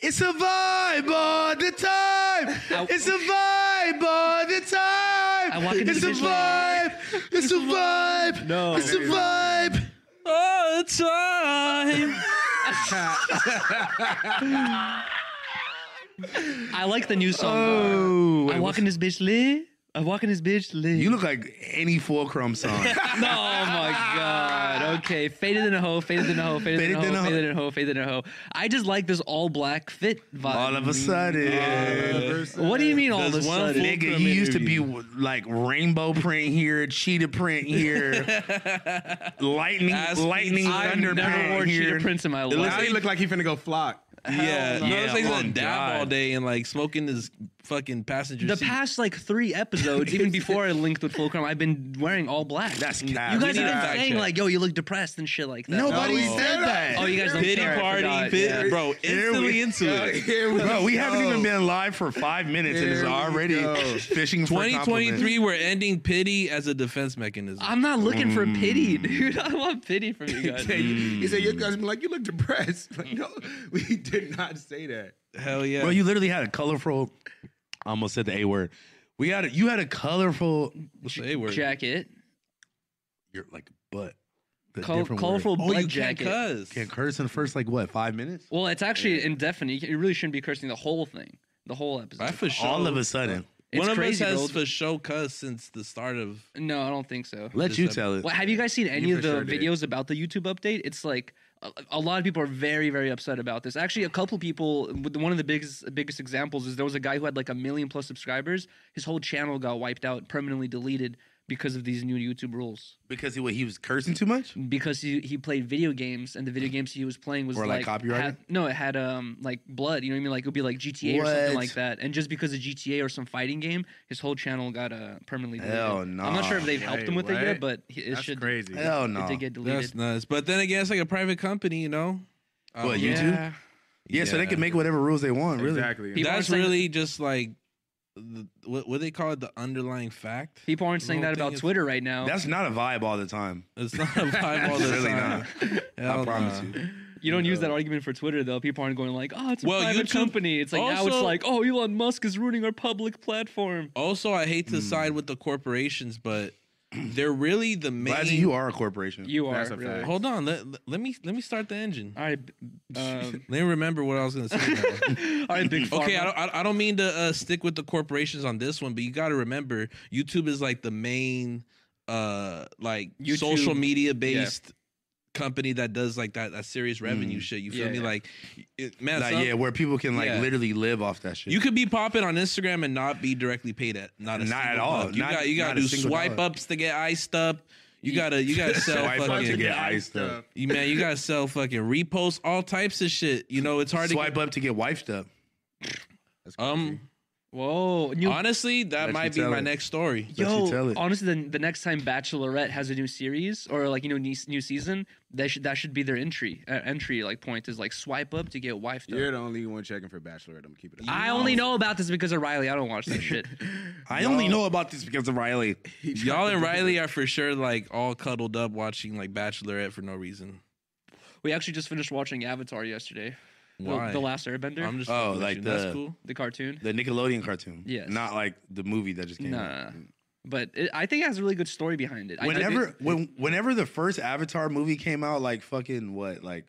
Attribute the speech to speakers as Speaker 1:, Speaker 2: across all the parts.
Speaker 1: It's a vibe all the time. It's a vibe all the time.
Speaker 2: I walk into
Speaker 1: it's
Speaker 2: the
Speaker 1: a
Speaker 2: kitchen.
Speaker 1: vibe. It's a vibe.
Speaker 3: No.
Speaker 1: It's a vibe.
Speaker 2: All the time. I like the new song. more.
Speaker 1: Oh,
Speaker 2: I walk in this bitch lit. I walk in this bitch lit.
Speaker 1: you look like any Fulcrum song.
Speaker 2: No, oh my god. Okay, faded in a hoe, faded in a hoe, faded, in a hoe, faded in a hoe, faded in a hoe. I just like this all black fit vibe.
Speaker 1: all of a sudden.
Speaker 2: What do you mean all of a
Speaker 3: There's one
Speaker 2: sudden?
Speaker 3: full-
Speaker 1: Nigga,
Speaker 3: Fulcrum
Speaker 1: you used to be
Speaker 3: interview.
Speaker 1: like rainbow print here, cheetah print here, lightning,
Speaker 4: Ass
Speaker 1: lightning,
Speaker 4: cheeks. I've
Speaker 1: thunder
Speaker 2: Never
Speaker 1: print
Speaker 2: wore
Speaker 1: here.
Speaker 2: cheetah prints in my
Speaker 3: Now
Speaker 2: life.
Speaker 3: he look like he finna go flock.
Speaker 4: Yeah,
Speaker 2: no.
Speaker 4: yeah. Notice
Speaker 1: Yeah,
Speaker 4: he's
Speaker 1: oh
Speaker 4: on dab
Speaker 1: God.
Speaker 4: all day and like smoking his fucking passenger
Speaker 2: The
Speaker 4: seat.
Speaker 2: past like three episodes, even before I linked with Fulcrum, I've been wearing all black.
Speaker 1: That's
Speaker 2: You
Speaker 1: cap.
Speaker 2: guys
Speaker 4: Yeah.
Speaker 2: even
Speaker 4: Fact
Speaker 2: saying
Speaker 4: check.
Speaker 2: like, "Yo, you look depressed" and shit like that.
Speaker 1: Nobody
Speaker 4: No.
Speaker 1: said that.
Speaker 2: Oh, you guys don't
Speaker 4: pity
Speaker 2: care. I
Speaker 4: party,
Speaker 2: forgot,
Speaker 4: pity,
Speaker 2: yeah.
Speaker 4: bro. Instantly into it.
Speaker 3: Here we
Speaker 1: Bro, we haven't
Speaker 3: go.
Speaker 1: even been live for five minutes and it's
Speaker 3: Here we
Speaker 1: already
Speaker 3: go.
Speaker 1: fishing for 2023.
Speaker 4: 2023, we're ending pity as a defense mechanism.
Speaker 2: I'm not looking for pity,
Speaker 4: Mm.
Speaker 2: dude. I want pity from you guys.
Speaker 3: He said, "Your cousin be like, you look depressed." Like, no, we did not say that.
Speaker 4: Hell yeah.
Speaker 1: Bro, you literally had a colorful. I almost said the A word. We had a, you had a colorful.
Speaker 4: What's the A word?
Speaker 2: Jacket,
Speaker 1: You're like butt. The
Speaker 2: Col-
Speaker 1: different word.
Speaker 2: colorful
Speaker 4: oh,
Speaker 2: butt
Speaker 4: you can't
Speaker 2: jacket.
Speaker 4: cuss.
Speaker 1: Can't curse in the first like what five minutes?
Speaker 2: Well, it's actually indefinite. You, can- you really shouldn't be cursing the whole thing, the whole
Speaker 4: I
Speaker 2: episode.
Speaker 4: for sure.
Speaker 1: All of a sudden,
Speaker 2: It's
Speaker 4: One of
Speaker 2: crazy,
Speaker 4: us has
Speaker 2: bro.
Speaker 4: for show cuss since the start of.
Speaker 2: no, I don't think so.
Speaker 1: let
Speaker 4: Just
Speaker 1: you
Speaker 4: that-
Speaker 1: tell it.
Speaker 2: Well, have you guys seen any
Speaker 3: You
Speaker 2: of
Speaker 3: for
Speaker 2: the
Speaker 3: sure did.
Speaker 2: videos about the YouTube update? It's like a, a lot of people are very, very upset about this. Actually, a couple people. with- One of the biggest, biggest examples is there was a guy who had like a million plus subscribers. His whole channel got wiped out, permanently deleted because of these new YouTube rules.
Speaker 1: Because he, what, he was cursing too much.
Speaker 2: because he, he played video games and the video games he was playing was
Speaker 1: Or, like,
Speaker 2: like,
Speaker 1: copyrighted?
Speaker 2: had- no, it had um like blood. You know what I mean? Like it would be like GTA or something
Speaker 1: What?
Speaker 2: like that. And just because of GTA or some fighting game, his whole channel got uh, permanently deleted.
Speaker 1: Hell
Speaker 2: I'm not sure if
Speaker 1: nah.
Speaker 2: they've helped
Speaker 3: Wait,
Speaker 2: him with it yet,
Speaker 3: what?
Speaker 2: but he, it
Speaker 3: That's
Speaker 2: should.
Speaker 3: crazy.
Speaker 1: Hell no.
Speaker 2: It did get deleted.
Speaker 4: That's nuts. But then again, it's like a private company, you know? Um, I
Speaker 1: What,
Speaker 4: don't
Speaker 1: you
Speaker 4: know.
Speaker 1: YouTube?
Speaker 2: Yeah.
Speaker 1: Yeah, so they
Speaker 4: Yeah.
Speaker 1: can make whatever rules they want. Really.
Speaker 3: Exactly.
Speaker 2: People
Speaker 4: That's
Speaker 2: are saying-
Speaker 4: really just like. The, what, what they call it? The underlying fact?
Speaker 2: People aren't
Speaker 4: The
Speaker 2: saying
Speaker 4: whole
Speaker 2: that
Speaker 4: thing
Speaker 2: about
Speaker 4: is-
Speaker 2: Twitter right now.
Speaker 1: That's not a vibe all the time.
Speaker 4: It's not a vibe all the
Speaker 1: Really
Speaker 4: time. Hell
Speaker 1: I promise
Speaker 4: nah.
Speaker 1: you.
Speaker 2: you don't use that argument for Twitter though. People aren't going like, "Oh, it's a
Speaker 4: Well,
Speaker 2: private
Speaker 4: YouTube
Speaker 2: company." It's like now it's
Speaker 4: also-
Speaker 2: like, "Oh, Elon Musk is ruining our public platform."
Speaker 4: Also, I hate to
Speaker 1: Hmm.
Speaker 4: side with the corporations, but they're really the main.
Speaker 1: Lassie, you are a corporation.
Speaker 2: You are
Speaker 3: That's a
Speaker 2: really.
Speaker 3: fact.
Speaker 4: Hold on. Let, let me let me start the engine.
Speaker 2: All right, b- um,
Speaker 4: Let me remember what I was going to say. now.
Speaker 2: all right, big.
Speaker 4: Okay,
Speaker 2: Pharma.
Speaker 4: I don't, I- I don't mean to uh, stick with the corporations on this one, but you got to remember YouTube is like the main uh like
Speaker 2: YouTube-
Speaker 4: social media based company that does like that that serious revenue
Speaker 1: Mm.
Speaker 4: shit. You feel
Speaker 2: Yeah,
Speaker 4: me?
Speaker 2: yeah.
Speaker 4: Like, it, man,
Speaker 1: Like,
Speaker 4: some-
Speaker 1: yeah, where people can like
Speaker 4: Yeah.
Speaker 1: literally live off that shit.
Speaker 4: you could be popping on Instagram and not be directly paid at not a
Speaker 1: Not at
Speaker 4: single
Speaker 1: all.
Speaker 4: buck. You
Speaker 1: Not-
Speaker 4: got you got
Speaker 1: not
Speaker 4: to
Speaker 1: a
Speaker 4: do
Speaker 1: single
Speaker 4: swipe
Speaker 1: dollar.
Speaker 4: ups to get iced up. You gotta you gotta sell
Speaker 1: Swipe up to
Speaker 4: fucking
Speaker 3: uh,
Speaker 1: get iced up.
Speaker 4: you man. You gotta sell fucking reposts, all types of shit. You know it's hard
Speaker 1: Swipe
Speaker 4: to
Speaker 1: up to get wifed up.
Speaker 3: That's
Speaker 4: get,
Speaker 3: crazy.
Speaker 4: um.
Speaker 2: Whoa, new
Speaker 4: Honestly, that
Speaker 1: Let you
Speaker 4: might be
Speaker 1: tell
Speaker 4: my
Speaker 1: it.
Speaker 4: next story.
Speaker 1: Let you
Speaker 2: Yo,
Speaker 1: tell it.
Speaker 2: honestly, the, the next time Bachelorette has a new series or like you know new, new season, that should that should be their entry uh, entry like point is like swipe up to get wifed
Speaker 3: You're
Speaker 2: up.
Speaker 3: the only one checking for Bachelorette. I'm keeping it.
Speaker 2: I only know about this because of Riley. I don't watch that shit.
Speaker 1: I only know about this because of Riley.
Speaker 4: Y'all and Riley are for sure like all cuddled up watching like Bachelorette for no reason.
Speaker 2: We actually just finished watching Avatar yesterday. The-
Speaker 4: Why?
Speaker 2: The, Last Airbender,
Speaker 4: I'm just
Speaker 1: Oh,
Speaker 4: oh,
Speaker 1: like
Speaker 4: like that's
Speaker 1: the-
Speaker 4: cool.
Speaker 2: the cartoon.
Speaker 1: The Nickelodeon cartoon.
Speaker 2: Yes.
Speaker 1: Not like the movie that just came out.
Speaker 2: Nah, but it, I think it has a really good story behind it. I- I think-
Speaker 1: Whenever when whenever the first Avatar movie came out, like fucking what, like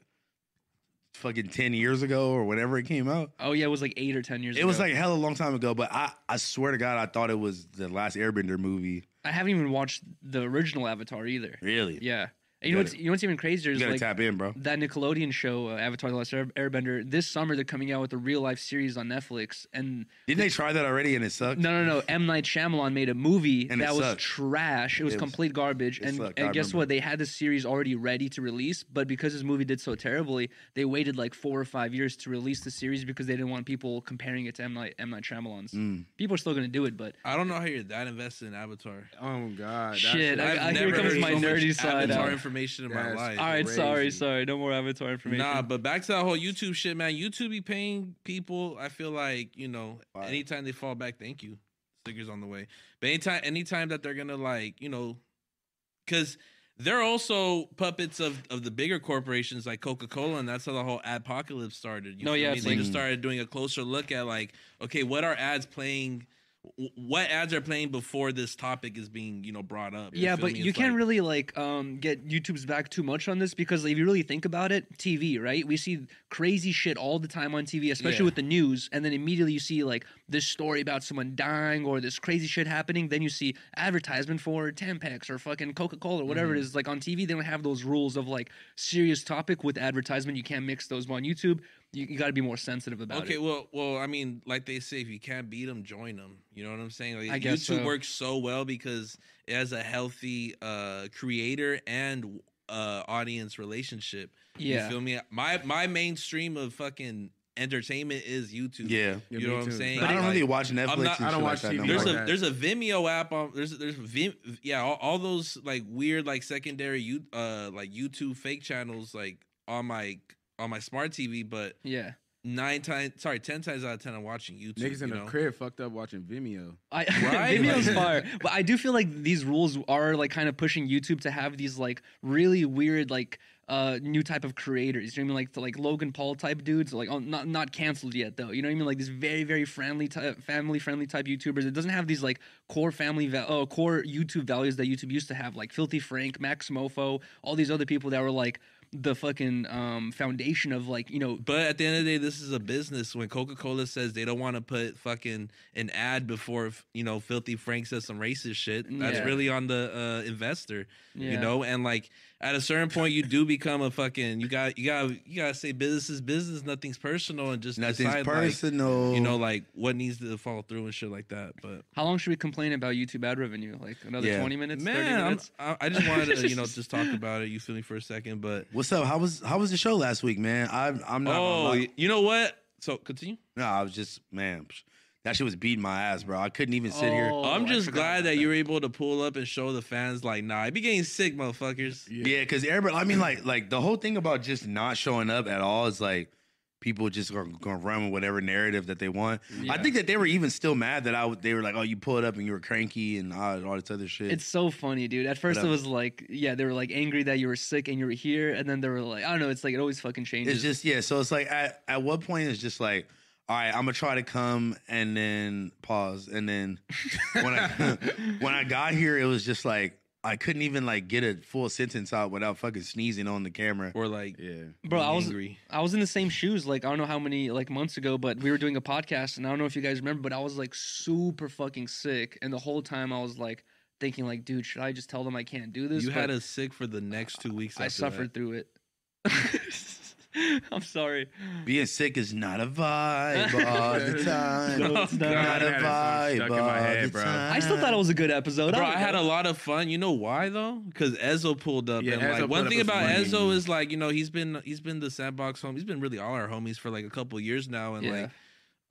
Speaker 1: fucking ten years ago or whenever it came out.
Speaker 2: oh yeah, it was like eight or ten years.
Speaker 1: It was
Speaker 2: ago.
Speaker 1: like hell a long time ago, but I, I swear to God I thought it was the last Airbender movie.
Speaker 2: I haven't even watched the original Avatar either.
Speaker 1: Really?
Speaker 2: Yeah, and you know
Speaker 1: gotta-
Speaker 2: what's you know what's even crazier
Speaker 1: You
Speaker 2: is
Speaker 1: gotta
Speaker 2: like
Speaker 1: tap in, bro.
Speaker 2: that Nickelodeon show, uh, Avatar: The Last Air- Airbender, this summer they're coming out with a real life series on Netflix. And
Speaker 1: Didn't they try that already and it sucked?
Speaker 2: no, no, no, M Night Shyamalan made a movie
Speaker 1: And it
Speaker 2: that was
Speaker 1: sucked.
Speaker 2: trash. It was
Speaker 1: It was-
Speaker 2: complete garbage.
Speaker 1: it
Speaker 2: And,
Speaker 1: sucked,
Speaker 2: and
Speaker 1: I
Speaker 2: guess
Speaker 1: remember.
Speaker 2: what? They had this series already ready to release, but because this movie did so terribly, they waited like four or five years to release the series because they didn't want people comparing it to M Night M Night Shyamalan's.
Speaker 1: Mm.
Speaker 2: People are still gonna do it, but
Speaker 4: I don't know how you're that invested in Avatar.
Speaker 3: Oh God. that's-
Speaker 2: Shit, I-
Speaker 4: I've
Speaker 2: I- here
Speaker 4: never
Speaker 2: comes
Speaker 4: heard
Speaker 2: my
Speaker 4: so much
Speaker 2: nerdy side
Speaker 4: Avatar
Speaker 2: out.
Speaker 4: information in
Speaker 3: Yes.
Speaker 4: my life.
Speaker 2: all right, sorry,
Speaker 3: crazy.
Speaker 2: sorry, no more Avatar information.
Speaker 4: Nah, but back to that whole YouTube shit, man. YouTube be paying people. I feel like you know,
Speaker 1: Fire.
Speaker 4: anytime they fall back, thank you. Stickers on the way. But anytime, anytime that they're gonna like, you know, because they're also puppets of, of the bigger corporations like Coca Cola, and that's how the whole apocalypse started. You
Speaker 2: No,
Speaker 4: feel
Speaker 2: yeah,
Speaker 4: me?
Speaker 2: it's
Speaker 4: they
Speaker 2: like-
Speaker 4: just started doing a closer look at like, okay, what are ads playing? wh- What ads are playing before this topic is being you know brought up?
Speaker 2: yeah,
Speaker 4: feel
Speaker 2: but
Speaker 4: me?
Speaker 2: you
Speaker 4: It's
Speaker 2: can't
Speaker 4: like-
Speaker 2: really like um, get YouTube's back too much on this because if you really think about it, TV, right? We see crazy shit all the time on TV, especially
Speaker 4: Yeah.
Speaker 2: with the news, and then immediately you see like this story about someone dying or this crazy shit happening. Then you see advertisement for Tampax or fucking Coca Cola or whatever
Speaker 4: Mm-hmm.
Speaker 2: it is. Like on TV, they don't have those rules of like serious topic with advertisement. You can't mix those. But on YouTube, you, you got to be more sensitive about
Speaker 4: Okay,
Speaker 2: it.
Speaker 4: well, well, I mean, like they say, if you can't beat them, join them. You know what I'm saying? Like,
Speaker 2: I guess
Speaker 4: YouTube
Speaker 2: so.
Speaker 4: works so well because it has a healthy uh, creator and uh, audience relationship.
Speaker 2: Yeah.
Speaker 4: you feel me? My my mainstream of fucking entertainment is YouTube.
Speaker 1: Yeah.
Speaker 4: you
Speaker 3: Yeah,
Speaker 4: know
Speaker 3: me
Speaker 4: what I'm
Speaker 3: too.
Speaker 4: saying?
Speaker 1: But I don't
Speaker 4: Like,
Speaker 1: really watch Netflix.
Speaker 4: not-
Speaker 1: and
Speaker 4: I
Speaker 3: don't
Speaker 1: shit
Speaker 3: watch
Speaker 1: like that
Speaker 3: TV.
Speaker 1: no
Speaker 4: There's
Speaker 1: more.
Speaker 3: like
Speaker 4: a
Speaker 3: that.
Speaker 4: there's a Vimeo app on there's there's Vim, yeah all, all those like weird like secondary you uh like YouTube fake channels like on my on my smart TV but
Speaker 2: yeah,
Speaker 4: nine times, sorry, ten times out of ten, I'm watching YouTube.
Speaker 3: Niggas in
Speaker 4: you
Speaker 3: the
Speaker 4: know?
Speaker 3: crib fucked up watching Vimeo.
Speaker 2: I
Speaker 4: Right?
Speaker 2: Vimeo's
Speaker 4: Like-
Speaker 2: fire, but I do feel like these rules are like kind of pushing YouTube to have these like really weird like uh new type of creators. You know what I mean? Like the, like Logan Paul type dudes, like oh, not not canceled yet though. You know what I mean? Like these very very friendly type, family friendly type YouTubers. It doesn't have these like core family va- oh, core YouTube values that YouTube used to have, like Filthy Frank, Max Mofo, all these other people that were like the fucking um foundation of like you know
Speaker 4: But at the end of the day, this is a business. When Coca Cola says they don't want to put fucking an ad before you know Filthy Frank says some racist shit, that's
Speaker 2: Yeah.
Speaker 4: really on the uh, investor, you
Speaker 2: Yeah.
Speaker 4: know. And like at a certain point, you do become a fucking you got you got you gotta say business is business, nothing's personal, and just
Speaker 1: Nothing's
Speaker 4: decide, like,
Speaker 1: personal.
Speaker 4: you know, like what needs to fall through and shit like that. But
Speaker 2: how long should we complain about YouTube ad revenue? Like another
Speaker 1: Yeah.
Speaker 2: twenty minutes, thirty
Speaker 4: man, I'm-
Speaker 2: minutes.
Speaker 4: I, I just wanted to you know just talk about it. You feel me for a second, but
Speaker 1: What's up? How was how was the show last week, man? I'm I'm not. gonna
Speaker 4: oh,
Speaker 1: lie.
Speaker 4: you know what? So continue.
Speaker 1: No, I was just man, psh, that shit was beating my ass, bro. I couldn't even sit here.
Speaker 2: Oh,
Speaker 4: I'm
Speaker 2: I
Speaker 4: just
Speaker 2: forgot
Speaker 4: glad
Speaker 2: about
Speaker 4: that you were able to pull up and show the fans like, nah, I be getting sick, motherfuckers.
Speaker 1: Yeah, because everybody. I mean, like like the whole thing about just not showing up at all is like people just are gonna run with whatever narrative that they want. I
Speaker 2: Yeah.
Speaker 1: think that they were even still mad that I w- they were like, oh, you pulled up and you were cranky and all, all this other shit.
Speaker 2: It's so funny, dude. At first, it
Speaker 1: Whatever.
Speaker 2: was like, yeah, they were like angry that you were sick and you were here, and then they were like, I don't know. It's like it always fucking changes.
Speaker 1: It's just yeah. So it's like at at what point it's just like, all right, I'm gonna try to come and then pause and then when I when I got here, it was just like I couldn't even like get a full sentence out without fucking sneezing on the camera.
Speaker 4: Or like,
Speaker 3: Yeah.
Speaker 2: Bro, I was
Speaker 4: angry.
Speaker 2: I was in the same shoes. Like I don't know how many like months ago, but we were doing a podcast, and I don't know if you guys remember, but I was like super fucking sick, and the whole time I was like thinking, like, dude, should I just tell them I can't do this?
Speaker 4: You had
Speaker 2: But
Speaker 4: us sick for the next two weeks.
Speaker 2: I
Speaker 4: after
Speaker 2: suffered through it. I'm sorry.
Speaker 1: Being sick is not a vibe all the time.
Speaker 2: No, it's not.
Speaker 1: not a
Speaker 3: God, that is
Speaker 1: vibe
Speaker 3: stuck in
Speaker 1: all
Speaker 3: my
Speaker 1: the
Speaker 3: head, bro.
Speaker 1: time.
Speaker 2: I still thought it was a good episode.
Speaker 4: that. Uh, Bro,
Speaker 2: don't
Speaker 4: I had
Speaker 2: know.
Speaker 4: a lot of fun. You know why though? Because Ezzo pulled up.
Speaker 3: Yeah,
Speaker 4: and
Speaker 3: Ezzo
Speaker 4: like
Speaker 3: pulled
Speaker 4: one
Speaker 3: up
Speaker 4: thing
Speaker 3: was
Speaker 4: about
Speaker 3: funny.
Speaker 4: Ezzo is like, you know, he's been he's been the sandbox home. He's been really all our homies for like a couple years now, and
Speaker 2: Yeah.
Speaker 4: like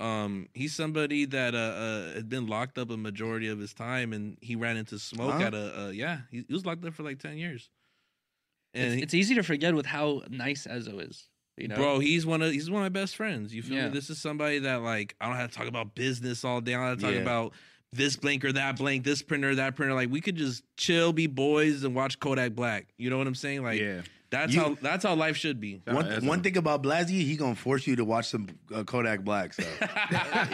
Speaker 4: um he's somebody that uh, uh had been locked up a majority of his time and he ran into smoke
Speaker 1: Huh?
Speaker 4: at a uh, yeah he, he was locked up for like 10 years and
Speaker 2: It's,
Speaker 4: he-
Speaker 2: it's easy to forget with how nice Ezzo is. You know,
Speaker 4: Bro, he's one of he's one of my best friends. You feel
Speaker 2: Yeah.
Speaker 4: me? This is somebody that like I don't have to talk about business all day. I don't have to talk
Speaker 1: Yeah.
Speaker 4: about this blank or that blank, this printer, that printer. Like we could just chill, be boys, and watch Kodak Black. You know what I'm saying? Like
Speaker 3: yeah.
Speaker 4: that's
Speaker 1: You-
Speaker 4: how that's how life should be.
Speaker 3: Shout out
Speaker 1: One,
Speaker 3: Ezra.
Speaker 1: one thing about Blasey, he gonna force you to watch some uh, Kodak Black. So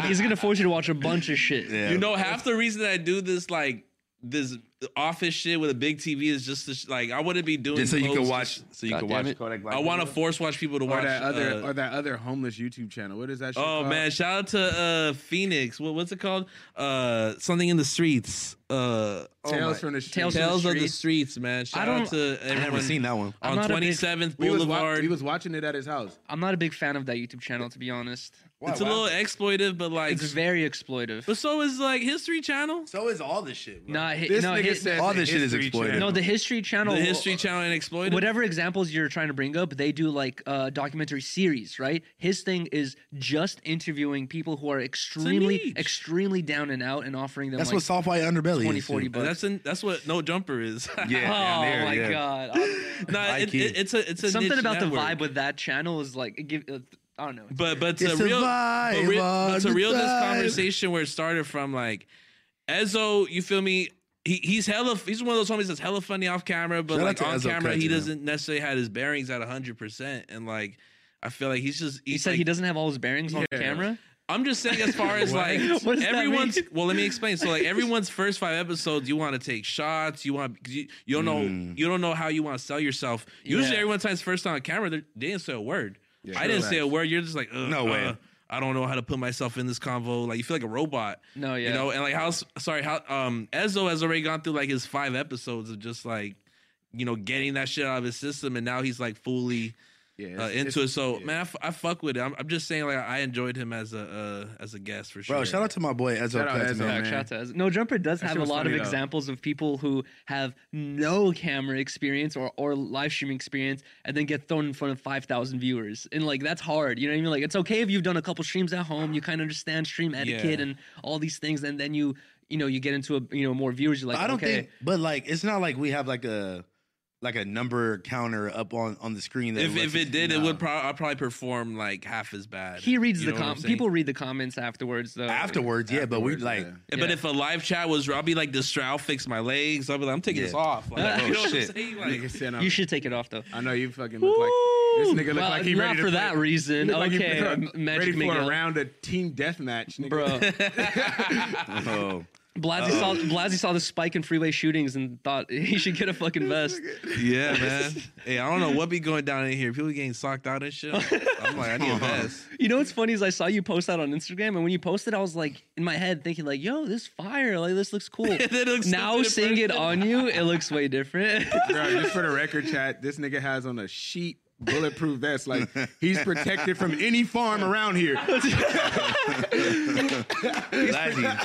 Speaker 2: he's gonna force you to watch a bunch of shit.
Speaker 1: yeah.
Speaker 4: You know, half the reason I do this like this office shit with a big TV is just to, sh- like I wouldn't be doing
Speaker 1: just so you can
Speaker 4: clothes
Speaker 1: watch, so you
Speaker 2: God
Speaker 1: can
Speaker 2: damn
Speaker 1: watch
Speaker 2: it.
Speaker 1: Kodak Black.
Speaker 4: I want to force watch people to
Speaker 3: Or
Speaker 4: watch
Speaker 3: that other
Speaker 4: uh,
Speaker 3: or that other homeless YouTube channel. What is that shit
Speaker 4: Oh
Speaker 3: called?
Speaker 4: man, shout out to uh Phoenix. What, what's it called? Uh something in the streets. Uh oh
Speaker 3: Tales
Speaker 4: my-
Speaker 3: from the
Speaker 2: Tales
Speaker 3: Streets.
Speaker 2: from the
Speaker 4: Tales of the
Speaker 2: Streets.
Speaker 4: streets, man. Shout
Speaker 2: don't-
Speaker 4: out to
Speaker 1: I
Speaker 4: everyone
Speaker 1: haven't seen that one.
Speaker 2: I'm
Speaker 4: on
Speaker 2: not a big-
Speaker 4: 27th
Speaker 3: We was, wa-
Speaker 4: Boulevard.
Speaker 3: we was watching it at his house.
Speaker 2: I'm not a big fan of that YouTube channel, to be honest.
Speaker 4: it's a little exploitive, but like
Speaker 2: It's very exploitive.
Speaker 4: but so is like History Channel.
Speaker 1: So is all this shit. Bro.
Speaker 2: Nah, hi-
Speaker 3: This
Speaker 2: no,
Speaker 3: nigga
Speaker 2: hi-
Speaker 3: said
Speaker 1: All
Speaker 3: the
Speaker 1: this shit is
Speaker 3: History
Speaker 1: exploited.
Speaker 3: Channel.
Speaker 2: no, the History Channel.
Speaker 4: The History Channel and exploitive.
Speaker 2: Whatever examples you're trying to bring up, they do like uh, documentary series, right? His thing is just interviewing people who are extremely,
Speaker 4: niche.
Speaker 2: extremely down and out and offering them
Speaker 1: That's
Speaker 2: like
Speaker 1: what soft white underbelly
Speaker 2: 20,
Speaker 1: is.
Speaker 2: 40
Speaker 1: too.
Speaker 2: bucks.
Speaker 4: That's in, that's what No Jumper is.
Speaker 1: Yeah.
Speaker 2: oh
Speaker 1: down there,
Speaker 2: my
Speaker 1: yeah.
Speaker 2: god! Uh,
Speaker 4: nah, it,
Speaker 1: Mikey.
Speaker 4: it- it's a it's a
Speaker 2: Something
Speaker 4: niche
Speaker 2: about
Speaker 4: network.
Speaker 2: the vibe with that channel is like, it give, uh, I don't know.
Speaker 4: But but to
Speaker 1: It's a
Speaker 4: real
Speaker 1: vibe
Speaker 4: but, real,
Speaker 1: all
Speaker 4: but to
Speaker 1: the
Speaker 4: real this
Speaker 1: uh, time.
Speaker 4: conversation where it started from like Ezzo, you feel me? he, he's hella he's one of those homies that's hella funny off camera, but
Speaker 1: Shout out
Speaker 4: like
Speaker 1: to
Speaker 4: on
Speaker 1: Ezzo
Speaker 4: camera he
Speaker 1: Kajima.
Speaker 4: doesn't necessarily have his bearings at hundred percent. And like I feel like he's just
Speaker 2: He
Speaker 4: he's
Speaker 2: said
Speaker 4: like,
Speaker 2: he doesn't have all his bearings on
Speaker 3: Yeah.
Speaker 2: camera.
Speaker 4: I'm just saying, as far as
Speaker 2: What?
Speaker 4: like
Speaker 2: What does that
Speaker 4: everyone's.
Speaker 2: mean?
Speaker 4: Well, let me explain. So, like everyone's first five episodes, you want to take shots. You want 'cause you, you don't know
Speaker 1: Mm.
Speaker 4: you don't know how you want to sell yourself. Usually,
Speaker 2: Yeah.
Speaker 4: everyone times first time on camera, they're- they didn't say a word.
Speaker 3: Yeah.
Speaker 4: I didn't say a
Speaker 3: Correct.
Speaker 4: word. You're just like, Ugh,
Speaker 1: No way.
Speaker 4: uh, I don't know how to put myself in this convo. Like you feel like a robot.
Speaker 2: No, yeah.
Speaker 4: You know, and like how sorry how um Ezzo has already gone through like his five episodes of just like you know getting that shit out of his system, and now he's like fully
Speaker 3: Yeah,
Speaker 4: uh,
Speaker 3: it's-
Speaker 4: into it.
Speaker 3: it's-
Speaker 4: So
Speaker 3: yeah.
Speaker 4: man, I, f- I fuck with it. I'm, I'm just saying, like I enjoyed him as a uh, as a guest for sure.
Speaker 1: Bro, shout out to my boy Ezzo
Speaker 3: Shout out
Speaker 1: Katz,
Speaker 3: Ezzo,
Speaker 1: man.
Speaker 2: Yeah,
Speaker 3: Oh, man.
Speaker 2: shout out to us. No, Jumper does
Speaker 3: That
Speaker 2: have
Speaker 3: shit
Speaker 2: a
Speaker 3: was
Speaker 2: lot of
Speaker 3: funny, though.
Speaker 2: examples of people who have no camera experience or, or live streaming experience and then get thrown in front of 5,000 viewers. And like, that's hard. You know what I mean? Like, it's okay if you've done a couple streams at home, you kind of understand stream etiquette and all these things. And then you, you know, you get into a, you know, more viewers. You're like,
Speaker 1: I don't
Speaker 2: okay.
Speaker 1: think, but like, it's not like we have like a like a number counter up on on the screen. That
Speaker 4: If,
Speaker 1: lets
Speaker 4: if it
Speaker 1: us-
Speaker 4: did, it
Speaker 1: Nah.
Speaker 4: would probably I'd probably perform like half as bad.
Speaker 2: he reads the
Speaker 4: You know what I'm
Speaker 2: com-
Speaker 4: saying?
Speaker 2: people read the comments afterwards though.
Speaker 1: afterwards, yeah. But we
Speaker 3: Afterwards,
Speaker 1: like,
Speaker 3: yeah.
Speaker 4: Yeah, But
Speaker 2: Yeah.
Speaker 4: if a live chat was, I'll be like, this shroud I'll fix my legs. I'll be like, I'm taking
Speaker 1: Yeah.
Speaker 4: this off. Like,
Speaker 2: Oh,
Speaker 4: you know
Speaker 1: shit.
Speaker 4: what I'm saying?
Speaker 3: Nigga
Speaker 4: Like,
Speaker 3: said,
Speaker 2: you
Speaker 3: I'm-
Speaker 2: should take it off though.
Speaker 3: I know you fucking look like this nigga look
Speaker 2: Well,
Speaker 3: like he
Speaker 2: not
Speaker 3: ready to
Speaker 2: for
Speaker 3: play-
Speaker 2: that reason.
Speaker 3: He look like he
Speaker 2: Okay,
Speaker 3: prepared-
Speaker 2: M- Magic
Speaker 3: ready for
Speaker 2: Miguel.
Speaker 3: a round of team deathmatch, nigga.
Speaker 2: Bro,
Speaker 1: oh,
Speaker 2: Blasey saw Blasey saw the spike in freeway shootings and thought he should get a fucking vest.
Speaker 4: yeah, man. Hey, I don't know what be going down in here. People getting socked out and shit. I'm like, I need a vest.
Speaker 2: You know what's funny is I saw you post that on Instagram, and when you posted, I was like in my head thinking like, "Yo, this fire! Like this looks cool."
Speaker 4: That looks
Speaker 2: now
Speaker 4: stupid in
Speaker 2: seeing it
Speaker 4: person.
Speaker 2: on you, it looks way different.
Speaker 3: Bro, just for the record, chat, this nigga has on a sheet bulletproof vest. Like he's protected from any farm around here.
Speaker 1: Lazzy,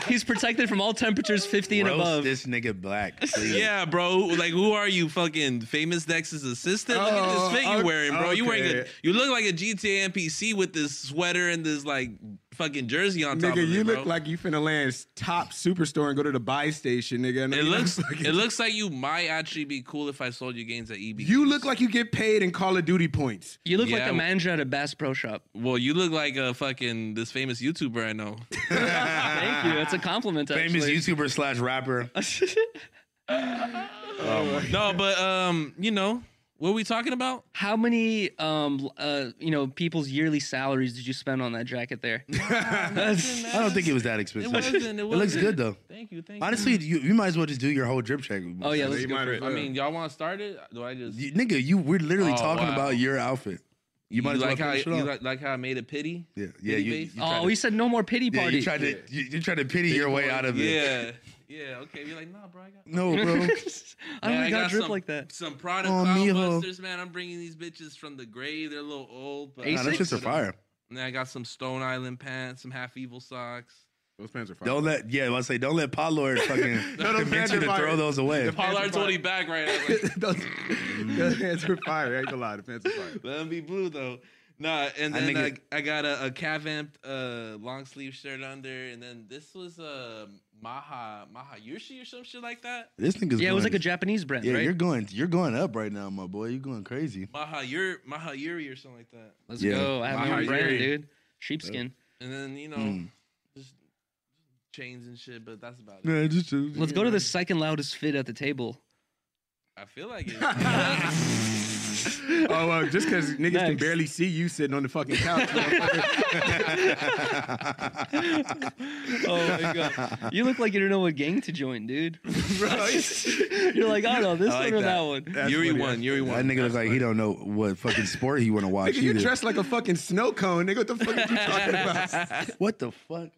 Speaker 2: He's protected from all temperatures, fifty and
Speaker 1: roast
Speaker 2: above.
Speaker 1: this nigga black. please.
Speaker 4: Yeah, bro. Like, who are you, fucking famous Dex's assistant? Look at
Speaker 3: Oh,
Speaker 4: this fit you're
Speaker 3: okay,
Speaker 4: wearing, bro. You wearing a,
Speaker 3: okay.
Speaker 4: you look like a GTA NPC with this sweater and this like fucking jersey on top
Speaker 3: nigga,
Speaker 4: of
Speaker 3: you
Speaker 4: it,
Speaker 3: look
Speaker 4: bro.
Speaker 3: like you finna land top superstore and go to the buy station, nigga. And
Speaker 4: it
Speaker 3: you
Speaker 4: looks.
Speaker 3: know, fucking-
Speaker 4: it looks like you might actually be cool if I sold you games at EB.
Speaker 3: You look like you get paid in Call of Duty points.
Speaker 2: You look like
Speaker 4: Yeah.
Speaker 2: a manager at a Bass Pro Shop.
Speaker 4: Well, you look like a fucking this famous YouTuber I know.
Speaker 2: Thank you. It's a compliment.
Speaker 1: Ah. famous
Speaker 2: actually.
Speaker 1: YouTuber slash rapper.
Speaker 4: no, but um, you know what are we talking about?
Speaker 2: How many um uh you know people's yearly salaries did you spend on that jacket there? That's-
Speaker 1: I don't think it was that expensive.
Speaker 4: wasn't, it
Speaker 1: looks
Speaker 4: wasn't.
Speaker 1: good though.
Speaker 4: Thank you. Thank
Speaker 1: Honestly, you, you might as well just do your whole drip check.
Speaker 2: oh yeah, let's
Speaker 3: You
Speaker 2: go
Speaker 3: might
Speaker 2: for
Speaker 3: as
Speaker 2: it.
Speaker 4: you. I mean, y'all want to start it? Do I just?
Speaker 1: You- nigga, you we're literally
Speaker 4: Oh,
Speaker 1: talking
Speaker 4: wow.
Speaker 1: about your outfit. You might as well
Speaker 4: like how
Speaker 1: finish it
Speaker 4: you
Speaker 1: off.
Speaker 4: like, like how I made a pity.
Speaker 1: Yeah, yeah,
Speaker 4: Pity
Speaker 1: you-
Speaker 4: base?
Speaker 1: you-
Speaker 2: Oh, he said no more pity
Speaker 1: Yeah,
Speaker 2: party.
Speaker 1: you tried to you, you tried to pity your way out of it.
Speaker 4: Yeah. Yeah, okay. You're like, nah, bro, I got,
Speaker 1: No, bro.
Speaker 2: I don't
Speaker 4: Man,
Speaker 2: think I drip
Speaker 4: some,
Speaker 2: like that.
Speaker 4: Some Prada
Speaker 1: Oh, mijo.
Speaker 4: Cloudbusters, man. I'm bringing these bitches from the grave. They're a little old, but
Speaker 1: nah,
Speaker 2: Asics?
Speaker 1: them shits are fire.
Speaker 4: And then I got some Stone Island pants, some Half Evil socks.
Speaker 3: Those pants are fire.
Speaker 1: Don't let yeah, I was say don't let Pollard fucking
Speaker 3: No, those
Speaker 1: convince
Speaker 3: pants
Speaker 1: you
Speaker 3: are
Speaker 1: to
Speaker 3: fire.
Speaker 1: throw those away.
Speaker 3: The pants are
Speaker 4: Pollard's
Speaker 3: fire.
Speaker 4: holding back right now. Like,
Speaker 3: those, those pants are fire. I ain't gonna lie, the pants are fire.
Speaker 4: Let them be blue though. Nah, and
Speaker 1: I
Speaker 4: then I,
Speaker 1: think
Speaker 4: I got a, a calf amped uh, long sleeve shirt under, and then this was a uh, Maha Maha Yushi or some shit like that.
Speaker 1: This nigga's
Speaker 2: Yeah, it was
Speaker 1: going-
Speaker 2: like a Japanese brand,
Speaker 1: Yeah,
Speaker 2: right?
Speaker 1: you're going you're going up right now, my boy. You're going crazy.
Speaker 4: Maha Yuri, Maha Yuri or something like that.
Speaker 2: Let's
Speaker 1: Yeah.
Speaker 2: go. I have my own
Speaker 3: Wow,
Speaker 2: brand,
Speaker 3: Yuri.
Speaker 2: dude. Sheepskin.
Speaker 4: And then you know,
Speaker 1: Mm.
Speaker 4: just chains and shit. But that's about it.
Speaker 1: Yeah, just
Speaker 2: Let's go to the second loudest fit at the table.
Speaker 4: I feel like it.
Speaker 3: Oh well, just because niggas can
Speaker 2: Next.
Speaker 3: barely see you sitting on the fucking couch. motherfucker.
Speaker 2: Oh my god, you look like you don't know what gang to join, dude. you're like, I don't know this
Speaker 1: I like
Speaker 2: one
Speaker 1: that.
Speaker 2: or that one.
Speaker 3: That's
Speaker 4: Yuri
Speaker 3: funny.
Speaker 4: won. Yuri
Speaker 1: that
Speaker 4: won.
Speaker 1: nigga looks like he don't know what fucking sport he want to watch
Speaker 3: Nigga, you
Speaker 1: either.
Speaker 3: dressed like a fucking snow cone. Nigga, what the fuck are you talking about?
Speaker 1: what the fuck?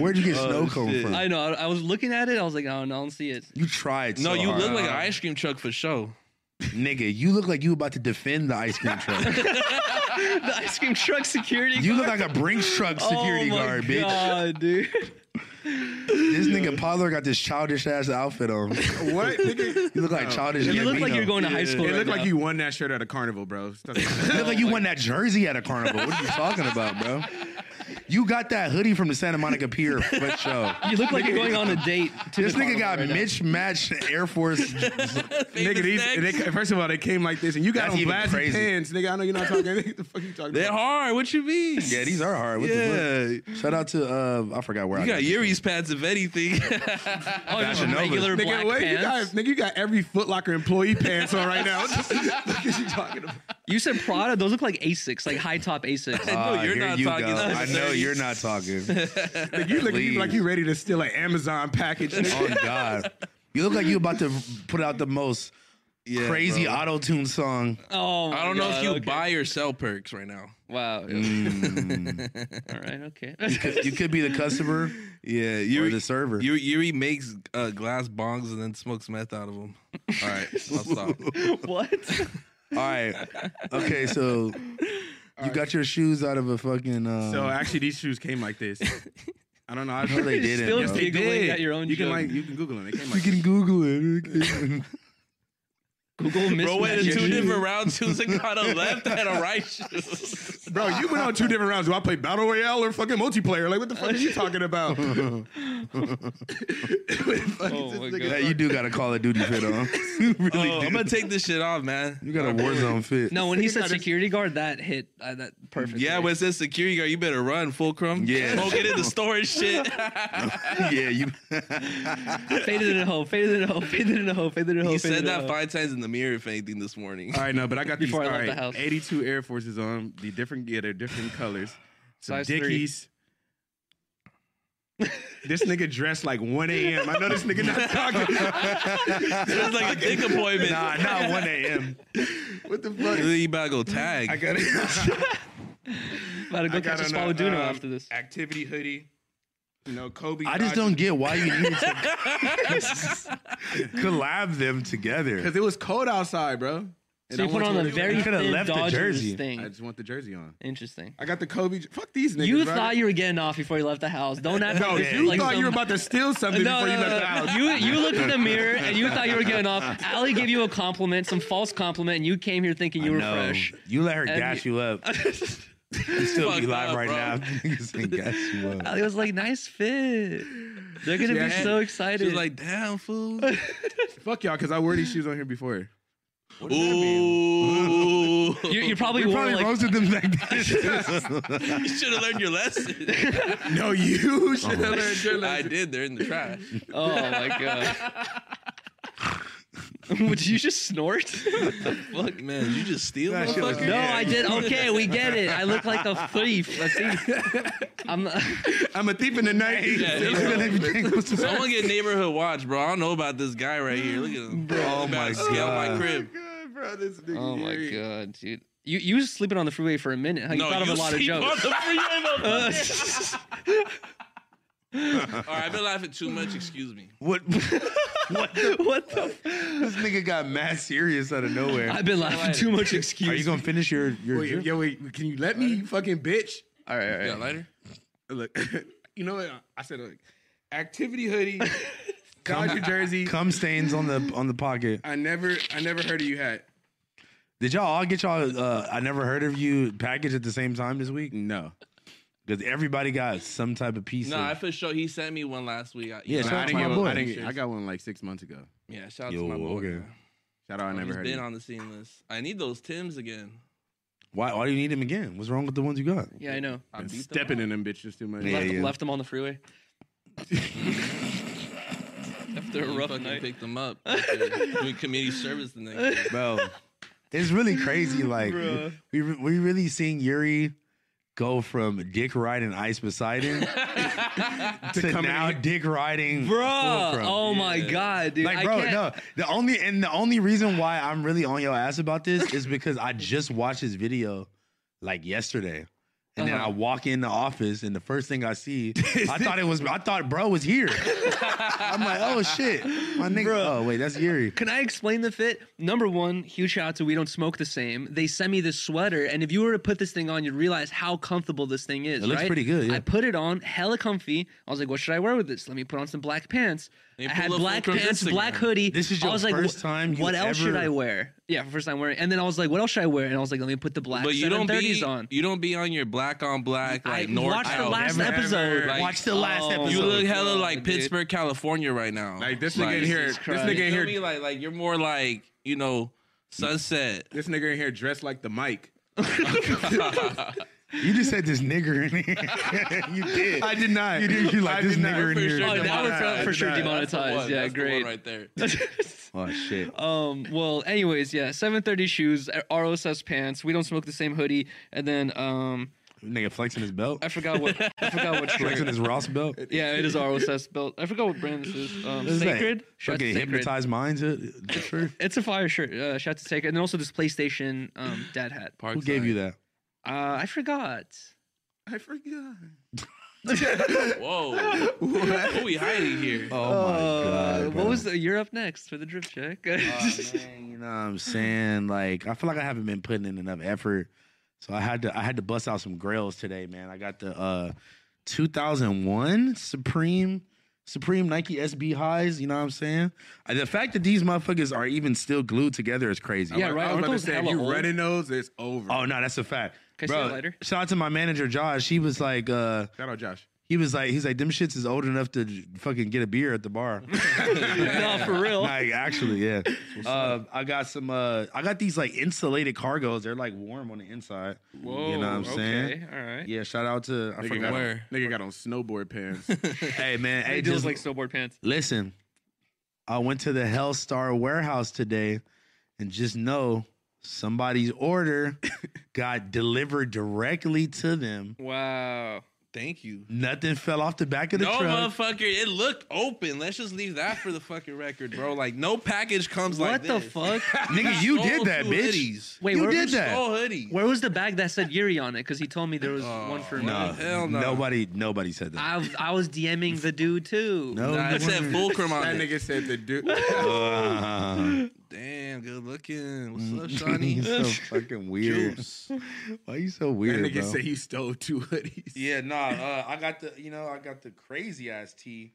Speaker 1: Where'd you get
Speaker 3: Oh,
Speaker 1: snow cone
Speaker 4: shit.
Speaker 1: from?
Speaker 2: I know. I, I was looking at it. I was like, oh, no, I don't see it.
Speaker 1: you tried.
Speaker 4: No,
Speaker 1: so
Speaker 4: you
Speaker 1: hard.
Speaker 4: look like an ice cream truck for sure.
Speaker 1: nigga. You look like you about to defend the ice cream truck.
Speaker 2: the ice cream truck security.
Speaker 1: You look
Speaker 2: guard.
Speaker 1: like a Brinks truck security
Speaker 2: oh my
Speaker 1: guard, bitch.
Speaker 2: god, dude.
Speaker 1: This nigga Pollard got this childish ass outfit on.
Speaker 3: What, nigga?
Speaker 1: You look like childish.
Speaker 2: You look like
Speaker 1: Gambino.
Speaker 2: you're going to high school.
Speaker 3: It
Speaker 2: right
Speaker 3: looked
Speaker 2: now.
Speaker 3: like you won that shirt at a carnival, bro.
Speaker 1: You look like you won that jersey at a carnival. What are you talking about, bro? You got that hoodie from the Santa Monica Pier foot show.
Speaker 2: You look like you're going on a date. To
Speaker 1: This
Speaker 2: the
Speaker 1: nigga
Speaker 2: carnival
Speaker 1: got
Speaker 2: right now.
Speaker 1: mismatched Air Force.
Speaker 3: Nigga, these, they, first of all, they came like this, and you got
Speaker 1: That's
Speaker 3: on
Speaker 1: even
Speaker 3: blasty
Speaker 1: crazy.
Speaker 3: pants, nigga. I know you're not talking. Nigga, the fuck you talking
Speaker 4: They're
Speaker 3: about?
Speaker 4: hard. What you mean?
Speaker 1: yeah, these are hard. What the fuck?
Speaker 4: yeah.
Speaker 1: Shout out to uh, I forgot where
Speaker 4: You
Speaker 1: I
Speaker 4: got Yuri's pads if anything.
Speaker 2: Oh, just
Speaker 1: Fashion Nova.
Speaker 2: regular
Speaker 3: Nigga,
Speaker 2: black
Speaker 3: wait, you got,
Speaker 2: pants.
Speaker 3: nigga, you got every Foot Locker employee pants on right now. What the fuck is you talking about?
Speaker 2: You said Prada. Those look like Asics, like high top Asics.
Speaker 4: I know
Speaker 1: Ah,
Speaker 4: you're
Speaker 1: here
Speaker 4: not
Speaker 1: you
Speaker 4: talking.
Speaker 1: Go.
Speaker 4: That's
Speaker 1: I know
Speaker 4: dirty.
Speaker 1: you're not talking.
Speaker 3: Nigga, you look at
Speaker 1: Please.
Speaker 3: you like you ready to steal an Amazon package. Nigga.
Speaker 1: oh God, you look like you about to put out the most
Speaker 4: Yeah,
Speaker 1: crazy
Speaker 4: bro.
Speaker 1: auto tune song.
Speaker 2: Oh, my
Speaker 4: I don't know if
Speaker 2: God,
Speaker 4: you
Speaker 2: okay.
Speaker 4: buy or sell perks right now.
Speaker 2: Wow.
Speaker 1: Mm.
Speaker 2: All right. Okay.
Speaker 1: you could be the customer
Speaker 4: Yeah,
Speaker 1: or
Speaker 4: Yuri.
Speaker 1: the server.
Speaker 4: Yuri, Yuri makes uh, glass bongs and then smokes meth out of them. All right, I'll stop.
Speaker 2: what?
Speaker 1: All right, okay, so you got your shoes out of a fucking. Uh,
Speaker 3: So actually, these shoes came like this. I don't know. I
Speaker 1: no, they didn't.
Speaker 2: Still
Speaker 1: bro.
Speaker 2: They giggling did. at your own
Speaker 3: You can
Speaker 2: joke.
Speaker 3: like you can Google them. They came
Speaker 1: You
Speaker 3: like
Speaker 1: can Google it.
Speaker 2: Google
Speaker 4: Bro, went
Speaker 2: mismatch
Speaker 4: in two
Speaker 2: your-
Speaker 4: different rounds, choosing on a left and a right shoe.
Speaker 1: Oh.
Speaker 3: Bro, you went on two different rounds. Do I play battle royale or fucking multiplayer? Like, what the fuck are you talking about? What the fuck
Speaker 2: Oh
Speaker 3: is
Speaker 2: my
Speaker 3: this
Speaker 2: God.
Speaker 3: nigga
Speaker 1: yeah,
Speaker 3: talking-
Speaker 1: you do got a Call of Duty fit on. you really
Speaker 4: Oh,
Speaker 1: do.
Speaker 4: I'm gonna take this shit off, man.
Speaker 1: you got a Warzone fit.
Speaker 2: No, when he
Speaker 3: You
Speaker 2: said
Speaker 3: gotta-
Speaker 2: security guard, that hit uh, that perfect.
Speaker 4: Yeah, when it says security guard, you better run, fulcrum.
Speaker 1: Yeah.
Speaker 4: Don't get in the storage shit.
Speaker 1: yeah, you.
Speaker 2: faded in a hoe, faded in a hoe, faded in a hoe, faded in a hoe.
Speaker 4: he
Speaker 2: faded
Speaker 4: said
Speaker 2: in a
Speaker 4: that
Speaker 2: hoe.
Speaker 4: five times in the mirror, if anything, this morning.
Speaker 3: All right, no, but I got
Speaker 2: Before
Speaker 3: these.
Speaker 2: I left
Speaker 3: all
Speaker 2: the house.
Speaker 3: right, 82 Air Forces on. The different, yeah, they're different colors. Some
Speaker 2: Size three.
Speaker 3: Dickies. this nigga dressed like 1 a.m. I know this nigga not talking.
Speaker 4: It's like a dick appointment.
Speaker 1: Nah, not 1 a.m.
Speaker 3: What the fuck?
Speaker 4: You about to go tag.
Speaker 3: I got it.
Speaker 2: About to go
Speaker 3: I
Speaker 2: catch
Speaker 3: got
Speaker 2: a
Speaker 3: on
Speaker 2: Spawn
Speaker 3: a,
Speaker 2: Duno
Speaker 3: um,
Speaker 2: after this.
Speaker 3: Activity hoodie. You know, Kobe.
Speaker 1: I just don't get why you need to collab them together.
Speaker 3: Because it was cold outside, bro. And
Speaker 2: So
Speaker 3: I
Speaker 2: you put
Speaker 3: want
Speaker 2: on
Speaker 3: you
Speaker 2: a
Speaker 3: to-
Speaker 2: very
Speaker 1: You
Speaker 2: thin
Speaker 1: coulda left the
Speaker 2: Dodgers
Speaker 1: jersey.
Speaker 3: I
Speaker 2: thing.
Speaker 3: just want the jersey on.
Speaker 2: Interesting.
Speaker 3: I got the Kobe. j- Fuck these niggas.
Speaker 2: You
Speaker 3: bro.
Speaker 2: thought you were getting off before you left the house. Don't act
Speaker 3: No,
Speaker 2: like this is
Speaker 3: you
Speaker 2: like
Speaker 3: thought
Speaker 2: some-
Speaker 3: you were about to steal something
Speaker 2: Uh, No, no,
Speaker 3: before you left
Speaker 2: no,
Speaker 3: the house.
Speaker 2: no. You you looked in the mirror and you thought you were getting off. Allie gave you a compliment, some false compliment, and you came here thinking you were
Speaker 1: No,
Speaker 2: fresh.
Speaker 1: You let her
Speaker 2: And
Speaker 1: gas you up. You still be
Speaker 4: Fucked
Speaker 1: live
Speaker 4: up,
Speaker 1: right
Speaker 4: bro.
Speaker 1: now. Niggas ain't gas you up.
Speaker 2: Allie was like, "Nice fit." They're gonna be
Speaker 3: Yeah.
Speaker 2: so
Speaker 4: She
Speaker 2: excited.
Speaker 4: was like, damn, fool.
Speaker 3: Fuck y'all, because I wore these shoes on here before.
Speaker 4: Ooh.
Speaker 2: you, you probably
Speaker 1: We
Speaker 2: wore
Speaker 1: probably
Speaker 2: like
Speaker 1: roasted them like this.
Speaker 4: You should have learned your lesson.
Speaker 3: No, you should have learned your
Speaker 4: I
Speaker 3: lesson.
Speaker 4: did. They're in the trash.
Speaker 2: Oh my god. Would you just snort?
Speaker 4: Fuck, man, you just steal
Speaker 1: That shit was
Speaker 4: motherfucker?
Speaker 1: good.
Speaker 2: no,
Speaker 1: Yeah,
Speaker 2: I
Speaker 1: you-
Speaker 2: did. Okay, we get it. I look like a thief. A thief. I'm not,
Speaker 3: I'm a thief in the night.
Speaker 4: Yeah,
Speaker 1: Look at everything.
Speaker 4: Someone get neighborhood watch, bro. I don't know about this guy right here. Look at him. Bro,
Speaker 1: Oh my
Speaker 4: scale my
Speaker 1: God.
Speaker 4: crib.
Speaker 3: God, bro, this nigga
Speaker 2: Oh my
Speaker 3: here.
Speaker 2: god, dude. You you was sleeping on the freeway for a minute. Huh? You
Speaker 4: no,
Speaker 2: thought of a lot of
Speaker 4: sleep on
Speaker 2: jokes.
Speaker 4: the freeway,
Speaker 2: Uh,
Speaker 4: motherfucker. All right, I've been laughing too much. Excuse me.
Speaker 1: What?
Speaker 2: what the? F-
Speaker 1: This nigga got mad serious out of nowhere.
Speaker 2: I've been laughing too much. Excuse.
Speaker 1: Are you gonna finish your your?
Speaker 3: Wait,
Speaker 1: drink?
Speaker 3: yo, wait, can you let me, you fucking bitch?
Speaker 1: all right, all
Speaker 4: You
Speaker 1: right.
Speaker 4: got a lighter?
Speaker 3: Look, you know what? I said, look, activity hoodie, Dodger jersey.
Speaker 1: Cum stains on the on the pocket.
Speaker 3: I never, I never heard of you hat.
Speaker 1: Did y'all all get y'all? Uh, I never heard of you package at the same time this week
Speaker 3: No,
Speaker 1: because everybody got some type of piece.
Speaker 4: No, I
Speaker 1: of,
Speaker 4: for sure. He sent me one last week. I,
Speaker 1: Yeah,
Speaker 4: know,
Speaker 1: shout
Speaker 3: I
Speaker 1: out
Speaker 4: I
Speaker 1: to
Speaker 3: didn't
Speaker 1: my
Speaker 3: get
Speaker 1: boy.
Speaker 4: didn't get
Speaker 3: one.
Speaker 4: one.
Speaker 3: I, didn't, I got one like six months ago.
Speaker 4: Yeah, shout out
Speaker 1: Yo,
Speaker 4: to my boy.
Speaker 1: okay.
Speaker 4: Okay.
Speaker 3: Shout
Speaker 1: Oh,
Speaker 3: out, I never
Speaker 4: He's
Speaker 3: heard
Speaker 4: been
Speaker 3: of
Speaker 4: on the scene list. I need those Tims again.
Speaker 1: why? Why do you need them again? What's wrong with the ones you got?
Speaker 2: Yeah, I know.
Speaker 4: I
Speaker 3: you.
Speaker 4: beat them
Speaker 3: Stepping
Speaker 4: up.
Speaker 3: in them bitches too much.
Speaker 1: Yeah,
Speaker 2: left,
Speaker 1: yeah.
Speaker 2: left him on the freeway. After a
Speaker 4: You
Speaker 2: rough
Speaker 4: fucking
Speaker 2: night.
Speaker 4: picked them up. after Doing community service the next day.
Speaker 1: bro. It's really crazy. Like
Speaker 2: Bruh.
Speaker 1: we re- we really seen Yuri go from dick riding ice Poseidon to,
Speaker 3: coming
Speaker 1: now
Speaker 3: in-
Speaker 1: dick riding
Speaker 2: Bro,
Speaker 1: Fulcrum.
Speaker 2: oh my
Speaker 4: Yeah.
Speaker 2: god, dude!
Speaker 1: Like
Speaker 2: I
Speaker 1: bro,
Speaker 2: can't-
Speaker 1: no. The only and the only reason why I'm really on your ass about this is because I just watched his video like yesterday. And then
Speaker 2: Uh-huh.
Speaker 1: I walk in the office and the first thing I see, I thought it was I thought bro was here. I'm like, oh shit. My nigga. Oh wait, that's Yuri.
Speaker 2: Can I explain the fit? Number one, huge shout out to We Don't Smoke the Same. They sent me this sweater, and if you were to put this thing on, you'd realize how comfortable this thing is.
Speaker 1: It looks
Speaker 2: right?
Speaker 1: pretty good, yeah.
Speaker 2: I put it on, hella comfy. I was like, what should I wear with this? Let me put on some black pants. I
Speaker 4: And you
Speaker 2: had
Speaker 4: pull up
Speaker 2: black
Speaker 4: Fulcrum's
Speaker 2: pants,
Speaker 4: Instagram.
Speaker 2: black hoodie.
Speaker 1: This is your
Speaker 2: I was like,
Speaker 1: first
Speaker 2: "Wh-
Speaker 1: time you
Speaker 2: What else should
Speaker 1: ever-
Speaker 2: I wear? Yeah, for first time wearing. And then I was like, what else should I wear? And I was like, let me put the black
Speaker 4: but you don't
Speaker 2: 730s
Speaker 4: be
Speaker 2: on.
Speaker 4: you don't be on your black on black like
Speaker 2: I
Speaker 4: North
Speaker 2: watched the
Speaker 4: Cal.
Speaker 2: last
Speaker 1: Never,
Speaker 2: episode.
Speaker 4: ever, like,
Speaker 1: Watch the
Speaker 3: oh.
Speaker 1: last episode.
Speaker 4: You look hella
Speaker 2: bro,
Speaker 4: like
Speaker 2: dude.
Speaker 4: Pittsburgh, California right now.
Speaker 3: Like this nigga in here, this
Speaker 2: Jesus Christ.
Speaker 3: nigga
Speaker 4: You
Speaker 3: in
Speaker 4: feel me?
Speaker 3: here,
Speaker 4: Like like you're more like you know sunset.
Speaker 3: this nigga in here dressed like the mic.
Speaker 1: You just said this nigger in here. you did.
Speaker 3: I did not.
Speaker 1: You did. You
Speaker 3: I
Speaker 1: like this
Speaker 3: did not.
Speaker 1: nigger in
Speaker 3: For
Speaker 1: here.
Speaker 3: sure.
Speaker 2: Oh, that
Speaker 3: demonetized.
Speaker 2: would for, for sure
Speaker 1: Demonetized.
Speaker 4: That's
Speaker 2: demonetized.
Speaker 4: the one.
Speaker 2: Yeah,
Speaker 4: That's the one
Speaker 2: great.
Speaker 4: right there.
Speaker 1: Oh shit.
Speaker 2: um. Well. Anyways, yeah. Seven thirty shoes. RSS pants. We don't smoke the same hoodie. And then um.
Speaker 1: Nigga flexing his belt.
Speaker 2: I forgot what. I forgot what
Speaker 1: Flexing
Speaker 2: shirt.
Speaker 1: his Ross belt.
Speaker 2: Yeah, it is RSS belt. I forgot what brand this is. Um,
Speaker 1: This is like-
Speaker 2: Sacred. Shout out to
Speaker 1: Fucking
Speaker 2: Sacred.
Speaker 1: hypnotized minds. It. That's true.
Speaker 2: It's a fire shirt. Uh, shout out to Sacred. And then also this PlayStation um, dad hat.
Speaker 1: Who gave you that?
Speaker 2: Uh, I forgot.
Speaker 3: I forgot.
Speaker 4: that? Whoa.
Speaker 3: What?
Speaker 4: Who we hiding here?
Speaker 1: Oh
Speaker 2: Uh,
Speaker 1: my god.
Speaker 2: What was the? You're up next for the drip check.
Speaker 4: Uh,
Speaker 1: Oh, man, you know what I'm saying? Like, I feel like I haven't been putting in enough effort. So I had to I had to bust out some grails today, man. I got the uh 2001 Supreme Supreme Nike SB highs, you know what I'm saying? Uh, The fact that these motherfuckers are even still glued together is crazy.
Speaker 2: Yeah, right,
Speaker 3: I
Speaker 2: aren't
Speaker 3: was
Speaker 2: those
Speaker 3: about to say, if
Speaker 2: hella
Speaker 3: you
Speaker 2: old?
Speaker 3: running those, it's over.
Speaker 1: Oh no, that's a fact.
Speaker 2: Can I see
Speaker 1: Bro,
Speaker 2: a lighter?
Speaker 1: shout out to my manager Josh. He was like, uh,
Speaker 3: Shout out, Josh.
Speaker 1: he was like, he's like, them shits is old enough to j- fucking get a beer at the bar.
Speaker 2: no, for real.
Speaker 1: like actually, yeah. Uh, I got some. Uh, I got these like insulated cargos. They're like warm on the inside.
Speaker 2: Whoa.
Speaker 1: you know what I'm saying?
Speaker 2: Okay. All right.
Speaker 1: Yeah. Shout out to. I
Speaker 3: Nigga
Speaker 1: forgot.
Speaker 3: got, on,
Speaker 4: where.
Speaker 3: nigga got on snowboard pants.
Speaker 1: Hey man.
Speaker 2: Hey,
Speaker 1: Hey,
Speaker 2: it
Speaker 1: just
Speaker 2: just like snowboard pants.
Speaker 1: listen. I went to the Hellstar warehouse today, and just know somebody's order got delivered directly to them.
Speaker 2: Wow.
Speaker 4: Thank you.
Speaker 1: Nothing fell off the back of the
Speaker 4: No
Speaker 1: truck.
Speaker 4: motherfucker, it looked open. Let's just leave that for the fucking record, bro. Like no package comes like
Speaker 2: What
Speaker 4: this.
Speaker 2: the fuck?
Speaker 1: Nigga, you
Speaker 4: Stole
Speaker 1: did that,
Speaker 4: two
Speaker 1: bitch.
Speaker 4: Hoodies.
Speaker 2: Wait,
Speaker 1: you
Speaker 2: where,
Speaker 1: did
Speaker 2: was,
Speaker 1: that.
Speaker 4: Stole hoodies.
Speaker 2: where was the bag that said Yuri on it? Because he told me there was
Speaker 4: Oh,
Speaker 2: one for me.
Speaker 1: No,
Speaker 4: Hell no.
Speaker 1: nobody, nobody said that.
Speaker 2: I I was DMing the dude too.
Speaker 1: No.
Speaker 4: Nah, it said fulcrum on
Speaker 3: that
Speaker 4: it.
Speaker 3: nigga said the dude.
Speaker 1: Uh,
Speaker 4: Damn, good looking. What's up, Shawnee?
Speaker 1: he's so fucking weird.
Speaker 4: Juice.
Speaker 1: Why you so
Speaker 3: That
Speaker 1: weird,
Speaker 3: nigga
Speaker 1: bro?
Speaker 3: said he stole two hoodies.
Speaker 1: Yeah, nah. Uh, I got the you know I got the crazy ass tea.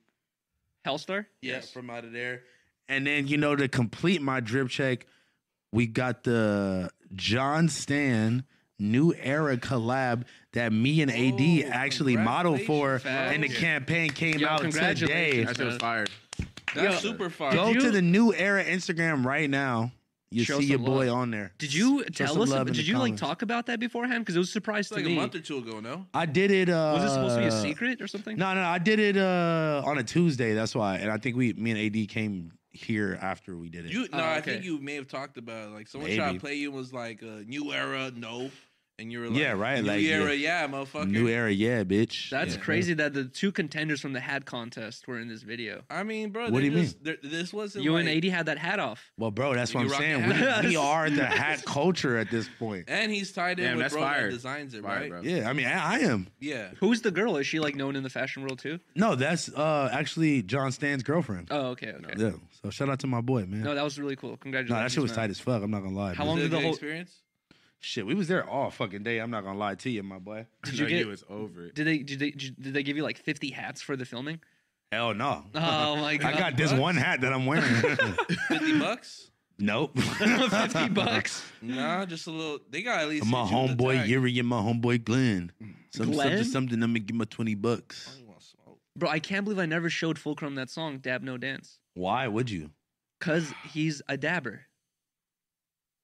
Speaker 2: Hellstar.
Speaker 1: yeah,
Speaker 4: Yes.
Speaker 1: from out of there. And then you know to complete my drip check, we got the John Stan New Era collab that me and AD
Speaker 4: Oh,
Speaker 1: actually modeled for,
Speaker 4: congratulations,
Speaker 1: and the
Speaker 4: bro.
Speaker 1: campaign came
Speaker 2: Yo,
Speaker 1: out today.
Speaker 2: congratulations.
Speaker 3: That shit was fire.
Speaker 4: That's
Speaker 2: Yo,
Speaker 4: super fire.
Speaker 1: Go
Speaker 2: you-
Speaker 1: to the New Era Instagram right now. You
Speaker 2: Show
Speaker 1: see
Speaker 2: some
Speaker 1: your boy
Speaker 2: love.
Speaker 1: on there.
Speaker 2: Did you
Speaker 1: some
Speaker 2: tell us?
Speaker 1: love in
Speaker 2: Did
Speaker 1: the
Speaker 2: you like
Speaker 1: comments.
Speaker 2: talk about that beforehand? Because it was a surprise
Speaker 4: It's like
Speaker 2: to
Speaker 4: a
Speaker 2: me.
Speaker 4: month or two ago, no?
Speaker 1: I did it. Uh,
Speaker 2: was it supposed to be a secret or something?
Speaker 1: No, no, I did it uh, on a Tuesday. That's why, and I think we, me and AD came here after we did it.
Speaker 4: You no,
Speaker 2: Oh,
Speaker 4: I
Speaker 2: okay.
Speaker 4: think you may have talked about it. like someone
Speaker 1: Maybe.
Speaker 4: tried to play you and was like uh, new era, no, and you were like
Speaker 1: Yeah, right,
Speaker 4: new
Speaker 1: like, yeah.
Speaker 4: era, yeah, motherfucker.
Speaker 1: New era, yeah, bitch.
Speaker 2: That's
Speaker 1: Yeah.
Speaker 2: crazy that the two contenders from the hat contest were in this video.
Speaker 4: I mean, bro,
Speaker 1: What
Speaker 4: they're
Speaker 1: do you mean?
Speaker 4: just, mean? This wasn't
Speaker 2: You
Speaker 4: like,
Speaker 2: and AD had that hat off.
Speaker 1: Well, bro, that's what
Speaker 4: You
Speaker 1: I'm
Speaker 4: rock
Speaker 1: saying.
Speaker 4: the hat.
Speaker 1: We, we are the hat culture at this point.
Speaker 4: and he's tied in
Speaker 3: Damn,
Speaker 4: with
Speaker 3: that's
Speaker 4: bro that
Speaker 3: fire.
Speaker 4: designs it,
Speaker 3: Fire,
Speaker 4: right?
Speaker 3: bro.
Speaker 1: Yeah, I mean, I, I am.
Speaker 4: Yeah,
Speaker 2: Who's the girl? Is she like known in the fashion world too?
Speaker 1: No, that's uh actually John Stan's girlfriend.
Speaker 2: Oh, okay, okay.
Speaker 1: Yeah. So shout out to my boy, man.
Speaker 2: No,
Speaker 1: No,
Speaker 2: that was really cool.
Speaker 1: that
Speaker 2: Congratulations.
Speaker 1: shit was
Speaker 2: man.
Speaker 1: tight as fuck. I'm not gonna lie.
Speaker 2: How
Speaker 1: man.
Speaker 2: long
Speaker 4: Is
Speaker 2: did
Speaker 4: it a
Speaker 2: the
Speaker 4: good
Speaker 2: whole-
Speaker 4: experience?
Speaker 1: Shit, we was there all fucking day. I'm not gonna lie to you, my boy.
Speaker 2: Did you
Speaker 3: No,
Speaker 2: get?
Speaker 3: It was over. it.
Speaker 2: Did they, did they did they give you like fifty hats for the filming?
Speaker 1: Hell no.
Speaker 2: Oh my
Speaker 1: I
Speaker 2: god!
Speaker 1: got this
Speaker 4: bucks?
Speaker 1: one hat that I'm wearing.
Speaker 4: Fifty bucks?
Speaker 1: nope.
Speaker 2: fifty bucks.
Speaker 4: Nah, just a little. They got at least
Speaker 1: my
Speaker 4: hit you with the
Speaker 1: homeboy
Speaker 4: tag.
Speaker 1: Yuri and my homeboy Glenn. Some,
Speaker 2: Glenn?
Speaker 1: Something, something. Let me get my twenty
Speaker 4: I
Speaker 1: bucks.
Speaker 4: don't Oh, wanna smoke.
Speaker 2: Bro, I can't believe I never showed Fulcrum that song "Dab No Dance"
Speaker 1: Why would you?
Speaker 2: because he's a dabber.
Speaker 1: But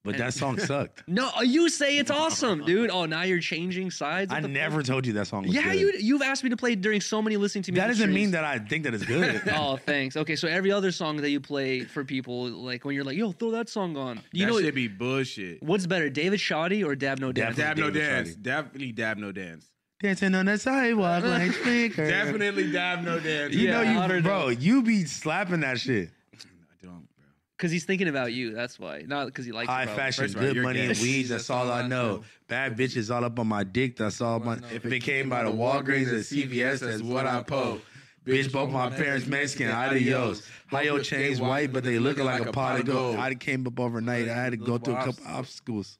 Speaker 2: And-
Speaker 1: that song sucked.
Speaker 2: No, uh, you say it's awesome, dude. Oh, now you're changing sides.
Speaker 1: I
Speaker 2: What the
Speaker 1: never
Speaker 2: fuck?
Speaker 1: told you that song. Was
Speaker 2: Yeah,
Speaker 1: good.
Speaker 2: you you've asked me to play during so many listening to me.
Speaker 1: That doesn't mean that I think that it's good.
Speaker 2: oh, thanks. Okay, so every other song that you play for people, like when you're like, "Yo, throw that song on," you
Speaker 3: that
Speaker 2: know
Speaker 3: should be bullshit.
Speaker 2: what's better, David Shoddy or Dab No
Speaker 1: Dab-
Speaker 2: Dab?
Speaker 3: Dab no
Speaker 1: David
Speaker 3: dance.
Speaker 1: Shoddy.
Speaker 3: Definitely dab no dance.
Speaker 1: Dancing on the sidewalk like flicker.
Speaker 3: Definitely dab no dance.
Speaker 1: You
Speaker 2: Yeah, I
Speaker 1: know you,
Speaker 2: don't
Speaker 1: bro. You be slapping that shit.
Speaker 3: I don't, bro.
Speaker 2: Because he's thinking about you. That's why, not because he likes.
Speaker 1: High
Speaker 2: you, bro.
Speaker 1: fashion,
Speaker 3: First of all,
Speaker 1: good
Speaker 3: you're
Speaker 1: money
Speaker 3: gay.
Speaker 1: and weeds. That's all I know. Bad bitches all up on my dick. That's all my.
Speaker 4: know.
Speaker 1: If it came by the Walgreens or CVS, that's what I po. Bitch, both my parents Mexican. Adios. How your chains white, but they looking like a pot of gold. I came up overnight. I had to go through a couple obstacles.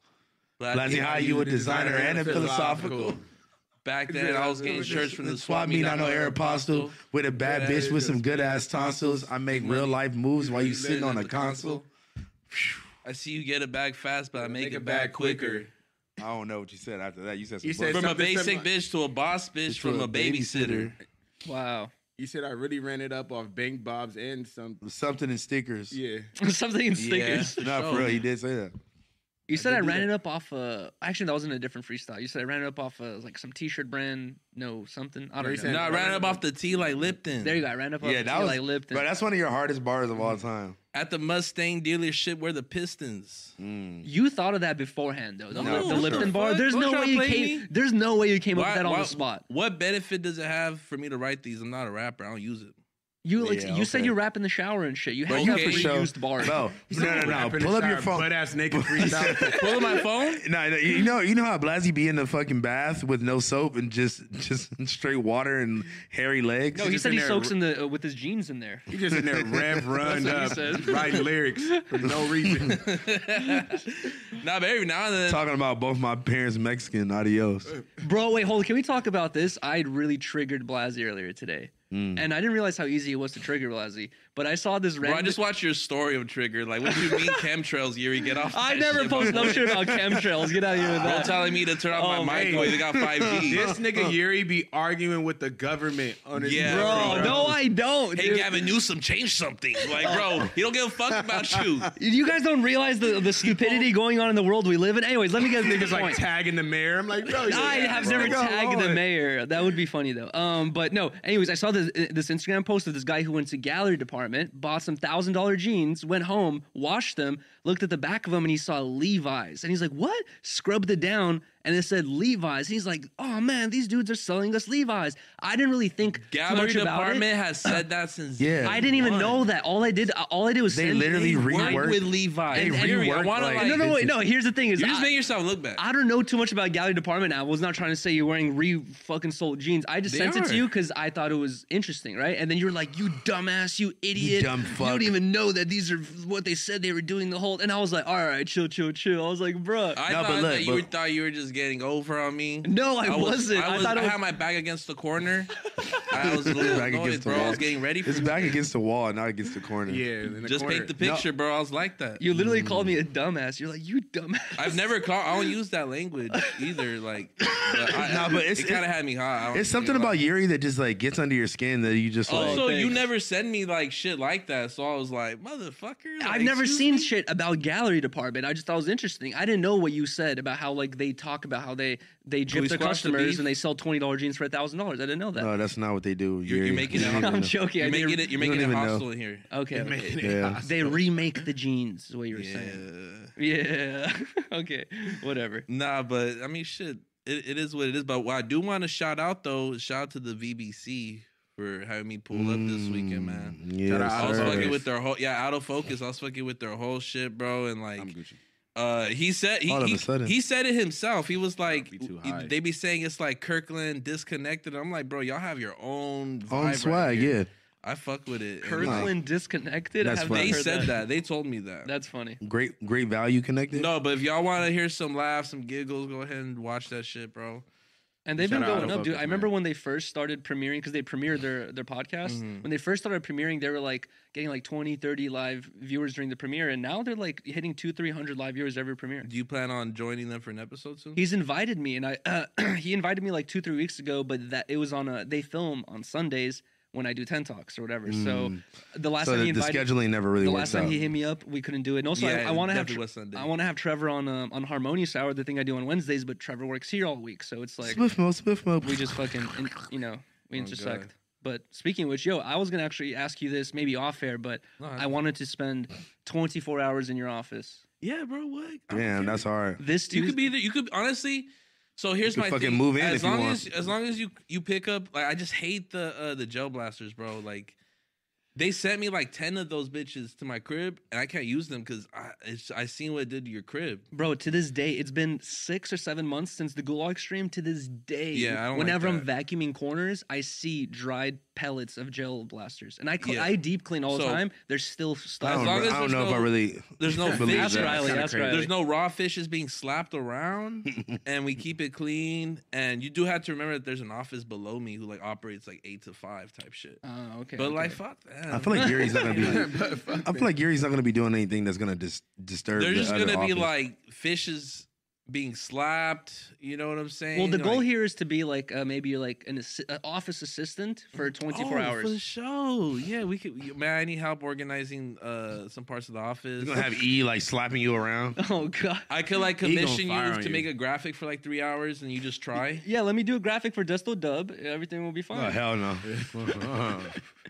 Speaker 1: Blasey, how you a designer and a philosophical.
Speaker 4: Back then, I was getting shirts from the swap meet.
Speaker 1: I know Aeropostale with a bad
Speaker 4: Yeah,
Speaker 1: bitch with
Speaker 4: yeah.
Speaker 1: some good ass tonsils. I make real life moves while you sitting on a console.
Speaker 4: I see you get it back fast, but I make, it, back quicker.
Speaker 1: I don't know what you said after that. You said some
Speaker 3: You said
Speaker 1: bullshit.
Speaker 4: From a
Speaker 3: Something
Speaker 4: basic
Speaker 3: similar.
Speaker 4: bitch to a boss bitch,
Speaker 1: To
Speaker 4: from
Speaker 1: a
Speaker 4: a babysitter.
Speaker 2: Wow.
Speaker 3: You said I really ran it up off Bang Bob's and some.
Speaker 1: something in stickers.
Speaker 3: Yeah.
Speaker 2: Something in stickers.
Speaker 1: No, for real, he did say that.
Speaker 2: You said
Speaker 4: did
Speaker 2: I,
Speaker 4: do
Speaker 2: ran
Speaker 4: that.
Speaker 2: it up off uh actually that wasn't a different freestyle. You said I ran it up off uh, like some t-shirt brand, no something. I
Speaker 3: No,
Speaker 2: don't
Speaker 3: he
Speaker 2: know.
Speaker 3: said-
Speaker 4: No, I ran up off the T like Lipton.
Speaker 2: There you go. I ran up off
Speaker 1: Yeah, that was.
Speaker 2: like Lipton.
Speaker 1: Bro, that's one of your hardest bars of all time.
Speaker 4: At the Mustang dealership where the Pistons.
Speaker 1: Mm.
Speaker 2: you thought of that beforehand though. The,
Speaker 1: No,
Speaker 2: the
Speaker 1: for
Speaker 2: Lipton
Speaker 4: sure.
Speaker 2: bar.
Speaker 4: Fuck,
Speaker 2: There's
Speaker 4: don't
Speaker 2: no
Speaker 4: try
Speaker 2: way
Speaker 4: to
Speaker 2: you
Speaker 4: play
Speaker 2: came.
Speaker 4: me.
Speaker 2: There's no way you came up
Speaker 4: Why-
Speaker 2: with that on
Speaker 4: why-
Speaker 2: the spot.
Speaker 4: What benefit does it have for me to write these? I'm not a rapper. I don't use it.
Speaker 2: You like,
Speaker 1: Yeah,
Speaker 2: you said
Speaker 1: okay.
Speaker 2: you rap in the shower and shit. You
Speaker 1: Bro,
Speaker 2: had
Speaker 1: you
Speaker 2: to
Speaker 1: for
Speaker 2: have
Speaker 1: sure-
Speaker 2: reused bars.
Speaker 1: Bro, no, no, no. Pull up your phone.
Speaker 3: Butt ass naked freestyle.
Speaker 4: Pull up my phone.
Speaker 1: No, no, you know, you know how Blasey be in the fucking bath with no soap and just just straight water and hairy legs.
Speaker 2: No, he
Speaker 3: just
Speaker 2: said
Speaker 3: in
Speaker 2: he
Speaker 3: there-
Speaker 2: soaks in the uh, with his jeans in there.
Speaker 3: He just in there rev run
Speaker 2: That's
Speaker 3: up,
Speaker 2: what he said.
Speaker 3: writing lyrics for no reason.
Speaker 4: nah, but every now and then.
Speaker 1: talking about both my parents Mexican. Adios.
Speaker 2: Bro, wait, hold. on. Can we talk about this? I really triggered Blasey earlier today, and I didn't realize how easy it was to trigger Blasey. But I saw this
Speaker 4: Bro,
Speaker 2: random.
Speaker 4: I just watched your story of Trigger. Like, what do you mean chemtrails, Yuri? Get off.
Speaker 2: I
Speaker 4: that
Speaker 2: never
Speaker 4: shit, my
Speaker 2: post no
Speaker 4: boy.
Speaker 2: shit about chemtrails. Get out of here with
Speaker 4: Don't
Speaker 2: that.
Speaker 4: telling me to turn off
Speaker 2: Oh,
Speaker 4: my
Speaker 2: man.
Speaker 4: microwave. They got 5G.
Speaker 3: This nigga Yuri be arguing with the government on his
Speaker 4: Yeah,
Speaker 2: Bro,
Speaker 4: bro.
Speaker 2: no, I don't.
Speaker 4: hey,
Speaker 2: dude.
Speaker 4: Gavin Newsom, change something. Like, bro, he don't give a fuck about you.
Speaker 2: You guys don't realize the, the stupidity going on in the world we live in. Anyways, let me get to
Speaker 3: Niggas
Speaker 2: this
Speaker 3: like
Speaker 2: point.
Speaker 3: tagging the mayor. I'm like, bro,
Speaker 2: I
Speaker 3: yeah,
Speaker 2: have
Speaker 3: bro.
Speaker 2: never
Speaker 1: Nigga,
Speaker 2: tagged the
Speaker 1: Lord.
Speaker 2: mayor. That would be funny though. Um, but no. Anyways, I saw this uh, this Instagram post of this guy who went to gallery department, bought some thousand dollar jeans, went home, washed them, looked at the back of them, and he saw Levi's, and he's like, "What?" Scrubbed it down, and it said Levi's. And he's like, "Oh man, these dudes are selling us Levi's." I didn't really think too
Speaker 4: Gallery
Speaker 2: much about it.
Speaker 4: department has said that since.
Speaker 1: Yeah.
Speaker 2: I didn't even
Speaker 4: One.
Speaker 2: know that. All I did, uh, all I did was
Speaker 1: They
Speaker 2: send
Speaker 1: literally
Speaker 2: things.
Speaker 1: reworked.
Speaker 4: Work with Levi.
Speaker 1: They
Speaker 4: And Yuri, I
Speaker 1: reworked,
Speaker 4: want to
Speaker 1: like-
Speaker 4: like.
Speaker 2: No, no, wait, no. Here's the thing: is
Speaker 4: You just
Speaker 2: I,
Speaker 4: make yourself look bad.
Speaker 2: I don't know too much about gallery department. I was not trying to say you're wearing re fucking sold jeans. I just
Speaker 4: They
Speaker 2: sent it
Speaker 4: are.
Speaker 2: to you because I thought it was interesting, right? And then you were like, "You dumbass, you idiot,
Speaker 1: dumb
Speaker 2: you
Speaker 1: fuck."
Speaker 2: don't even know that these are what they said they were doing the whole." And I was like, "All right, chill, chill, chill." I was like, "Bruh,
Speaker 4: I
Speaker 1: No, but look,
Speaker 4: thought that you
Speaker 1: but-
Speaker 4: were, thought you were just getting over on me.
Speaker 2: no, I,
Speaker 4: was-
Speaker 2: wasn't.
Speaker 4: I,
Speaker 2: I,
Speaker 4: was,
Speaker 2: thought it
Speaker 4: I
Speaker 2: was."
Speaker 4: had my back against the corner. I was a little
Speaker 1: Back
Speaker 4: annoyed,
Speaker 1: against the
Speaker 4: bro. I
Speaker 1: wall.
Speaker 4: was getting ready for
Speaker 1: It's back against the wall, not against the corner.
Speaker 3: Yeah, in the
Speaker 4: just
Speaker 3: corner.
Speaker 4: paint the picture, bro. I was like that.
Speaker 2: you literally called me a dumbass. You're like, "You dumbass."
Speaker 4: I've never called. I don't use that language either. Like, but I,
Speaker 1: Nah, but
Speaker 4: but
Speaker 1: it's-
Speaker 4: it kind of had me hot. I don't
Speaker 1: It's
Speaker 4: think
Speaker 1: something about Yuri that just like gets under your skin that you just like.
Speaker 4: Also, Oh, you
Speaker 2: thanks.
Speaker 4: never send me like shit like that, so I was like, motherfucker. like,
Speaker 2: I've never
Speaker 4: excuse
Speaker 2: seen
Speaker 4: me?
Speaker 2: shit about gallery department. I just thought it was interesting. I didn't know what you said about how like they talk about how they they gyp their
Speaker 4: squash the
Speaker 2: customers
Speaker 4: beef?
Speaker 2: and they sell twenty dollars jeans for thousand dollars. I didn't know that.
Speaker 1: no, that's not what they do.
Speaker 4: You're- you're
Speaker 1: Yuri.
Speaker 4: making it
Speaker 1: You don't
Speaker 4: up.
Speaker 1: even
Speaker 2: I'm
Speaker 1: know.
Speaker 2: joking. I
Speaker 4: You're
Speaker 2: didn't-
Speaker 4: making it. You're
Speaker 1: You don't
Speaker 4: making it
Speaker 1: even know.
Speaker 4: hostile in here.
Speaker 2: Okay. okay.
Speaker 3: Making it
Speaker 1: Yeah.
Speaker 3: hostile.
Speaker 2: They remake the jeans, is what you were saying.
Speaker 4: Yeah.
Speaker 2: Yeah. okay. Whatever.
Speaker 4: Nah, but I mean, shit. It, it is what it is. But what I do want to shout out though, is shout out to the VBC for having me pull up this weekend, man.
Speaker 1: Mm, yes,
Speaker 3: out
Speaker 4: I was
Speaker 1: sir.
Speaker 4: fucking with their whole yeah, out of focus. I was fucking with their whole shit, bro. And like,
Speaker 3: I'm Gucci.
Speaker 4: uh, he said he
Speaker 1: All of a
Speaker 4: he,
Speaker 1: sudden.
Speaker 4: he said it himself. He was like,
Speaker 3: be too
Speaker 4: he-
Speaker 3: high.
Speaker 4: they be saying it's like Kirkland disconnected. I'm like, bro, y'all have your own vibe
Speaker 1: on
Speaker 4: right
Speaker 1: swag.
Speaker 4: here.
Speaker 1: yeah,
Speaker 4: I fuck with it. And, like,
Speaker 2: Kirkland disconnected.
Speaker 1: That's
Speaker 2: I have
Speaker 1: funny.
Speaker 4: they
Speaker 2: not heard
Speaker 4: said
Speaker 2: that.
Speaker 4: that. They told me that.
Speaker 2: That's funny.
Speaker 1: great, great value connected.
Speaker 4: no, but if y'all want to hear some laughs, some giggles, go ahead and watch that shit, bro.
Speaker 2: And they've
Speaker 3: Shout
Speaker 2: been
Speaker 3: out
Speaker 2: going up, dude.
Speaker 3: Autofocus,
Speaker 2: I remember
Speaker 3: man.
Speaker 2: when they first started premiering because they premiered their their podcast.
Speaker 4: Mhm.
Speaker 2: When they first started premiering, they were like getting like 20, 30 live viewers during the premiere, and now they're like hitting two, three hundred live viewers every premiere.
Speaker 4: Do you plan on joining them for an episode soon?
Speaker 2: He's invited me, and I uh, he invited me like two, three weeks ago, but that it was on a they film on Sundays when I do ten talks or whatever.
Speaker 1: Mm.
Speaker 2: So the last
Speaker 1: so
Speaker 2: time
Speaker 1: the,
Speaker 2: he
Speaker 1: the
Speaker 2: invited,
Speaker 1: scheduling never really
Speaker 2: the
Speaker 1: works
Speaker 2: last time
Speaker 1: out.
Speaker 2: he hit me up, we couldn't do it. And also, I, I want to have
Speaker 4: definitely
Speaker 2: Tre-
Speaker 4: was Sunday.
Speaker 2: I want to have Trevor on um, on Harmonious Hour, the thing I do on Wednesdays, but Trevor works here all week, so it's like
Speaker 1: Swift mo, Swift mo.
Speaker 2: we just fucking in, you know we
Speaker 4: Oh,
Speaker 2: intersect.
Speaker 4: God.
Speaker 2: But speaking of which, yo, I was gonna actually ask you this maybe off air, but
Speaker 4: No,
Speaker 2: I wanted to spend 24 hours in your office.
Speaker 4: yeah, bro. What? I don't
Speaker 1: Damn,
Speaker 4: care.
Speaker 1: that's hard.
Speaker 2: This
Speaker 4: You could
Speaker 2: Tuesday-
Speaker 4: be there. You could honestly. So here's
Speaker 1: could
Speaker 4: my
Speaker 1: fucking
Speaker 4: thing.
Speaker 1: move in
Speaker 4: as
Speaker 1: if you
Speaker 4: long
Speaker 1: want.
Speaker 4: as as long as you you pick up. Like I just hate the uh, the gel blasters, bro. Like they sent me like ten of those bitches to my crib, and I can't use them because I it's, I seen what it did to your crib.
Speaker 2: Bro, to this day, it's been six or seven months since the Gulag stream. To this day,
Speaker 4: Yeah, I don't like
Speaker 2: whenever
Speaker 4: that.
Speaker 2: I'm vacuuming corners, I see dried pellets of gel blasters, and I cl-
Speaker 4: Yeah.
Speaker 2: I deep clean all the
Speaker 4: So-
Speaker 2: time. There's still
Speaker 1: I
Speaker 2: stuff.
Speaker 1: don't,
Speaker 4: As long
Speaker 1: re- I
Speaker 4: as
Speaker 1: don't
Speaker 4: there's
Speaker 1: know if I
Speaker 4: no-
Speaker 1: really.
Speaker 4: There's no
Speaker 1: believe
Speaker 4: fish.
Speaker 2: That's
Speaker 1: that.
Speaker 2: Riley.
Speaker 1: Kinda
Speaker 2: That's
Speaker 1: crazy.
Speaker 2: Riley.
Speaker 4: There's no raw fishes being slapped around, and we keep it clean. And you do have to remember that there's an office below me who like operates like eight to five type shit.
Speaker 2: Oh, okay.
Speaker 4: but
Speaker 2: okay.
Speaker 4: like, fuck that.
Speaker 1: I feel like Yuri's not gonna be.
Speaker 3: But fuck
Speaker 1: I
Speaker 3: that.
Speaker 1: feel like Yuri's not gonna be doing anything that's gonna dis- disturb.
Speaker 4: they're
Speaker 1: the
Speaker 4: just
Speaker 1: other
Speaker 4: gonna be
Speaker 1: office.
Speaker 4: like fishes being slapped. You know what I'm saying?
Speaker 2: well, the goal
Speaker 4: Like,
Speaker 2: here is to be like uh, maybe you're like an assi- uh, office assistant for 24
Speaker 4: oh,
Speaker 2: hours.
Speaker 4: for sure. Yeah, we could. Man, I need help organizing uh some parts of the office.
Speaker 1: They're gonna have E like slapping you around.
Speaker 2: Oh god.
Speaker 4: I could like
Speaker 3: He gonna
Speaker 4: commission
Speaker 3: fire
Speaker 4: you
Speaker 3: on
Speaker 4: to
Speaker 3: you.
Speaker 4: make a graphic for like three hours, and you just try.
Speaker 2: Yeah, let me do a graphic for Desto Dub. Everything will be
Speaker 1: Oh
Speaker 2: fine.
Speaker 1: hell no.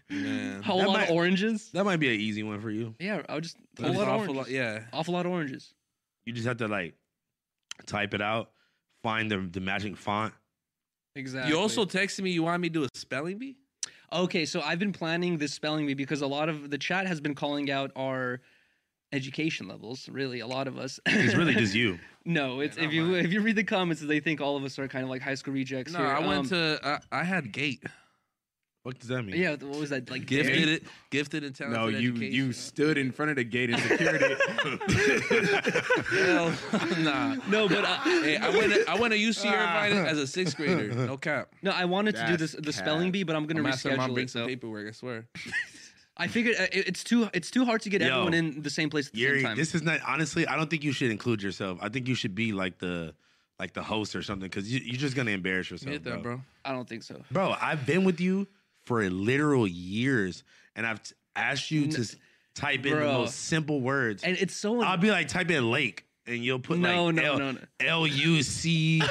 Speaker 4: Man,
Speaker 2: Whole
Speaker 1: That
Speaker 2: lot
Speaker 1: might-
Speaker 2: of oranges.
Speaker 1: that might be an easy one for you.
Speaker 2: Yeah, I'll just whole
Speaker 4: There's
Speaker 2: lot of oranges.
Speaker 4: awful lot- yeah.
Speaker 2: Awful lot of oranges.
Speaker 1: You just have to like type it out, find the the matching font.
Speaker 2: Exactly.
Speaker 4: You also texted me you want me to do a spelling bee.
Speaker 2: Okay, so I've been planning this spelling bee because a lot of the chat has been calling out our education levels. Really, a lot of us.
Speaker 1: It's really just you.
Speaker 2: no. It's
Speaker 4: not
Speaker 2: if you
Speaker 4: mine.
Speaker 2: if you read the comments, they think all of us are kind of like high school rejects.
Speaker 4: No,
Speaker 2: here.
Speaker 4: I went
Speaker 2: Um,
Speaker 4: to I, I had gate
Speaker 1: What does that mean?
Speaker 2: Yeah, what was that like?
Speaker 4: gifted,
Speaker 2: dairy?
Speaker 4: it, gifted and talented.
Speaker 3: No, you you
Speaker 4: education.
Speaker 3: stood in front of the gate and secured it.
Speaker 4: Hell, nah.
Speaker 2: No, but uh,
Speaker 4: Hey, I went to, I went to UC Irvine
Speaker 1: Ah.
Speaker 4: as a sixth grader. No cap.
Speaker 2: no, I wanted to do
Speaker 3: That's
Speaker 2: this the spelling
Speaker 3: cat.
Speaker 2: bee, but I'm gonna
Speaker 4: I'm asking my mom
Speaker 2: reschedule
Speaker 4: bring
Speaker 2: it.
Speaker 4: some
Speaker 2: So
Speaker 4: paperwork. I swear.
Speaker 2: I figured uh, it- it's too it's too hard to get
Speaker 1: Yo,
Speaker 2: everyone in the same place at the
Speaker 1: Yuri,
Speaker 2: same time.
Speaker 1: this is not honestly. I don't think you should include yourself. I think you should be like the like the host or something because you, you're just gonna embarrass yourself,
Speaker 4: Get that,
Speaker 1: bro.
Speaker 4: bro.
Speaker 2: I don't think so.
Speaker 1: Bro, I've been with you for literal years, and I've t- asked you to s- type in the
Speaker 2: Bro.
Speaker 1: most simple words.
Speaker 2: And it's so
Speaker 1: I'll be like, type in lake, and you'll put
Speaker 2: No,
Speaker 1: like
Speaker 2: no,
Speaker 1: L-
Speaker 2: no, no.
Speaker 1: L U C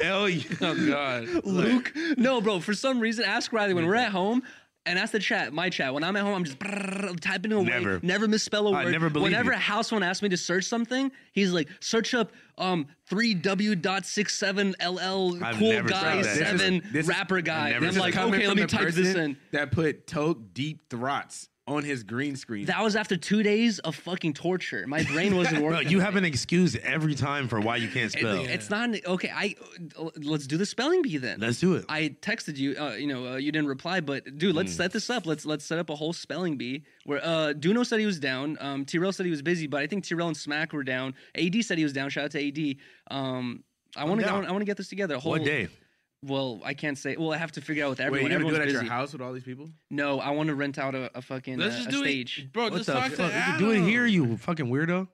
Speaker 1: L U.
Speaker 4: Oh God.
Speaker 2: Luke. No, bro. For some reason, ask Riley when we're at home. And ask the chat, my chat. When I'm at home, I'm just brrrr, typing away,
Speaker 1: Never.
Speaker 2: never, misspell a
Speaker 1: I
Speaker 2: word.
Speaker 1: never believe
Speaker 2: Whenever
Speaker 1: you.
Speaker 2: a house phone asks me to search something, he's like, "Search up um three w dot six seven ll
Speaker 1: I've
Speaker 2: cool
Speaker 1: never
Speaker 2: guy
Speaker 1: tried that. This is-
Speaker 2: seven
Speaker 3: this is-
Speaker 2: rapper guy."
Speaker 1: I've
Speaker 2: And
Speaker 1: never
Speaker 2: I'm
Speaker 1: tried
Speaker 2: like,
Speaker 1: that.
Speaker 2: "Okay, let me type this in."
Speaker 3: That put Toke deep throts on his green screen.
Speaker 2: That was after two days of fucking torture. My brain wasn't
Speaker 1: Bro,
Speaker 2: working.
Speaker 1: you have an excuse every time for why you can't
Speaker 2: It-
Speaker 1: spell.
Speaker 2: It's not an- okay. I let's do the spelling bee then.
Speaker 1: Let's do it.
Speaker 2: I texted you. Uh, you know, uh, you didn't reply, but dude, let's set this up. Let's let's set up a whole spelling bee where uh, Duno said he was down. Um, Tyrell said he was busy, but I think Tyrell and Smack were down. AD said he was down. Shout out to AD. Um, I want to. I
Speaker 1: down.
Speaker 2: want to get this together. A whole
Speaker 1: What day?
Speaker 2: Well, I can't say. Well, I have to figure out with everyone.
Speaker 3: Wait, you gonna do
Speaker 2: Everyone's
Speaker 3: it at
Speaker 2: busy.
Speaker 3: your house with all these people?
Speaker 2: No, I want to rent out a, a fucking
Speaker 4: Let's
Speaker 2: uh,
Speaker 4: just
Speaker 2: a
Speaker 4: do
Speaker 2: stage.
Speaker 4: it, bro.
Speaker 1: What
Speaker 4: Just
Speaker 1: the
Speaker 4: talk to
Speaker 1: fuck?
Speaker 4: Adam.
Speaker 1: Do it here, you fucking weirdo.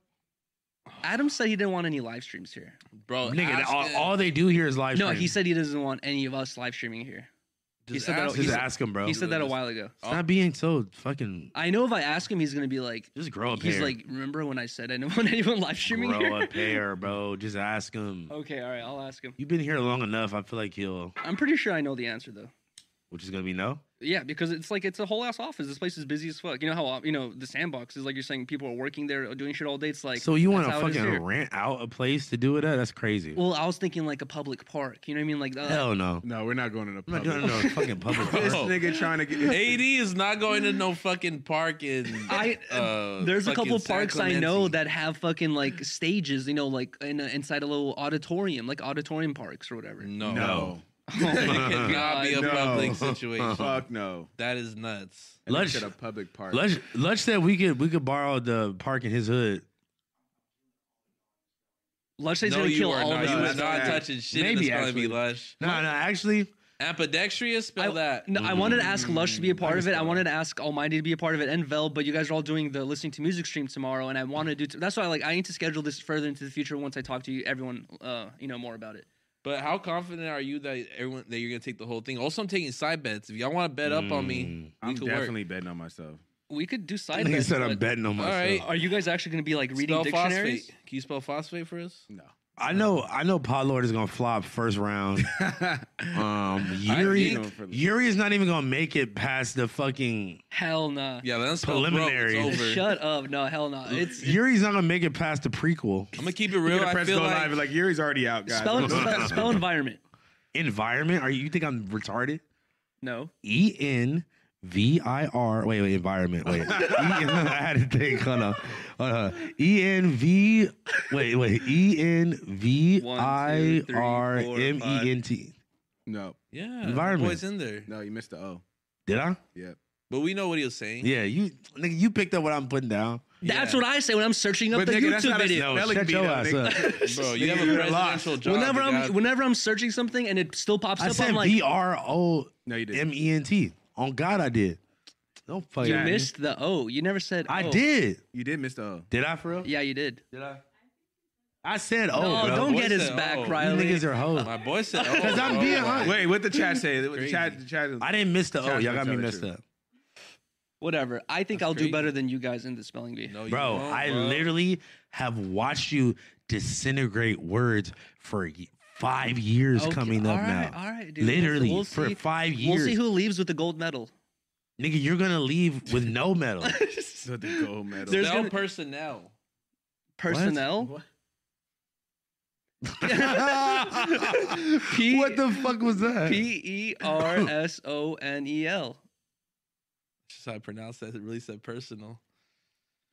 Speaker 2: Adam said he didn't want any live streams here.
Speaker 4: bro.
Speaker 1: Nigga,
Speaker 4: ask
Speaker 1: all,
Speaker 4: him.
Speaker 1: all they do here is live.
Speaker 2: Oh, No,
Speaker 1: stream.
Speaker 2: he said he doesn't want any of us live streaming here. he
Speaker 4: Just
Speaker 2: said that-
Speaker 4: ask
Speaker 2: he
Speaker 1: Just
Speaker 4: him.
Speaker 2: said-
Speaker 1: ask him, bro.
Speaker 2: he said that a
Speaker 4: Just-
Speaker 2: while ago.
Speaker 1: Stop being so fucking.
Speaker 2: I know if I ask him, he's gonna be like,
Speaker 1: Just grow up.
Speaker 2: he's
Speaker 1: hair.
Speaker 2: like, remember when I said I didn't want anyone live streaming
Speaker 1: grow
Speaker 2: here? Oh.
Speaker 1: a pair, bro. Just ask him.
Speaker 2: Okay, all right, I'll ask him.
Speaker 1: You've been here long enough. I feel like he'll,
Speaker 2: I'm pretty sure I know the answer though.
Speaker 1: which is gonna be no.
Speaker 2: Yeah, because it's like it's a whole ass office. This place is busy as fuck. You know how you know the sandbox is like you're saying people are working there doing shit all day. It's like
Speaker 1: so you want to
Speaker 2: that's how it is
Speaker 1: fucking
Speaker 2: here.
Speaker 1: rent out a place to do it at? That's crazy.
Speaker 2: Well, I was thinking like a public park. You know what I mean? Like uh,
Speaker 1: Hell no.
Speaker 3: No, we're not going to the
Speaker 1: I'm not
Speaker 3: public.
Speaker 1: doing no fucking public.
Speaker 3: This
Speaker 1: park.
Speaker 4: Bro.
Speaker 3: nigga trying to get.
Speaker 4: AD is not going to no fucking park in.
Speaker 2: I-
Speaker 4: uh,
Speaker 2: There's a
Speaker 4: fucking
Speaker 2: couple
Speaker 4: San
Speaker 2: parks I know
Speaker 4: Clemente.
Speaker 2: that have fucking like stages, you know, like in a, inside a little auditorium, like auditorium parks or whatever.
Speaker 4: No,
Speaker 3: No,
Speaker 2: Oh my
Speaker 4: it cannot be a
Speaker 3: No.
Speaker 4: public situation.
Speaker 3: fuck no.
Speaker 4: that is nuts.
Speaker 3: And
Speaker 1: Lunch-
Speaker 3: it's at a public park.
Speaker 1: Lutch, Lutch said we could we could borrow the park in his hood.
Speaker 2: Lunch Day's
Speaker 4: No,
Speaker 2: gonna
Speaker 4: you
Speaker 2: kill
Speaker 4: are
Speaker 2: all
Speaker 4: not.
Speaker 2: of
Speaker 4: You
Speaker 2: us.
Speaker 4: are not
Speaker 3: Yeah.
Speaker 4: touching shit.
Speaker 1: Maybe,
Speaker 4: Maybe that's
Speaker 1: actually.
Speaker 4: be lush.
Speaker 1: No, no, actually,
Speaker 4: Ambidextrous,
Speaker 2: I,
Speaker 4: spell that.
Speaker 2: No, I wanted to ask Lush to be a part of it. I
Speaker 1: understand.
Speaker 2: wanted to ask Almighty to be a part of it and Vel, but you guys are all doing the listening to music stream tomorrow, and I want to do. T- that's why, like, I need to schedule this further into the future once I talk to you, everyone, uh, you know, more about it.
Speaker 4: But how confident are you that everyone that you're gonna take the whole thing? Also, I'm taking side bets. If y'all want to bet up on
Speaker 1: Hmm.
Speaker 4: me, we
Speaker 3: I'm
Speaker 4: could work.
Speaker 3: definitely betting on myself.
Speaker 2: We could do side.
Speaker 1: mm. he
Speaker 2: bets,
Speaker 1: said I'm
Speaker 2: but
Speaker 1: betting on myself.
Speaker 4: right.
Speaker 2: Are you guys actually gonna be like reading
Speaker 4: spell
Speaker 2: dictionaries?
Speaker 4: phosphate. Can you spell phosphate for us?
Speaker 3: No.
Speaker 1: I know, I know. Pod Lord is gonna flop first round. Um, Yuri,
Speaker 3: think-
Speaker 1: Yuri is not even gonna make it past the fucking.
Speaker 2: Hell nah.
Speaker 4: Yeah, then spell
Speaker 1: Preliminary.
Speaker 4: Bro, it's over.
Speaker 2: Shut up. No, hell no. It's
Speaker 1: Yuri's not gonna make it past the prequel
Speaker 4: I'm gonna keep it
Speaker 3: You're
Speaker 4: real.
Speaker 3: gonna
Speaker 4: I
Speaker 3: press
Speaker 4: feel
Speaker 3: go live.
Speaker 4: like,
Speaker 3: and Like Yuri's already out, guys.
Speaker 2: spell, spell, spell environment.
Speaker 1: environment. Are you, you think I'm retarded?
Speaker 2: No.
Speaker 1: E N V I R. Wait, wait, environment. Wait, E- I had to think. Hold on, hold on. E N V. Wait, wait. E N V I R M E N T.
Speaker 3: no.
Speaker 4: Yeah,
Speaker 1: Environment.
Speaker 4: Boy's in there,
Speaker 3: No, you missed the O.
Speaker 1: Did I?
Speaker 3: Yep.
Speaker 4: but we know what he was saying.
Speaker 1: Yeah, you nigga, you picked up what I'm putting down.
Speaker 2: That's
Speaker 4: Yeah.
Speaker 2: what I say when I'm searching up
Speaker 3: But
Speaker 2: the
Speaker 3: nigga, that's
Speaker 2: YouTube
Speaker 3: not a
Speaker 2: video.
Speaker 1: No,
Speaker 3: Spelling
Speaker 1: shut
Speaker 3: bee,
Speaker 1: your
Speaker 3: though,
Speaker 1: ass
Speaker 3: nigga.
Speaker 1: up.
Speaker 4: bro, you have a
Speaker 3: You're lost.
Speaker 4: presidential job.
Speaker 2: whenever
Speaker 4: you
Speaker 2: I'm
Speaker 4: got-
Speaker 2: whenever I'm searching something and it still pops
Speaker 1: I
Speaker 2: up, I'm
Speaker 1: said
Speaker 2: like,
Speaker 1: B R O
Speaker 3: No, you didn't.
Speaker 1: M E N T. On God, I did. Don't fuck
Speaker 2: you
Speaker 1: at me.
Speaker 2: missed Oh. the O. You never said.
Speaker 1: I
Speaker 2: O.
Speaker 1: did.
Speaker 3: You did miss the O.
Speaker 1: Did I for real?
Speaker 2: Yeah, you did.
Speaker 1: Did I? I said oh,
Speaker 2: no,
Speaker 1: bro.
Speaker 2: don't
Speaker 4: Boy
Speaker 2: get his
Speaker 4: said
Speaker 2: back,
Speaker 4: O. You
Speaker 1: You
Speaker 2: Riley.
Speaker 1: niggas are hoes.
Speaker 4: my boy said, oh,
Speaker 1: 'Cause I'm
Speaker 4: bro,
Speaker 1: being
Speaker 4: like,
Speaker 1: honest.
Speaker 3: Wait, what the chat say? The chat, the chat.
Speaker 1: I didn't miss the oh.
Speaker 3: Tell
Speaker 1: Y'all
Speaker 3: me,
Speaker 1: got
Speaker 3: tell
Speaker 1: me
Speaker 3: me
Speaker 1: messed
Speaker 3: truth.
Speaker 1: up.
Speaker 2: Whatever. I think
Speaker 4: That's
Speaker 2: I'll
Speaker 4: crazy.
Speaker 2: do better than you guys in the spelling bee.
Speaker 4: No, you
Speaker 1: Bro,
Speaker 4: won't,
Speaker 1: I
Speaker 4: bro.
Speaker 1: literally have watched you disintegrate words for y- five years
Speaker 2: Okay,
Speaker 1: coming up
Speaker 2: all right,
Speaker 1: now.
Speaker 2: All right, dude.
Speaker 1: Literally
Speaker 2: We'll
Speaker 1: for
Speaker 2: see-
Speaker 1: five
Speaker 2: We'll
Speaker 1: years,
Speaker 2: see who leaves with the gold medal.
Speaker 1: nigga. You're gonna leave with no medal.
Speaker 3: So the gold medal.
Speaker 2: There's
Speaker 4: Bell
Speaker 2: gonna-
Speaker 4: personnel.
Speaker 2: Personnel. P-
Speaker 1: what the fuck was that?
Speaker 2: P E R S O N E L.
Speaker 4: That's how I pronounced that. It really said personal.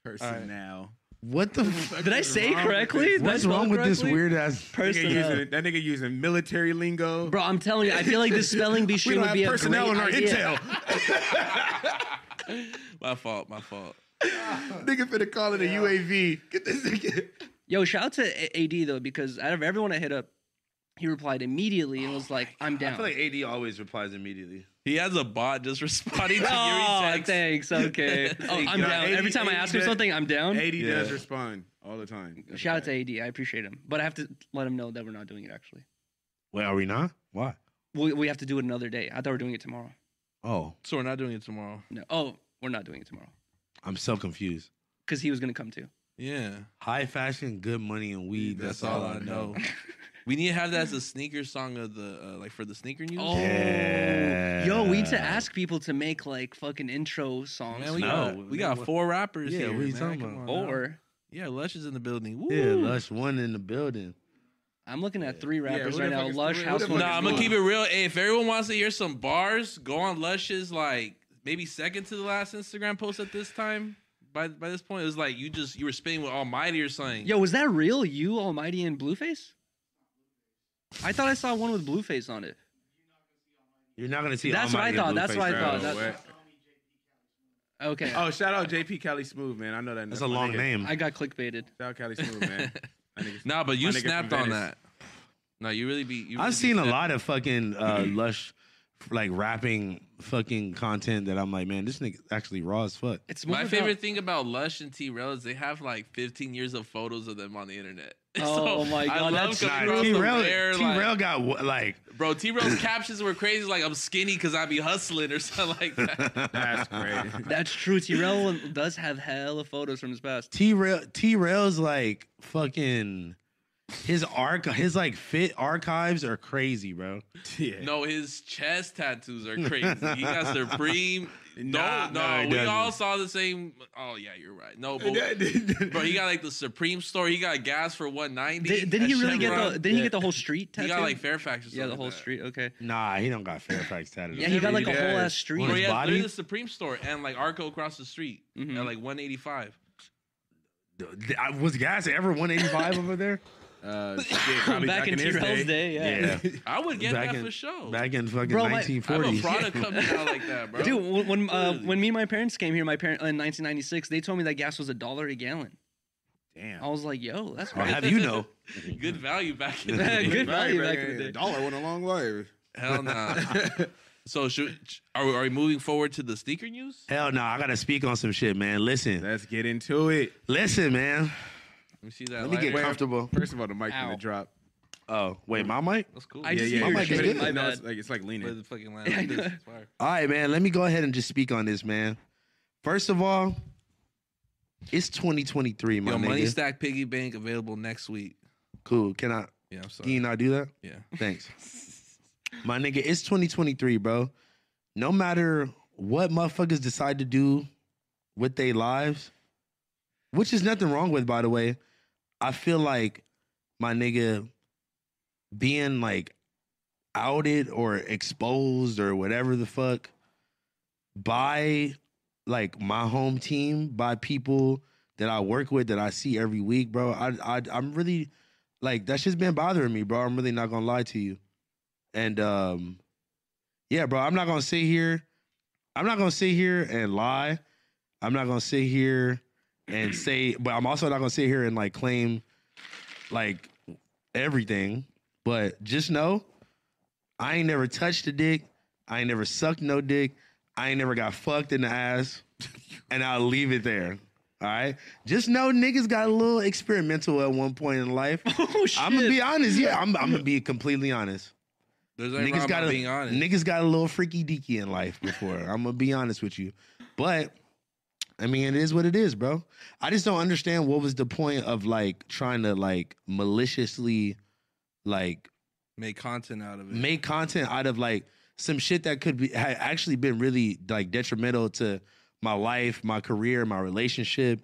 Speaker 3: personnel.
Speaker 1: what the? F-
Speaker 2: Did I say
Speaker 3: Wrong.
Speaker 2: correctly? Did I
Speaker 1: what's
Speaker 2: spell
Speaker 1: wrong with this
Speaker 2: correctly?
Speaker 1: weird ass?
Speaker 3: That nigga,
Speaker 2: personnel?
Speaker 3: using, that nigga using military lingo.
Speaker 2: Bro, I'm telling you, I feel like this spelling bee
Speaker 3: we
Speaker 2: shit
Speaker 3: don't
Speaker 2: would
Speaker 3: have
Speaker 2: be a
Speaker 3: personnel
Speaker 2: great
Speaker 3: in our
Speaker 2: idea.
Speaker 3: intel.
Speaker 4: my fault. My fault.
Speaker 3: nigga finna call it a UAV. Get this nigga.
Speaker 2: Yo, shout out to A- AD though, because out of everyone I hit up, he replied immediately and was like, "I'm down."
Speaker 1: AD always replies immediately.
Speaker 4: He has a bot just responding to
Speaker 2: oh,
Speaker 4: your text.
Speaker 2: thanks. Okay. Oh,
Speaker 4: Thank
Speaker 2: I'm
Speaker 4: God.
Speaker 2: down.
Speaker 3: AD
Speaker 2: Every time I ask him
Speaker 3: does-
Speaker 2: something, I'm down.
Speaker 3: AD does
Speaker 4: Yeah.
Speaker 3: respond all the time. That's
Speaker 2: Shout out to
Speaker 3: a fact.
Speaker 2: AD. I appreciate him, but I have to let him know that we're not doing it. Actually,
Speaker 1: Wait, are we not? Why?
Speaker 2: we we have to do it another day. I thought we are doing it tomorrow.
Speaker 1: Oh,
Speaker 4: So we're not doing it tomorrow.
Speaker 2: No. Oh, we're not doing it tomorrow
Speaker 1: I'm so confused.
Speaker 2: because he was gonna come too.
Speaker 4: Yeah,
Speaker 1: High fashion, good money, and weed.
Speaker 4: that's,
Speaker 1: That's,
Speaker 4: all, I know. we need to have that as a sneaker song of the uh, like for the sneaker news.
Speaker 2: Oh,
Speaker 1: Yeah.
Speaker 2: yo, we need to ask people to make like fucking intro songs.
Speaker 4: man, we
Speaker 1: No,
Speaker 4: got we got
Speaker 1: what-
Speaker 4: four rappers
Speaker 1: Yeah,
Speaker 4: here.
Speaker 1: what are you
Speaker 4: man.
Speaker 1: talking
Speaker 4: Come
Speaker 1: about?
Speaker 4: on now.
Speaker 2: or
Speaker 4: yeah, Lush is in the building. Woo.
Speaker 1: Yeah, Lush one in the building.
Speaker 2: I'm looking at three rappers
Speaker 3: who
Speaker 2: right
Speaker 3: the
Speaker 2: now:
Speaker 3: fuck is-
Speaker 2: Lush,
Speaker 3: who the
Speaker 2: House.
Speaker 3: fuck
Speaker 2: Money,
Speaker 3: is
Speaker 4: Nah, I'm gonna
Speaker 2: Snoop.
Speaker 4: keep it real. Hey, if everyone wants to hear some bars, go on Lush's like maybe second to the last Instagram post at this time. By by this point, it was like you just you were spinning with Almighty or something.
Speaker 2: Yo, was that real? You, Almighty, and Blueface? I thought I saw one with Blueface on it.
Speaker 1: You're not gonna see.
Speaker 2: That's what I
Speaker 1: Almighty
Speaker 2: thought.
Speaker 1: and
Speaker 2: That's what I
Speaker 1: Blueface,
Speaker 2: thought.
Speaker 1: bro.
Speaker 3: Bro,
Speaker 2: That's- Okay.
Speaker 3: Oh, shout out JP Cali Smooth, man. I know that.
Speaker 1: That's
Speaker 3: my
Speaker 1: a long
Speaker 3: nigga.
Speaker 1: name.
Speaker 2: I got clickbaited.
Speaker 3: Shout out Cali Smooth, man. That nigga's-
Speaker 4: Nah, but you
Speaker 3: My nigga
Speaker 4: snapped
Speaker 3: from
Speaker 4: on
Speaker 3: Venice.
Speaker 4: that. No, you really be. You really
Speaker 1: I've
Speaker 4: be
Speaker 1: seen a
Speaker 4: snapping.
Speaker 1: lot of fucking uh, lush, like rapping fucking content that I'm like, man, this nigga actually raw as fuck.
Speaker 2: It's more
Speaker 4: My
Speaker 2: about-
Speaker 4: favorite thing about Lush and T Rell is they have like 15 years of photos of them on the internet.
Speaker 2: Oh my God, that's
Speaker 4: coming
Speaker 2: nice.
Speaker 4: across
Speaker 1: T
Speaker 4: the
Speaker 1: Rail,
Speaker 4: rare,
Speaker 1: T
Speaker 4: like-
Speaker 1: Rail got wha- like.
Speaker 4: bro. T Rell's captions were crazy, like I'm skinny because I be hustling or something like that.
Speaker 3: That's great.
Speaker 2: That's true. Tyrell does have hella photos from his past.
Speaker 1: T Rail T Rail's like fucking his arc his like fit archives are crazy, bro.
Speaker 3: yeah.
Speaker 4: No, his chest tattoos are crazy. He got Supreme.
Speaker 3: Nah,
Speaker 4: no,
Speaker 1: nah,
Speaker 4: no,
Speaker 1: he
Speaker 4: we all
Speaker 1: doesn't.
Speaker 4: saw the same. Oh yeah, you're right. No, but bro,
Speaker 3: Bro,
Speaker 4: he got like the Supreme store. He got gas for 190.
Speaker 2: Did, did he
Speaker 4: at
Speaker 2: really get the?
Speaker 4: Chevron.
Speaker 2: Did he get the whole street
Speaker 4: He
Speaker 2: tattoo?
Speaker 4: got like Fairfax. Or
Speaker 2: yeah, the
Speaker 4: something
Speaker 2: whole
Speaker 4: like that.
Speaker 2: street. Okay.
Speaker 1: Nah, he don't got Fairfax tatted.
Speaker 2: Yeah, he got like a whole
Speaker 3: does.
Speaker 2: ass street.
Speaker 1: Well,
Speaker 4: Bro,
Speaker 1: his
Speaker 4: yeah, literally
Speaker 1: body? Mm-hmm.
Speaker 4: the Supreme store and like Arco across the street
Speaker 2: Mhm.
Speaker 4: at like 185.
Speaker 1: I- was gas ever 185 over there?
Speaker 3: uh, shit, probably
Speaker 2: Back in
Speaker 3: his
Speaker 2: Tyrell's day, yeah.
Speaker 4: I would get
Speaker 1: Back
Speaker 4: that
Speaker 1: in-
Speaker 4: for sure.
Speaker 1: Back in fucking
Speaker 2: Bro, my-
Speaker 4: I have a
Speaker 1: 1940s.
Speaker 4: product coming out like that, bro.
Speaker 2: Dude, when- when uh, when me and my parents came here, my parent in 1996, they told me that gas was a dollar a gallon.
Speaker 3: Damn.
Speaker 2: I was like, yo, that's
Speaker 1: I'll
Speaker 2: crazy.
Speaker 1: have you know.
Speaker 4: good value back in the day.
Speaker 2: Good value
Speaker 3: Right,
Speaker 2: back
Speaker 3: right,
Speaker 2: in the
Speaker 3: right.
Speaker 2: day.
Speaker 3: Dollar went a long way.
Speaker 4: Hell nah. so should are we, are we moving forward to the sneaker news? Let
Speaker 1: Hell no, I gotta speak on some shit, man. Listen,
Speaker 3: Let's get into it.
Speaker 1: listen, man.
Speaker 4: me see that.
Speaker 1: Let me get
Speaker 4: lighter.
Speaker 1: comfortable.
Speaker 3: First of all, the mic
Speaker 2: Ow.
Speaker 3: gonna drop.
Speaker 1: Oh, wait, my mic?
Speaker 4: That's cool.
Speaker 2: I just
Speaker 1: yeah.
Speaker 2: hear
Speaker 1: My mic
Speaker 2: shit.
Speaker 1: is good.
Speaker 2: My
Speaker 3: no,
Speaker 2: bad.
Speaker 3: it's like it's like
Speaker 4: Play the
Speaker 3: leaning.
Speaker 4: fucking line like this. It's fire.
Speaker 1: All right, man. Let me go ahead and just speak on this, man. First of all, it's 2023, my
Speaker 4: Yo, money
Speaker 1: nigga.
Speaker 4: stack piggy bank available next week.
Speaker 1: cool. Can I?
Speaker 4: Yeah, I'm
Speaker 1: Can you
Speaker 4: sorry.
Speaker 1: not do that?
Speaker 4: Yeah.
Speaker 1: Thanks. My nigga, it's 2023, bro. No matter what motherfuckers decide to do with their lives, which is nothing wrong with, by the way, I feel like my nigga being like outed or exposed or whatever the fuck by like my home team, by people that I work with that I see every week, bro. I, I I'm really like that shit's been bothering me, bro. I'm really not gonna lie to you. And um yeah, bro, I'm not gonna sit here. I'm not gonna sit here and lie. I'm not gonna sit here and say, but I'm also not gonna sit here and like claim like everything. But just know, I ain't never touched a dick. I ain't never sucked no dick. I ain't never got fucked in the ass. And I'll leave it there. All right. Just know niggas got a little experimental at one point in life.
Speaker 2: oh shit!
Speaker 1: I'm gonna be honest. Yeah, I'm, I'm gonna be completely honest.
Speaker 4: There's nothing wrong
Speaker 1: Niggas got
Speaker 4: about
Speaker 1: a
Speaker 4: being honest.
Speaker 1: niggas got a little freaky deaky in life before. I'm gonna be honest with you, but I mean, it is what it is, bro. I just don't understand what was the point of like trying to like maliciously like
Speaker 4: Make content out of it.
Speaker 1: make content out of like some shit that could be had actually been really like detrimental to my life, my career, my relationship,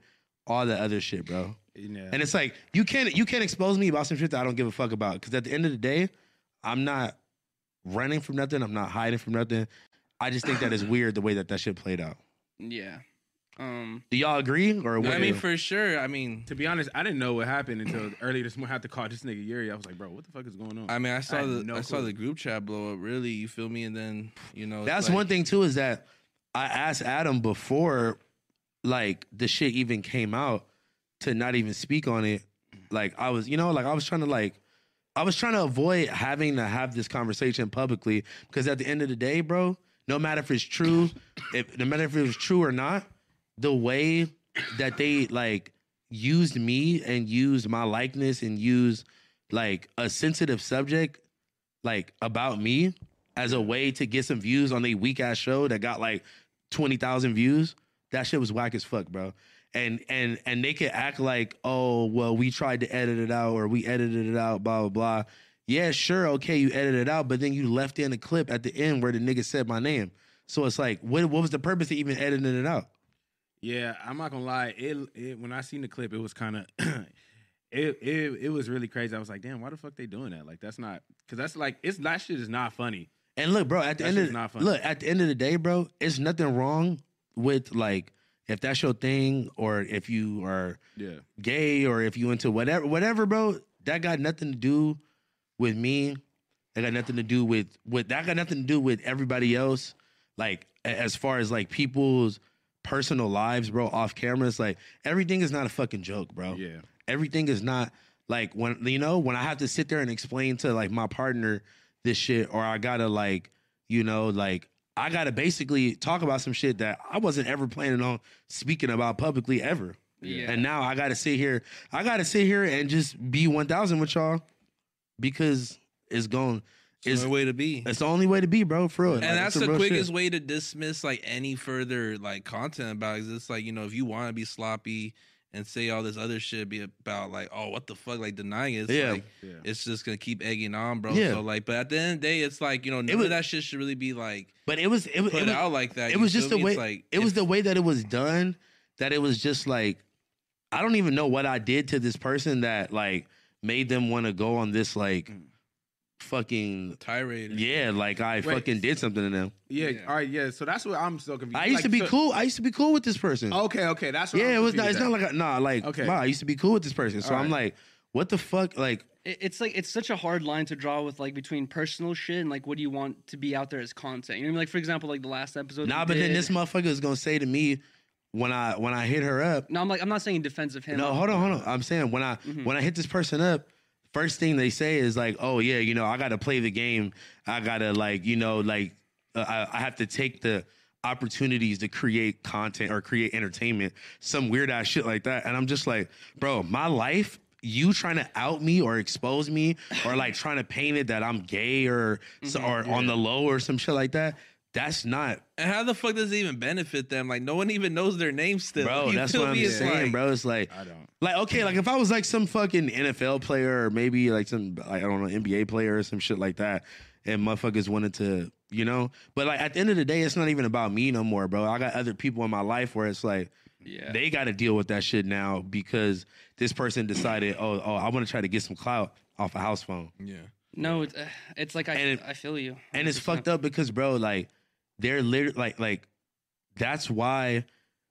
Speaker 1: all that other shit, bro.
Speaker 3: Yeah.
Speaker 1: And it's like you can't you can't expose me about some shit that I don't give a fuck about. Because at the end of the day, I'm not running from nothing. I'm not hiding from nothing. I just think that is weird the way that that shit played out.
Speaker 2: yeah. Um.
Speaker 1: Do y'all agree or what?
Speaker 4: I mean, for sure. I mean,
Speaker 3: To be honest, I didn't know what happened until earlier this morning. I had to call this nigga Yuri. I was like, bro, what the fuck is going on?
Speaker 4: I mean, I
Speaker 3: I
Speaker 4: saw
Speaker 3: had
Speaker 4: the
Speaker 3: no
Speaker 4: I saw
Speaker 3: clue.
Speaker 4: the group chat blow up. Really, you feel me? And then you know, it's
Speaker 1: that's
Speaker 4: like-
Speaker 1: one thing too is that I asked Adam before, like the shit even came out, to not even speak on it. Like I was, you know, like I was trying to like. I was trying to avoid having to have this conversation publicly because at the end of the day, bro, no matter if it's true, if no matter if it was true or not, the way that they like used me and used my likeness and used like a sensitive subject like about me as a way to get some views on a weak ass show that got like 20,000 views, that shit was whack as fuck, bro. And and and they could act like, oh, well, we tried to edit it out or we edited it out, blah, blah, blah. Yeah, sure, okay, you edited it out, but then you left in a clip at the end where the nigga said my name. So it's like, what what was the purpose of even editing it out?
Speaker 3: Yeah, I'm not gonna lie. It, it when I seen the clip, it was kind of it, it it was really crazy. I was like, damn, why the fuck they doing that? Like that's not because that's like it's that shit is not funny.
Speaker 1: And look, bro, at the
Speaker 3: That
Speaker 1: end of
Speaker 3: shit's not funny.
Speaker 1: look at the end of the day, bro, it's nothing wrong with like if that's your thing or if you are
Speaker 3: Yeah,
Speaker 1: gay or if you into whatever whatever bro that got nothing to do with me that got nothing to do with with that got nothing to do with everybody else like a- as far as like people's personal lives bro off camera it's like everything is not a fucking joke bro
Speaker 3: yeah,
Speaker 1: everything is not like when you know when i have to sit there and explain to like my partner this shit or i gotta like you know like i gotta basically talk about some shit that i wasn't ever planning on speaking about publicly ever
Speaker 2: Yeah.
Speaker 1: and now I gotta sit here. I gotta sit here and just be one thousand with y'all because it's going.
Speaker 4: It's
Speaker 1: It's
Speaker 4: the way to be.
Speaker 1: it's the only way to be, bro. For real. Like,
Speaker 4: and
Speaker 1: it's
Speaker 4: that's
Speaker 1: some
Speaker 4: the
Speaker 1: real
Speaker 4: quickest
Speaker 1: shit.
Speaker 4: way to dismiss like any further like content about it. 'Cause It's like you know, if you want to be sloppy and say all this other shit, be about like, oh, what the fuck, like denying it. It's
Speaker 1: Yeah.
Speaker 4: like,
Speaker 3: yeah.
Speaker 4: it's just gonna keep egging on, bro.
Speaker 1: Yeah.
Speaker 4: So like, but at the end of the day, it's like you know, none
Speaker 1: was-
Speaker 4: of that shit should really be like
Speaker 1: But it was it, was-
Speaker 4: put
Speaker 1: it was
Speaker 4: out like that.
Speaker 1: it
Speaker 4: you
Speaker 1: was just the
Speaker 4: feel me?
Speaker 1: way
Speaker 4: It's like
Speaker 1: it was the way that it was done. That it was just like I don't even know what I did to this person that like made them want to go on this like fucking
Speaker 4: tirade.
Speaker 1: yeah like I fucking did something to them.
Speaker 3: yeah,
Speaker 4: Yeah.
Speaker 3: All right, yeah. So that's what I'm so confused.
Speaker 1: I used
Speaker 3: Like,
Speaker 1: to be
Speaker 3: so-
Speaker 1: cool. I used to be cool with this person.
Speaker 3: Okay, okay, that's what
Speaker 1: Yeah,
Speaker 3: I'm
Speaker 1: it was not. It's
Speaker 3: confused
Speaker 1: not
Speaker 3: at.
Speaker 1: like I, nah, like
Speaker 3: Okay.
Speaker 1: wow, I used to be cool with this person, so
Speaker 3: All
Speaker 1: I'm
Speaker 3: right.
Speaker 1: like, what the fuck? Like,
Speaker 2: It- it's like it's such a hard line to draw with like between personal shit and like what do you want to be out there as content. You know, what I mean? like for example, like the last episode.
Speaker 1: nah,
Speaker 2: we
Speaker 1: but then
Speaker 2: did-
Speaker 1: this motherfucker is gonna say to me when I when I hit her up.
Speaker 2: No, I'm like I'm not saying in defense of him.
Speaker 1: No, hold on, hold on. I'm saying when I when I hit this person up, first thing they say is like, oh yeah, you know, I gotta play the game. I gotta like, you know, like uh, I, I have to take the opportunities to create content or create entertainment, some weird ass shit like that. And I'm just like, bro, my life. You trying to out me or expose me or like trying to paint it that I'm gay or or on the low or some shit like that. That's not
Speaker 4: And how the fuck does it even benefit them? Like no one even knows their name still.
Speaker 1: Bro,
Speaker 4: You
Speaker 1: that's
Speaker 4: feel
Speaker 1: what I'm
Speaker 4: me? It's
Speaker 1: saying,
Speaker 4: like-
Speaker 1: bro. It's like,
Speaker 3: I don't.
Speaker 1: like okay, like if I was like some fucking NFL player or maybe like some like I don't know NBA player or some shit like that, and motherfuckers wanted to, you know, but like at the end of the day, it's not even about me no more, bro. I got other people in my life where it's like
Speaker 2: Yeah.
Speaker 1: they got to deal with that shit now because this person decided, oh, oh, I want to try to get some clout off a house phone.
Speaker 4: Yeah.
Speaker 2: no, it's, uh, it's like I
Speaker 1: And it-
Speaker 2: I feel you.
Speaker 1: And it's fucked up because, bro, like they're literally like like that's why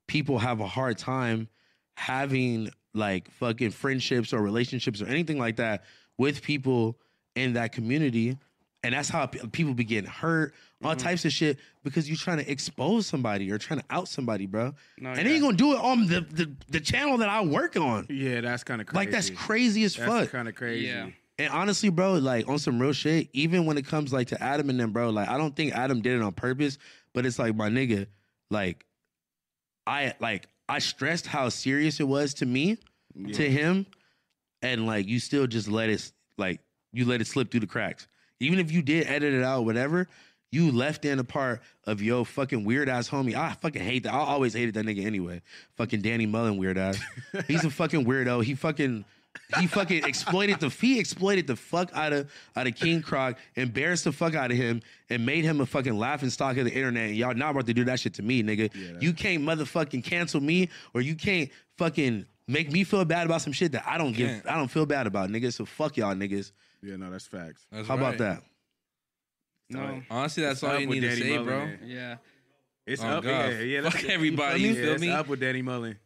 Speaker 1: people have a hard time having like fucking friendships or relationships or anything like that with people in that community And that's how pe- people be getting hurt, all
Speaker 3: Mm-hmm.
Speaker 1: types of shit, because you're trying to expose somebody or trying to out somebody, bro.
Speaker 2: No,
Speaker 1: and they
Speaker 2: yeah.
Speaker 1: ain't gonna do it on the, the, the channel that I work on.
Speaker 3: Yeah, that's kind of crazy.
Speaker 1: Like that's crazy as
Speaker 3: That's
Speaker 1: fuck.
Speaker 3: kind of crazy.
Speaker 2: Yeah.
Speaker 1: And honestly, bro, like on some real shit, even when it comes like to Adam and them, bro, like I don't think Adam did it on purpose, but it's like my nigga, like I like I stressed how serious it was to me, to him, and like you still just let it like you let it slip through the cracks. Even if you did edit it out, whatever, you left in a part of yo fucking weird ass homie. I fucking hate that. I always hated that nigga anyway. Fucking Danny Mullen weird ass. He's a fucking weirdo. He fucking he fucking exploited the he exploited the fuck out of out of King Croc, embarrassed the fuck out of him, and made him a fucking laughing stock of the internet. And y'all not about to do that shit to me, nigga. you can't motherfucking cancel me, or you can't fucking make me feel bad about some shit that I don't give
Speaker 4: Can't.
Speaker 1: I don't feel bad about, nigga. So fuck y'all niggas.
Speaker 3: Yeah, no, that's facts.
Speaker 4: That's
Speaker 1: How about
Speaker 4: right.
Speaker 1: that?
Speaker 2: No.
Speaker 4: Honestly, that's all
Speaker 3: Up
Speaker 4: you
Speaker 3: with
Speaker 4: need to
Speaker 3: Danny
Speaker 4: say,
Speaker 3: Mullen,
Speaker 4: bro.
Speaker 3: man.
Speaker 2: Yeah.
Speaker 3: It's
Speaker 4: Oh,
Speaker 3: up.
Speaker 4: God.
Speaker 3: Yeah, yeah.
Speaker 4: Fuck
Speaker 3: that's-
Speaker 4: everybody,
Speaker 3: yeah,
Speaker 4: you feel
Speaker 3: it's
Speaker 4: me?
Speaker 3: up with Danny Mullen.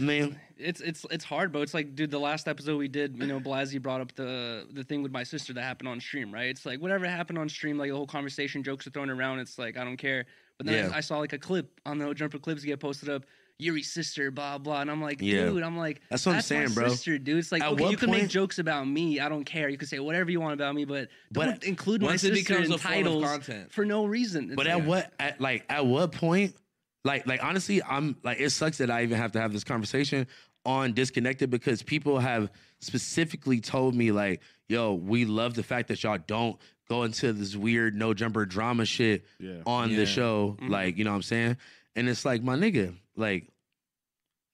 Speaker 1: Man.
Speaker 2: it's it's it's hard, bro. It's like, dude, the last episode we did, you know, Blasey brought up the the thing with my sister that happened on stream, right? It's like whatever happened on stream, like the whole conversation, jokes are thrown around. It's like I don't care. But then
Speaker 1: Yeah.
Speaker 2: I, I saw like a clip on the jumper clips get posted up. Yuri's sister, blah blah, and I'm like,
Speaker 1: Yeah.
Speaker 2: dude, I'm like,
Speaker 1: That's what I'm
Speaker 2: my
Speaker 1: saying, bro.
Speaker 2: Sister, dude, it's like
Speaker 1: At
Speaker 2: okay,
Speaker 1: what
Speaker 2: you can make
Speaker 1: point-
Speaker 2: jokes about me, I don't care. You can say whatever you want about me, but
Speaker 1: But
Speaker 2: don't include my
Speaker 4: once it
Speaker 2: sister
Speaker 4: becomes
Speaker 2: in
Speaker 4: a form of
Speaker 2: titles
Speaker 4: content.
Speaker 2: for no reason. It's
Speaker 1: But
Speaker 2: like,
Speaker 1: at what at like at what point, like like honestly, I'm like it sucks that I even have to have this conversation on disconnected because people have specifically told me like, yo, we love the fact that y'all don't go into this weird no jumper drama shit
Speaker 3: Yeah.
Speaker 1: on
Speaker 4: Yeah.
Speaker 1: the show.
Speaker 2: Mhm.
Speaker 1: Like, you know what I'm saying? And it's like, my nigga, like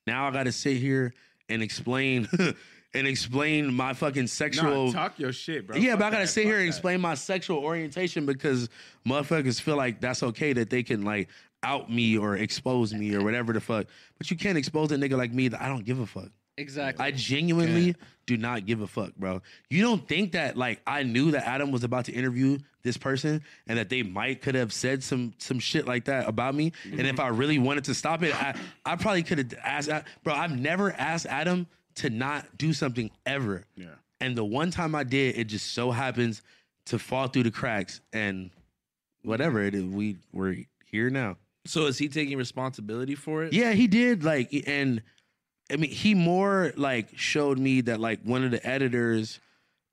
Speaker 1: now I gotta sit here and explain and explain my fucking sexual
Speaker 3: Nah, talk your shit, bro.
Speaker 1: yeah,
Speaker 3: Fuck
Speaker 1: but I gotta
Speaker 3: that,
Speaker 1: sit here
Speaker 3: fuck
Speaker 1: and
Speaker 3: that.
Speaker 1: explain my sexual orientation because motherfuckers feel like that's okay that they can like out me or expose me or whatever the fuck. But you can't expose a nigga like me that I don't give a fuck.
Speaker 2: exactly?
Speaker 1: I genuinely do not give a fuck, bro. You don't think that like I knew that Adam was about to interview this person and that they might could have said some some shit like that about me. And
Speaker 3: Mm-hmm.
Speaker 1: if I really wanted to stop it, I I probably could have asked. Bro, I've never asked Adam to not do something ever.
Speaker 3: Yeah.
Speaker 1: And the one time I did, it just so happens to fall through the cracks and whatever it is, we we're here now.
Speaker 4: So is he taking responsibility for it?
Speaker 1: Yeah, he did. Like, and I mean, he more like showed me that like one of the editors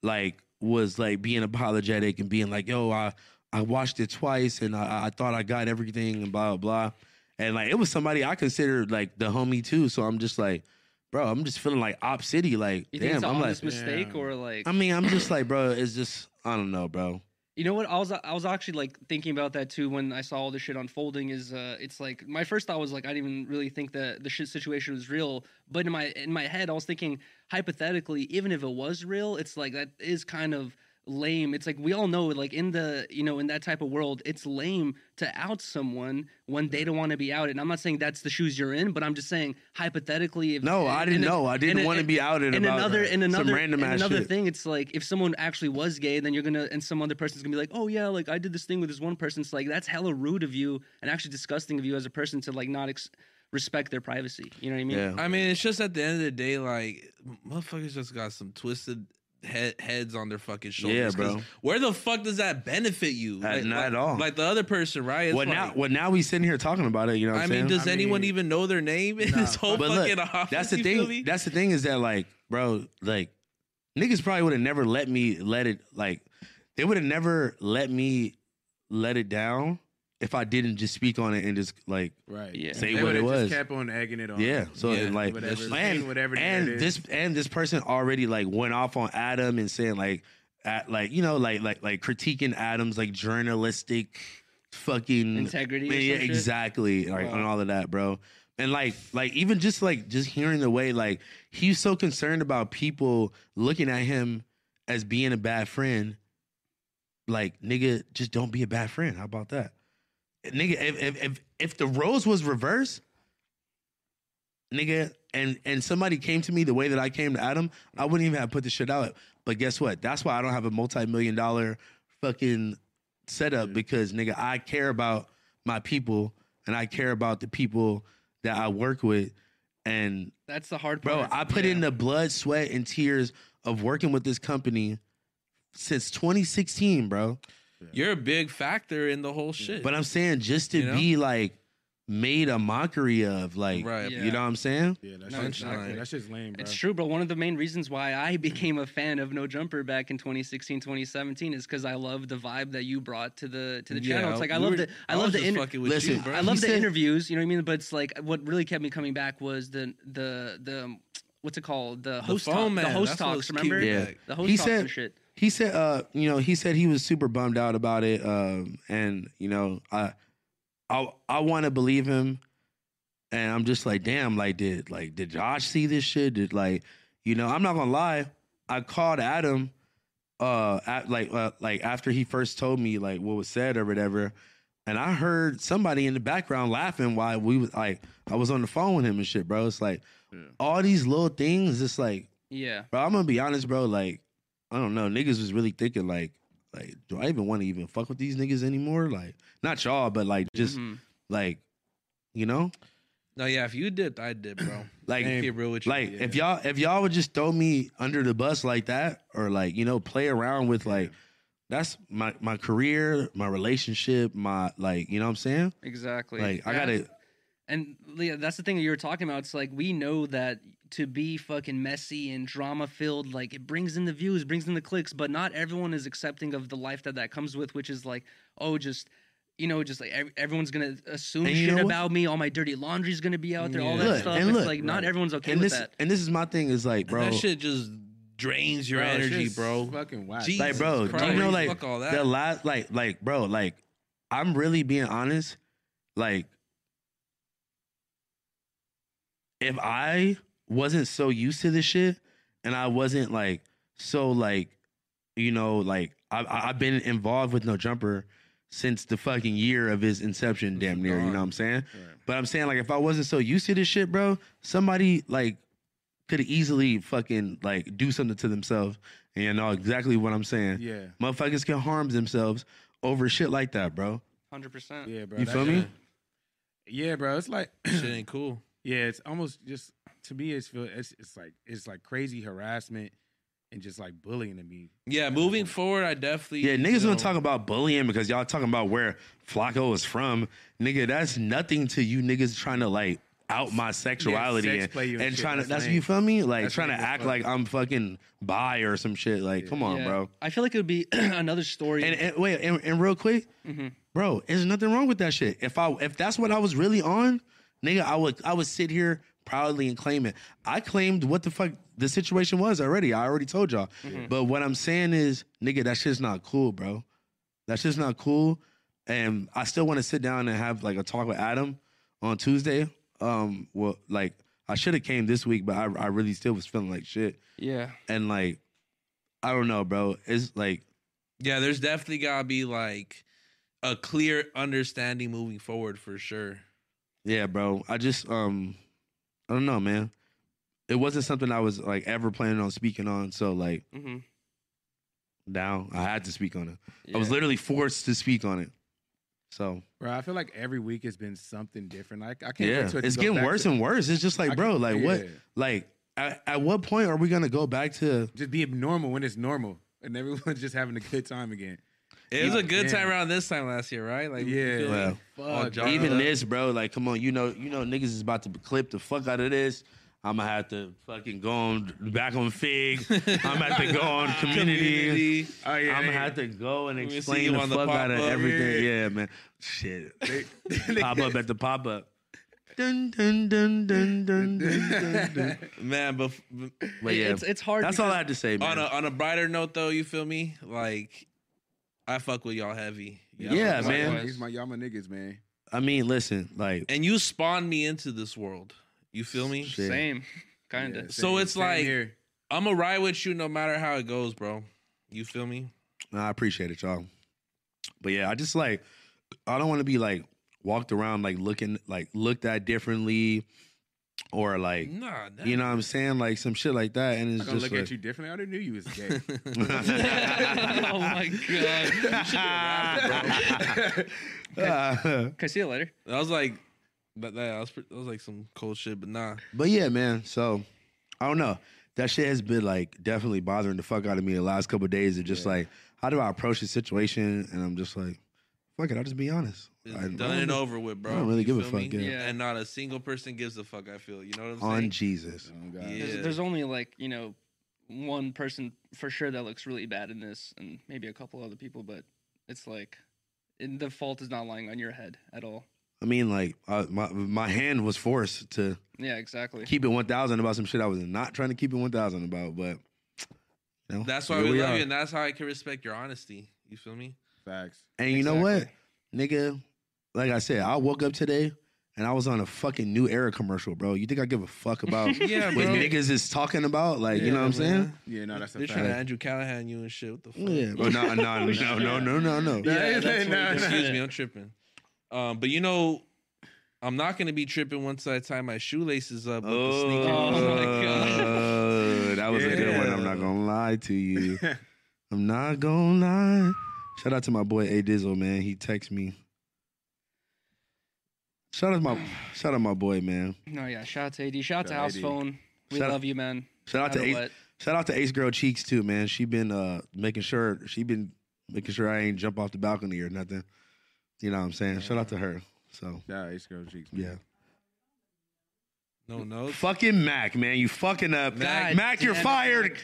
Speaker 1: like was like being apologetic and being like, "Yo, I I watched it twice and I I thought I got everything and blah blah." blah. And like it was somebody I considered like the homie too. So I'm just like, bro, I'm just feeling like op city. Like,
Speaker 2: you think
Speaker 1: damn,
Speaker 2: it's an
Speaker 1: I'm like,
Speaker 2: honest mistake
Speaker 3: Yeah.
Speaker 2: or like?
Speaker 1: I mean, I'm just like, bro, it's just I don't know, bro.
Speaker 2: You know what? I was I was actually like thinking about that too when I saw all this shit unfolding. Is uh, it's like my first thought was like I didn't even really think that the shit situation was real. But in my in my head, I was thinking hypothetically, even if it was real, it's like that is kind of lame. It's like we all know, like in the you know in that type of world, it's lame to out someone when they don't want to be out. And I'm not saying that's the shoes you're in, but I'm just saying hypothetically. If,
Speaker 1: No, I
Speaker 2: in-
Speaker 1: didn't
Speaker 2: in a-
Speaker 1: know. I
Speaker 2: in
Speaker 1: didn't
Speaker 2: a-
Speaker 1: want to be outed
Speaker 2: and
Speaker 1: about
Speaker 2: another and another
Speaker 1: some random
Speaker 2: and
Speaker 1: ass
Speaker 2: another
Speaker 1: shit.
Speaker 2: thing it's like if someone actually was gay then you're gonna and some other person's gonna be like oh yeah like i did this thing with this one person it's like that's hella rude of you and actually disgusting of you as a person to like not ex- respect their privacy you know what i mean
Speaker 1: Yeah.
Speaker 4: I mean, it's just at the end of the day, like motherfuckers just got some twisted he- heads on their fucking shoulders.
Speaker 1: Yeah,
Speaker 4: 'cause
Speaker 1: bro.
Speaker 4: Where the fuck does that benefit you?
Speaker 1: Uh,
Speaker 4: Like-
Speaker 1: not
Speaker 4: like-
Speaker 1: at all.
Speaker 4: Like the other person, right? It's
Speaker 1: Well now,
Speaker 4: like-
Speaker 1: well now we sitting here talking about it. You know what
Speaker 4: I
Speaker 1: I'm
Speaker 4: mean,
Speaker 1: saying?
Speaker 4: does
Speaker 3: I
Speaker 4: anyone
Speaker 3: mean,
Speaker 4: even know their name in this
Speaker 3: nah.
Speaker 4: whole
Speaker 1: But
Speaker 4: fucking
Speaker 1: look,
Speaker 4: office?
Speaker 1: that's the
Speaker 4: you feel
Speaker 1: thing.
Speaker 4: me?
Speaker 1: That's the thing is that like, bro, like niggas probably would have never let me let it like they would have never let me let it down if I didn't just speak on it and just like
Speaker 3: Right.
Speaker 2: Yeah.
Speaker 1: Say
Speaker 3: They
Speaker 1: what it
Speaker 3: would've
Speaker 1: was.
Speaker 3: Just kept on egging it on.
Speaker 1: yeah. So
Speaker 4: Yeah,
Speaker 1: and, like
Speaker 3: whatever.
Speaker 1: and,
Speaker 3: Saying whatever the
Speaker 1: and
Speaker 3: shit
Speaker 1: this
Speaker 3: is.
Speaker 1: and this person already like went off on Adam and saying like at, like you know like like like critiquing Adam's like journalistic fucking
Speaker 2: integrity or
Speaker 1: Mm. yeah,
Speaker 2: some shit.
Speaker 1: exactly. Like
Speaker 2: Wow.
Speaker 1: and all of that, bro. And like, like even just like just hearing the way like he's so concerned about people looking at him as being a bad friend. Like, nigga, just don't be a bad friend. How about that, nigga? If if if, if the roles was reversed, nigga, and and somebody came to me the way that I came to Adam, I wouldn't even have put the shit out. But guess what? That's why I don't have a multi million dollar fucking setup because nigga, I care about my people and I care about the people that I work with. And
Speaker 2: that's the hard
Speaker 1: bro,
Speaker 2: part
Speaker 1: I put
Speaker 2: Yeah.
Speaker 1: in the blood, sweat, and tears of working with this company since 2016, bro.
Speaker 4: You're a big factor in the whole shit.
Speaker 1: But I'm saying just to
Speaker 4: You know?
Speaker 1: be like made a mockery of, like,
Speaker 4: right.
Speaker 2: Yeah.
Speaker 1: you know what I'm saying?
Speaker 3: Yeah, that
Speaker 4: No,
Speaker 3: shit's
Speaker 4: it's
Speaker 3: not
Speaker 4: not.
Speaker 3: good. That shit's lame, bro.
Speaker 2: It's true, bro. One of the main reasons why I became a fan of No Jumper back in 2016, 2017 is because I love the vibe that you brought to the to the channel. It's like I
Speaker 4: we
Speaker 2: love
Speaker 4: were-
Speaker 2: the I,
Speaker 4: was
Speaker 2: love the
Speaker 4: just
Speaker 2: inter-
Speaker 4: fucking with
Speaker 1: Listen,
Speaker 4: you, bro.
Speaker 2: I love
Speaker 1: He
Speaker 2: the
Speaker 1: said-
Speaker 2: interviews, you know what I mean? But it's like what really kept me coming back was the the the what's it called? The host talk-
Speaker 4: phone
Speaker 2: the
Speaker 4: man,
Speaker 2: host
Speaker 4: that's what was
Speaker 2: talks,
Speaker 4: keeping
Speaker 2: remember?
Speaker 4: me
Speaker 1: Yeah.
Speaker 4: back.
Speaker 2: The host
Speaker 1: He
Speaker 2: talks
Speaker 1: said-
Speaker 2: and shit.
Speaker 1: He said, uh, you know, he said he was super bummed out about it. Um, and, you know, I I I wanna believe him. And I'm just like, damn, like did like did Josh see this shit? Did like, you know, I'm not gonna lie. I called Adam uh at, like uh, like after he first told me like what was said or whatever and i heard somebody in the background laughing while we was like i was on the phone with him and shit bro it's like all these little things it's like
Speaker 2: Yeah.
Speaker 1: bro i'm gonna be honest bro like i don't know niggas was really thinking like like do i even want to even fuck with these niggas anymore like not y'all but like just
Speaker 2: Mhm.
Speaker 1: like you know
Speaker 4: No, yeah. If you dipped, I did, bro.
Speaker 1: like
Speaker 4: Keep it real with you.
Speaker 1: like if y'all if y'all would just throw me under the bus like that, or like you know play around with like that's my my career, my relationship, my like you know what I'm saying.
Speaker 2: Exactly.
Speaker 1: Like I
Speaker 2: Yeah.
Speaker 1: gotta
Speaker 2: And Leah, that's the thing that you were talking about. It's like we know that to be fucking messy and drama filled, like it brings in the views, brings in the clicks, but not everyone is accepting of the life that that comes with, which is like, oh, just you know, just like ev- everyone's gonna assume
Speaker 1: And you
Speaker 2: shit
Speaker 1: know what?
Speaker 2: about me. All my dirty laundry's gonna be out there. All
Speaker 4: Yeah.
Speaker 2: that
Speaker 1: Look,
Speaker 2: stuff.
Speaker 1: and
Speaker 2: it's
Speaker 1: look,
Speaker 2: like not
Speaker 3: right.
Speaker 2: everyone's okay
Speaker 1: and
Speaker 2: with
Speaker 1: this
Speaker 2: that.
Speaker 1: and this is my thing is like bro.
Speaker 4: that shit just drains your
Speaker 3: Bro, that
Speaker 4: energy,
Speaker 3: shit's
Speaker 4: bro.
Speaker 3: Fucking whack.
Speaker 4: Jesus
Speaker 1: like bro, do you
Speaker 4: Christ,
Speaker 1: know like
Speaker 4: fuck all that.
Speaker 1: the last like like bro like I'm really being honest, like if I wasn't so used to this shit and I wasn't like so like you know like I, I I've been involved with no jumper since the fucking year of his inception, damn near. You know what I'm saying?
Speaker 3: Right.
Speaker 1: But I'm saying like if I wasn't so used to this shit, bro, somebody like could easily fucking like do something to themselves and you know exactly what I'm saying.
Speaker 3: Yeah,
Speaker 1: Motherfuckers can harm themselves over shit like that, bro.
Speaker 2: Hundred percent.
Speaker 3: yeah, bro.
Speaker 1: You
Speaker 3: that
Speaker 1: feel
Speaker 3: shit-
Speaker 1: me?
Speaker 3: Yeah, bro. It's like,
Speaker 4: shit ain't cool.
Speaker 3: yeah, it's almost just to me. It's feel. It's it's like it's like crazy harassment and just like bullying to me.
Speaker 4: Yeah, moving forward, I definitely
Speaker 1: Yeah, niggas
Speaker 4: you know,
Speaker 1: gonna talk about bullying because y'all talking about where Flacco is from. Nigga, that's nothing to you niggas trying to like out my sexuality
Speaker 3: sex
Speaker 1: and,
Speaker 3: play you
Speaker 1: and,
Speaker 3: and shit,
Speaker 1: trying to
Speaker 3: that's
Speaker 1: that's
Speaker 3: lame.
Speaker 1: you feel me? Like
Speaker 3: That's
Speaker 1: trying to
Speaker 3: lame as
Speaker 1: act
Speaker 3: fuck.
Speaker 1: like I'm fucking bi or some shit. Like, come on,
Speaker 2: Yeah.
Speaker 1: bro.
Speaker 2: I feel like it would be another story. Mm-hmm.
Speaker 1: And, and wait, and, and real quick, bro, there's nothing wrong with that shit. If I if that's what I was really on, nigga, I would I would sit here proudly and claim it. I claimed what the fuck the situation was already. I already told y'all. But what I'm saying is, nigga, that shit's not cool, bro. That shit's not cool. And I still want to sit down and have like a talk with Adam on Tuesday. Um, well, like I should have came this week, but I I really still was feeling like shit.
Speaker 2: yeah.
Speaker 1: And like, I don't know, bro. It's like
Speaker 4: Yeah, there's definitely gotta be like a clear understanding moving forward for sure.
Speaker 1: Yeah, bro. I just um I don't know, man. It wasn't something I was like ever planning on speaking on, so like
Speaker 2: Mm-hmm.
Speaker 1: now I had to speak on it. I was
Speaker 2: Yeah.
Speaker 1: literally forced to speak on it. So
Speaker 3: Bro, I feel like every week has been something different. Like I can't.
Speaker 1: yeah,
Speaker 3: wait till it
Speaker 1: it's
Speaker 3: goes
Speaker 1: getting
Speaker 3: back
Speaker 1: worse
Speaker 3: to-
Speaker 1: and worse. It's just
Speaker 3: I
Speaker 1: like, bro,
Speaker 3: can-
Speaker 1: like what,
Speaker 3: yeah.
Speaker 1: like at, at what point are we gonna go back to?
Speaker 3: Just be normal when it's normal, and everyone's just having a good time again.
Speaker 4: It was a good
Speaker 3: Yeah.
Speaker 4: time around this time last year, right? Like we
Speaker 3: Yeah.
Speaker 4: feel
Speaker 1: Well,
Speaker 4: like all
Speaker 3: Fuck,
Speaker 4: jarred
Speaker 1: Even
Speaker 4: up.
Speaker 1: this, bro. Like, come on, you know, you know, niggas is about to clip the fuck out of this. I'm gonna have to fucking go on back on Fig. I'm gonna have to go on community.
Speaker 4: community.
Speaker 3: Oh yeah,
Speaker 1: I'm
Speaker 3: they-
Speaker 1: gonna have to go and
Speaker 4: We'll see
Speaker 1: explain
Speaker 4: you
Speaker 1: the
Speaker 4: on the
Speaker 1: fuck out of
Speaker 4: pop-up.
Speaker 1: everything. Yeah, man. Shit.
Speaker 3: they-
Speaker 1: pop up at the pop up. Dun dun dun dun dun dun dun. dun.
Speaker 4: Man, but but
Speaker 1: But yeah,
Speaker 2: It's it's hard.
Speaker 1: that's all I had to say, man.
Speaker 4: on a on a brighter note though, you feel me? Like I fuck with y'all heavy. Y'all
Speaker 1: Yeah,
Speaker 4: fuck with
Speaker 1: man.
Speaker 4: us.
Speaker 3: He's my y'all my niggas, man.
Speaker 1: I mean, listen, like,
Speaker 4: And you spawned me into this world. You feel me?
Speaker 1: Shit.
Speaker 2: Same. Kinda.
Speaker 3: Yeah,
Speaker 4: So
Speaker 3: same-
Speaker 4: it's
Speaker 3: same
Speaker 4: like-
Speaker 3: here.
Speaker 4: I'ma ride with you no matter how it goes, bro. You feel me?
Speaker 1: I appreciate it, y'all. But yeah, I just like, I don't want to be like walked around like looking like looked at differently, or like,
Speaker 4: Nah,
Speaker 1: you know, what I'm saying like some shit like that, and
Speaker 3: I'm
Speaker 1: it's
Speaker 3: gonna
Speaker 1: just
Speaker 3: look
Speaker 1: like,
Speaker 3: at you differently. I already knew you was gay.
Speaker 2: oh my god.
Speaker 1: Uh,
Speaker 2: Okay, see you later.
Speaker 4: I was like, but that, that, was, pre- that was like some cold shit, but nah.
Speaker 1: But yeah, man. So I don't know. that shit has been like definitely bothering the fuck out of me the last couple of days. Of just like, how do I approach the situation? And I'm just like, fuck it, I'll just be honest.
Speaker 4: It's
Speaker 1: I- I
Speaker 4: done
Speaker 1: don't
Speaker 4: and
Speaker 1: know.
Speaker 4: over with, bro.
Speaker 1: I don't really
Speaker 4: You
Speaker 1: give a
Speaker 4: feel me?
Speaker 1: fuck, yeah.
Speaker 2: Yeah.
Speaker 4: And not a single person gives a fuck. I feel. You know what I'm
Speaker 1: On
Speaker 4: saying?
Speaker 1: Jesus.
Speaker 3: Oh, God.
Speaker 4: Yeah.
Speaker 2: There's, there's only like you know one person for sure that looks really bad in this, and maybe a couple other people, but it's like and the fault is not lying on your head at all.
Speaker 1: I mean, like, uh, my my hand was forced to
Speaker 2: Yeah, exactly.
Speaker 1: keep it one thousand about some shit I was not trying to keep it one thousand about, but. You know,
Speaker 4: that's why
Speaker 1: here
Speaker 4: we, love
Speaker 1: are.
Speaker 4: you, and that's how I can respect your honesty. You feel me?
Speaker 3: Facts.
Speaker 1: And you know what, nigga? Like I said, I woke up today and I was on a fucking new era commercial, bro. You think I give a fuck about
Speaker 4: Yeah,
Speaker 1: what
Speaker 4: bro.
Speaker 1: niggas is talking about? Like, you know what I'm saying?
Speaker 3: Yeah, no, that's a
Speaker 4: They're
Speaker 3: fact.
Speaker 4: trying to Andrew Callahan you and shit. What the fuck?
Speaker 1: Yeah. Oh, But no, no, no, no, no, no, no.
Speaker 3: Yeah,
Speaker 2: Yeah, that's
Speaker 3: nah,
Speaker 2: what it
Speaker 3: nah.
Speaker 2: is.
Speaker 4: Excuse me, I'm tripping. Um, but you know, I'm not gonna be tripping once I tie my shoelaces up. With the sneaker.
Speaker 2: Oh my
Speaker 1: God. That was a good one. I'm not gonna lie to you. I'm not gonna lie. Shout out to my boy A Dizzle, man. He texts me. Shout out my shout out my boy, man.
Speaker 2: No, yeah. Shout out to AD. Shout out to
Speaker 3: Shout out
Speaker 2: House
Speaker 3: AD.
Speaker 2: Phone. We
Speaker 1: Shout out-
Speaker 2: love you, man.
Speaker 1: Shout out to
Speaker 2: Matter
Speaker 1: Ace.
Speaker 2: what.
Speaker 1: Shout out to Ace Girl Cheeks too, man. She been uh making sure she been making sure I ain't jump off the balcony or nothing. You know what I'm saying? Shout out to her. So
Speaker 3: Shout out Ace Girl Cheeks. man.
Speaker 1: yeah.
Speaker 4: No, no.
Speaker 1: Fucking Mac, man. You fucking up.
Speaker 2: God
Speaker 1: Mac, you're
Speaker 2: damn it,
Speaker 1: fired.
Speaker 2: Mac.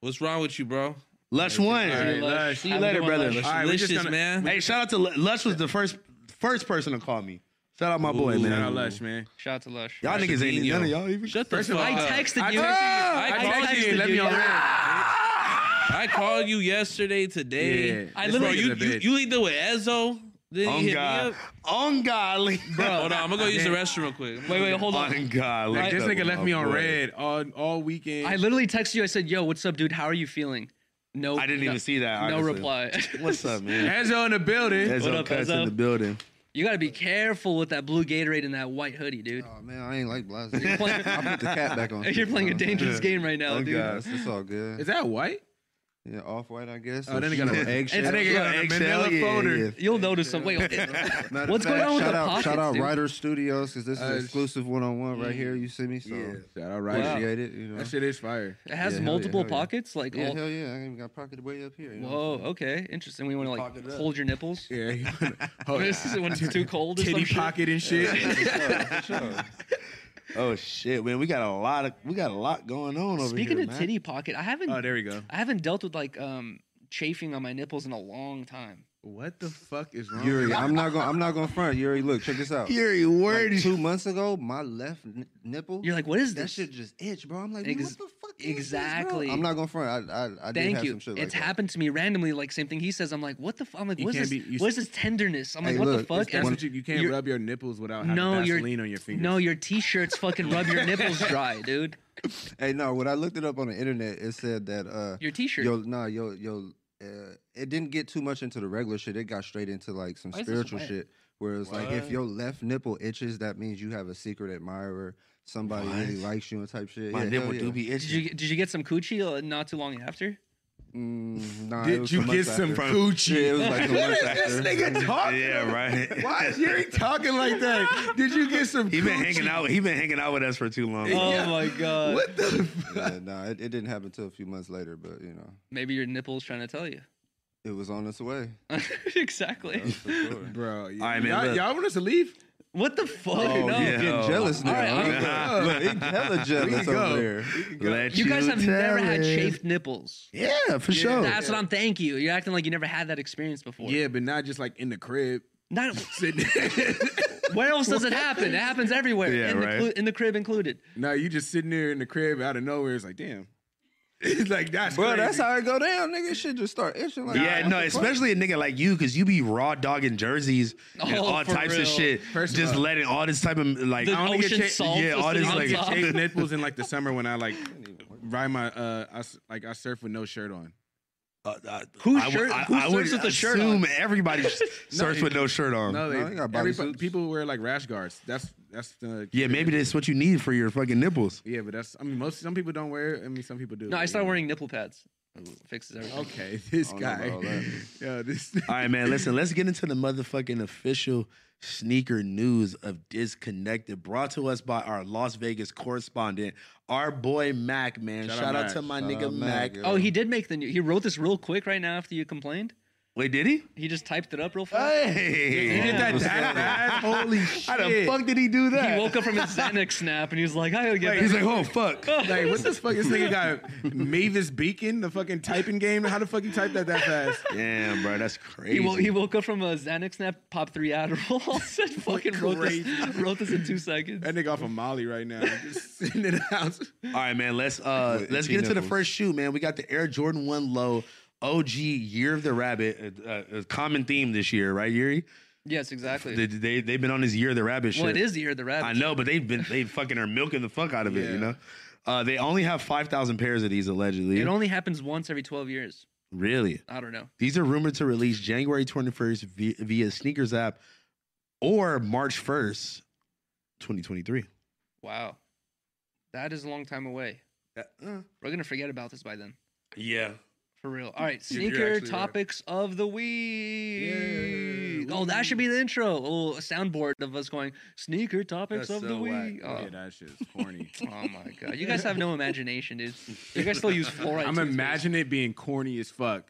Speaker 4: What's wrong with you, bro?
Speaker 1: Lush one.
Speaker 3: All right,
Speaker 2: Lush.
Speaker 3: Lush.
Speaker 2: See
Speaker 1: you
Speaker 2: Have a
Speaker 1: later,
Speaker 2: good one,
Speaker 1: brother.
Speaker 2: Lush.
Speaker 3: All right, we're just
Speaker 4: Delicious,
Speaker 3: gonna-
Speaker 4: man.
Speaker 1: Hey, shout out to Lu- Lush was the first first person to call me. Shout out my boy,
Speaker 4: Ooh,
Speaker 1: man.
Speaker 3: Shout out Lush, man.
Speaker 2: Shout out to Lush.
Speaker 1: Y'all
Speaker 4: Lush
Speaker 1: niggas ain't
Speaker 4: Trevino.
Speaker 1: none of y'all even.
Speaker 4: Shut the
Speaker 3: First
Speaker 4: fuck
Speaker 3: of all,
Speaker 4: up.
Speaker 2: I texted you.
Speaker 3: Ah,
Speaker 4: I
Speaker 3: I
Speaker 4: texted
Speaker 3: texted
Speaker 4: you.
Speaker 3: you. Let me on
Speaker 4: I called you yesterday, today.
Speaker 3: Yeah.
Speaker 2: I
Speaker 4: Bro,
Speaker 2: literally-
Speaker 4: you, you, you either with Ezzo, then you
Speaker 1: On
Speaker 4: hit
Speaker 1: Oh God.
Speaker 4: me up.
Speaker 1: Ungodly.
Speaker 4: Hold on, I'm gonna go use the restroom real quick.
Speaker 2: Wait, wait, hold on.
Speaker 1: Ungodly.
Speaker 3: Like, this
Speaker 1: Shut
Speaker 3: nigga
Speaker 1: up,
Speaker 3: left
Speaker 1: my
Speaker 3: me on
Speaker 1: boy.
Speaker 3: red all all weekend.
Speaker 2: I literally texted you. I said, "Yo, what's up, dude? How are you feeling?" No,
Speaker 1: I didn't
Speaker 2: no-
Speaker 1: even see that.
Speaker 2: No
Speaker 1: honestly.
Speaker 2: reply.
Speaker 1: What's up, man?
Speaker 3: Ezzo in the building.
Speaker 1: That's
Speaker 2: What
Speaker 1: all
Speaker 2: up,
Speaker 1: cuts in
Speaker 2: Ezzo?
Speaker 1: the building.
Speaker 2: You gotta be careful with that blue Gatorade and that white hoodie, dude.
Speaker 5: Oh man, I ain't like Blase.
Speaker 2: You're
Speaker 5: I put
Speaker 2: playing-
Speaker 5: the cat back on.
Speaker 2: You're playing a dangerous game right now,
Speaker 1: Oh,
Speaker 2: dude.
Speaker 1: God.
Speaker 5: Yes, it's all good.
Speaker 3: Is that white?
Speaker 5: Yeah, off white, I guess.
Speaker 2: Uh,
Speaker 3: Oh, then they got a-
Speaker 5: eggshell.
Speaker 2: That nigga
Speaker 3: got a manila folder.
Speaker 2: You'll notice some. Wait,
Speaker 5: Matter of
Speaker 2: what's going
Speaker 5: fact,
Speaker 2: on with
Speaker 5: shout
Speaker 2: the
Speaker 5: out,
Speaker 2: pockets,
Speaker 5: Shout out
Speaker 2: dude?
Speaker 5: Ryder Studios because this is
Speaker 3: Uh,
Speaker 5: exclusive one on one right
Speaker 2: Mm.
Speaker 5: here. You see me? So
Speaker 1: Yeah.
Speaker 3: Shout out
Speaker 2: Wow.
Speaker 3: right.
Speaker 5: appreciate it. You know.
Speaker 3: That shit is fire.
Speaker 2: it has
Speaker 5: Yeah, hell yeah,
Speaker 2: multiple
Speaker 5: hell yeah.
Speaker 2: pockets, like
Speaker 5: yeah,
Speaker 2: all.
Speaker 5: hell yeah. I even got pocketed way up here. You know?
Speaker 2: Whoa, okay, interesting. We want to
Speaker 1: Pocket
Speaker 2: like
Speaker 1: it up.
Speaker 2: hold your nipples.
Speaker 3: Yeah.
Speaker 2: This is when it's too cold. Or
Speaker 3: Oh, Titty
Speaker 2: some shit.
Speaker 3: pocket and shit.
Speaker 1: Oh shit, man! We got a lot of we got a lot going on over
Speaker 2: Speaking
Speaker 1: here.
Speaker 2: of
Speaker 1: man.
Speaker 2: titty pocket, I haven't
Speaker 3: Oh, there we go.
Speaker 2: I haven't dealt with like um chafing on my nipples in a long time.
Speaker 3: What the fuck is wrong?
Speaker 5: Yuri, I'm not going. I'm not going to front. Yuri, look, check this out.
Speaker 1: Yuri, word.
Speaker 5: Like two months ago, my left n- nipple.
Speaker 2: You're like, what is
Speaker 5: that
Speaker 2: this?
Speaker 5: shit just itch, bro. I'm like,
Speaker 2: Ex-
Speaker 5: what the fuck? is this, bro?"
Speaker 2: exactly.
Speaker 5: I'm not going to front. I, I, I did
Speaker 2: Thank
Speaker 5: have
Speaker 2: you.
Speaker 5: some shit like
Speaker 2: it's
Speaker 5: that.
Speaker 2: happened to me randomly, like same thing he says. I'm like, what the? F-? I'm like,
Speaker 3: You
Speaker 2: what is
Speaker 3: can't
Speaker 2: this?
Speaker 3: be- you
Speaker 2: what is this tenderness? I'm like,
Speaker 5: Hey,
Speaker 2: what the
Speaker 5: look,
Speaker 2: fuck?
Speaker 5: it's-
Speaker 3: That's
Speaker 2: And-
Speaker 3: what you, you can't
Speaker 2: You're-
Speaker 3: rub your nipples without having
Speaker 2: No, you're-
Speaker 3: Vaseline on your fingers.
Speaker 2: no, your t-shirts fucking rub your nipples dry, dude.
Speaker 5: Hey, no, when I looked it up on the internet, it said that uh
Speaker 2: Your t-shirt.
Speaker 5: yo nah yo yo uh, it didn't get too much into the regular shit. It got straight into like some
Speaker 2: Why is this
Speaker 5: spiritual
Speaker 2: wet?
Speaker 5: shit. Where it's like if your left nipple itches, that means you have a secret admirer. Somebody really
Speaker 1: What?
Speaker 5: likes you and type shit.
Speaker 1: My
Speaker 5: yeah,
Speaker 1: nipple
Speaker 5: hell yeah.
Speaker 1: do be
Speaker 2: did
Speaker 1: itching.
Speaker 2: you did you get some coochie uh, not too long after?
Speaker 5: Mm, nah, it
Speaker 3: Did
Speaker 5: was
Speaker 3: you
Speaker 5: some
Speaker 3: get
Speaker 5: months
Speaker 3: some
Speaker 5: after.
Speaker 3: coochie?
Speaker 5: Yeah, it was like some
Speaker 3: what is
Speaker 5: months
Speaker 3: this
Speaker 5: after.
Speaker 3: nigga talking?
Speaker 1: yeah, right.
Speaker 3: Why is Yuri talking like that? Did you get some?
Speaker 1: He been
Speaker 3: coochie?
Speaker 1: hanging out. He been hanging out with us for too long.
Speaker 2: Oh
Speaker 3: Yeah.
Speaker 2: my god.
Speaker 3: What the? Fuck?
Speaker 5: yeah, nah, it, it didn't happen until a few months later, but you know,
Speaker 2: Maybe your nipples trying to tell you.
Speaker 5: it was on its way.
Speaker 2: exactly.
Speaker 5: That's for sure.
Speaker 3: Bro, yeah.
Speaker 1: right, man,
Speaker 3: y'all,
Speaker 1: look.
Speaker 3: y'all want us to leave?
Speaker 2: What the fuck?
Speaker 5: Oh,
Speaker 2: no.
Speaker 5: you
Speaker 1: yeah.
Speaker 5: getting
Speaker 1: Oh.
Speaker 5: jealous now.
Speaker 2: All right,
Speaker 5: huh?
Speaker 1: I'm-
Speaker 5: Look, he hella jealous
Speaker 3: go.
Speaker 5: over there.
Speaker 1: Let
Speaker 2: You guys have never
Speaker 1: tell
Speaker 2: had
Speaker 1: it.
Speaker 2: chafed nipples.
Speaker 1: Yeah, for sure.
Speaker 5: Oh,
Speaker 2: That's what I'm. Thank you. You're acting like you never had that experience before.
Speaker 3: Yeah, but not just like in the crib.
Speaker 2: Not,
Speaker 3: Sitting there.
Speaker 2: where else does it happen? It happens everywhere.
Speaker 1: Yeah,
Speaker 2: in, the
Speaker 1: right.
Speaker 2: clu- in the crib included.
Speaker 3: no, you just sitting there in the crib out of nowhere. It's like, damn. It's like that's
Speaker 5: Bro, that's
Speaker 3: crazy.
Speaker 5: how it go down, nigga. Shit just start itching. Like,
Speaker 1: yeah, no, especially a nigga like you, because you be raw dogging jerseys and
Speaker 2: Oh,
Speaker 1: all
Speaker 2: for
Speaker 1: types
Speaker 2: real.
Speaker 1: of shit.
Speaker 3: First of
Speaker 1: just
Speaker 3: all-
Speaker 1: letting all this type of like
Speaker 2: The
Speaker 3: I only get
Speaker 2: ocean
Speaker 3: cha-
Speaker 2: salt.
Speaker 1: yeah,
Speaker 2: was
Speaker 1: all
Speaker 2: sitting
Speaker 1: this,
Speaker 2: on
Speaker 1: like,
Speaker 2: top.
Speaker 3: chafed nipples in like the summer when I like ride my uh I s like I surf with no shirt on.
Speaker 1: Uh, uh,
Speaker 2: Who
Speaker 1: I would-
Speaker 2: shirt-
Speaker 1: I-
Speaker 2: who
Speaker 1: I would
Speaker 2: surfs with a shirt
Speaker 1: assume everybody surfs
Speaker 3: it-
Speaker 1: with no shirt on.
Speaker 3: No,
Speaker 5: No,
Speaker 3: they,
Speaker 5: they got
Speaker 3: every-
Speaker 5: bodysuits.
Speaker 3: people wear like rash guards. That's that's the
Speaker 1: yeah, maybe that's what you need for your fucking nipples.
Speaker 3: yeah, but that's I mean most some people don't wear. it. I mean some people do.
Speaker 2: No, I
Speaker 3: but,
Speaker 2: started
Speaker 3: yeah.
Speaker 2: wearing nipple pads. It fixes everything.
Speaker 3: Okay, this
Speaker 5: I don't know
Speaker 3: guy.
Speaker 5: about all that.
Speaker 3: Yo, this.
Speaker 1: All right, man. Listen, let's get into the motherfucking official sneaker news of Disconnected, brought to us by our Las Vegas correspondent, our boy Mac, man. Shout,
Speaker 3: Shout out
Speaker 1: out,
Speaker 3: Mac.
Speaker 1: to my
Speaker 5: Shout
Speaker 1: nigga
Speaker 5: out
Speaker 1: Mac.
Speaker 5: Mac,
Speaker 2: Oh, he did make the new. He wrote this real quick right now after you complained.
Speaker 1: Wait, did he?
Speaker 2: He just typed it up real fast.
Speaker 1: Hey,
Speaker 2: He did
Speaker 3: that
Speaker 1: What's
Speaker 3: that
Speaker 1: up?
Speaker 3: fast? Holy
Speaker 1: How the
Speaker 3: shit.
Speaker 1: fuck did he do that?
Speaker 2: He woke up from his Xanax snap and he was like, I gotta get
Speaker 1: He's
Speaker 2: back.
Speaker 1: like, oh fuck.
Speaker 3: Like, what the fuck? This nigga got Mavis Beacon, the fucking typing game. How the fuck you type that that fast?
Speaker 1: Damn, bro, that's
Speaker 2: He,
Speaker 1: crazy.
Speaker 2: wo- he woke up from a Xanax snap, pop three Adderall, said fucking wrote this,
Speaker 3: Crazy.
Speaker 2: wrote this in two seconds.
Speaker 3: That nigga off of Molly right now. Just sitting in the house.
Speaker 1: All right, man. Let's uh
Speaker 5: With
Speaker 1: let's
Speaker 5: itchy
Speaker 1: get into the
Speaker 5: nipples.
Speaker 1: first shoe, man. We got the Air Jordan One Low. OG Year of the Rabbit, uh, a, a common theme this year, right, Yuri?
Speaker 2: Yes, exactly.
Speaker 1: They, they they've been on this Year of the Rabbit shit.
Speaker 2: well, it is the year of the rabbit.
Speaker 1: I know, but they've been they fucking are milking the fuck out of it, you
Speaker 3: Yeah.
Speaker 1: know. Uh, they only have five thousand pairs of these allegedly.
Speaker 2: It only happens once every 12 years.
Speaker 1: really,
Speaker 2: I don't know.
Speaker 1: these are rumored to release January twenty first via, via sneakers app or March first, twenty twenty three.
Speaker 2: Wow. That is a long time away. We're going to forget about this by then.
Speaker 4: Yeah.
Speaker 2: For real. All right.
Speaker 4: You're- you're
Speaker 2: Sneaker
Speaker 4: actually right.
Speaker 2: topics of the week. Oh, that should be the intro. Oh, a soundboard of us going, sneaker topics
Speaker 4: That's
Speaker 2: of the
Speaker 4: so
Speaker 2: week.
Speaker 4: whack.
Speaker 2: Oh.
Speaker 3: Yeah, that shit's corny.
Speaker 2: Oh my god, you guys have no imagination, dude. You guys still use fluoride.
Speaker 3: I'm
Speaker 2: toothpaste.
Speaker 3: imagining it being corny as fuck.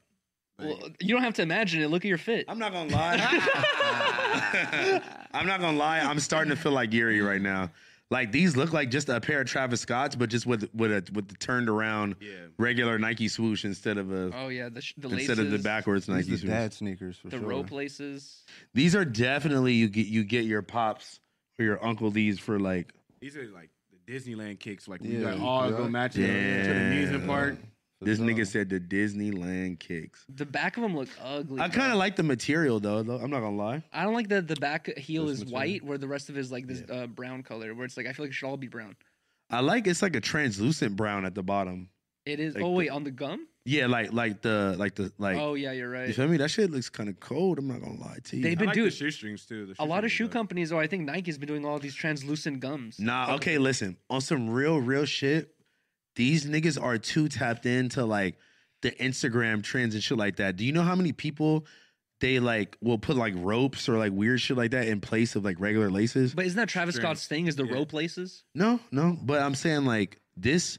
Speaker 2: Well, you don't have to imagine it. Look at your fit.
Speaker 1: I'm not gonna lie. I'm not gonna lie. I'm starting to feel like Yuri right now. Like these look like just a pair of Travis Scotts, but just with with a with the turned around
Speaker 3: Yeah.
Speaker 1: regular Nike swoosh instead of a
Speaker 2: Oh yeah, the sh- the
Speaker 1: instead of the
Speaker 2: laces,
Speaker 1: backwards
Speaker 5: These
Speaker 1: Nike
Speaker 5: the
Speaker 1: swoosh.
Speaker 5: dad sneakers for
Speaker 2: the
Speaker 5: sure.
Speaker 2: rope laces.
Speaker 1: These are definitely you get you get your pops or your uncle these for like
Speaker 3: These are like the Disneyland kicks. Like we
Speaker 5: Yeah.
Speaker 3: got all
Speaker 5: Yeah.
Speaker 3: go matching to the amusement
Speaker 1: Yeah.
Speaker 3: park.
Speaker 5: For
Speaker 1: this
Speaker 5: sure.
Speaker 1: nigga said the Disneyland kicks.
Speaker 2: The back of them look ugly.
Speaker 1: I
Speaker 2: bro.
Speaker 1: kind of like the material though, though. I'm not gonna lie.
Speaker 2: I don't like that the back heel
Speaker 5: This
Speaker 2: is
Speaker 5: material.
Speaker 2: white, where the rest of it is like this uh, brown color, where it's like I feel like it should all be brown.
Speaker 1: I like it's like a translucent brown at the bottom.
Speaker 2: It is.
Speaker 1: Like
Speaker 2: oh
Speaker 1: the-
Speaker 2: wait, on the gum.
Speaker 1: Yeah, like like the like the like.
Speaker 2: oh yeah, you're
Speaker 1: You
Speaker 2: right.
Speaker 1: feel me? That shit looks kind of cold. I'm not gonna lie to you.
Speaker 2: They've
Speaker 3: I
Speaker 2: been
Speaker 3: like
Speaker 2: doing
Speaker 3: the shoestrings too. The
Speaker 2: a lot of shoe
Speaker 3: shoestrings are dope.
Speaker 2: companies, or I think Nike's been doing all these translucent gums.
Speaker 1: Nah, okay, listen. On some real, real shit, these niggas are too tapped into like the Instagram trends and shit like that. Do you know how many people they like will put like ropes or like weird shit like that in place of like regular laces?
Speaker 2: But isn't that Travis
Speaker 3: Strange.
Speaker 2: Scott's thing? Is the
Speaker 3: Yeah.
Speaker 2: rope laces?
Speaker 1: No, no. But I'm saying like this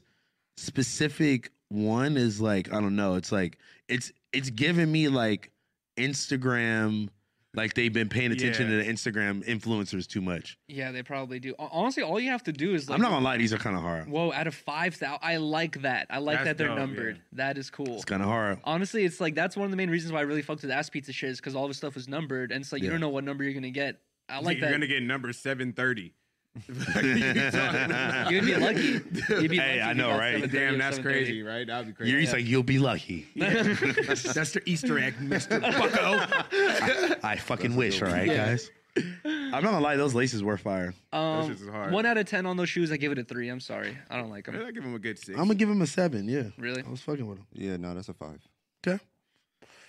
Speaker 1: specific one is like, I don't know, it's like it's it's giving me like Instagram, like they've been paying attention
Speaker 3: Yeah.
Speaker 1: to the Instagram influencers too much.
Speaker 2: Yeah, they probably do. Hon- Honestly, all you have to do is like
Speaker 1: I'm not gonna lie, these are kind of hard.
Speaker 2: Whoa, out of 5,000. I like that. I like
Speaker 3: That's
Speaker 2: that they're
Speaker 3: dope,
Speaker 2: numbered.
Speaker 3: yeah.
Speaker 2: That is cool.
Speaker 1: It's kind of hard.
Speaker 2: Honestly, it's like that's one of the main reasons why I really fucked with Ass Pizza shit is because all the stuff was numbered. And it's like, you
Speaker 1: Yeah.
Speaker 2: don't know what number you're going to get. I like
Speaker 3: You're
Speaker 2: that.
Speaker 3: gonna get number seven thirty.
Speaker 2: You'd be lucky. You'd be
Speaker 1: Hey,
Speaker 2: lucky
Speaker 1: I
Speaker 2: if
Speaker 1: know,
Speaker 2: you got
Speaker 1: right?
Speaker 2: 730 or
Speaker 3: Damn, that's
Speaker 2: 730.
Speaker 3: crazy, right? That'd be crazy.
Speaker 1: Yuri's like, you'll be lucky.
Speaker 3: That's the Easter egg, Mister Bucko.
Speaker 1: I fucking wish, all right, guys. I'm not gonna lie, those laces were fire.
Speaker 2: Um,
Speaker 3: shit's hard.
Speaker 2: One out of 10 on those shoes. I give it a three. I'm sorry. I don't like them.
Speaker 3: I give him a good six.
Speaker 1: I'm gonna give him a seven, yeah.
Speaker 2: Really?
Speaker 1: I was fucking with him.
Speaker 5: Yeah, no, that's a five.
Speaker 1: Okay.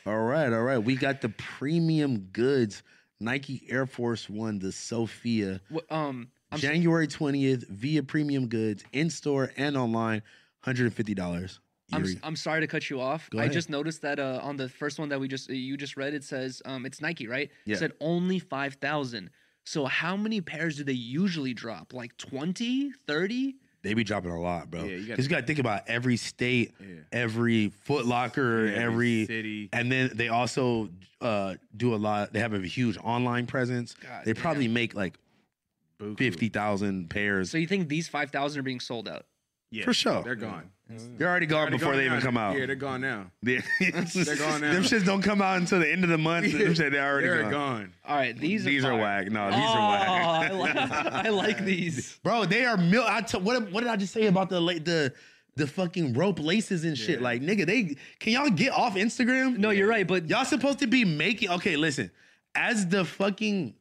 Speaker 1: All right, all right. We got the premium goods Nike Air Force One, the Sophia,
Speaker 2: Wh- Um, I'm,
Speaker 1: January 20th via premium goods in store and online, $150.
Speaker 2: I'm,
Speaker 1: Yuri.
Speaker 2: I'm sorry to cut you off.
Speaker 1: Go
Speaker 2: I
Speaker 1: ahead.
Speaker 2: just noticed that uh, on the first one that we just you just read, it says um, it's Nike, right?
Speaker 1: Yeah.
Speaker 2: It said only 5,000. So how many pairs do they usually drop? Like 20, 30?
Speaker 1: they be dropping a lot, bro.
Speaker 3: Yeah, you got-
Speaker 1: Because you got to think about every state,
Speaker 3: Yeah.
Speaker 1: every Foot Locker, every
Speaker 3: city.
Speaker 1: and then they also uh, do a lot. They have a huge online presence.
Speaker 2: God
Speaker 1: they
Speaker 2: damn.
Speaker 1: probably make like
Speaker 3: Buku.
Speaker 1: fifty thousand pairs.
Speaker 2: So you think these 5,000 are being sold out?
Speaker 3: Yeah,
Speaker 1: for sure.
Speaker 3: They're gone.
Speaker 1: they're already gone
Speaker 3: Already
Speaker 1: before
Speaker 3: gone
Speaker 1: they even
Speaker 3: now.
Speaker 1: come out.
Speaker 3: Yeah, they're gone now.
Speaker 1: they're,
Speaker 3: gone now.
Speaker 1: Them shits don't come out until the end of the month. Them shit, they're already
Speaker 3: They're
Speaker 1: gone.
Speaker 3: gone.
Speaker 2: All right, these
Speaker 1: These are
Speaker 2: fire.
Speaker 1: whack. No,
Speaker 2: oh,
Speaker 1: these are whack.
Speaker 2: I, like, I like these.
Speaker 1: Bro, they are mil. I t- what what did I just say about the la- the the fucking rope laces and shit? Like nigga, they can y'all get off Instagram?
Speaker 2: No, you're right, but
Speaker 1: Y'all supposed to be making okay, listen, as the fucking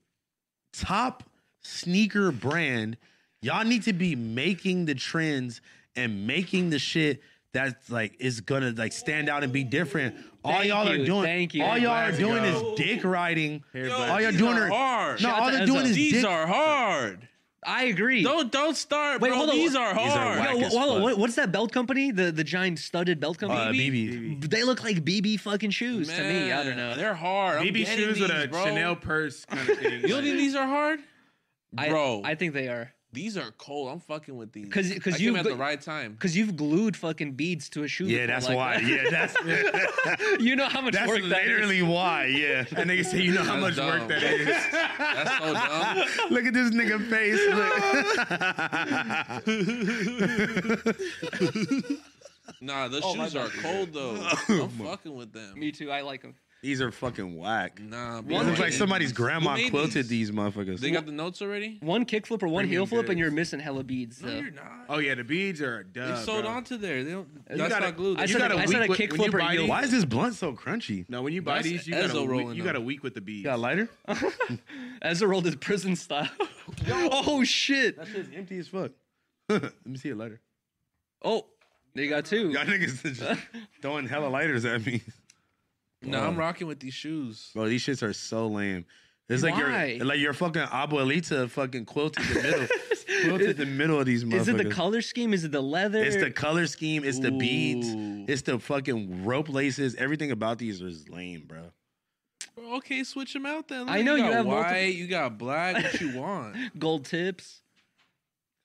Speaker 1: top sneaker brand, y'all need to be making the trends and making the shit that's like is gonna like stand out and be different. All
Speaker 2: Thank
Speaker 1: y'all
Speaker 2: you,
Speaker 1: are doing
Speaker 2: thank you.
Speaker 1: all y'all are
Speaker 3: Let's
Speaker 1: doing
Speaker 3: go.
Speaker 1: is dick riding.
Speaker 3: Hair
Speaker 1: all
Speaker 3: black.
Speaker 1: y'all
Speaker 4: these
Speaker 1: doing
Speaker 4: are
Speaker 1: are
Speaker 4: hard.
Speaker 1: No,
Speaker 2: Shout out
Speaker 1: all
Speaker 2: to
Speaker 1: they're doing
Speaker 2: Ezzo.
Speaker 1: is
Speaker 4: These
Speaker 1: dick.
Speaker 4: are hard.
Speaker 2: I agree.
Speaker 4: Don't don't start,
Speaker 2: Wait,
Speaker 4: bro.
Speaker 2: hold on.
Speaker 4: These are
Speaker 1: These are
Speaker 4: hard.
Speaker 1: whack
Speaker 2: Yo,
Speaker 1: as
Speaker 2: wh- hold on,
Speaker 1: fuck.
Speaker 2: what- what's that belt company? The the giant studded belt company?
Speaker 1: Uh, BB.
Speaker 2: They look like BB fucking shoes to me. I don't
Speaker 4: Man,
Speaker 2: know.
Speaker 4: They're hard. I'm
Speaker 3: BB
Speaker 4: getting
Speaker 3: shoes with
Speaker 4: these,
Speaker 3: a
Speaker 4: bro.
Speaker 3: Chanel purse kind of
Speaker 4: You
Speaker 3: thing.
Speaker 4: don't
Speaker 3: like-
Speaker 4: think these are hard,
Speaker 2: I-
Speaker 4: bro?
Speaker 2: I think they are
Speaker 4: these are cold. I'm fucking with these.
Speaker 2: 'Cause- 'cause
Speaker 4: I
Speaker 2: you've
Speaker 4: came at
Speaker 2: got-
Speaker 4: the right time.
Speaker 2: because you've glued fucking beads to a shoe.
Speaker 1: Yeah,
Speaker 2: before
Speaker 1: that's
Speaker 2: like
Speaker 1: why.
Speaker 2: that.
Speaker 1: Yeah, that's
Speaker 2: you know how much
Speaker 1: that's
Speaker 2: work that is.
Speaker 1: literally why. Yeah.
Speaker 3: That nigga say, you know how much
Speaker 4: That's
Speaker 3: work
Speaker 4: dumb.
Speaker 3: that is.
Speaker 4: That's so dumb.
Speaker 1: Look at this nigga face. Look.
Speaker 4: Nah, those
Speaker 2: Oh, my
Speaker 4: shoes are
Speaker 2: bad.
Speaker 4: cold though. I'm fucking with them.
Speaker 2: Me too. I like them.
Speaker 1: these are fucking whack.
Speaker 4: Nah, bro.
Speaker 2: One
Speaker 1: Looks like
Speaker 2: thing-
Speaker 1: somebody's grandma
Speaker 4: Who made
Speaker 1: quilted these motherfuckers.
Speaker 4: They got the notes already.
Speaker 2: One kickflip or one
Speaker 3: Premium
Speaker 2: heel flip, and
Speaker 3: goods.
Speaker 2: you're missing hella beads.
Speaker 4: No,
Speaker 2: though.
Speaker 4: you're not.
Speaker 3: Oh yeah, the beads are a
Speaker 4: They
Speaker 3: dub.
Speaker 4: sold
Speaker 3: bro.
Speaker 4: onto there. They don't. That's
Speaker 3: gotta-
Speaker 4: not glued.
Speaker 2: I
Speaker 4: They
Speaker 2: said,
Speaker 4: got
Speaker 3: gotta
Speaker 2: a, I said
Speaker 3: weak
Speaker 2: a
Speaker 3: with- when you
Speaker 2: kickflip or
Speaker 3: buy
Speaker 2: heel.
Speaker 3: these-
Speaker 1: Why is this blunt so crunchy?
Speaker 3: No, when you buy
Speaker 4: That's
Speaker 3: these, you got
Speaker 4: Ezzo
Speaker 3: a week,
Speaker 4: rolling
Speaker 3: you
Speaker 4: them.
Speaker 3: got a week with the beads.
Speaker 1: You got a lighter?
Speaker 2: Ezra rolled his prison style. oh shit!
Speaker 1: That shit's empty as fuck. Let me see a lighter.
Speaker 2: Oh, they got two.
Speaker 1: Y'all niggas is just throwing hella lighters at me.
Speaker 4: no, I'm rocking with these shoes.
Speaker 1: Bro, these shits are so lame. It's like
Speaker 2: Why?
Speaker 1: your like your fucking abuelita fucking quilted the middle, quilted the middle of these motherfuckers.
Speaker 2: Is it the color scheme? Is it the leather?
Speaker 1: It's the color scheme. It's the beads.
Speaker 4: Ooh.
Speaker 1: It's the fucking rope laces. Everything about these is lame, bro.
Speaker 4: Bro, okay, switch them out then.
Speaker 2: I know you
Speaker 4: got
Speaker 2: have
Speaker 4: white,
Speaker 2: multiple-
Speaker 4: you got black. What you want?
Speaker 2: gold tips.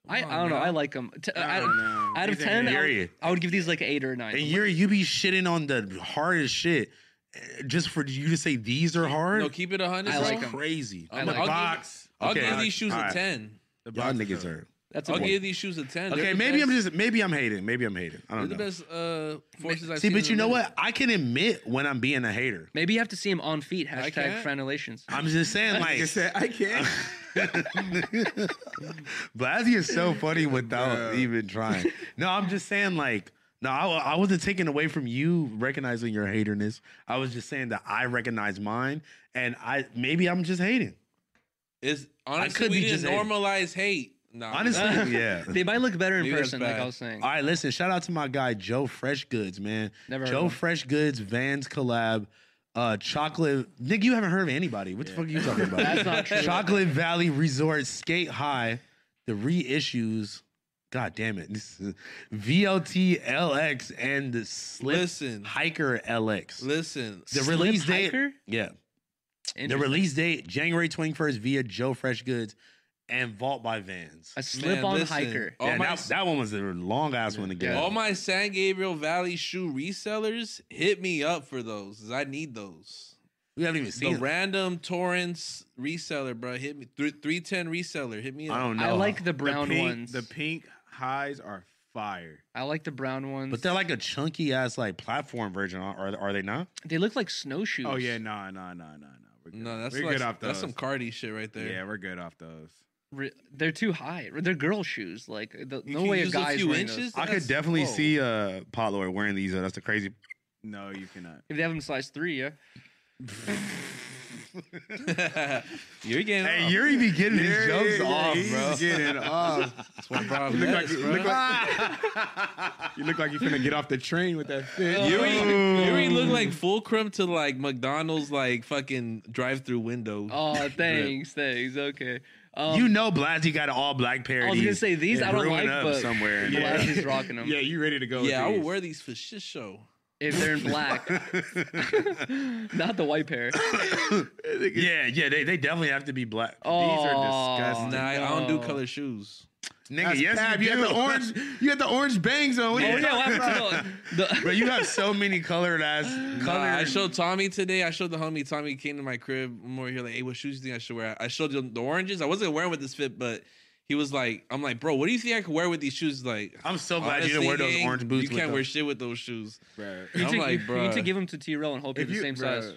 Speaker 2: I,
Speaker 4: Come
Speaker 2: I
Speaker 4: on
Speaker 2: don't know.
Speaker 4: now.
Speaker 2: I like them. T-
Speaker 3: I
Speaker 2: out,
Speaker 3: don't know.
Speaker 2: out of
Speaker 1: These ain't
Speaker 2: ten, I would,
Speaker 1: period.
Speaker 2: I would give these like an eight or a nine.
Speaker 1: And you're you be shitting on the hardest shit eh, just for you to say these are hard.
Speaker 4: No, keep it a hundred.
Speaker 2: I
Speaker 4: bro.
Speaker 2: like 'em.
Speaker 1: crazy.
Speaker 4: I'm
Speaker 2: like
Speaker 4: I'll give-
Speaker 3: box.
Speaker 4: I'll
Speaker 1: Okay.
Speaker 4: give these shoes
Speaker 1: All
Speaker 4: a
Speaker 1: right.
Speaker 4: ten.
Speaker 3: The
Speaker 1: Y'all
Speaker 3: box
Speaker 1: niggas
Speaker 3: cut.
Speaker 1: are
Speaker 2: That's a
Speaker 4: I'll
Speaker 2: one.
Speaker 4: give these shoes a ten.
Speaker 1: okay.
Speaker 4: They're the
Speaker 1: Maybe I'm
Speaker 4: best-
Speaker 1: just maybe I'm hating. Maybe I'm hating. I
Speaker 4: They're
Speaker 1: don't
Speaker 4: the
Speaker 1: know.
Speaker 4: best uh, forces I've
Speaker 1: See,
Speaker 4: seen
Speaker 1: but
Speaker 4: in
Speaker 1: you
Speaker 4: a
Speaker 1: know
Speaker 4: minute.
Speaker 1: what? I can admit when I'm being a hater.
Speaker 2: Maybe you have to see him on feet.
Speaker 4: I
Speaker 2: Hashtag
Speaker 4: can't.
Speaker 2: franelations.
Speaker 1: I'm just saying, like,
Speaker 3: Nigga said, I can't.
Speaker 1: Blasey is so funny without even trying. No, I'm just saying, like, no, I, wa- I wasn't taking away from you recognizing your haterness. I was just saying that I recognize mine, and I maybe I'm just hating.
Speaker 4: It's honestly
Speaker 1: could
Speaker 4: we
Speaker 1: be
Speaker 4: didn't
Speaker 1: just hating.
Speaker 4: normalize hate. Nah,
Speaker 1: Honestly, yeah.
Speaker 2: They might look better in
Speaker 4: Maybe that's
Speaker 2: person, like
Speaker 4: bad.
Speaker 2: I was saying.
Speaker 1: All right, listen. Shout out to my guy Joe Fresh Goods, man.
Speaker 2: Never heard of
Speaker 1: Joe
Speaker 2: him.
Speaker 1: Fresh Goods Vans collab. Uh, chocolate. Nick, you haven't heard of anybody. What the fuck are you talking about?
Speaker 2: That's not true.
Speaker 1: Chocolate Valley Resort Skate High. The reissues. God damn it. This is VLT LX and the Slip
Speaker 4: Listen.
Speaker 1: Hiker LX.
Speaker 4: listen.
Speaker 1: the
Speaker 2: Slip
Speaker 1: release
Speaker 2: Hiker?
Speaker 1: date. Yeah. The
Speaker 2: Interesting.
Speaker 1: release date January 21st via Joe Fresh Goods and Vault by Vans.
Speaker 2: a slip on
Speaker 4: listen.
Speaker 2: hiker.
Speaker 4: All
Speaker 1: yeah,
Speaker 4: my-
Speaker 1: that, that one was a long ass one to get.
Speaker 4: All my San Gabriel Valley shoe resellers hit me up for those. 'cause I need those.
Speaker 1: we haven't even
Speaker 4: The
Speaker 1: seen it.
Speaker 4: random Torrance reseller, bro, hit me. Three three ten reseller, hit me up.
Speaker 1: I don't know.
Speaker 2: I like the
Speaker 3: The
Speaker 2: brown
Speaker 3: pink-
Speaker 2: ones.
Speaker 3: The pink highs are fire.
Speaker 2: I like the brown ones.
Speaker 1: But they're like a chunky ass like platform version, are are they not?
Speaker 2: they look like snowshoes.
Speaker 3: Oh yeah, nah, nah, nah, nah, nah. We're good.
Speaker 4: No, that's
Speaker 3: we're
Speaker 4: like,
Speaker 3: good off those.
Speaker 4: that's some Cardi shit right there.
Speaker 3: Yeah, we're good off those.
Speaker 2: Re- they're too high. They're girl shoes. Like the,
Speaker 4: You
Speaker 2: no
Speaker 4: can
Speaker 2: way a
Speaker 4: use a
Speaker 2: guy's
Speaker 4: few
Speaker 2: wearing
Speaker 4: inches?
Speaker 2: those.
Speaker 1: I could
Speaker 4: That's-
Speaker 1: definitely
Speaker 4: whoa.
Speaker 1: see uh Pot Lord wearing these though. That's the crazy
Speaker 3: No, you cannot.
Speaker 2: If they have them size three, yeah.
Speaker 4: You're getting.
Speaker 1: Hey,
Speaker 4: off.
Speaker 1: Yuri be getting his
Speaker 3: Yeah,
Speaker 1: jokes
Speaker 3: yeah,
Speaker 1: off,
Speaker 3: he's
Speaker 1: bro.
Speaker 3: getting
Speaker 5: Ah,
Speaker 3: off.
Speaker 4: That's one problem.
Speaker 3: You look like
Speaker 4: Yes,
Speaker 3: you
Speaker 4: bro.
Speaker 3: look like you look like you finna get off the train with that fit.
Speaker 4: Yuri,
Speaker 1: Oh.
Speaker 4: Yuri look like fulcrum to like McDonald's like fucking drive-through window.
Speaker 2: Oh, thanks, thanks. Okay. Um,
Speaker 1: you know Blasey got an all black pair.
Speaker 2: I was gonna say these I don't like, but
Speaker 1: somewhere. in
Speaker 2: yeah.
Speaker 1: there.
Speaker 2: Black is rocking them.
Speaker 3: Yeah, you ready to go?
Speaker 4: yeah, I
Speaker 3: with
Speaker 4: would
Speaker 3: these.
Speaker 4: wear these for shit show.
Speaker 2: If they're in black, not the white pair.
Speaker 1: yeah, yeah, they, they definitely have to be black.
Speaker 2: Oh,
Speaker 3: disgusting.
Speaker 4: Nah, I I don't do
Speaker 2: no.
Speaker 4: color shoes.
Speaker 1: Nigga,
Speaker 3: That's
Speaker 1: yes,
Speaker 3: Pab,
Speaker 1: you,
Speaker 3: you
Speaker 1: do.
Speaker 3: had the orange. You had the orange bangs on. What
Speaker 2: Oh
Speaker 3: are
Speaker 2: yeah,
Speaker 3: you
Speaker 2: what
Speaker 3: talking about?
Speaker 2: happened to the, the-
Speaker 1: Bro, you have so many colored ass
Speaker 4: Nah, I
Speaker 1: colored.
Speaker 4: showed Tommy today. I showed the homie. Tommy came to my crib one more here. Like, hey, what shoes do you think I should wear? I showed him the oranges. I wasn't wearing with this fit, but he was like, I'm like, bro, what do you think I could wear with these shoes? Like,
Speaker 1: I'm so glad you didn't
Speaker 4: honestly,
Speaker 1: wear those
Speaker 4: gang,
Speaker 1: orange boots.
Speaker 4: You
Speaker 1: with
Speaker 4: can't
Speaker 1: them.
Speaker 4: wear shit with those shoes.
Speaker 2: you,
Speaker 4: I'm
Speaker 2: need to,
Speaker 4: like,
Speaker 2: you- you need to
Speaker 4: bruh.
Speaker 2: give them to T Roll and hope they're the same
Speaker 3: bruh,
Speaker 2: size.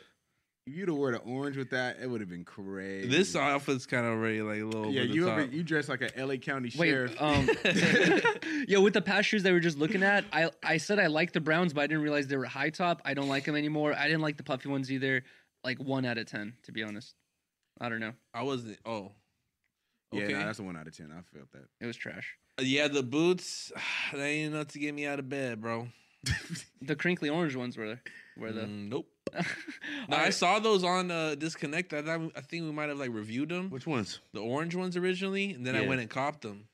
Speaker 3: If you'd have wore the orange with that, it would have been crazy.
Speaker 4: This outfit's kind of already like a little.
Speaker 3: yeah,
Speaker 4: over the
Speaker 3: you
Speaker 4: top.
Speaker 3: ever, you dress like a LA County sheriff.
Speaker 2: Wait, um, yo, with the past shoes that we were just looking at, I I said I liked the Browns, but I didn't realize they were high top. I don't like them anymore. I didn't like the puffy ones either. Like one out of ten, to be honest. I don't know.
Speaker 4: I wasn't. Oh,
Speaker 3: yeah,
Speaker 4: okay.
Speaker 3: nah, that's a one out of ten. I felt that.
Speaker 2: It was trash.
Speaker 4: yeah, the boots. They ain't enough to get me out of bed, bro.
Speaker 2: The crinkly orange ones were were the.
Speaker 4: Mm, nope. No, I
Speaker 2: Alright.
Speaker 4: saw those on uh, Disconnect. I, thought, I think we might have like reviewed them,
Speaker 1: Which ones?
Speaker 4: the orange ones originally, and then I
Speaker 1: Yeah.
Speaker 4: went and copped them.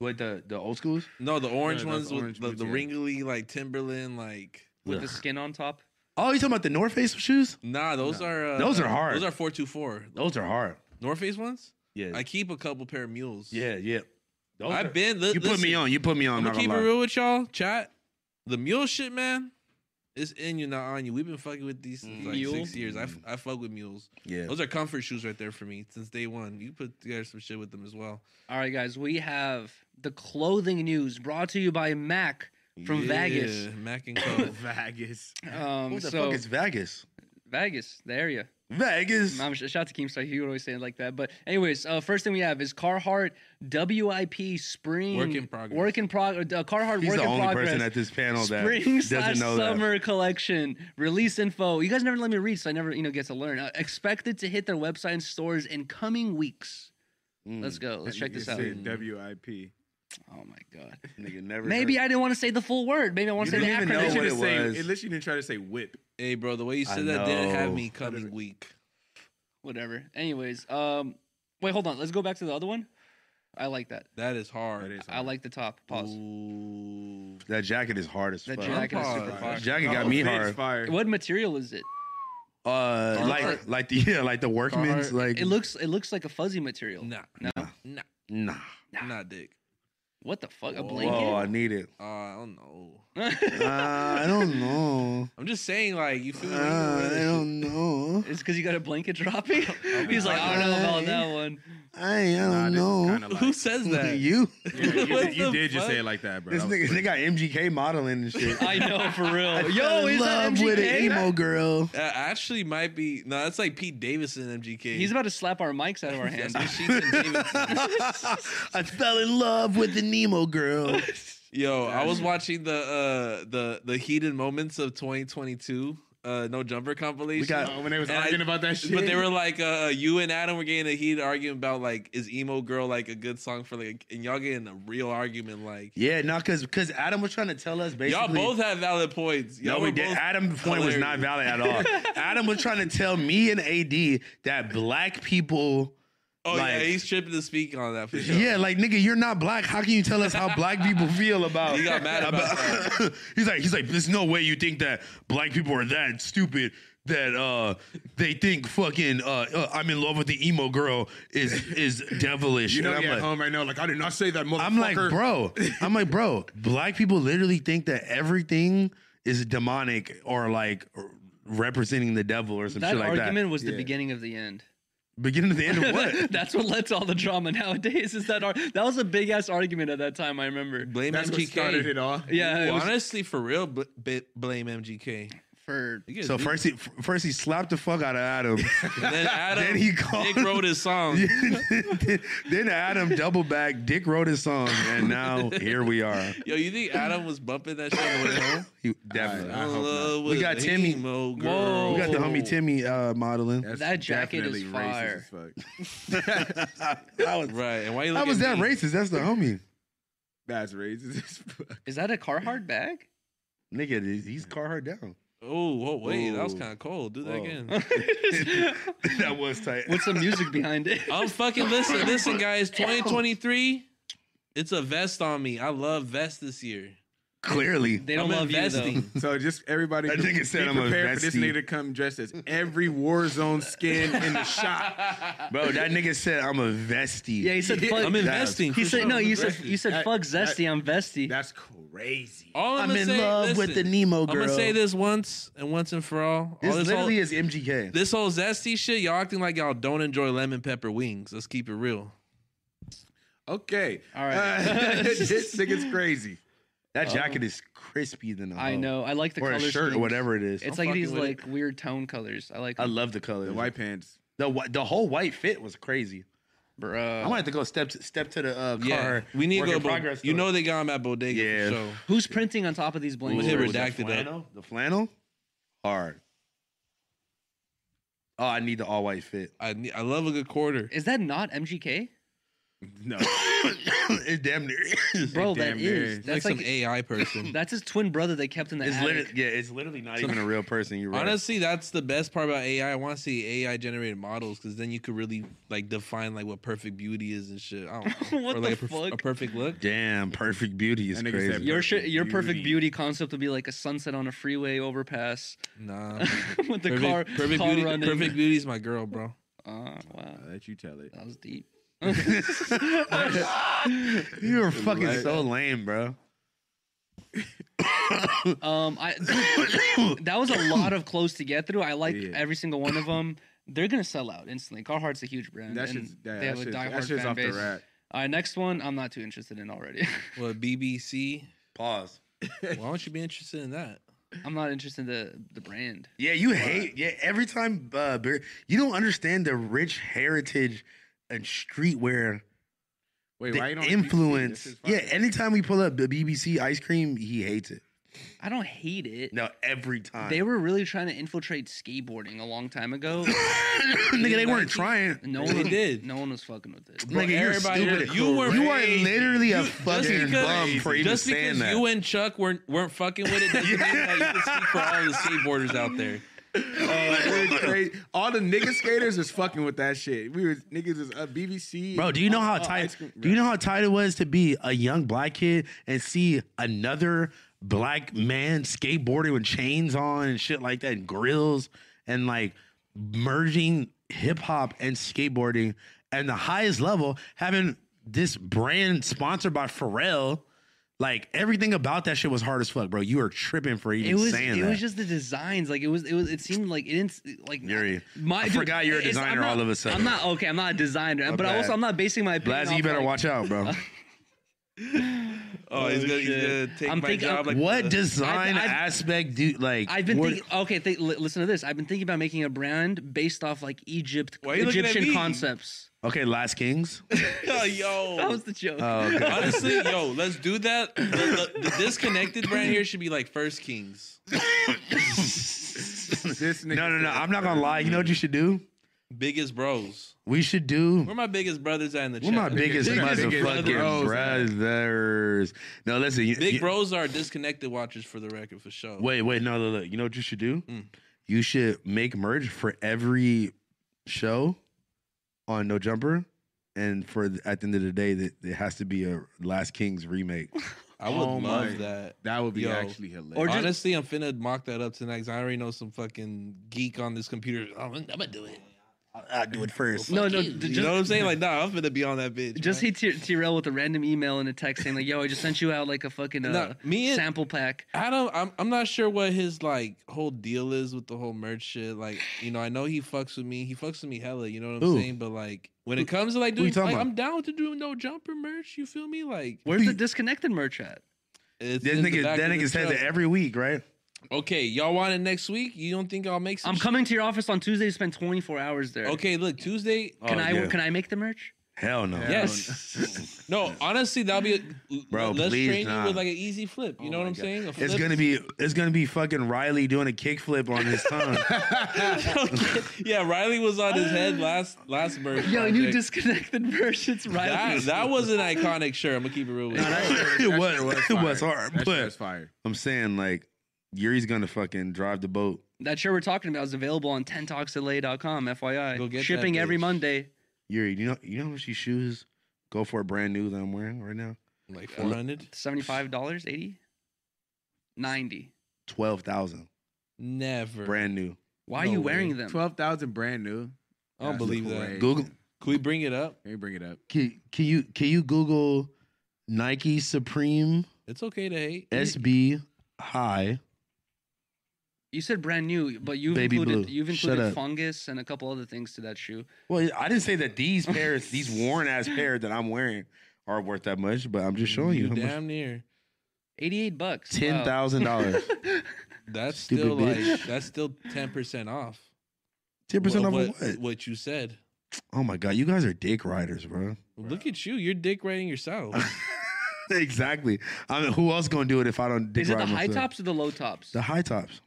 Speaker 1: Wait, the the old schools?
Speaker 4: No, the orange
Speaker 3: those
Speaker 4: ones with
Speaker 3: orange
Speaker 4: the,
Speaker 3: boots,
Speaker 4: the
Speaker 3: yeah.
Speaker 4: wrinkly like Timberland like.
Speaker 2: with the
Speaker 1: Ugh.
Speaker 2: skin on top.
Speaker 1: Oh, you talking about the North Face shoes?
Speaker 4: Nah, those
Speaker 3: No.
Speaker 4: are uh,
Speaker 1: Those are hard.
Speaker 4: Those are four two four.
Speaker 1: Those are hard.
Speaker 4: North Face ones.
Speaker 1: Yeah,
Speaker 4: I keep a couple pair of mules.
Speaker 1: yeah, yeah. Those
Speaker 4: I've
Speaker 1: are-
Speaker 4: been. Li-
Speaker 1: You put me
Speaker 4: listen,
Speaker 1: on. You put me on.
Speaker 4: I'm
Speaker 1: not
Speaker 4: gonna keep it
Speaker 1: gonna lie.
Speaker 4: real with y'all, chat. The mule shit, man, it's in you, not on you. We've been fucking with these since like
Speaker 2: Mule?
Speaker 4: six years. I, f- I fuck with mules.
Speaker 1: Mm. Yeah.
Speaker 4: Those are comfort shoes right there for me since day one. You put together some shit with them as well.
Speaker 2: All right, guys, we have the clothing news brought to you by Mac from Vegas.
Speaker 4: Yeah, Mac and Co.
Speaker 3: Vegas.
Speaker 2: Um,
Speaker 1: What the
Speaker 2: so
Speaker 1: fuck is Vegas?
Speaker 2: Vegas, the area.
Speaker 1: Vegas.
Speaker 2: Um, sh- shout out to Keemstar. He would always say it like that. But anyways, uh, first thing we have is Carhartt WIP Spring
Speaker 4: Work in progress.
Speaker 2: Work in progress. Uh, Carhartt
Speaker 1: He's
Speaker 2: Work
Speaker 1: the
Speaker 2: in
Speaker 1: only
Speaker 2: progress.
Speaker 1: person at this panel that
Speaker 2: Spring
Speaker 1: doesn't
Speaker 2: slash
Speaker 1: know
Speaker 2: summer collection release info. You guys never let me read, so I never you know get to learn. Uh, expected to hit their website and stores in coming weeks.
Speaker 1: that. Mm,
Speaker 2: Let's go. Let's check this out.
Speaker 4: said
Speaker 3: WIP.
Speaker 2: Oh my god.
Speaker 1: Nigga never.
Speaker 2: Maybe
Speaker 1: heard-
Speaker 2: I didn't want to say the full word. Maybe I want
Speaker 1: You
Speaker 2: to say the
Speaker 1: didn't even know
Speaker 2: acronym.
Speaker 1: what it
Speaker 3: Just say-
Speaker 1: was.
Speaker 3: At least you didn't try to say whip.
Speaker 4: hey, bro, the way you
Speaker 1: I
Speaker 4: said that didn't have
Speaker 1: know.
Speaker 4: me coming weak.
Speaker 2: Whatever. Anyways, um, wait, hold on. Let's go back to the other one. I like that.
Speaker 4: That is hard.
Speaker 3: That is
Speaker 2: I like the top. Pause.
Speaker 4: Ooh.
Speaker 1: that jacket is hard as
Speaker 2: That
Speaker 1: fuck.
Speaker 2: jacket is
Speaker 4: Pause.
Speaker 2: super
Speaker 1: That
Speaker 2: fire.
Speaker 1: jacket got me hard.
Speaker 3: Fire.
Speaker 2: What material is it?
Speaker 1: Uh, like
Speaker 4: Carhartt.
Speaker 1: like the yeah, like the workman's like.
Speaker 2: It looks it looks like a fuzzy material.
Speaker 4: Nah,
Speaker 2: No.
Speaker 4: nah,
Speaker 1: Nah.
Speaker 4: nah, dick.
Speaker 2: What the fuck? A
Speaker 4: Whoa.
Speaker 1: Whoa, I
Speaker 2: blanket?
Speaker 1: need it.
Speaker 4: Uh, I don't know.
Speaker 1: Uh, I don't know.
Speaker 4: I'm just saying, like, you feel me?
Speaker 5: Ah,
Speaker 1: Uh, I don't know.
Speaker 2: it's because you got a blanket dropping. He's like, I don't know about that one.
Speaker 1: I, I
Speaker 3: Nah,
Speaker 1: don't
Speaker 3: this
Speaker 1: know.
Speaker 3: is kinda like-
Speaker 4: Who says that?
Speaker 1: you.
Speaker 3: Yeah, you
Speaker 4: What
Speaker 3: did, you
Speaker 4: the
Speaker 3: did just
Speaker 4: fuck?
Speaker 3: say it like that, bro.
Speaker 1: This
Speaker 3: That was
Speaker 1: nigga, they
Speaker 3: quick.
Speaker 1: got MGK modeling and shit.
Speaker 2: I know for
Speaker 1: I
Speaker 2: real.
Speaker 1: fell
Speaker 2: Yo,
Speaker 1: in
Speaker 2: is that
Speaker 1: love with an
Speaker 2: MGK?
Speaker 1: emo girl.
Speaker 4: That actually might be. No, that's like Pete Davidson, MGK.
Speaker 2: He's about to slap our mics out of our hands.
Speaker 4: That's what she said, Davidson.
Speaker 1: I fell in love with the Nemo girl.
Speaker 4: Yo, I was watching the uh the the heated moments of 2022. Uh, no jumper compilation.
Speaker 1: We got-
Speaker 3: Oh, when they was
Speaker 4: And I-
Speaker 3: arguing about that shit.
Speaker 4: but they were like, uh, you and Adam were getting a heated argument about like, is emo girl like a good song for like, and y'all getting a real argument like,
Speaker 1: Yeah, no, because because Adam was trying to tell us basically.
Speaker 4: y'all both had valid points. Y'all
Speaker 1: No,
Speaker 4: were
Speaker 1: we did.
Speaker 4: both-
Speaker 1: Adam's point was not valid at all. Adam was trying to tell me and AD that black people.
Speaker 4: Oh yeah,
Speaker 1: like-
Speaker 4: he's tripping to speak on that for sure.
Speaker 1: Yeah, like nigga, you're not black. How can you tell us how black people feel about?
Speaker 4: He got mad about
Speaker 1: he's like, he's like, there's no way you think that black people are that stupid that uh they think fucking uh, uh I'm in love with the emo girl is is devilish.
Speaker 3: you know,
Speaker 1: And I'm
Speaker 3: me at
Speaker 1: like,
Speaker 3: home right now. Like, I did not say that, motherfucker.
Speaker 1: I'm like, bro. I'm like, bro. Black people literally think that everything is demonic or like r- representing the devil or some
Speaker 2: That
Speaker 1: shit like
Speaker 2: argument was the
Speaker 3: Yeah.
Speaker 2: beginning of the end.
Speaker 1: that. Beginning to the end of what?
Speaker 2: That's what led to all the drama nowadays. Is that ar- that was a big ass argument at that time? I remember.
Speaker 4: Blame
Speaker 3: That's what started
Speaker 4: MGK.
Speaker 3: it all.
Speaker 2: Yeah, it
Speaker 4: Well,
Speaker 2: was
Speaker 4: honestly, for real, bl- b- blame MGK.
Speaker 2: for
Speaker 4: You guys
Speaker 1: so
Speaker 4: do-
Speaker 1: first he f- first he slapped the fuck out of Adam.
Speaker 4: and then Adam,
Speaker 1: then he called.
Speaker 4: Nick wrote his song.
Speaker 1: then Adam double back. Dick wrote his song, and now here we are.
Speaker 4: Yo, you think Adam was bumping that shit on the way home?
Speaker 1: He, definitely.
Speaker 3: I hope
Speaker 4: love
Speaker 1: We
Speaker 4: with
Speaker 1: got
Speaker 4: the
Speaker 1: Timmy.
Speaker 2: Whoa.
Speaker 4: emo
Speaker 1: we
Speaker 4: girl.
Speaker 1: got the homie Timmy uh, modeling.
Speaker 3: That's
Speaker 2: That jacket is
Speaker 3: definitely racist
Speaker 2: fire.
Speaker 3: as fuck.
Speaker 1: that was
Speaker 4: Right. And why you
Speaker 1: that
Speaker 4: look
Speaker 1: was that
Speaker 4: at me?
Speaker 1: racist. That's the homie.
Speaker 3: That's racist as fuck.
Speaker 2: is that a Carhartt bag?
Speaker 1: Nigga, he's- he's Carhartt down.
Speaker 4: Oh, whoa, wait. That was
Speaker 1: Ooh.
Speaker 4: kind of cold. Do that
Speaker 1: Whoa.
Speaker 4: again.
Speaker 1: that was tight.
Speaker 2: With some music behind it.
Speaker 4: I'm fucking listen. Listen, guys. 2023. It's a vest on me. I love vests this year.
Speaker 1: Clearly,
Speaker 2: They don't
Speaker 4: I'm
Speaker 2: love you
Speaker 4: investing.
Speaker 3: So just everybody,
Speaker 1: That
Speaker 3: pre-
Speaker 1: nigga said
Speaker 3: be
Speaker 1: I'm a
Speaker 3: prepared for this
Speaker 1: vestie.
Speaker 3: nigga to come dressed as every war zone skin in the shop.
Speaker 1: bro. That nigga said I'm a vestie.
Speaker 2: though. Yeah, he said. Fuck,
Speaker 4: I'm investing.
Speaker 2: he
Speaker 4: for
Speaker 2: said
Speaker 4: sure.
Speaker 2: no.
Speaker 4: I'm
Speaker 2: You said
Speaker 4: investing.
Speaker 2: you said
Speaker 3: That-
Speaker 2: fuck
Speaker 3: that-
Speaker 2: zesty. I'm vesty.
Speaker 3: That's crazy.
Speaker 2: Oh.
Speaker 4: All
Speaker 1: I'm
Speaker 4: gonna
Speaker 1: in
Speaker 4: say-
Speaker 1: love with the
Speaker 4: listen,
Speaker 1: Nemo
Speaker 4: I'm
Speaker 1: girl.
Speaker 4: gonna say this once and once and for all.
Speaker 1: This,
Speaker 4: all this, whole,
Speaker 1: literally is MGK.
Speaker 4: this whole zesty shit, y'all acting like y'all don't enjoy lemon pepper wings. Let's keep it real.
Speaker 3: Okay,
Speaker 2: All right.
Speaker 3: Uh, this nigga's crazy.
Speaker 1: that jacket is crispy than a
Speaker 2: I
Speaker 1: hoe.
Speaker 2: know. I like the
Speaker 1: or Oh. a
Speaker 2: color
Speaker 1: shirt or
Speaker 2: schemes.
Speaker 1: whatever it is.
Speaker 2: It's
Speaker 4: I'm
Speaker 2: like these
Speaker 4: fucking with
Speaker 2: like weird tone colors. I like.
Speaker 1: I
Speaker 2: them.
Speaker 1: love the color.
Speaker 3: The white pants.
Speaker 1: the whi- the whole white fit was crazy.
Speaker 2: Bruh.
Speaker 1: I might have to go step to, step to the uh, car.
Speaker 4: Yeah, we need
Speaker 1: work
Speaker 4: to go.
Speaker 1: in
Speaker 4: Bo-
Speaker 1: progress.
Speaker 4: you
Speaker 1: store.
Speaker 4: know they got him at Bodega
Speaker 1: Yeah.
Speaker 4: for sure.
Speaker 2: Who's printing on top of these
Speaker 1: Ooh,
Speaker 2: blankets?
Speaker 4: hit
Speaker 1: the
Speaker 4: redacted up.
Speaker 1: flannel, The flannel, hard. Oh, I need the all white fit.
Speaker 4: I ne- I love a good quarter.
Speaker 2: Is that not MGK?
Speaker 3: No,
Speaker 1: it damn near is.
Speaker 2: bro.
Speaker 3: damn
Speaker 2: That
Speaker 3: near
Speaker 2: is
Speaker 3: is.
Speaker 4: like
Speaker 2: that's like,
Speaker 4: some AI person.
Speaker 2: that's his twin brother they kept in the
Speaker 1: It's
Speaker 2: attic.
Speaker 1: literally, yeah, it's literally not even a real person. You're right.
Speaker 4: Honestly, that's the best part about AI. I want to see AI generated models because then you could really like define like what perfect beauty is and shit. I don't know.
Speaker 2: What
Speaker 4: or like
Speaker 2: the
Speaker 4: a, perf-
Speaker 2: fuck?
Speaker 4: a perfect look.
Speaker 1: Damn, perfect beauty is
Speaker 3: That nigga
Speaker 1: crazy.
Speaker 3: said
Speaker 2: your shit, your perfect
Speaker 3: Beauty.
Speaker 2: beauty concept would be like a sunset on a freeway overpass
Speaker 4: Nah.
Speaker 2: with the
Speaker 4: perfect,
Speaker 2: car,
Speaker 4: perfect
Speaker 2: car
Speaker 4: beauty.
Speaker 2: running.
Speaker 4: Perfect beauty is my girl, bro.
Speaker 2: Oh, wow,
Speaker 3: I'll let you tell it.
Speaker 1: Uh,
Speaker 2: that was deep.
Speaker 1: you are fucking so lame, bro.
Speaker 2: Um, I dude, that was a lot of clothes to get through. I like
Speaker 3: Yeah.
Speaker 2: every single one of them. They're gonna sell out instantly. Carhartt's a huge brand.
Speaker 3: That
Speaker 2: and
Speaker 3: shit's, that,
Speaker 2: they
Speaker 3: that
Speaker 2: have a
Speaker 3: shit's,
Speaker 2: diehard
Speaker 3: that shit's
Speaker 2: fan
Speaker 3: off
Speaker 2: base.
Speaker 3: the rack.
Speaker 2: All right, next one I'm not too interested in already.
Speaker 4: What BBC?
Speaker 1: Pause.
Speaker 4: Why would you be interested in that?
Speaker 2: I'm not interested in the the brand.
Speaker 1: Yeah, you hate. Yeah, every time uh, Barry- you don't understand the rich heritage and streetwear
Speaker 3: Wait,
Speaker 1: the
Speaker 3: why you don't like BBC? This
Speaker 1: influence.
Speaker 3: is
Speaker 1: Yeah,
Speaker 3: fire.
Speaker 1: anytime we pull up the BBC ice cream, he hates it.
Speaker 2: I don't hate it.
Speaker 1: No, every time.
Speaker 2: They were really trying to infiltrate skateboarding a long time ago.
Speaker 1: nigga, they weren't trying.
Speaker 2: No
Speaker 4: They
Speaker 2: one
Speaker 4: did.
Speaker 2: No one was fucking with it.
Speaker 4: Bro,
Speaker 1: Nigga, you're
Speaker 4: everybody-
Speaker 1: stupid.
Speaker 4: you were
Speaker 1: You are
Speaker 4: crazy.
Speaker 1: literally a
Speaker 4: You- just
Speaker 1: fucking
Speaker 4: because-
Speaker 1: bum for even
Speaker 4: Just
Speaker 1: saying
Speaker 4: because
Speaker 1: that.
Speaker 4: you and Chuck weren't weren't fucking with it doesn't mean that you can speak for all the skateboarders out there.
Speaker 3: It was crazy. All the nigga skaters was fucking with that shit. We was niggas was up BBC.
Speaker 1: Bro, do you know how
Speaker 3: Oh,
Speaker 1: tight?
Speaker 3: ice cream-
Speaker 1: do you know how tight it was to be a young black kid and see another black man skateboarding with chains on and shit like that, and grills, and like merging hip hop and skateboarding, and the highest level having this brand sponsored by Pharrell. Like everything about that shit was hard as fuck, bro. You are tripping for even
Speaker 2: It was
Speaker 1: saying
Speaker 2: it
Speaker 1: that.
Speaker 2: was just the designs. Like it was it was it seemed like it didn't like
Speaker 1: Yuri,
Speaker 2: My,
Speaker 1: I
Speaker 2: dude,
Speaker 1: forgot you're a
Speaker 2: it's- I'm
Speaker 1: designer
Speaker 2: not-
Speaker 1: all of a sudden.
Speaker 2: I'm not okay. I'm not a designer, but
Speaker 1: bad.
Speaker 2: also I'm not basing my
Speaker 1: Blazzy,
Speaker 2: opinion. off,
Speaker 1: you better
Speaker 2: like-
Speaker 1: watch out, bro.
Speaker 4: Oh, he's gonna, he's gonna take
Speaker 2: I'm
Speaker 4: my
Speaker 2: thinking-
Speaker 4: job. Like uh,
Speaker 1: what
Speaker 4: the-
Speaker 1: design
Speaker 2: I've-
Speaker 1: aspect do like?
Speaker 2: I've been
Speaker 1: what-
Speaker 2: thinking. Okay, th- listen to this. I've been thinking about making a brand based off like Egypt,
Speaker 4: Why are you looking at
Speaker 2: Egyptian
Speaker 4: me?
Speaker 2: concepts.
Speaker 1: Okay, Last Kings.
Speaker 4: Oh, yo,
Speaker 2: That was the joke.
Speaker 1: Oh,
Speaker 4: Honestly, yo, let's do that. The, the- the disconnected brand here should be like First Kings.
Speaker 3: This nigga
Speaker 1: No, no, no.
Speaker 3: said-
Speaker 1: I'm not gonna lie. You know what you should do?
Speaker 4: Biggest bros.
Speaker 1: We should do.
Speaker 4: Where my biggest brothers at in the
Speaker 1: We're
Speaker 4: chat?
Speaker 1: my biggest
Speaker 3: Biggest
Speaker 1: motherfucking
Speaker 3: brothers.
Speaker 1: brothers. No, listen. You,
Speaker 4: Big
Speaker 1: you-
Speaker 4: bros are disconnected watchers for the record for sure.
Speaker 1: Wait, wait. No, look, look. You know what you should do?
Speaker 4: Mm.
Speaker 1: You should make merch for every show on No Jumper, and for the, at the end of the day, that it has to be a Last Kings remake.
Speaker 4: I would
Speaker 3: Oh
Speaker 4: love
Speaker 3: my.
Speaker 4: that.
Speaker 3: That would be
Speaker 4: Yo.
Speaker 3: actually hilarious.
Speaker 2: Or just-
Speaker 4: Honestly, I'm finna mock that up tonight. 'cause I already know some fucking geek on this computer. I'm, I'm gonna do it.
Speaker 1: I- I'll do it first.
Speaker 2: no, no.
Speaker 4: You
Speaker 2: Just,
Speaker 4: know what I'm saying? Like, nah, I'm finna be on that bitch.
Speaker 2: just
Speaker 4: man.
Speaker 2: hit T- Tyrell with a random email and a text saying like, "Yo, I just sent you out like a fucking uh,
Speaker 4: No, me and-
Speaker 2: sample pack."
Speaker 4: I don't. I'm. I'm not sure what his like whole deal is with the whole merch shit. Like, you know, I know he fucks with me. He fucks with me hella. You know what I'm
Speaker 1: Who?
Speaker 4: saying? But like, when it comes to like
Speaker 1: who you
Speaker 4: doing,
Speaker 1: talking
Speaker 4: like,
Speaker 1: about?
Speaker 4: I'm down to do no jumper merch. You feel me? Like,
Speaker 2: Where's
Speaker 1: Be-
Speaker 2: the disconnected merch at?
Speaker 4: it's
Speaker 1: This
Speaker 4: in the
Speaker 1: nigga,
Speaker 4: back
Speaker 1: that
Speaker 4: of the
Speaker 1: nigga says it
Speaker 4: truck.
Speaker 1: every week, right?
Speaker 4: Okay, y'all want it next week? You don't think I'll make some?
Speaker 2: I'm
Speaker 4: shit?
Speaker 2: coming to your office on Tuesday to spend 24 hours there.
Speaker 4: Okay, look, Tuesday.
Speaker 2: Can
Speaker 1: Oh,
Speaker 2: I
Speaker 1: yeah.
Speaker 2: can I make the merch?
Speaker 1: Hell no.
Speaker 4: Yes. no, honestly, that'll be. A,
Speaker 1: Bro,
Speaker 4: let's
Speaker 1: please
Speaker 4: train
Speaker 1: nah.
Speaker 4: you with like an easy flip. You know what I'm saying? A
Speaker 1: It's
Speaker 4: flip.
Speaker 1: gonna be it's gonna be fucking Riley doing a kickflip on his tongue.
Speaker 4: yeah, Riley was on his head last last merch.
Speaker 2: Yo,
Speaker 4: project.
Speaker 2: new disconnected merch. It's right.
Speaker 4: That, that was an iconic shirt. I'm gonna keep it real with you.
Speaker 1: it was it was
Speaker 3: fire.
Speaker 1: hard,
Speaker 3: That shit was
Speaker 1: but
Speaker 3: fire.
Speaker 1: I'm saying like Yuri's gonna fucking drive the boat.
Speaker 2: That shirt we're talking about is available on 10talksla.com, FYI.
Speaker 4: Go get that
Speaker 2: Shipping every
Speaker 4: bitch.
Speaker 2: Monday.
Speaker 1: Yuri, you know you know how much these shoes go for brand new that I'm wearing right now?
Speaker 4: Like 400?
Speaker 2: $75, 80 90
Speaker 1: Twelve thousand,
Speaker 4: Never.
Speaker 1: brand new.
Speaker 2: Why are
Speaker 4: No
Speaker 2: you
Speaker 4: way.
Speaker 2: wearing them?
Speaker 3: Twelve thousand brand new.
Speaker 4: I don't
Speaker 3: That's
Speaker 4: believe that.
Speaker 3: crazy.
Speaker 1: Google
Speaker 4: Can we bring it up?
Speaker 3: Let me bring it up.
Speaker 1: can, can you can you Google Nike Supreme
Speaker 4: It's okay to hate.
Speaker 1: SB High?
Speaker 2: You said brand new, but you've
Speaker 1: Baby
Speaker 2: included
Speaker 1: blue.
Speaker 2: you've
Speaker 1: Shut
Speaker 2: included
Speaker 1: up.
Speaker 2: fungus and a couple other things to that shoe.
Speaker 1: Well, I didn't say that these pairs, these worn ass pairs that I'm wearing are worth that much, but I'm just showing you how much.
Speaker 4: damn near.
Speaker 2: 88 bucks.
Speaker 1: Ten
Speaker 2: Wow.
Speaker 1: thousand dollars.
Speaker 4: That's
Speaker 1: Stupid
Speaker 4: still like
Speaker 1: bitch.
Speaker 4: that's still ten percent off.
Speaker 1: Ten percent
Speaker 4: Wha-
Speaker 1: off of
Speaker 4: what,
Speaker 1: what?
Speaker 4: what you said.
Speaker 1: Oh my god, you guys are dick riders, bro.
Speaker 4: Look at you. You're dick riding yourself.
Speaker 1: exactly. I mean, who else gonna do it if I don't dick
Speaker 2: Is it
Speaker 1: ride
Speaker 2: the high
Speaker 1: myself?
Speaker 2: tops or the low tops?
Speaker 1: The high tops.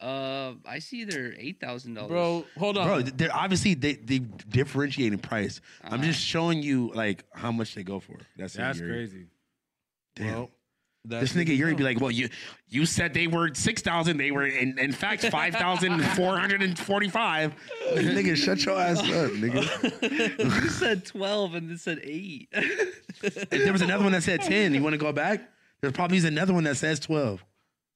Speaker 2: Uh, I see they're eight thousand dollars,
Speaker 4: bro. Hold on,
Speaker 1: Bro, they're obviously they they differentiating price. I'm just showing you like how much they go for. That's, it,
Speaker 3: That's
Speaker 1: Yuri.
Speaker 3: crazy.
Speaker 1: Damn.
Speaker 4: Well,
Speaker 1: this nigga Yuri be like, well, you you said they were six thousand. They were in, in fact five thousand four hundred and forty five.
Speaker 5: nigga, shut your ass up, nigga.
Speaker 2: you said twelve and it said eight.
Speaker 1: There was another one that said ten. You want to go back? There probably is another one that says twelve.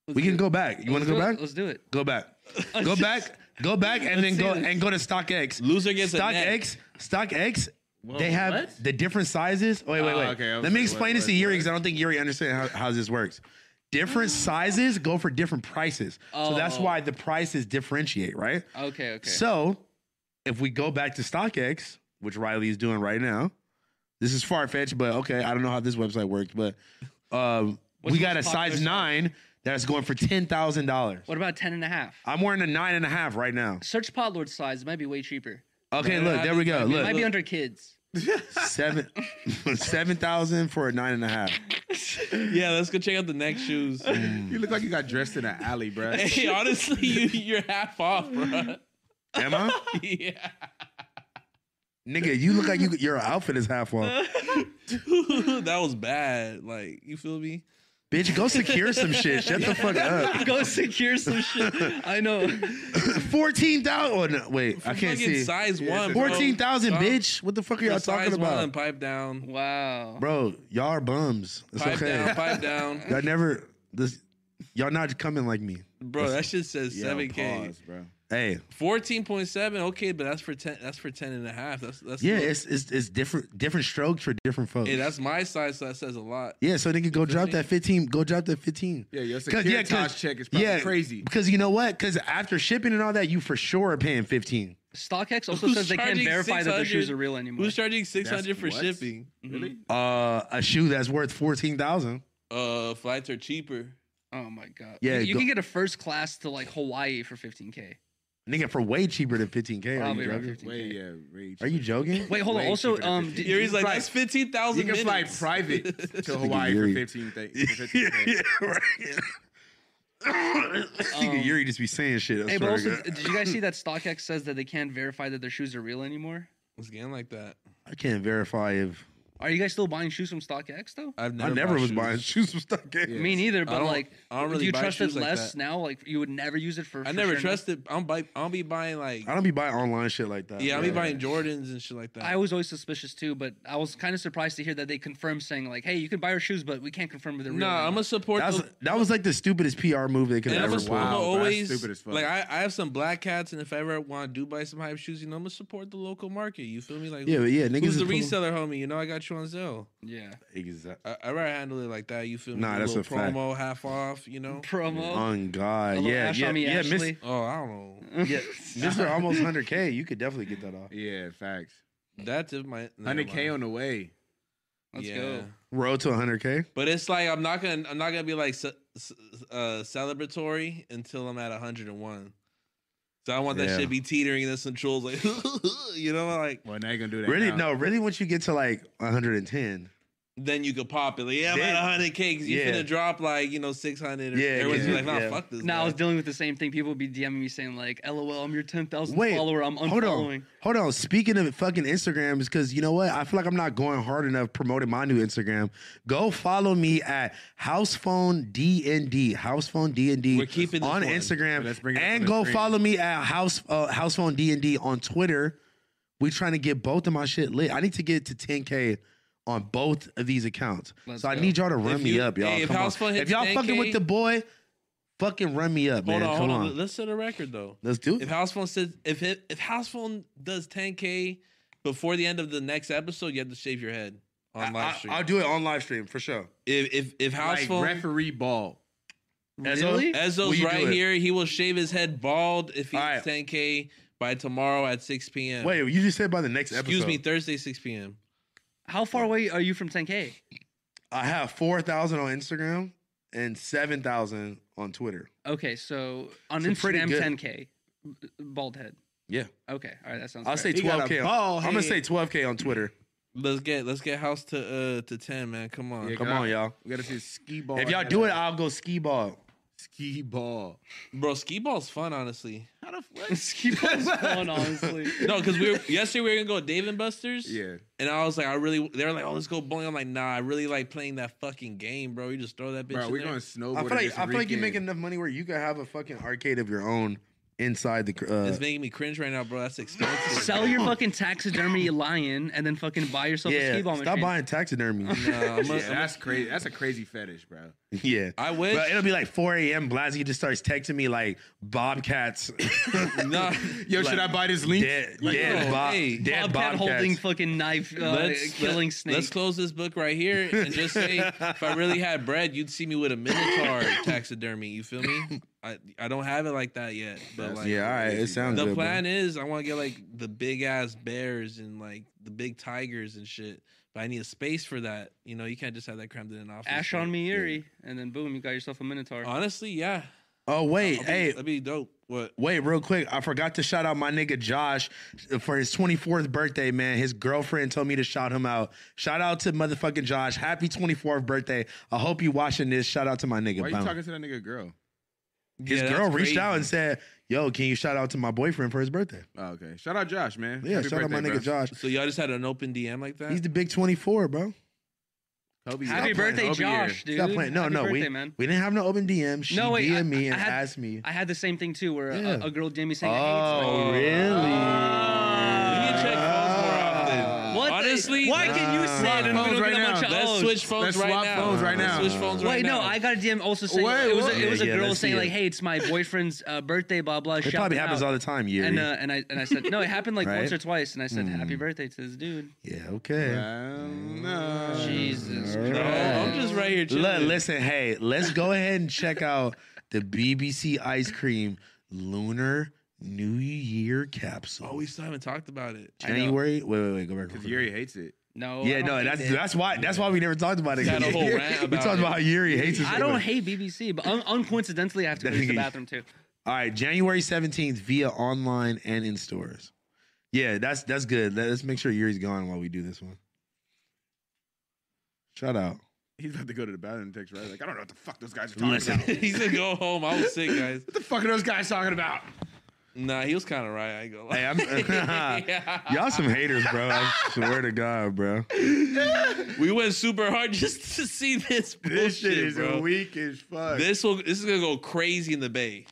Speaker 1: We can go back. You want to go back?
Speaker 2: Let's do it.
Speaker 1: Go back. Go back. Go back and then
Speaker 2: Let's
Speaker 1: go
Speaker 2: see this.
Speaker 1: and go to StockX.
Speaker 4: Loser gets a
Speaker 1: Stock
Speaker 4: neck.
Speaker 1: X, Stock X, they have
Speaker 3: what?
Speaker 1: the different sizes. Wait, wait,
Speaker 3: Oh,
Speaker 1: wait.
Speaker 3: okay, I was
Speaker 1: Let me
Speaker 3: like,
Speaker 1: explain
Speaker 3: what-
Speaker 1: this to
Speaker 3: what-
Speaker 1: Yuri
Speaker 3: what?
Speaker 1: because I don't think Yuri understands how, how this works. Different sizes go for different prices. So that's
Speaker 2: Oh.
Speaker 1: why the prices differentiate, right?
Speaker 2: Okay, okay.
Speaker 1: So if we go back to StockX, which Riley is doing right now, this is far fetched, but okay, I don't know how this website works, but um,
Speaker 2: What's
Speaker 1: we
Speaker 2: the
Speaker 1: got a
Speaker 2: most popular
Speaker 1: size
Speaker 2: size?
Speaker 1: nine that's going for ten thousand dollars.
Speaker 2: what about ten and a half?
Speaker 1: I'm wearing a nine and a half right now.
Speaker 2: Search Potlord size. It might be way cheaper.
Speaker 1: Okay,
Speaker 4: Yeah,
Speaker 1: look,
Speaker 4: I
Speaker 1: there
Speaker 4: mean,
Speaker 1: we go.
Speaker 4: I mean,
Speaker 2: It
Speaker 1: Look,
Speaker 2: might be under kids.
Speaker 1: seven seven thousand for a nine and a half.
Speaker 4: yeah, let's go check out the next shoes.
Speaker 3: You look like you got dressed in an alley, bro.
Speaker 4: hey, honestly, you, you're half off, bro.
Speaker 1: Am I?
Speaker 4: yeah,
Speaker 1: Nigga, you look like you your outfit is half off.
Speaker 4: Dude, that was bad. Like, you feel me?
Speaker 1: Bitch, go secure some shit. Shut the fuck up.
Speaker 2: Go secure some shit. I know.
Speaker 1: Fourteen thousand. Oh, no, wait, I can't
Speaker 4: Fucking
Speaker 1: see.
Speaker 4: size one. bro.
Speaker 1: Fourteen thousand,
Speaker 4: Stop.
Speaker 1: bitch. What the fuck are y'all
Speaker 4: Size
Speaker 1: talking
Speaker 4: One,
Speaker 1: about,
Speaker 4: pipe down.
Speaker 2: Wow.
Speaker 1: bro? Y'all are bums. It's
Speaker 4: Pipe down.
Speaker 1: okay.
Speaker 4: Pipe down.
Speaker 1: Y'all never. This. Y'all not coming like me.
Speaker 4: Bro, that shit says
Speaker 3: Yeah,
Speaker 4: seven k.
Speaker 3: pause, bro.
Speaker 1: Hey,
Speaker 4: Fourteen point seven. Okay, but that's for ten. That's for ten and a half. That's that's
Speaker 1: yeah,
Speaker 4: a little-
Speaker 1: it's it's, it's different different strokes for different folks.
Speaker 4: Hey, that's my size, so that says a lot.
Speaker 1: yeah, so they can go drop that fifteen. Go drop that fifteen.
Speaker 3: Yeah, your
Speaker 1: 'Cause- yeah,
Speaker 3: securitas
Speaker 1: 'cause-
Speaker 3: check is probably
Speaker 1: yeah,
Speaker 3: crazy.
Speaker 1: Because you know what? Because after shipping and all that, you for sure are paying fifteen.
Speaker 2: StockX also
Speaker 4: Who's
Speaker 2: says they can't
Speaker 4: charging
Speaker 2: verify that their
Speaker 4: 600?
Speaker 2: shoes are real anymore. Mm-hmm.
Speaker 4: Who's charging six hundred for
Speaker 3: what?
Speaker 4: shipping?
Speaker 3: Really?
Speaker 1: Uh, a shoe that's worth fourteen thousand.
Speaker 4: Uh, flights are cheaper.
Speaker 2: oh my god.
Speaker 1: Yeah,
Speaker 2: You, you
Speaker 1: go-
Speaker 2: can get a first class to like Hawaii for fifteen k.
Speaker 1: Nigga, for way cheaper than fifteen k. Are
Speaker 2: Probably
Speaker 1: you
Speaker 2: around
Speaker 1: joking?
Speaker 2: 15K.
Speaker 3: Wait, yeah, rage.
Speaker 1: Are you joking?
Speaker 2: Wait, hold on.
Speaker 3: Way
Speaker 2: Also,
Speaker 3: cheaper than
Speaker 2: um,
Speaker 3: 15K.
Speaker 2: did,
Speaker 3: You're
Speaker 4: Yuri's like
Speaker 3: fly-
Speaker 4: that's fifteen thousand.
Speaker 3: You can fly
Speaker 4: minutes.
Speaker 3: private to
Speaker 1: Nigga,
Speaker 3: Hawaii for
Speaker 1: Yuri.
Speaker 3: fifteen things.
Speaker 1: yeah, right. Nigga, Yuri just be saying shit. I
Speaker 2: Hey, but
Speaker 1: swear to
Speaker 2: also,
Speaker 1: God.
Speaker 2: did you guys see that StockX says that they can't verify that their shoes are real anymore?
Speaker 4: It's getting like that.
Speaker 1: I can't verify if
Speaker 2: Are you guys still buying shoes from StockX though?
Speaker 4: I've
Speaker 1: I
Speaker 4: never.
Speaker 1: never
Speaker 4: bought
Speaker 1: was
Speaker 4: shoes.
Speaker 1: buying shoes from stock
Speaker 2: Me neither. But
Speaker 4: don't-
Speaker 2: like,
Speaker 4: I don't
Speaker 2: do
Speaker 4: really
Speaker 2: you
Speaker 4: buy
Speaker 2: trust it
Speaker 4: shoes like
Speaker 2: less
Speaker 4: that.
Speaker 2: now? Like, you would never use it for.
Speaker 4: I
Speaker 2: for
Speaker 4: never
Speaker 2: sure now?
Speaker 4: trusted. I'm buy. I'll be buying like.
Speaker 1: I don't be buying online shit like that.
Speaker 4: Yeah, I'll be
Speaker 1: bro.
Speaker 4: buying Jordans and shit like that.
Speaker 2: I was always suspicious too, but I was kind of surprised to hear that they confirmed saying like, "Hey, you can buy our shoes, but we can't confirm if they're real."
Speaker 4: No,
Speaker 2: or
Speaker 4: I'm
Speaker 2: not."
Speaker 4: gonna support.
Speaker 1: That was,
Speaker 4: those-
Speaker 1: that was like the stupidest PR move they could
Speaker 4: and I'm
Speaker 1: ever
Speaker 4: gonna,
Speaker 1: pull.
Speaker 4: I'm gonna
Speaker 3: Wow, bro, that's
Speaker 4: always
Speaker 3: stupid as fuck.
Speaker 4: like I, I have some black cats, and if I ever want to do buy some hype shoes, you know, I'm gonna support the local market. You feel me? Like,
Speaker 1: Yeah,
Speaker 4: who-
Speaker 1: but yeah, niggas
Speaker 4: who's
Speaker 1: is
Speaker 4: the
Speaker 1: pulling-
Speaker 4: reseller, homie? You know, I got you on Zelle.
Speaker 2: Yeah.
Speaker 1: Exactly.
Speaker 4: I, I rather handle it like that. You feel me?
Speaker 1: Nah, that's
Speaker 4: little
Speaker 1: a fact.
Speaker 4: promo half off. You know?
Speaker 2: Promo.
Speaker 1: On God,
Speaker 2: a little
Speaker 1: yeah,
Speaker 2: Ash
Speaker 1: yeah,
Speaker 2: on me,
Speaker 1: yeah, Miss-
Speaker 2: Ashley.
Speaker 4: Oh, I don't know.
Speaker 1: Um, yeah, Mister almost hundred k. You could definitely get that off.
Speaker 3: Yeah, facts.
Speaker 4: That's if my never
Speaker 3: Hundred K
Speaker 4: mind.
Speaker 3: on the way.
Speaker 2: Let's
Speaker 4: Yeah.
Speaker 2: go.
Speaker 1: Road to hundred k.
Speaker 4: But it's like I'm not gonna I'm not gonna be like ce- ce- uh, celebratory until I'm at 101. So I want that
Speaker 1: Yeah.
Speaker 4: shit to be teetering and then some trolls like you know like
Speaker 3: Well, now you gonna do that.
Speaker 1: Really?
Speaker 3: now.
Speaker 1: No, really. Once you get to like 110,
Speaker 4: then you could pop it like yeah I'm
Speaker 1: Then-
Speaker 4: at 100 k because you
Speaker 1: yeah.
Speaker 4: finna drop like you know 600 or
Speaker 1: Yeah,
Speaker 4: everyone's
Speaker 1: yeah,
Speaker 4: like nah
Speaker 1: yeah.
Speaker 4: fuck this
Speaker 2: Now I was
Speaker 4: guy.
Speaker 2: dealing with the same thing. People would be DMing me saying like, "LOL, I'm your 10,000
Speaker 1: Wait,
Speaker 2: follower. I'm
Speaker 1: hold
Speaker 2: unfollowing."
Speaker 1: on, hold on. Speaking of fucking Instagrams, because you know what? I feel like I'm not going hard enough promoting my new Instagram. Go follow me at Housephone DND. Housephone DND.
Speaker 4: We're keeping this
Speaker 1: on
Speaker 4: one.
Speaker 1: Instagram.
Speaker 3: Let's bring it up
Speaker 1: and
Speaker 3: on the
Speaker 1: go
Speaker 3: screen.
Speaker 1: follow me at House uh, Housephone DND on Twitter. We trying to get both of my shit lit. I need to get to 10k. On both of these accounts,
Speaker 2: Let's
Speaker 1: so I
Speaker 2: go.
Speaker 1: need y'all to run
Speaker 4: If
Speaker 1: me
Speaker 4: you-
Speaker 1: up, y'all.
Speaker 4: hey, if
Speaker 1: Come on.
Speaker 4: Housephone
Speaker 1: if
Speaker 4: hits
Speaker 1: y'all fucking
Speaker 4: 10K
Speaker 1: with the boy, fucking run me up,
Speaker 4: hold
Speaker 1: man. Come
Speaker 4: on hold
Speaker 1: on.
Speaker 4: on let's set a record though
Speaker 1: Let's do it.
Speaker 4: if house phone says if it, if house phone does 10k before the end of the next episode you have to shave your head on live stream
Speaker 1: will do it on live stream for sure.
Speaker 4: if if if house
Speaker 3: like
Speaker 4: phone
Speaker 3: referee ball.
Speaker 2: Really?
Speaker 1: Will you
Speaker 4: Ezo's
Speaker 1: do
Speaker 4: right
Speaker 1: it?
Speaker 4: here. He will shave his head bald if he
Speaker 1: All
Speaker 4: hits 10K by tomorrow at 6 p.m.
Speaker 1: Wait, you just said by the next
Speaker 4: excuse
Speaker 1: episode.
Speaker 4: me, Thursday 6 p.m.
Speaker 2: How far away are you from 10k?
Speaker 1: I have four thousand on Instagram and seven thousand on Twitter.
Speaker 2: Okay, so on
Speaker 1: So pretty
Speaker 2: Instagram,
Speaker 1: good.
Speaker 2: 10k, B- bald head.
Speaker 1: Yeah,
Speaker 2: Okay, all right, that sounds.
Speaker 1: I'll
Speaker 2: correct.
Speaker 1: say
Speaker 3: He got
Speaker 1: twelve
Speaker 3: a
Speaker 1: k.
Speaker 3: ball
Speaker 4: Oh,
Speaker 1: I'm gonna
Speaker 3: head.
Speaker 1: say twelve k on Twitter.
Speaker 4: Let's get let's get house to uh to 10, man. Come on.
Speaker 3: Yeah,
Speaker 1: Come
Speaker 3: God.
Speaker 1: on, y'all.
Speaker 3: We gotta see his ski ball.
Speaker 1: if y'all do it, I'll go skee ball.
Speaker 3: Ski ball.
Speaker 4: Bro, skee ball's fun, honestly.
Speaker 3: How the fuck?
Speaker 2: Ski ball's fun, honestly.
Speaker 4: No, because we were yesterday we were gonna go Dave and Buster's.
Speaker 3: Yeah.
Speaker 4: And I was like, I really they were like, oh, let's go bowling. I'm like, nah, I really like playing that fucking game, bro. You just throw that bitch.
Speaker 3: Bro,
Speaker 4: in
Speaker 3: we're
Speaker 4: there.
Speaker 3: going snowboard.
Speaker 1: I feel like
Speaker 3: this
Speaker 1: I feel like you
Speaker 3: weekend.
Speaker 1: make enough money where you could have a fucking arcade of your own inside the. cr- Uh,
Speaker 4: It's making me cringe right now, bro. That's expensive.
Speaker 2: Sell your fucking taxidermy lion and then fucking buy yourself a
Speaker 1: yeah,
Speaker 2: skee ball
Speaker 1: stop
Speaker 2: machine.
Speaker 1: buying taxidermy.
Speaker 4: Nah, I'm a-
Speaker 3: Yeah, that's crazy. That's a crazy fetish, bro.
Speaker 1: yeah.
Speaker 4: I wish.
Speaker 1: But it'll be like 4 a.m. Blasey just starts texting me like Bobcats,
Speaker 4: nah.
Speaker 3: Yo, should I buy this link?
Speaker 1: dead,
Speaker 4: Like,
Speaker 1: dead,
Speaker 4: bro,
Speaker 1: bob,
Speaker 4: hey,
Speaker 1: dead
Speaker 2: Bobcat
Speaker 1: Bobcats.
Speaker 2: holding fucking knife, uh, killing
Speaker 4: let-
Speaker 2: snake.
Speaker 4: Let's close this book right here and just say, if I really had bread, you'd see me with a minotaur taxidermy. You feel me? I I don't have it like that yet, but like
Speaker 1: yeah, all right. It sounds
Speaker 4: the
Speaker 1: good. bro.
Speaker 4: plan is I want to get like the big ass bears and like the big tigers and shit. But I need a space for that. You know, you can't just have that crammed in an office.
Speaker 2: Ash on
Speaker 4: Like,
Speaker 2: me, Yuri, and then boom, you got yourself a minotaur.
Speaker 4: Honestly, yeah.
Speaker 1: Oh wait,
Speaker 4: I'll be-
Speaker 1: hey,
Speaker 4: that'd be dope. What?
Speaker 1: Wait, real quick, I forgot to shout out my nigga Josh for his 24th birthday, man. His girlfriend told me to shout him out. Shout out to motherfucking Josh. Happy 24th birthday. I hope you watching this. Shout out to my nigga.
Speaker 3: Why are you
Speaker 1: Bone.
Speaker 3: talking to that nigga girl?
Speaker 1: his
Speaker 4: Yeah,
Speaker 1: girl
Speaker 4: that's
Speaker 1: reached out
Speaker 4: crazy.
Speaker 1: and said, Yo, can you shout out to my boyfriend for his birthday?
Speaker 3: Oh, okay. Shout out Josh, man.
Speaker 1: Yeah,
Speaker 3: Happy
Speaker 1: shout out my
Speaker 3: birthday,
Speaker 1: nigga
Speaker 3: bro.
Speaker 1: Josh.
Speaker 4: So y'all just had an open DM like that?
Speaker 1: He's the big 24, bro.
Speaker 3: Kobe,
Speaker 2: Happy
Speaker 3: yeah.
Speaker 2: birthday,
Speaker 3: Kobe here.
Speaker 2: Josh,
Speaker 1: Stop
Speaker 2: dude.
Speaker 1: playing. No,
Speaker 2: Happy
Speaker 1: no,
Speaker 2: birthday,
Speaker 1: we,
Speaker 2: man.
Speaker 1: we didn't have no open DM. She
Speaker 2: No, wait,
Speaker 1: DM
Speaker 2: I-
Speaker 1: me and
Speaker 2: I had-
Speaker 1: asked me.
Speaker 2: I had the same thing too, where
Speaker 1: Yeah.
Speaker 2: a, a girl DM'd me saying,
Speaker 1: oh,
Speaker 2: "Hey,
Speaker 1: really?
Speaker 4: You need to
Speaker 1: Ah.
Speaker 4: check phones more often.
Speaker 2: it's- what? the-
Speaker 4: Honestly,
Speaker 2: why can you
Speaker 1: Nah.
Speaker 2: say
Speaker 3: Swap
Speaker 2: it in the
Speaker 3: phones
Speaker 2: middle of
Speaker 3: right
Speaker 2: a bunch
Speaker 3: now.
Speaker 2: of
Speaker 4: Let's
Speaker 2: O's?
Speaker 4: switch phones
Speaker 3: Let's
Speaker 4: right
Speaker 3: swap
Speaker 4: now.
Speaker 3: phones right
Speaker 4: Let's
Speaker 3: now.
Speaker 4: switch phones right
Speaker 2: Wait,
Speaker 4: now.
Speaker 2: no, I got a DM also saying
Speaker 3: Wait,
Speaker 2: it was
Speaker 3: what?
Speaker 2: a, it was
Speaker 1: Yeah,
Speaker 2: a
Speaker 1: yeah,
Speaker 2: girl
Speaker 1: let's
Speaker 2: saying
Speaker 1: see it.
Speaker 2: like, "Hey, it's my boyfriend's uh, birthday." Blah blah.
Speaker 1: It probably happens all the time, Yuri.
Speaker 2: And uh, and I and I said no, it happened like
Speaker 1: Right?
Speaker 2: once or twice, and I said happy
Speaker 1: Mm.
Speaker 2: birthday to this dude.
Speaker 1: yeah, okay.
Speaker 3: Um, no.
Speaker 2: Jesus
Speaker 1: All
Speaker 4: No, I'm
Speaker 2: Christ.
Speaker 4: just right here chilling.
Speaker 1: Let, listen, hey, let's go ahead and check out the BBC ice cream lunar New Year capsule.
Speaker 4: Oh, we still haven't talked about it.
Speaker 1: January. Wait, wait, wait. Go back.
Speaker 3: Because Yuri hates it.
Speaker 2: No, I
Speaker 1: yeah,
Speaker 2: don't
Speaker 1: no,
Speaker 2: hate
Speaker 1: that's
Speaker 2: that.
Speaker 1: that's why that's why we never talked about it.
Speaker 4: Got a whole rant
Speaker 1: we
Speaker 4: about
Speaker 1: talked
Speaker 4: it.
Speaker 1: about how Yuri hates.
Speaker 2: I
Speaker 1: it.
Speaker 2: don't hate BBC, but un- uncoincidentally, I have to go to the
Speaker 1: Definitely.
Speaker 2: bathroom too.
Speaker 1: All right, January seventeenth via online and in stores. Yeah, that's that's good. Let's make sure Yuri's gone while we do this one. Shout out.
Speaker 3: He's about to go to the bathroom and text right. Like, I don't know what the fuck those guys are talking
Speaker 1: Listen,
Speaker 3: about.
Speaker 4: He's gonna go home. I was sick, guys.
Speaker 3: What the fuck are those guys talking about?
Speaker 4: Nah, he was kind of right. I ain't gonna lie.
Speaker 1: Hey, I'm- y'all some haters, bro. I swear to God, bro.
Speaker 4: We went super hard just to see this bullshit,
Speaker 3: This shit is
Speaker 4: bro.
Speaker 3: weak as fuck.
Speaker 4: This will. This is gonna go crazy in the Bay.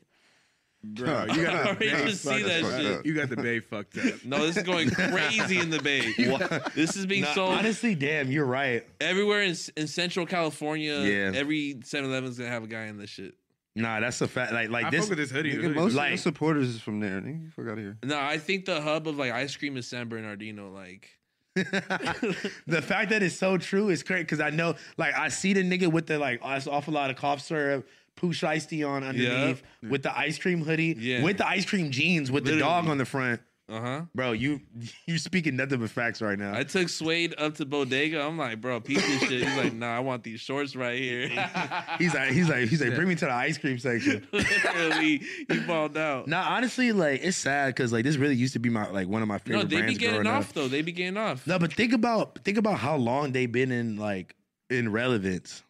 Speaker 3: bro, you
Speaker 4: I
Speaker 3: got the
Speaker 4: already
Speaker 3: bay
Speaker 4: just see
Speaker 3: fucked
Speaker 4: that
Speaker 3: up.
Speaker 4: shit.
Speaker 3: You got the bay fucked up.
Speaker 4: No, this is going crazy in the Bay. This is being
Speaker 1: Nah,
Speaker 4: sold
Speaker 1: honestly, damn, you're right.
Speaker 4: everywhere in, in Central California.
Speaker 1: Yeah.
Speaker 4: Every 7-Eleven's gonna have a guy in this shit.
Speaker 1: Nah, that's a fact. Like, like
Speaker 3: I
Speaker 1: this.
Speaker 3: fuck with this hoodie.
Speaker 5: Nigga, most
Speaker 1: like-
Speaker 5: of the supporters is from there. Nigga, you fuck out of here.
Speaker 4: No, I think the hub of like ice cream is San Bernardino. Like,
Speaker 1: the fact that it's so true is crazy because I know, like, I see the nigga with the like ass- awful lot of cough syrup, poosh icy on underneath, with the ice cream hoodie,
Speaker 4: Yeah.
Speaker 1: with the ice cream jeans, with the dog
Speaker 4: Literally.
Speaker 1: on the front.
Speaker 4: uh huh.
Speaker 3: Uh-huh.
Speaker 1: Bro, you you speaking nothing but facts right now.
Speaker 4: I took Suede up to Bodega. I'm like, bro, piece of shit. He's like, nah, I want these shorts right here.
Speaker 1: he's like, he's like, he's like, bring me to the ice cream section.
Speaker 4: Literally, he balled out.
Speaker 1: nah, honestly, like, it's sad because like this really used to be my like one of my favorite
Speaker 4: no, they be
Speaker 1: brands
Speaker 4: getting
Speaker 1: growing up.
Speaker 4: off though. They be getting off.
Speaker 1: No, but think about think about how long they've been in like in relevance.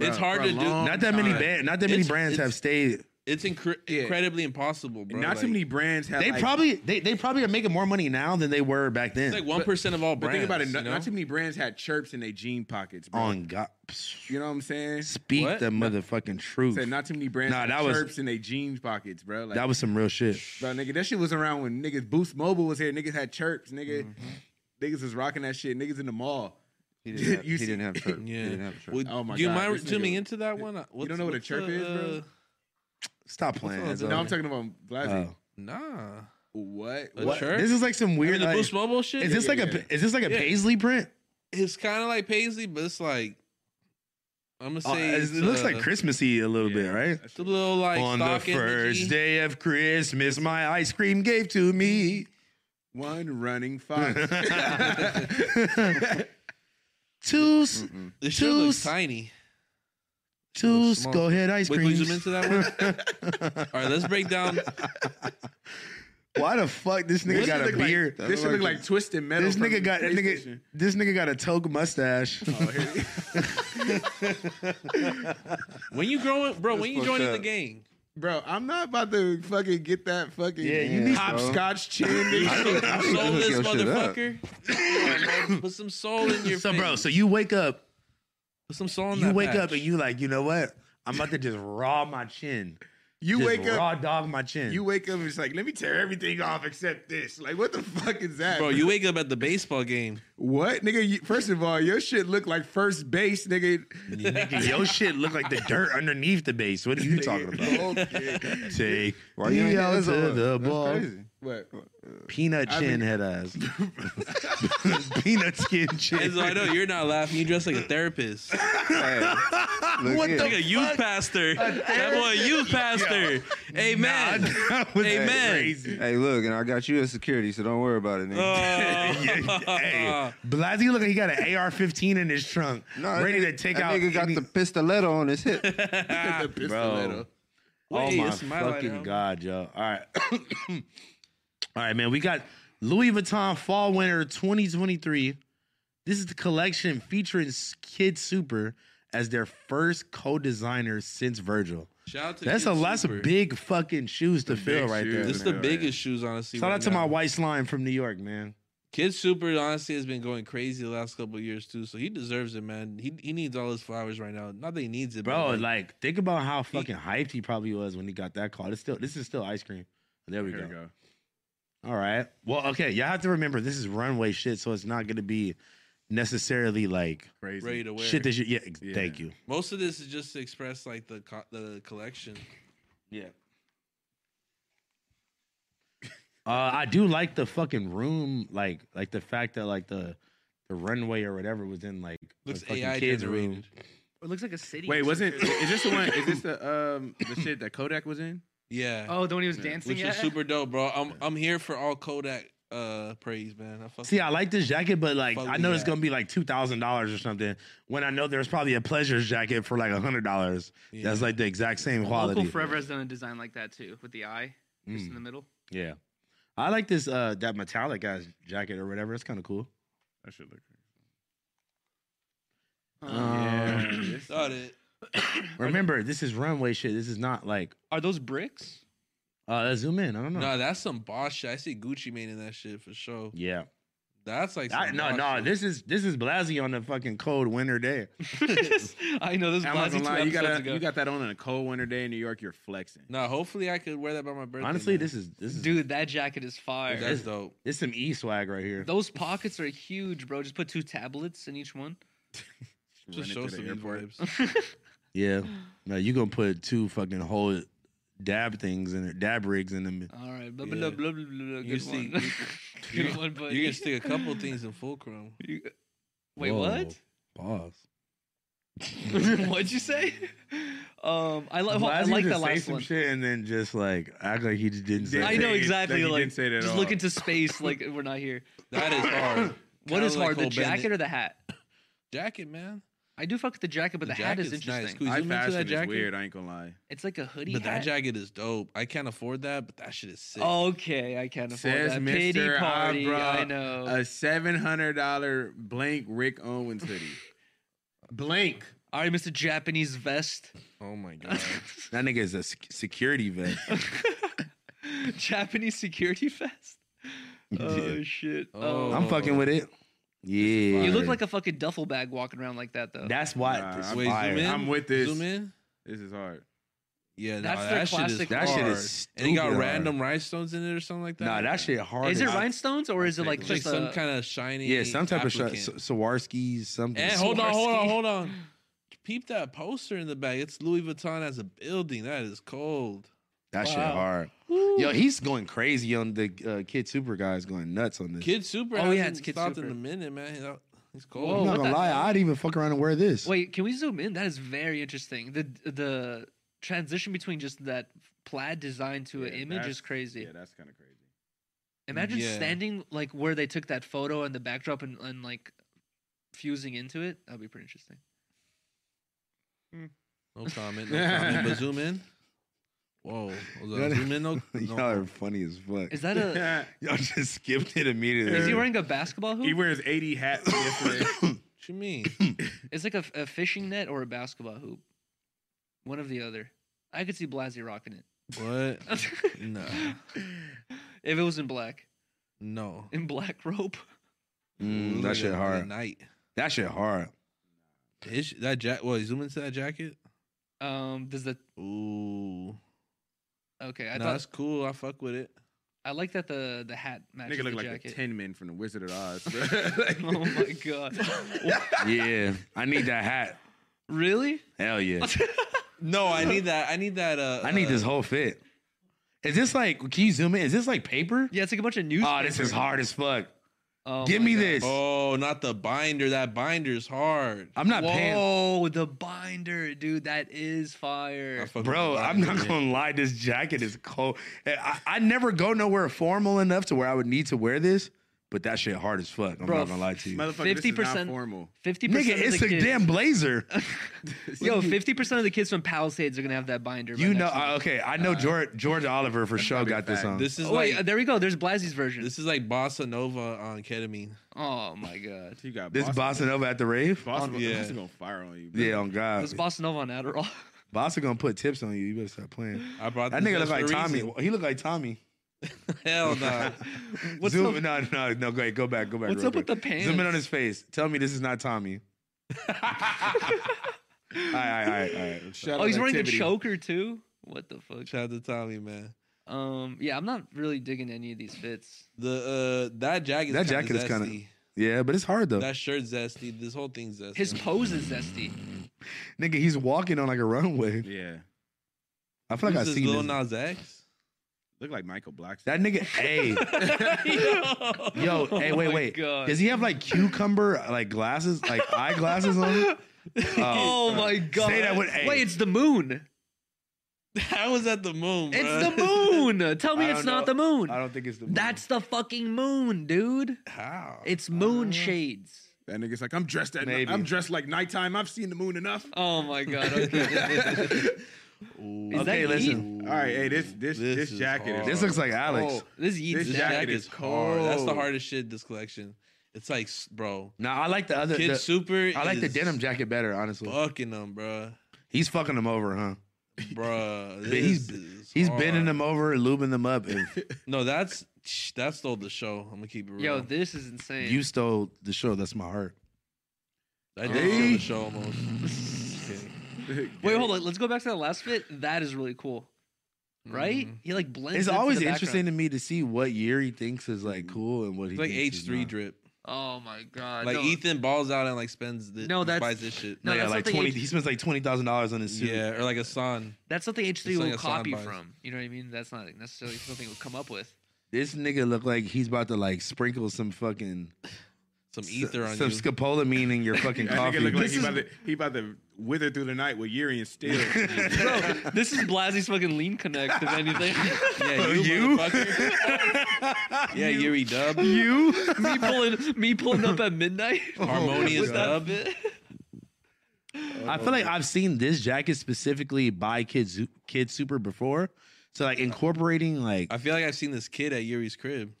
Speaker 4: it's hard
Speaker 3: for a
Speaker 4: to do.
Speaker 3: long-
Speaker 1: Not that many
Speaker 3: time.
Speaker 1: ba- not that many
Speaker 4: It's-
Speaker 1: brands
Speaker 4: it's-
Speaker 1: have stayed.
Speaker 4: It's incre-
Speaker 3: Yeah.
Speaker 4: incredibly impossible, bro.
Speaker 3: Not too
Speaker 4: Like,
Speaker 3: many brands have.
Speaker 1: They
Speaker 3: like,
Speaker 1: probably they, they probably are making more money now than they were back then.
Speaker 4: It's like one percent of all
Speaker 3: But
Speaker 4: brands.
Speaker 3: think about it.
Speaker 4: you
Speaker 3: Not,
Speaker 4: know?
Speaker 3: not too many brands had chirps in their jean pockets, bro.
Speaker 1: On God,
Speaker 3: You know what I'm saying?
Speaker 1: speak
Speaker 4: What?
Speaker 1: the motherfucking truth.
Speaker 3: Said not too many brands
Speaker 1: Nah,
Speaker 3: had
Speaker 1: that was-
Speaker 3: chirps in their jeans pockets, bro. Like,
Speaker 1: that was some real shit.
Speaker 3: bro, nigga, that shit was around when niggas Boost Mobile was here. Niggas had chirps, nigga.
Speaker 1: Mm-hmm.
Speaker 3: Niggas was rocking that shit. Niggas in the mall.
Speaker 5: He didn't have,
Speaker 3: You
Speaker 5: he
Speaker 3: see-
Speaker 5: didn't have shirt.
Speaker 4: Yeah.
Speaker 5: He didn't have shirt.
Speaker 4: Would-
Speaker 3: Oh my
Speaker 4: do you
Speaker 3: God,
Speaker 4: mind
Speaker 3: this nigga-
Speaker 4: zooming into that one? What's-
Speaker 3: don't know what a
Speaker 4: what's
Speaker 3: chirp
Speaker 4: the,
Speaker 3: is, bro?
Speaker 4: uh,
Speaker 1: Stop playing.
Speaker 4: What's
Speaker 1: That's
Speaker 4: all
Speaker 3: No,
Speaker 1: all.
Speaker 3: I'm talking about Blasi.
Speaker 1: Oh.
Speaker 4: Nah,
Speaker 3: What?
Speaker 4: A
Speaker 1: What?
Speaker 4: chirp?
Speaker 1: This is like some
Speaker 4: I
Speaker 1: weird.
Speaker 4: mean, the
Speaker 1: like-
Speaker 4: Boost Mobile shit.
Speaker 1: is this like
Speaker 3: Yeah,
Speaker 1: a is this like a
Speaker 4: Yeah.
Speaker 1: paisley print?
Speaker 4: it's kind of like paisley, but it's like I'm gonna
Speaker 1: Oh,
Speaker 4: say
Speaker 1: it
Speaker 4: it's,
Speaker 1: looks like
Speaker 4: uh,
Speaker 1: Christmassy a little bit, right?
Speaker 4: It's a little like
Speaker 1: On the
Speaker 4: stock energy.
Speaker 1: first day of Christmas, my ice cream gave to me.
Speaker 3: One running fox.
Speaker 1: two, s-
Speaker 5: Mm-mm.
Speaker 4: This shit
Speaker 1: Two s-
Speaker 4: looks tiny.
Speaker 1: two,
Speaker 4: Small.
Speaker 1: go ahead, ice
Speaker 4: Wait, can we
Speaker 1: cream.
Speaker 4: zoom into that one? All right, let's break down.
Speaker 1: Why the fuck this nigga
Speaker 3: This
Speaker 1: got
Speaker 3: shit
Speaker 1: a
Speaker 3: look like-
Speaker 1: beard?
Speaker 3: this should look like twisted metal.
Speaker 1: this
Speaker 3: from
Speaker 1: nigga got Oh, that nigga,
Speaker 3: PlayStation.
Speaker 1: this nigga got a toque mustache.
Speaker 4: When you grow it, bro, when you
Speaker 1: fucked
Speaker 4: join
Speaker 1: up.
Speaker 4: the gang,
Speaker 3: Bro, I'm not about to fucking get that fucking
Speaker 1: Yeah, you
Speaker 5: Yeah, need-
Speaker 3: hopscotch chin. nigga.
Speaker 5: I need to
Speaker 4: soul
Speaker 5: hook
Speaker 4: this
Speaker 5: your shit up.
Speaker 4: motherfucker. Come on, bro. Put some soul in your
Speaker 1: so
Speaker 4: face.
Speaker 1: bro, so you wake up,
Speaker 4: Put some soul in
Speaker 1: you
Speaker 4: that
Speaker 1: wake
Speaker 4: patch.
Speaker 1: up and you like, you know what? I'm about to just raw my chin.
Speaker 3: You
Speaker 1: Just
Speaker 3: wake up,
Speaker 1: raw dog my chin.
Speaker 3: you wake up, and it's like, let me tear everything off except this. Like, what the fuck is that,
Speaker 4: Bro, you wake up at the baseball game.
Speaker 3: What, nigga? You, first of all, your shit look like first base, nigga.
Speaker 1: Nigga, your shit look like the dirt underneath the base. What are you talking about?
Speaker 3: Okay.
Speaker 1: Take
Speaker 5: Why you
Speaker 1: me
Speaker 5: ain't
Speaker 1: out
Speaker 5: get this
Speaker 1: to
Speaker 5: on?
Speaker 1: the
Speaker 5: That's
Speaker 1: ball.
Speaker 5: crazy.
Speaker 3: What?
Speaker 1: Peanut
Speaker 3: I
Speaker 1: chin
Speaker 3: mean-
Speaker 1: head ass. Peanut skin
Speaker 4: And
Speaker 1: chin.
Speaker 4: so I know you're not laughing. You dress like a therapist.
Speaker 5: Look
Speaker 1: What the
Speaker 5: here.
Speaker 4: Like a youth pastor. That boy, a youth pastor. Amen.
Speaker 1: that was
Speaker 4: Amen.
Speaker 1: crazy.
Speaker 5: Hey, look, and I got you as security, so don't worry about it, nigga.
Speaker 4: Oh.
Speaker 1: hey, Blasey, look, he got an AR-15 in his trunk,
Speaker 5: that
Speaker 1: ready to
Speaker 5: nigga-
Speaker 1: take
Speaker 5: that
Speaker 1: out.
Speaker 5: Nigga got
Speaker 1: any-
Speaker 5: the pistoletto on his hip.
Speaker 3: The
Speaker 1: oh
Speaker 3: pistoletto.
Speaker 4: Wait,
Speaker 1: my
Speaker 4: it's my light
Speaker 1: fucking
Speaker 4: out.
Speaker 1: god, yo! All right, all right, man. We got Louis Vuitton Fall Winter 2023. This is the collection featuring Kid Super as their first co-designer since Virgil.
Speaker 4: Shout out to
Speaker 1: That's
Speaker 4: Kid
Speaker 1: a lot
Speaker 4: Super.
Speaker 1: of big fucking shoes to fill
Speaker 3: big
Speaker 1: right
Speaker 3: shoes.
Speaker 1: there.
Speaker 4: This is
Speaker 1: man.
Speaker 4: the biggest shoes, honestly.
Speaker 1: Shout
Speaker 4: right
Speaker 1: out to my
Speaker 4: now.
Speaker 1: white slime from New York, man.
Speaker 4: Kid Super honestly has been going crazy the last couple of years too, so he deserves it, man. He he needs all his flowers right now. Not that he needs it,
Speaker 1: Bro,
Speaker 4: but,
Speaker 1: like, think about how fucking hyped he probably was when he got that call. It's still this is still ice cream. There we
Speaker 3: Here
Speaker 1: go.
Speaker 3: we go.
Speaker 1: All right. Well, okay. Y'all have to remember this is runway shit, so it's not gonna be necessarily like
Speaker 3: Crazy.
Speaker 4: ready to wear.
Speaker 1: shit that you. Yeah, ex-
Speaker 3: Yeah.
Speaker 1: Thank you.
Speaker 4: Most of this is just to express like the co- the collection.
Speaker 1: Uh, I do like the fucking room, like like the fact that like the the runway or whatever was in like the
Speaker 4: Looks
Speaker 1: fucking
Speaker 4: AI
Speaker 1: kids
Speaker 4: generated.
Speaker 1: room.
Speaker 2: It looks like a city.
Speaker 3: Wait, wasn't is this the one? Is this the um the shit that Kodak was in?
Speaker 4: Yeah,
Speaker 2: Oh, the one he was dancing
Speaker 4: which
Speaker 2: at.
Speaker 4: was super dope, bro. I'm I'm here for all Kodak uh praise, man. I fuck
Speaker 1: See, I like this jacket, but like
Speaker 4: Fuck
Speaker 1: I know
Speaker 4: with
Speaker 1: it's
Speaker 4: that.
Speaker 1: gonna be like two thousand dollars or something. When I know there's probably a pleasures jacket for like a hundred dollars.
Speaker 4: yeah.
Speaker 1: That's like the exact same quality.
Speaker 2: Local Forever has done a design like that too, with the eye just in
Speaker 1: Mm,
Speaker 2: the middle.
Speaker 1: yeah, I like this uh that metallic ass jacket or whatever. It's kind of cool.
Speaker 3: That shit look. crazy.
Speaker 2: Um,
Speaker 3: Yeah.
Speaker 4: That's not it.
Speaker 1: Remember, this is runway shit. This is not like
Speaker 2: Are those bricks?
Speaker 1: uh let's zoom in. I don't know.
Speaker 4: No, that's some boss shit. I see Gucci Mane in that shit for sure.
Speaker 1: yeah.
Speaker 4: That's like
Speaker 1: I,
Speaker 4: some
Speaker 1: no,
Speaker 4: boss
Speaker 1: no.
Speaker 4: shit.
Speaker 1: This is this is Blasey on the fucking cold winter day.
Speaker 2: I know those.
Speaker 3: I'm not gonna lie, you got
Speaker 2: gotta,
Speaker 3: you got that on in a cold winter day in New York. You're flexing.
Speaker 4: No, hopefully I could wear that by my birthday.
Speaker 1: Honestly,
Speaker 4: man.
Speaker 1: this is this is
Speaker 2: Dude, that jacket is fire.
Speaker 4: that's dope.
Speaker 1: this some e swag right here.
Speaker 2: Those pockets are huge, bro. Just put two tablets in each one.
Speaker 3: Run
Speaker 4: Just
Speaker 3: it
Speaker 4: show
Speaker 3: to the
Speaker 4: some these
Speaker 3: airport.
Speaker 4: vibes.
Speaker 1: Yeah. No, you gonna put two fucking whole dab things in there, dab rigs in them.
Speaker 2: All right, blah
Speaker 4: Yeah.
Speaker 2: blah blah blah blah. blah. Good
Speaker 4: You see-
Speaker 2: one.
Speaker 4: you-
Speaker 2: Good one, buddy.
Speaker 4: You can stick a couple things in fulcrum.
Speaker 2: You- Wait,
Speaker 1: Whoa,
Speaker 2: what?
Speaker 1: Pause.
Speaker 2: What'd you say? Um, I, li- I like that last
Speaker 1: some
Speaker 2: one.
Speaker 1: shit and then just like act like he just didn't say.
Speaker 2: I
Speaker 1: that.
Speaker 2: know
Speaker 3: Like,
Speaker 2: exactly.
Speaker 3: you
Speaker 2: Like,
Speaker 3: didn't say that at
Speaker 2: just
Speaker 3: all.
Speaker 2: look into space. Like we're not here.
Speaker 4: That is hard.
Speaker 2: What
Speaker 4: Kinda
Speaker 2: is
Speaker 4: like
Speaker 2: hard, the
Speaker 4: Cole Bennett.
Speaker 2: jacket or the hat?
Speaker 4: Jacket, man.
Speaker 2: I do fuck with the jacket, but the, hat is
Speaker 4: jacket's nice.
Speaker 2: interesting.
Speaker 4: Could you
Speaker 3: I
Speaker 4: zoom into that
Speaker 3: fashion is
Speaker 4: jacket?
Speaker 3: weird. I ain't gonna lie.
Speaker 2: It's like a hoodie
Speaker 4: But that
Speaker 2: hat.
Speaker 4: jacket is dope. I can't afford that, but that shit is sick.
Speaker 1: Oh,
Speaker 2: Okay, I can't afford
Speaker 3: Says
Speaker 2: that.
Speaker 3: Mr.
Speaker 2: Pity
Speaker 3: I
Speaker 2: party. I
Speaker 3: brought
Speaker 2: know.
Speaker 4: Uh,
Speaker 3: A seven hundred dollar blank Rick Owens hoodie. blank.
Speaker 2: All right, Mr. Japanese vest.
Speaker 4: Oh my god.
Speaker 1: That nigga is a sec- security vet.
Speaker 2: Japanese security vest. Oh
Speaker 1: Yeah.
Speaker 2: shit.
Speaker 4: Oh.
Speaker 1: I'm fucking with it. Yeah.
Speaker 2: You look like a fucking duffel bag walking around like that though.
Speaker 1: That's why.
Speaker 3: Nah,
Speaker 1: this
Speaker 3: I'm-
Speaker 4: Wait,
Speaker 1: fire.
Speaker 4: zoom in.
Speaker 3: I'm with this.
Speaker 4: Zoom in.
Speaker 3: This is hard.
Speaker 4: Yeah, nah,
Speaker 2: That's
Speaker 4: that
Speaker 2: their
Speaker 4: shit
Speaker 2: classic
Speaker 4: is
Speaker 1: That shit
Speaker 4: hard.
Speaker 1: is
Speaker 4: And he got
Speaker 1: stupid hard.
Speaker 4: random rhinestones in it or something like that.
Speaker 1: Nah, that shit hard.
Speaker 2: is it
Speaker 1: as-
Speaker 2: rhinestones or is it like
Speaker 4: It's
Speaker 2: just
Speaker 4: like some
Speaker 2: a-
Speaker 4: kind of shiny.
Speaker 1: Yeah, some type of
Speaker 4: applicant.
Speaker 1: shot. Swarovski's something.
Speaker 4: And hold on, hold
Speaker 2: Swarovski.
Speaker 4: on, hold on. Peep that poster in the back. It's Louis Vuitton as a building. That is cold.
Speaker 1: that shit
Speaker 2: Wow.
Speaker 1: hard. Yo, he's going crazy on the uh, Kid Super guy's going nuts on this.
Speaker 4: Kid Super.
Speaker 2: Oh,
Speaker 4: hasn't
Speaker 2: yeah, it's Kid
Speaker 4: stopped
Speaker 2: Super.
Speaker 4: in a minute, man. He's out- He's
Speaker 1: I'm
Speaker 4: cold.
Speaker 2: Whoa.
Speaker 1: not
Speaker 2: what
Speaker 1: gonna
Speaker 2: the
Speaker 1: lie,
Speaker 2: hell?
Speaker 1: I'd even fuck around and wear this.
Speaker 2: Wait, can we zoom in? That is very interesting. The the transition between just that plaid design to an
Speaker 3: Yeah,
Speaker 2: image is
Speaker 3: that's-
Speaker 2: crazy.
Speaker 3: Yeah, that's kind of crazy.
Speaker 2: Imagine
Speaker 4: Yeah.
Speaker 2: standing like where they took that photo and the backdrop and, and like fusing into it. That'd be pretty interesting.
Speaker 4: No comment. No comment. But zoom in. Whoa, was that a zoom in though? No.
Speaker 1: Y'all are funny as fuck.
Speaker 2: Is that a?
Speaker 1: Y'all just skipped it immediately.
Speaker 2: is he wearing a basketball
Speaker 3: he
Speaker 2: hoop?
Speaker 3: wears 80 hats yesterday.
Speaker 4: What you mean?
Speaker 2: It's like a, a fishing net or a basketball hoop. One of the other. I could see Blasey rocking it.
Speaker 4: What? no,
Speaker 2: If it was in black,
Speaker 4: no.
Speaker 2: in black rope.
Speaker 1: Mm, that shit hard.
Speaker 4: Night.
Speaker 1: That shit hard.
Speaker 4: His, that jacket. What? Zoom into that jacket.
Speaker 2: Um, does the
Speaker 4: Ooh.
Speaker 2: okay? I
Speaker 4: no,
Speaker 2: thought
Speaker 4: that's cool. I fuck with it.
Speaker 2: I like that the the hat matches
Speaker 3: Nigga look
Speaker 2: the
Speaker 3: like
Speaker 2: jacket.
Speaker 3: the Tin Man from the Wizard of Oz. bruh.
Speaker 2: oh my god!
Speaker 1: Yeah, I need that hat.
Speaker 2: really?
Speaker 1: Hell yeah.
Speaker 4: No, I need that. I need that. Uh,
Speaker 1: I need this
Speaker 4: uh,
Speaker 1: whole fit. Is this like? Can you zoom in? Is this like paper?
Speaker 2: Yeah, it's like a bunch of news.
Speaker 1: Oh, this is hard as fuck.
Speaker 2: Oh
Speaker 1: Give
Speaker 2: my
Speaker 1: me
Speaker 2: God.
Speaker 1: this.
Speaker 4: Oh, not the binder. That binder's hard.
Speaker 1: I'm not paying.
Speaker 2: Whoa, the binder, dude, that is
Speaker 4: I
Speaker 2: fire.
Speaker 4: fuck with
Speaker 1: Bro,
Speaker 4: the
Speaker 1: I'm
Speaker 4: binder,
Speaker 1: not
Speaker 4: man.
Speaker 1: gonna lie. This jacket is cold. Eh, I, I never go nowhere formal enough to where I would need to wear this, but that shit hard as fuck. I'm
Speaker 2: Bro,
Speaker 1: not gonna lie to you,
Speaker 3: Motherfucker, 50%. this is
Speaker 2: 50%
Speaker 3: not formal.
Speaker 2: Fifty
Speaker 1: nigga.
Speaker 2: percent.
Speaker 1: It's
Speaker 2: of the
Speaker 1: a
Speaker 2: kids,
Speaker 1: damn blazer.
Speaker 2: Yo, fifty percent of the kids from Palisades are gonna have that binder. by
Speaker 1: You
Speaker 2: next
Speaker 1: know?
Speaker 2: week.
Speaker 1: uh, okay, I know George, George Oliver for sure
Speaker 3: probably a
Speaker 1: got this
Speaker 3: fact.
Speaker 1: on.
Speaker 4: This is
Speaker 2: Oh,
Speaker 4: like
Speaker 2: wait, uh, there we go. There's Blasey's version.
Speaker 4: this is like bossa nova on ketamine.
Speaker 2: oh my god.
Speaker 3: You got
Speaker 1: this
Speaker 3: Boston-
Speaker 1: bossa nova at the rave.
Speaker 3: Boston,
Speaker 4: Yeah.
Speaker 3: Boston gonna fire on you. bruh.
Speaker 1: Yeah, on God,
Speaker 2: This Bossa Nova on Adderall.
Speaker 1: bossa gonna put tips on you. You better stop playing.
Speaker 4: I brought
Speaker 1: That
Speaker 4: this
Speaker 1: nigga look
Speaker 4: just
Speaker 1: like
Speaker 4: for a
Speaker 1: Tommy.
Speaker 4: reason.
Speaker 1: He look like Tommy.
Speaker 4: Hell no.
Speaker 2: What's
Speaker 1: Zoom,
Speaker 2: up?
Speaker 1: No, no, no. Go ahead. Go back. Go back.
Speaker 2: What's
Speaker 1: real
Speaker 2: up with
Speaker 1: quick.
Speaker 2: the pants?
Speaker 1: Zoom in on his face. Tell me this is not Tommy. all right, all right, all right.
Speaker 2: Oh, he's wearing the choker too. What the fuck?
Speaker 4: Shout out to Tommy, man.
Speaker 2: Um, yeah, I'm not really digging any of these fits.
Speaker 4: The uh that jacket.
Speaker 1: That jacket is kinda-
Speaker 4: zesty.
Speaker 1: Yeah, but it's hard though.
Speaker 4: That shirt's zesty. This whole thing's zesty.
Speaker 2: His pose is zesty.
Speaker 1: Nigga, he's walking on like a runway.
Speaker 3: Yeah.
Speaker 1: I feel like
Speaker 4: Who's
Speaker 1: I
Speaker 4: this
Speaker 1: seen
Speaker 4: Lil
Speaker 1: this.
Speaker 4: Nas X.
Speaker 3: Look like Michael Blackson.
Speaker 1: that nigga. Hey, yo, hey,
Speaker 2: Oh
Speaker 1: wait,
Speaker 2: my
Speaker 1: wait.
Speaker 2: God.
Speaker 1: Does he have like cucumber like glasses, like eyeglasses on? Oh.
Speaker 2: Oh my god!
Speaker 1: that with- hey.
Speaker 2: Wait, it's the moon.
Speaker 4: I was at the moon.
Speaker 2: It's
Speaker 4: bruh.
Speaker 2: the moon. Tell me
Speaker 1: I
Speaker 2: it's
Speaker 1: don't
Speaker 2: not
Speaker 1: know.
Speaker 2: the moon.
Speaker 1: I don't think it's the. moon.
Speaker 2: That's the fucking moon, dude.
Speaker 4: How?
Speaker 2: It's
Speaker 1: Uh.
Speaker 2: moon shades.
Speaker 3: That nigga's like, I'm dressed at
Speaker 1: Maybe.
Speaker 3: I'm dressed like nighttime. I've seen the moon enough.
Speaker 2: Oh my god. Okay.
Speaker 4: Ooh.
Speaker 2: Is
Speaker 1: okay.
Speaker 2: that
Speaker 1: Listen,
Speaker 3: All right, hey, this this
Speaker 4: This
Speaker 3: this,
Speaker 4: is
Speaker 3: jacket is
Speaker 4: hard.
Speaker 1: this looks like Alex.
Speaker 3: Oh,
Speaker 2: This yeet
Speaker 3: This
Speaker 4: This
Speaker 3: jacket
Speaker 4: jacket
Speaker 3: is
Speaker 4: is hard. That's the
Speaker 3: cold.
Speaker 4: hardest shit this collection. It's like, s- bro,
Speaker 1: No, I like the other.
Speaker 4: Kid
Speaker 1: the-
Speaker 4: Super.
Speaker 1: I like the
Speaker 4: is
Speaker 1: denim jacket better, honestly.
Speaker 4: Fucking them, bruh.
Speaker 1: He's fucking him over, huh?
Speaker 4: Bruh.
Speaker 1: But he's-
Speaker 4: this is
Speaker 1: He's
Speaker 4: hard.
Speaker 1: bending them over, lubing them up, and
Speaker 4: No, that's shh, that stole the show. I'm gonna keep it real.
Speaker 2: Yo, this is insane.
Speaker 1: you stole the show. That's my heart.
Speaker 4: that
Speaker 3: Hey.
Speaker 4: did steal the show almost. Just kidding.
Speaker 2: Wait, hold on. Let's go back to that last fit. That is really cool, right?
Speaker 4: Mhm.
Speaker 2: He like blends.
Speaker 1: It's
Speaker 2: into
Speaker 1: always
Speaker 2: the
Speaker 1: interesting
Speaker 2: background.
Speaker 1: to me to see what year he thinks is like cool and what he
Speaker 4: It's like
Speaker 1: thinks
Speaker 4: H
Speaker 1: is
Speaker 4: three
Speaker 1: not.
Speaker 4: drip.
Speaker 2: Oh my god.
Speaker 4: Like
Speaker 2: no.
Speaker 4: Ethan balls out and like spends the
Speaker 2: No, that's-
Speaker 4: buys this shit.
Speaker 2: No,
Speaker 1: No, yeah,
Speaker 2: that's
Speaker 1: like
Speaker 2: not the
Speaker 1: twenty.
Speaker 2: H-
Speaker 1: He spends like twenty thousand dollars on his suit.
Speaker 4: Yeah, or like a son.
Speaker 2: That's something H3
Speaker 4: It's like
Speaker 2: will
Speaker 4: a
Speaker 2: copy
Speaker 4: soundbite.
Speaker 2: from. You know what I mean? That's not necessarily something we'll come up with.
Speaker 1: This nigga look like he's about to like sprinkle some fucking
Speaker 4: Some
Speaker 1: s-
Speaker 4: ether on
Speaker 1: some
Speaker 4: you.
Speaker 1: scopolamine in your fucking
Speaker 3: That nigga
Speaker 1: coffee.
Speaker 3: look like
Speaker 1: This
Speaker 3: he
Speaker 1: is-
Speaker 3: about, to, he about to wither through the night with Yuri and Steel.
Speaker 2: Bro, this is Blasey's fucking lean connect, if anything.
Speaker 4: yeah, you.
Speaker 1: You?
Speaker 4: motherfucker. yeah, Yuri Dub.
Speaker 1: you.
Speaker 2: me pulling me pulling up at midnight.
Speaker 4: Harmonious
Speaker 2: With that
Speaker 4: Dub.
Speaker 2: bit.
Speaker 1: I feel like I've seen this jacket specifically by Kid Zu- Kid Super before. So like incorporating like
Speaker 4: I feel like I've seen this kid at Yuri's crib.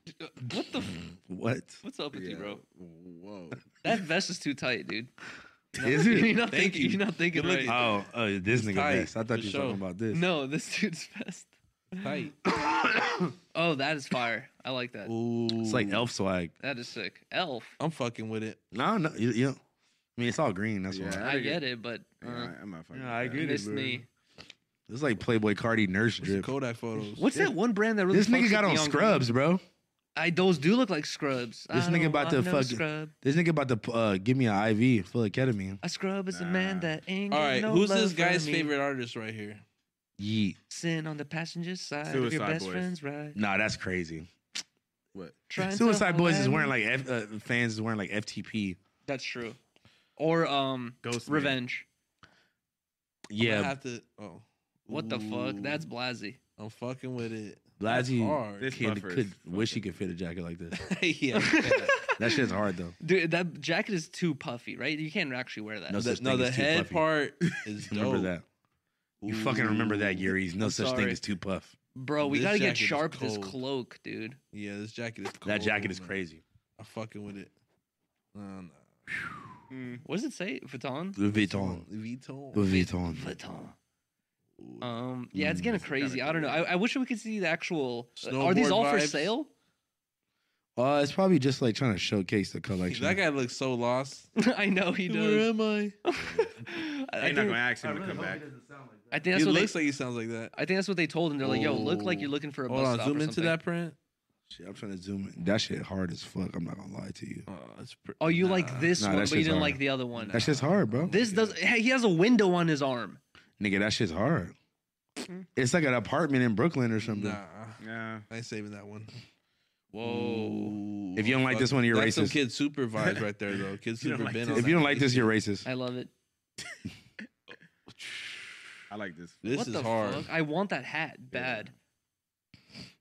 Speaker 2: What the? F-
Speaker 1: what
Speaker 2: what's up with you, bro?
Speaker 3: Whoa.
Speaker 2: That vest is too tight, dude.
Speaker 1: is
Speaker 2: You're
Speaker 1: it?
Speaker 2: not
Speaker 4: Thank
Speaker 2: thinking.
Speaker 4: you.
Speaker 2: You. are not thinking
Speaker 4: Good
Speaker 2: right.
Speaker 4: looking.
Speaker 1: Oh, oh, this nigga
Speaker 4: tight,
Speaker 1: best. I thought
Speaker 4: for
Speaker 1: you were
Speaker 4: sure.
Speaker 1: talking about this.
Speaker 2: No, this dude's vest.
Speaker 4: Tight.
Speaker 2: Oh, that is fire. I like that.
Speaker 4: Ooh.
Speaker 1: It's like elf swag.
Speaker 2: That is sick. Elf.
Speaker 4: I'm fucking with it.
Speaker 1: No, no, you, you know, I mean it's all green. That's
Speaker 3: Yeah.
Speaker 1: why.
Speaker 2: I
Speaker 3: dig it.
Speaker 2: get it, but uh,
Speaker 3: Yeah, I'm not fucking.
Speaker 1: Yeah, I
Speaker 3: with that.
Speaker 1: agree.
Speaker 2: you
Speaker 1: it,
Speaker 2: missed
Speaker 1: bro.
Speaker 2: me.
Speaker 1: It's like Playboy Cardi nurse
Speaker 4: What's the
Speaker 1: drip.
Speaker 4: Kodak photos?
Speaker 2: What's that one brand that really?
Speaker 1: This
Speaker 2: fucks
Speaker 1: nigga
Speaker 2: with
Speaker 1: got on
Speaker 2: young
Speaker 1: scrubs, bro.
Speaker 2: people? I those do look like scrubs.
Speaker 1: This
Speaker 2: I
Speaker 1: nigga
Speaker 2: don't
Speaker 1: about to
Speaker 2: want no
Speaker 1: fuck-
Speaker 2: scrub.
Speaker 1: This nigga about to uh, give me an IV full of ketamine.
Speaker 2: A scrub is a
Speaker 3: Nah.
Speaker 2: man that ain't.
Speaker 4: All
Speaker 2: got
Speaker 4: right,
Speaker 2: no
Speaker 4: who's
Speaker 2: love
Speaker 4: this
Speaker 2: for
Speaker 4: guy's
Speaker 2: me.
Speaker 4: favorite artist right here?
Speaker 1: Yeet.
Speaker 2: Sitting on the passenger side of your
Speaker 3: Suicide
Speaker 2: best
Speaker 3: Boys.
Speaker 2: friend's ride.
Speaker 1: Nah, that's crazy.
Speaker 3: What?
Speaker 2: Trying to
Speaker 1: Suicide Boys is
Speaker 2: hold
Speaker 1: wearing
Speaker 2: on.
Speaker 1: like F, uh, fans is wearing like FTP.
Speaker 2: That's true. Or um,
Speaker 3: Ghost Man.
Speaker 2: Revenge.
Speaker 4: I
Speaker 1: Yeah,
Speaker 4: have to. Oh,
Speaker 2: What the fuck?
Speaker 4: Ooh.
Speaker 2: That's Blasey.
Speaker 4: I'm fucking with it. That's
Speaker 1: Blasey
Speaker 4: hard.
Speaker 3: This
Speaker 1: kid
Speaker 3: buffer is
Speaker 1: could wish he could fit a jacket like this.
Speaker 4: yeah.
Speaker 1: that shit's hard though.
Speaker 2: Dude, that jacket is too puffy, right? You can't actually wear that.
Speaker 1: No,
Speaker 4: The-
Speaker 1: such
Speaker 4: no,
Speaker 1: thing
Speaker 4: the
Speaker 1: as too
Speaker 4: head
Speaker 1: fluffy.
Speaker 4: part is dope.
Speaker 1: Remember that. You fucking remember that,
Speaker 4: Ooh.
Speaker 1: Yuri's. No
Speaker 2: I'm
Speaker 1: such thing
Speaker 2: sorry.
Speaker 1: as too puff.
Speaker 2: Bro, we
Speaker 4: This
Speaker 2: gotta get
Speaker 4: jacket is
Speaker 2: sharp with this
Speaker 4: cold.
Speaker 2: cloak, dude.
Speaker 4: Yeah, this jacket is.
Speaker 1: That jacket
Speaker 4: cold,
Speaker 1: is
Speaker 4: man.
Speaker 1: crazy.
Speaker 4: I'm fucking with it. Um,
Speaker 2: What does it say? Vuitton?
Speaker 1: Louis
Speaker 4: Louis Vuitton.
Speaker 1: Louis Vuitton.
Speaker 2: Vuitton.
Speaker 4: Ooh. Mm,
Speaker 2: Um, yeah, it's kind of crazy. I don't know.
Speaker 3: cool.
Speaker 2: I, I wish we could see the actual. uh, are these
Speaker 4: Snowboard
Speaker 2: all for
Speaker 4: vibes.
Speaker 2: sale?
Speaker 1: Uh, it's probably just like trying to showcase the collection.
Speaker 4: that guy looks so lost.
Speaker 2: I know he
Speaker 4: Where
Speaker 2: does.
Speaker 4: am I?
Speaker 2: I, think,
Speaker 3: They're not gonna ask him to come back.
Speaker 2: I think
Speaker 4: he
Speaker 2: that's what
Speaker 4: looks
Speaker 2: they.
Speaker 4: like he sounds like that.
Speaker 2: I think that's what they told him. They're like, "Yo, look like
Speaker 4: Oh.
Speaker 2: you're looking for a bus
Speaker 4: Hold on,
Speaker 2: stop."
Speaker 4: zoom
Speaker 2: or
Speaker 4: into
Speaker 2: something.
Speaker 4: that print.
Speaker 1: Shit, I'm trying to zoom in. That shit hard as fuck. I'm not gonna lie to you.
Speaker 4: Oh, it's pretty.
Speaker 2: Oh, you like this
Speaker 1: Nah,
Speaker 2: one,
Speaker 1: that
Speaker 2: but you
Speaker 1: shit's
Speaker 2: didn't
Speaker 1: hard.
Speaker 2: like the other one.
Speaker 1: That shit's hard, bro.
Speaker 2: This does. Hey, he has a window on his arm.
Speaker 1: Nigga, that shit's hard. It's like an apartment in Brooklyn or something.
Speaker 4: Nah,
Speaker 3: Yeah.
Speaker 4: I ain't saving that one.
Speaker 2: Whoa.
Speaker 1: If you don't like this one, you're
Speaker 4: That's some
Speaker 1: racist.
Speaker 4: kid super vibes right there, though. Kid
Speaker 3: You don't
Speaker 4: super
Speaker 3: like
Speaker 4: been
Speaker 3: this.
Speaker 4: on
Speaker 1: If
Speaker 4: that
Speaker 1: you don't like this,
Speaker 4: crazy.
Speaker 1: you're racist.
Speaker 2: I love it.
Speaker 3: I like this.
Speaker 4: This
Speaker 2: what
Speaker 4: is
Speaker 2: the
Speaker 4: hard.
Speaker 2: fuck? I want that hat bad.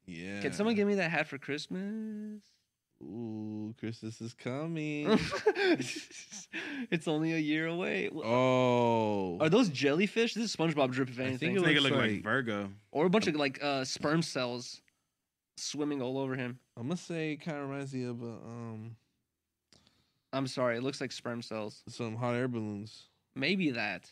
Speaker 4: Yeah.
Speaker 2: Can someone give me that hat for Christmas?
Speaker 4: Ooh, Christmas is coming.
Speaker 2: it's only a year away.
Speaker 4: oh.
Speaker 2: Are those jellyfish? This is SpongeBob drip, if
Speaker 4: I
Speaker 2: anything.
Speaker 4: think it
Speaker 3: Nigga
Speaker 4: looks
Speaker 3: look like,
Speaker 4: like-
Speaker 3: Virgo.
Speaker 2: or a bunch of like uh, sperm cells swimming all over him.
Speaker 4: I'm gonna say it kind of reminds me of uh, um
Speaker 2: I'm sorry, it looks like sperm cells.
Speaker 4: some hot air balloons.
Speaker 2: Maybe that.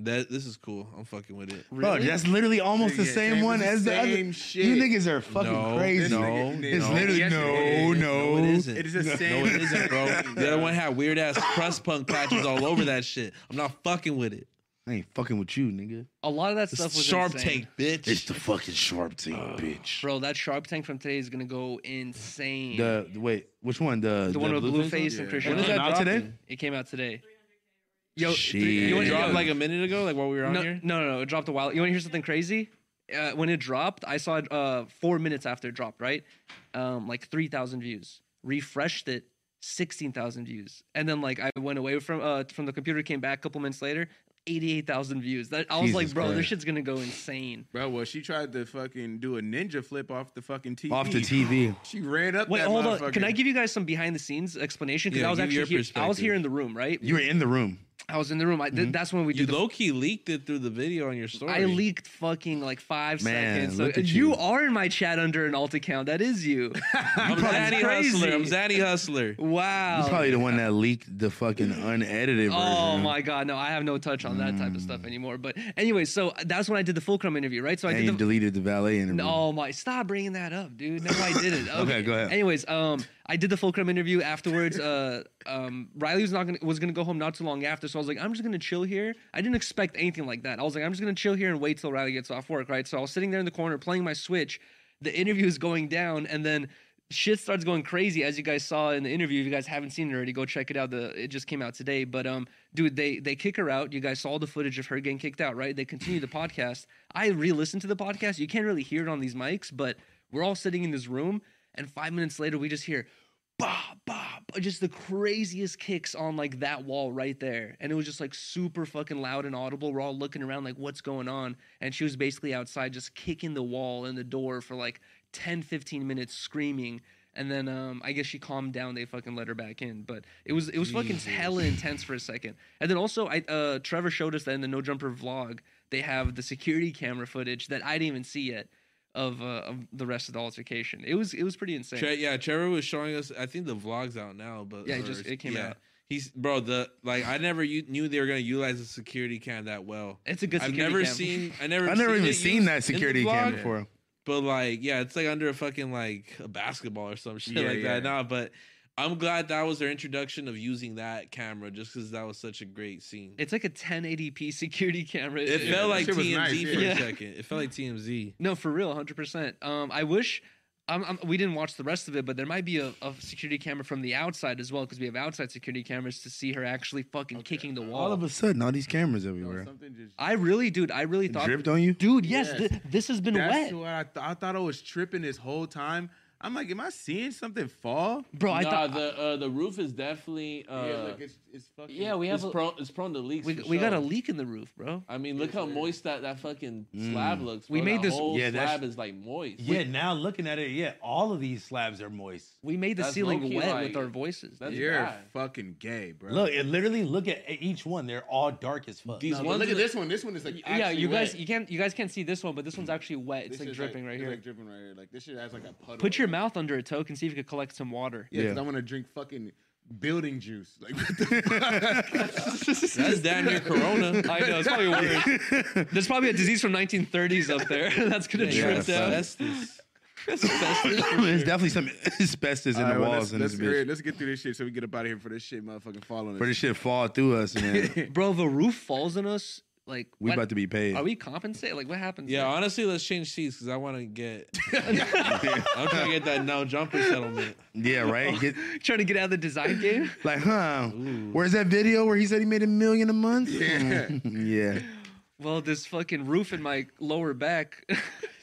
Speaker 4: That this is cool. I'm fucking with it.
Speaker 1: Bro,
Speaker 2: Really?
Speaker 1: that's literally almost the
Speaker 3: Nigga,
Speaker 1: same
Speaker 3: it's
Speaker 1: one as the other.
Speaker 3: same shit.
Speaker 1: You niggas are fucking
Speaker 4: no,
Speaker 1: crazy.
Speaker 4: No,
Speaker 3: This nigga-
Speaker 1: It's
Speaker 4: no.
Speaker 1: literally
Speaker 3: Yes, it
Speaker 1: no,
Speaker 3: is.
Speaker 1: no.
Speaker 4: No, it isn't.
Speaker 3: It is the
Speaker 4: no,
Speaker 3: same
Speaker 4: it isn't, bro.
Speaker 3: thing,
Speaker 4: the other
Speaker 3: bro.
Speaker 4: one had weird ass crust punk patches all over that shit. I'm not fucking with it.
Speaker 1: I ain't fucking with you, nigga.
Speaker 2: A lot of that
Speaker 4: It's
Speaker 2: stuff was
Speaker 4: sharp
Speaker 2: insane.
Speaker 4: tank, bitch.
Speaker 1: It's the fucking sharp team, bitch.
Speaker 2: Bro, that sharp tank from today is gonna go insane.
Speaker 1: The, the- wait, which one? The
Speaker 2: the, one with
Speaker 1: blue
Speaker 2: blue
Speaker 1: face
Speaker 2: face and Christian.
Speaker 1: When is
Speaker 2: Bale.
Speaker 1: that out today?
Speaker 2: It came out today. Yo,
Speaker 1: Shit.
Speaker 2: th- you
Speaker 4: it
Speaker 2: wanna-
Speaker 4: dropped
Speaker 2: yo,
Speaker 4: like a minute ago, like while we were on
Speaker 2: no,
Speaker 4: here.
Speaker 2: no, no, no, it dropped a while. You want to hear something crazy? Uh, when it dropped, I saw it uh, four minutes after it dropped, right? Um, like three thousand views. Refreshed it, sixteen thousand views, and then like I went away from uh, from the computer, came back a couple minutes later, eighty-eight thousand views. That I was like,
Speaker 1: Jesus
Speaker 2: bro, this
Speaker 1: Christ.
Speaker 2: shit's gonna go insane.
Speaker 3: Bro, well, she tried to fucking do a ninja flip off the fucking TV.
Speaker 1: Off the TV.
Speaker 3: She ran up.
Speaker 2: Wait,
Speaker 3: that
Speaker 2: hold on. Can I
Speaker 3: motherfucker.
Speaker 2: give you guys some behind the scenes explanation? Because
Speaker 4: Yeah,
Speaker 2: I was
Speaker 4: give your
Speaker 2: actually here, I was here
Speaker 4: perspective. Mm-hmm.
Speaker 2: in the room, right?
Speaker 1: You were in the room.
Speaker 2: I was in the room. I, th- That's when we
Speaker 4: You
Speaker 2: did the
Speaker 4: low key leaked it through the video on your story.
Speaker 2: I leaked fucking like five
Speaker 1: Man,
Speaker 2: seconds. So
Speaker 1: look at
Speaker 2: you.
Speaker 1: you.
Speaker 2: are in my chat under an alt account. That is you.
Speaker 4: I'm
Speaker 2: That's
Speaker 4: Zaddy Hustler. I'm
Speaker 2: crazy.
Speaker 4: Zaddy Hustler.
Speaker 2: wow.
Speaker 1: You're probably the one that leaked the fucking unedited version.
Speaker 2: Oh my god, no, I Mm. have no touch on that type of stuff anymore. But anyway, so that's when I did the fulcrum interview, right? So I
Speaker 1: And you
Speaker 2: did the
Speaker 1: deleted the valet interview.
Speaker 2: No, my stop bringing that up, dude. No, I didn't. Okay,
Speaker 1: go ahead.
Speaker 2: Anyways, um, I did the fulcrum interview afterwards. Uh, um, Riley was not gonna was gonna go home not too long after, so I was like, I'm just gonna chill here. I didn't expect anything like that. I was like, I'm just gonna chill here and wait till Riley gets off work, right? So I was sitting there in the corner playing my Switch. The interview is going down, and then. Shit starts going crazy as you guys saw in the interview. If you guys haven't seen it already, go check it out. The it just came out today. But um, dude, they they kick her out. You guys saw the footage of her getting kicked out, right? They continue the podcast. I re-listened to the podcast. You can't really hear it on these mics, but we're all sitting in this room, and five minutes later, we just hear bah bah, bah just the craziest kicks on like that wall right there, and it was just like super fucking loud and audible. We're all looking around like, what's going on? And she was basically outside just kicking the wall and the door for like 10, 15 minutes, screaming. And then um, I guess she calmed down. They fucking let her back in, but it was it was fucking hella intense for a second. And then also, I uh, Trevor showed us that in the No Jumper vlog, they have the security camera footage that I didn't even see yet of, uh, of the rest of the altercation. It was it was pretty insane.
Speaker 4: Tre- yeah, Trevor was showing us. I think the vlog's out now, but
Speaker 2: Yeah, it just-
Speaker 4: or-
Speaker 2: it came
Speaker 4: yeah.
Speaker 2: out.
Speaker 4: He's bro. The like I never u- knew they were gonna utilize the security cam that well.
Speaker 2: it's a good.
Speaker 4: I've
Speaker 2: Security
Speaker 4: never
Speaker 2: cam.
Speaker 4: seen. I never.
Speaker 1: I've never even
Speaker 4: it
Speaker 1: seen
Speaker 4: used in
Speaker 1: that
Speaker 4: the
Speaker 1: security cam
Speaker 4: vlog,
Speaker 1: before.
Speaker 4: But like, yeah, it's like under a fucking like a basketball or some shit
Speaker 3: Yeah,
Speaker 4: like
Speaker 3: yeah.
Speaker 4: that. Nah, but I'm glad that was their introduction of using that camera, just because that was such a great scene. It,
Speaker 2: It's like a 1080p security camera.
Speaker 4: felt
Speaker 3: that
Speaker 4: like
Speaker 3: shit was
Speaker 4: TMZ
Speaker 3: nice,
Speaker 4: for
Speaker 2: yeah.
Speaker 4: a second. It felt like TMZ.
Speaker 2: No, for real, hundred percent. Um, I wish. Um, um, we didn't watch the rest of it, but there might be a, a security camera from the outside as well because we have outside security cameras to see her actually fucking kicking the wall.
Speaker 1: All of a sudden, all these cameras everywhere.
Speaker 3: Something just.
Speaker 2: I really, dude, I really
Speaker 1: It
Speaker 2: thought,
Speaker 1: dripped on you?
Speaker 2: dude, yes,
Speaker 3: Yes.
Speaker 2: thi- this has been
Speaker 3: That's
Speaker 2: wet.
Speaker 3: what I, th- I thought I was tripping this whole time. I'm like, am I seeing something fall?
Speaker 2: bro. I
Speaker 6: nah,
Speaker 2: thought
Speaker 6: the uh, the roof is definitely. Uh, yeah,
Speaker 3: it's it's fucking.
Speaker 6: we have
Speaker 2: It's
Speaker 6: it's prone it's prone to leaks.
Speaker 2: we,
Speaker 6: for
Speaker 2: we got a
Speaker 6: sure.
Speaker 2: leak in the roof, bro.
Speaker 6: I mean, look how moist that, that fucking
Speaker 4: Mm.
Speaker 6: slab looks.
Speaker 2: We
Speaker 6: bro.
Speaker 2: made
Speaker 6: That
Speaker 2: this-
Speaker 6: whole
Speaker 1: Yeah, that's-
Speaker 6: slab is like moist.
Speaker 1: Yeah, now looking at it, yeah, all of these slabs are moist.
Speaker 2: We made the
Speaker 6: That's
Speaker 2: ceiling
Speaker 6: low-key
Speaker 2: wet
Speaker 6: like-
Speaker 2: with our voices.
Speaker 6: That's
Speaker 3: You're
Speaker 6: bad.
Speaker 3: fucking gay, bro.
Speaker 1: Look, it literally look at e, each one. They're all dark as fuck.
Speaker 6: These ones are-
Speaker 3: one. This one is like
Speaker 2: yeah, you guys, you can't, you guys can't see this one, but this one's actually wet. It's like dripping right here.
Speaker 3: dripping right here. Like this shit has like a puddle.
Speaker 2: Put your mouth under it, Toke, and see if you could collect some water.
Speaker 1: Yeah, 'cause Yeah.
Speaker 3: I want to drink fucking building juice. Like
Speaker 4: That's damn near Corona.
Speaker 2: I know it's probably worse. There's probably a disease from 1930s up there. That's gonna
Speaker 1: yeah,
Speaker 2: trip
Speaker 1: yeah,
Speaker 2: down.
Speaker 4: Asbestos.
Speaker 1: There's definitely some asbestos in the walls
Speaker 3: let's,
Speaker 1: in this
Speaker 3: let's, hurry-
Speaker 1: bitch.
Speaker 3: let's get through this shit so we get up out of here for this shit motherfucking falling.
Speaker 1: For this shit fall through us, man.
Speaker 2: bro. The roof falls on us. Like
Speaker 1: we
Speaker 2: what-
Speaker 1: about to be paid.
Speaker 2: Are we compensated? Like what happens?
Speaker 4: Yeah,
Speaker 2: there?
Speaker 4: honestly, let's change seats because I want to get. I'm trying to get that now jumper settlement.
Speaker 1: yeah,
Speaker 2: Oh.
Speaker 1: right. Get-
Speaker 2: trying to get out of the design game.
Speaker 1: like, huh? Where's that video where he said he made a million a month?
Speaker 3: Yeah.
Speaker 1: yeah.
Speaker 2: Well, this fucking roof in my lower back.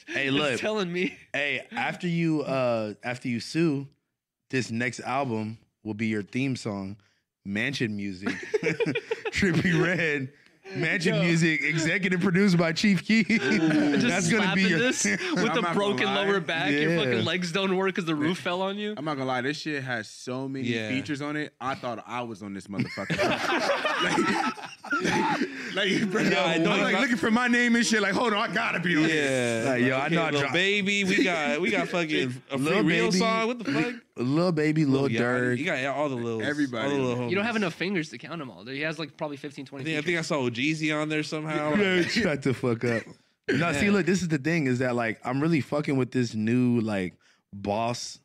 Speaker 1: Hey,
Speaker 2: is
Speaker 1: look.
Speaker 2: telling me.
Speaker 1: Hey, after you, uh, after you sue, this next album will be your theme song, mansion music, trippy red. Mansion
Speaker 2: Yo.
Speaker 1: music, executive produced by Chief Key.
Speaker 2: Just
Speaker 1: That's gonna be
Speaker 2: slapping
Speaker 1: your.
Speaker 2: this with
Speaker 3: I'm
Speaker 2: a
Speaker 3: not
Speaker 2: broken
Speaker 3: gonna lie.
Speaker 2: lower back. Your
Speaker 1: Yeah.
Speaker 2: fucking legs don't work because the roof fell on you.
Speaker 3: I'm not gonna lie, this shit has so many
Speaker 4: Yeah.
Speaker 3: features on it. I thought I was on this motherfucker. like, like, bro,
Speaker 4: Yeah, I
Speaker 3: I
Speaker 4: know.
Speaker 3: am like looking for my name and shit. Like, hold on, I gotta be on this.
Speaker 4: Yeah,
Speaker 1: Like, yo, I know I
Speaker 4: little
Speaker 1: dropped-
Speaker 4: baby. We got we got fucking a free
Speaker 1: Lil
Speaker 4: real
Speaker 1: Baby.
Speaker 4: song. What the fuck?
Speaker 1: Lil Baby, Lil
Speaker 4: Yeah,
Speaker 1: Durk.
Speaker 4: You got all the little
Speaker 3: Everybody.
Speaker 4: All the little
Speaker 2: You don't have
Speaker 4: homies.
Speaker 2: enough fingers to count them all. He has like probably 15, 20
Speaker 4: I think, I
Speaker 2: features.
Speaker 4: think I saw Jeezy on there somehow.
Speaker 1: Yeah, shut the fuck up. No, see, look, this is the thing is that like I'm really fucking with this new like boss,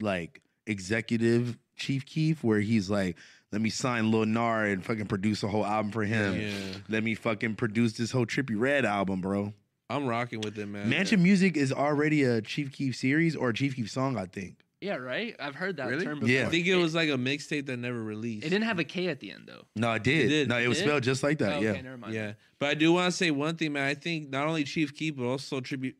Speaker 1: like executive Chief Keef, where he's like, let me sign Lil Nar and fucking produce a whole album for him.
Speaker 4: Yeah.
Speaker 1: Let me fucking produce this whole Trippy Red album, bro.
Speaker 4: I'm rocking with it, man.
Speaker 1: Mansion Music is already a Chief Keef series or a Chief Keef song, I think.
Speaker 2: yeah, right? I've heard that
Speaker 3: Really?
Speaker 2: term before.
Speaker 1: Yeah.
Speaker 4: I think it was like a mixtape that never released.
Speaker 2: It didn't have a K at the end, though.
Speaker 1: No, it did.
Speaker 4: It did.
Speaker 1: No, it was
Speaker 2: It did?
Speaker 1: spelled just like that.
Speaker 2: Oh,
Speaker 1: yeah.
Speaker 2: okay, never mind.
Speaker 4: Yeah, but I do want to say one thing, man. I think not only Chief Keef, but also tribute.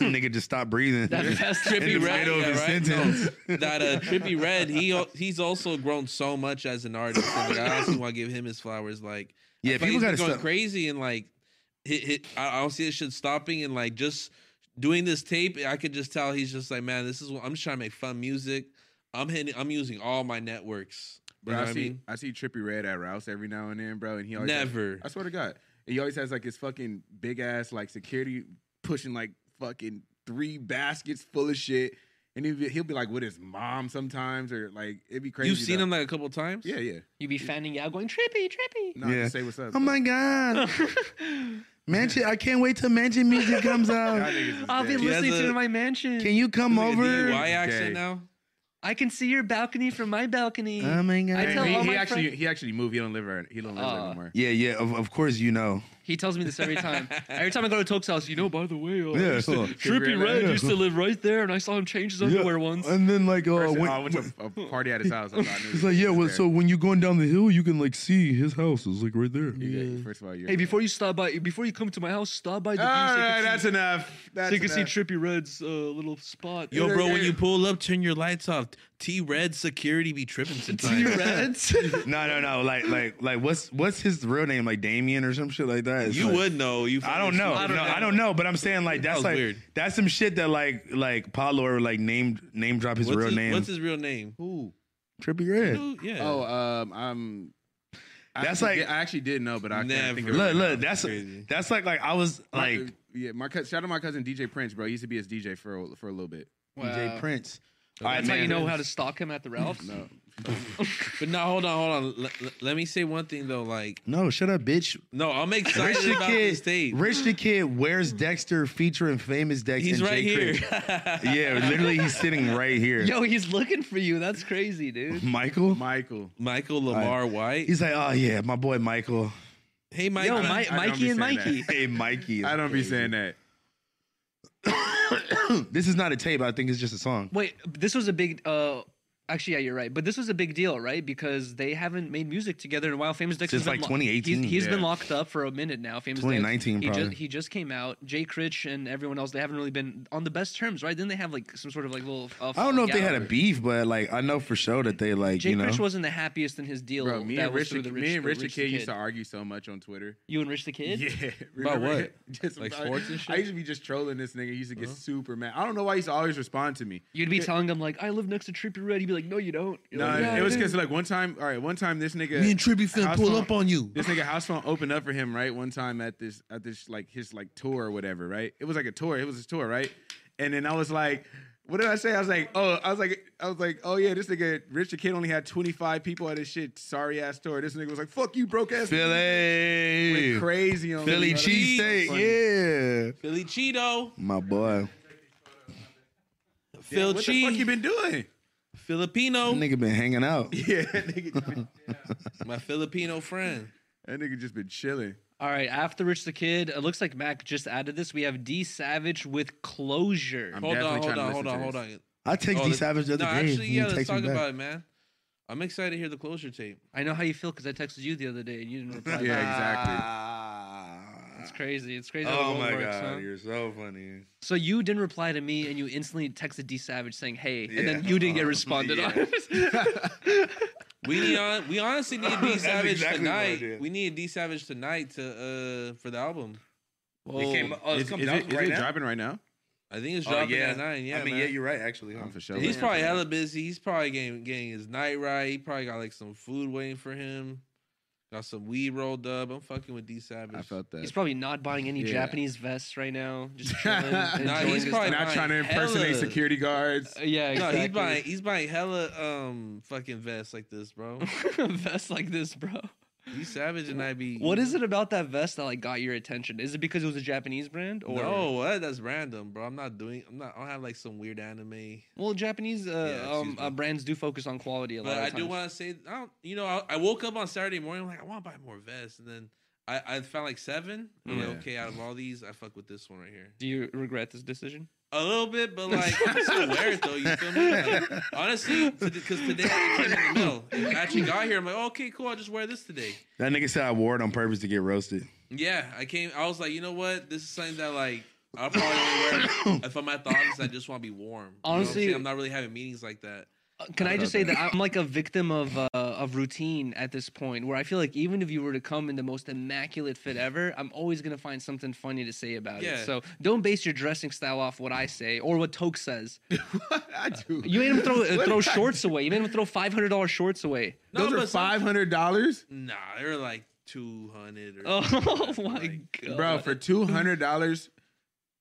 Speaker 1: Nigga just stopped breathing.
Speaker 2: That fast
Speaker 1: in the
Speaker 2: trippy rap.
Speaker 1: middle of
Speaker 4: yeah,
Speaker 1: his
Speaker 4: right?
Speaker 1: sentence.
Speaker 4: that uh trippy red he al- he's also grown so much as an artist and like, i also want to give him his flowers like
Speaker 1: Yeah,
Speaker 4: I feel like
Speaker 1: people
Speaker 4: he's been
Speaker 1: gotta
Speaker 4: going
Speaker 1: stop-
Speaker 4: crazy and like hit, hit, I, I don't see this shit stopping and like just doing this tape i could just tell he's just like man this is what i'm just trying to make fun music i'm hitting i'm using all my networks you
Speaker 3: Bro,
Speaker 4: know
Speaker 3: I
Speaker 4: what i
Speaker 3: see,
Speaker 4: mean
Speaker 3: I see Trippy Red at Rouse every now and then, bro, and he always has-
Speaker 4: never
Speaker 3: I swear to God, he always has like his fucking big ass like security pushing like fucking three baskets full of shit, and he'll be, he'll be like with his mom sometimes or like it'd be crazy.
Speaker 4: you've seen
Speaker 3: though.
Speaker 4: him like a couple times
Speaker 3: Yeah, yeah.
Speaker 2: You be fanning out going, trippy, trippy.
Speaker 3: No,
Speaker 1: Yeah.
Speaker 3: just say what's up.
Speaker 1: Oh
Speaker 3: though.
Speaker 1: my god. Mansion I can't wait till Mansion music comes
Speaker 3: Y'all
Speaker 1: out.
Speaker 3: niggas is
Speaker 2: I'll be
Speaker 3: dead.
Speaker 4: He has
Speaker 2: listening to it
Speaker 4: a-
Speaker 2: in my mansion.
Speaker 1: Can you come
Speaker 4: Like a DUI
Speaker 1: over?
Speaker 4: accent
Speaker 3: Okay.
Speaker 4: now
Speaker 2: I can see your balcony from my balcony.
Speaker 5: Um,
Speaker 1: Oh my
Speaker 2: I
Speaker 1: god.
Speaker 2: tell
Speaker 3: he,
Speaker 2: all
Speaker 3: he
Speaker 2: my
Speaker 3: actually
Speaker 2: friends-
Speaker 3: he actually moved. He don't live there. He don't live there
Speaker 2: Uh,
Speaker 3: anymore.
Speaker 1: yeah, yeah, of, of course you know.
Speaker 2: he tells me this every time. every time I go to Toke's house, you know, by the way, uh,
Speaker 1: Yeah,
Speaker 2: used
Speaker 1: huh.
Speaker 2: to- Trippy
Speaker 3: Trippy Red,
Speaker 2: Red used to live right there, and I saw him change his underwear once.
Speaker 1: And then like uh
Speaker 3: First,
Speaker 1: when-
Speaker 3: I went to a party at his house. I thought I knew
Speaker 1: it's
Speaker 3: he
Speaker 1: like yeah,
Speaker 3: was
Speaker 1: well,
Speaker 3: there.
Speaker 1: so when you're going down the hill, you can like see his house is like right there.
Speaker 3: You got- first of all, you're
Speaker 2: Hey, before you stop by, before you come to my house, stop by the
Speaker 3: all
Speaker 2: beach.
Speaker 3: right, that's enough. That's
Speaker 2: so you can
Speaker 3: enough.
Speaker 2: see Trippy Red's uh, little spot.
Speaker 4: Yo,
Speaker 3: Yeah,
Speaker 4: bro, when
Speaker 3: yeah.
Speaker 4: you pull up, turn your lights off. T Red security be tripping
Speaker 2: Trippy
Speaker 4: sometimes.
Speaker 2: Red's.
Speaker 1: No, no, no. Like like like what's what's his real name? Like Damien or some shit like that. It's
Speaker 4: You
Speaker 1: like-
Speaker 4: would know. You
Speaker 1: I don't
Speaker 4: fucking
Speaker 1: know.
Speaker 4: smart.
Speaker 1: no, I don't know, but I'm saying like that's
Speaker 4: was
Speaker 1: like
Speaker 4: weird.
Speaker 1: that's some shit that like like Paulo or like named name drop his
Speaker 4: What's
Speaker 1: real
Speaker 4: his,
Speaker 1: name.
Speaker 4: What's his real name?
Speaker 3: Who?
Speaker 1: Trippy Red.
Speaker 4: Who- Yeah.
Speaker 3: Oh, um, I'm. I
Speaker 1: That's
Speaker 3: actually
Speaker 1: like-
Speaker 3: did- I actually did know, but I
Speaker 4: Never.
Speaker 3: can't think of it
Speaker 1: Look,
Speaker 3: right now.
Speaker 1: look, that's
Speaker 4: Crazy.
Speaker 1: that's like like I was
Speaker 3: My-
Speaker 1: like
Speaker 3: uh, yeah, my cou- shout out my cousin DJ Prince, bro. He used to be his DJ for a, for a little bit.
Speaker 2: Wow.
Speaker 1: DJ Prince. All
Speaker 2: That's how you
Speaker 1: man.
Speaker 2: know how to stalk him at the Ralphs.
Speaker 3: No,
Speaker 4: But no, hold on, hold on. Let- let- let me say one thing though. Like,
Speaker 1: No, shut up, bitch.
Speaker 4: no, I'm
Speaker 1: Rich
Speaker 4: excited
Speaker 1: the
Speaker 4: about this
Speaker 1: kid.
Speaker 4: date.
Speaker 1: Rich the kid. Where's Dexter featuring famous Dexter?
Speaker 4: He's
Speaker 1: and
Speaker 4: right
Speaker 1: Jay
Speaker 4: here.
Speaker 1: Critch. yeah, literally, he's sitting right here.
Speaker 2: Yo, he's looking for you. That's crazy, dude.
Speaker 1: Michael.
Speaker 3: Michael.
Speaker 4: Michael Lamar White.
Speaker 1: He's like, oh yeah, my boy Michael.
Speaker 4: hey, Michael.
Speaker 2: Yo, Mi-
Speaker 3: don't
Speaker 2: Mikey
Speaker 3: be
Speaker 2: and
Speaker 3: saying
Speaker 2: Mikey.
Speaker 1: Hey, Mikey.
Speaker 3: I don't be saying that.
Speaker 1: this is not a tape. I think it's just a song.
Speaker 2: Wait, this was a big. uh Actually, yeah, you're right. But this was a big deal, right? Because they haven't made music together in a while. Famous Dex
Speaker 1: Since,
Speaker 2: has been
Speaker 1: like,
Speaker 2: lo-
Speaker 1: 2018.
Speaker 2: He's, he's been
Speaker 3: Yeah.
Speaker 2: locked up for a minute now. Famous Dex.
Speaker 1: 2019
Speaker 2: He ju-
Speaker 1: probably.
Speaker 2: he just came out. Jay Critch and everyone else. They haven't really been on the best terms, right? Didn't they have like some sort of like little. Uh,
Speaker 1: I don't know if they
Speaker 2: fallout
Speaker 1: had a
Speaker 2: or-
Speaker 1: beef, but like I know for sure that they like
Speaker 2: Jay
Speaker 1: you know.
Speaker 2: Critch wasn't the happiest in his deal.
Speaker 3: Bro, me
Speaker 2: that
Speaker 3: and
Speaker 2: was through
Speaker 3: Richard,
Speaker 2: the
Speaker 3: me and
Speaker 2: the
Speaker 3: Richard Kid
Speaker 2: the
Speaker 3: used to argue so much on Twitter.
Speaker 2: You and Rich the Kid.
Speaker 3: Yeah.
Speaker 5: About
Speaker 3: remember
Speaker 5: what?
Speaker 3: it? Just
Speaker 5: Like
Speaker 3: about-
Speaker 5: sports and
Speaker 3: I
Speaker 5: shit?
Speaker 3: used to be just trolling this nigga. He used to get super mad. I don't know why he used to always respond to me.
Speaker 2: You'd be telling him like, "I live next to Trippie Red." He'd be like, "No, you don't." You're
Speaker 3: No,
Speaker 2: like, "Yeah, I
Speaker 3: it was
Speaker 2: do."
Speaker 3: because like one time, all right, one time this nigga
Speaker 5: Me and Trippy finna
Speaker 3: house
Speaker 5: pull
Speaker 3: phone-
Speaker 5: up on you.
Speaker 3: This nigga house phone opened up for him, right? One time at this at this like his like tour or whatever, right? It was like a tour. It was his tour, right? And then I was like, what did I say? I was like, oh, I was like, I was like, oh yeah, this nigga Richard Kid only had 25 people at his shit sorry ass tour. This nigga was like, fuck you, broke ass.
Speaker 1: Philly,
Speaker 3: Went crazy on
Speaker 1: Philly
Speaker 3: me, bro. That was
Speaker 1: cheesesteak,
Speaker 3: funny.
Speaker 1: yeah,
Speaker 4: Philly Cheeto,
Speaker 1: my boy.
Speaker 3: Yeah,
Speaker 4: Phil
Speaker 3: What the fuck you
Speaker 4: Cheese,
Speaker 3: been doing?
Speaker 1: That
Speaker 4: Filipino,
Speaker 1: nigga been hanging out.
Speaker 3: Yeah, that nigga, just been-
Speaker 4: my Filipino friend.
Speaker 3: that nigga just been chilling.
Speaker 2: All right, after Rich the Kid, it looks like Mac just added this. We have D Savage with Closure.
Speaker 3: I'm
Speaker 5: Hold on,
Speaker 3: definitely
Speaker 5: hold
Speaker 3: trying
Speaker 5: on,
Speaker 3: to
Speaker 5: hold
Speaker 3: listen
Speaker 5: on,
Speaker 3: to
Speaker 5: hold
Speaker 3: this.
Speaker 5: on.
Speaker 1: I take
Speaker 5: Oh,
Speaker 1: D
Speaker 5: the-
Speaker 1: Savage the other
Speaker 5: No,
Speaker 1: day.
Speaker 5: actually,
Speaker 1: He
Speaker 5: yeah,
Speaker 1: takes
Speaker 5: let's
Speaker 1: me
Speaker 5: talk
Speaker 1: back.
Speaker 5: about it, man. I'm excited to hear the closure tape.
Speaker 2: I know how you feel because I texted you the other day and you didn't reply.
Speaker 3: Yeah,
Speaker 2: back.
Speaker 3: exactly.
Speaker 2: It's crazy. It's crazy. how the
Speaker 1: Oh
Speaker 2: world
Speaker 1: my
Speaker 2: works,
Speaker 1: god,
Speaker 2: huh?
Speaker 1: you're so funny.
Speaker 2: So you didn't reply to me and you instantly texted D Savage saying, "Hey," and then
Speaker 1: Yeah.
Speaker 2: you didn't get
Speaker 4: Uh-huh.
Speaker 1: Uh,
Speaker 2: responded
Speaker 1: yeah.
Speaker 2: on.
Speaker 5: We
Speaker 4: We on, we honestly need D
Speaker 1: That's
Speaker 4: Savage
Speaker 1: exactly what I
Speaker 4: tonight.
Speaker 1: did.
Speaker 4: We need D Savage tonight to uh for the album.
Speaker 2: Whoa.
Speaker 1: oh,
Speaker 3: Is, is it, is it dropping right now?
Speaker 4: I think it's
Speaker 1: Oh,
Speaker 4: dropping
Speaker 1: yeah.
Speaker 4: at nine. Yeah,
Speaker 1: I mean,
Speaker 4: man.
Speaker 1: yeah, you're right. Actually, huh?
Speaker 3: I'm for sure.
Speaker 4: He's
Speaker 3: Yeah.
Speaker 4: probably hella busy. He's probably getting, getting his night right. He probably got like some food waiting for him. Got some weed rolled up. I'm fucking with D Savage.
Speaker 3: I felt that.
Speaker 2: He's probably not buying any
Speaker 3: Yeah.
Speaker 2: Japanese vests right now. Just chilling,
Speaker 3: Nah,
Speaker 2: enjoying
Speaker 4: he's
Speaker 2: his
Speaker 4: probably
Speaker 2: time.
Speaker 3: not
Speaker 4: buying
Speaker 3: trying to impersonate
Speaker 4: hella-
Speaker 3: security guards.
Speaker 2: Uh, yeah,
Speaker 4: No,
Speaker 2: exactly.
Speaker 4: he's buying he's buying hella um fucking vests like this, bro.
Speaker 2: vest like this, bro.
Speaker 4: D Savage and I be
Speaker 2: What is it about that vest that like got your attention? Is it because it was a Japanese brand or
Speaker 4: No, what? That's random, bro. I'm not doing. I'm not. I don't have like some weird anime.
Speaker 2: Well, Japanese uh,
Speaker 4: Yeah, excuse
Speaker 2: um,
Speaker 4: me.
Speaker 2: uh, brands do focus on quality a lot.
Speaker 4: But
Speaker 2: of
Speaker 4: I do
Speaker 2: times.
Speaker 4: want to say, I don't. You know, I, I woke up on Saturday morning. I'm like, I want to buy more vests, and then I, I found like seven. I'm like,
Speaker 3: Yeah.
Speaker 4: okay, out of all these, I fuck with this one right here.
Speaker 2: Do you regret this decision?
Speaker 4: A little bit, but like I'm still wear it though. You feel me? Like, honestly, because today it came in the mail. It actually got here. I'm like, oh, okay, cool. I'll just wear this today.
Speaker 1: That nigga said I wore it on purpose to get roasted.
Speaker 4: Yeah, I came. I was like, you know what? This is something that like I'll probably only wear if I'm at the office. I just want to be warm. You know what I'm
Speaker 2: Honestly-
Speaker 4: saying? I'm not really having meetings like that.
Speaker 2: Uh, Can I,
Speaker 3: I
Speaker 2: just
Speaker 3: love
Speaker 2: say that. I'm like a victim of uh, of routine at this point, where I feel like even if you were to come in the most immaculate fit ever, I'm always gonna find something funny to say about
Speaker 4: Yeah.
Speaker 2: it. So don't base your dressing style off what I say or what Toke says.
Speaker 3: I do.
Speaker 2: You made him throw uh,
Speaker 3: What
Speaker 2: throw
Speaker 3: did I
Speaker 2: shorts away. You made him throw five hundred dollars shorts away.
Speaker 4: No,
Speaker 3: Those are
Speaker 4: but some-
Speaker 3: five hundred dollars,
Speaker 4: Nah, they're like two hundred.
Speaker 2: Oh my god,
Speaker 3: bro. For
Speaker 4: Hmm.
Speaker 3: two hundred dollars,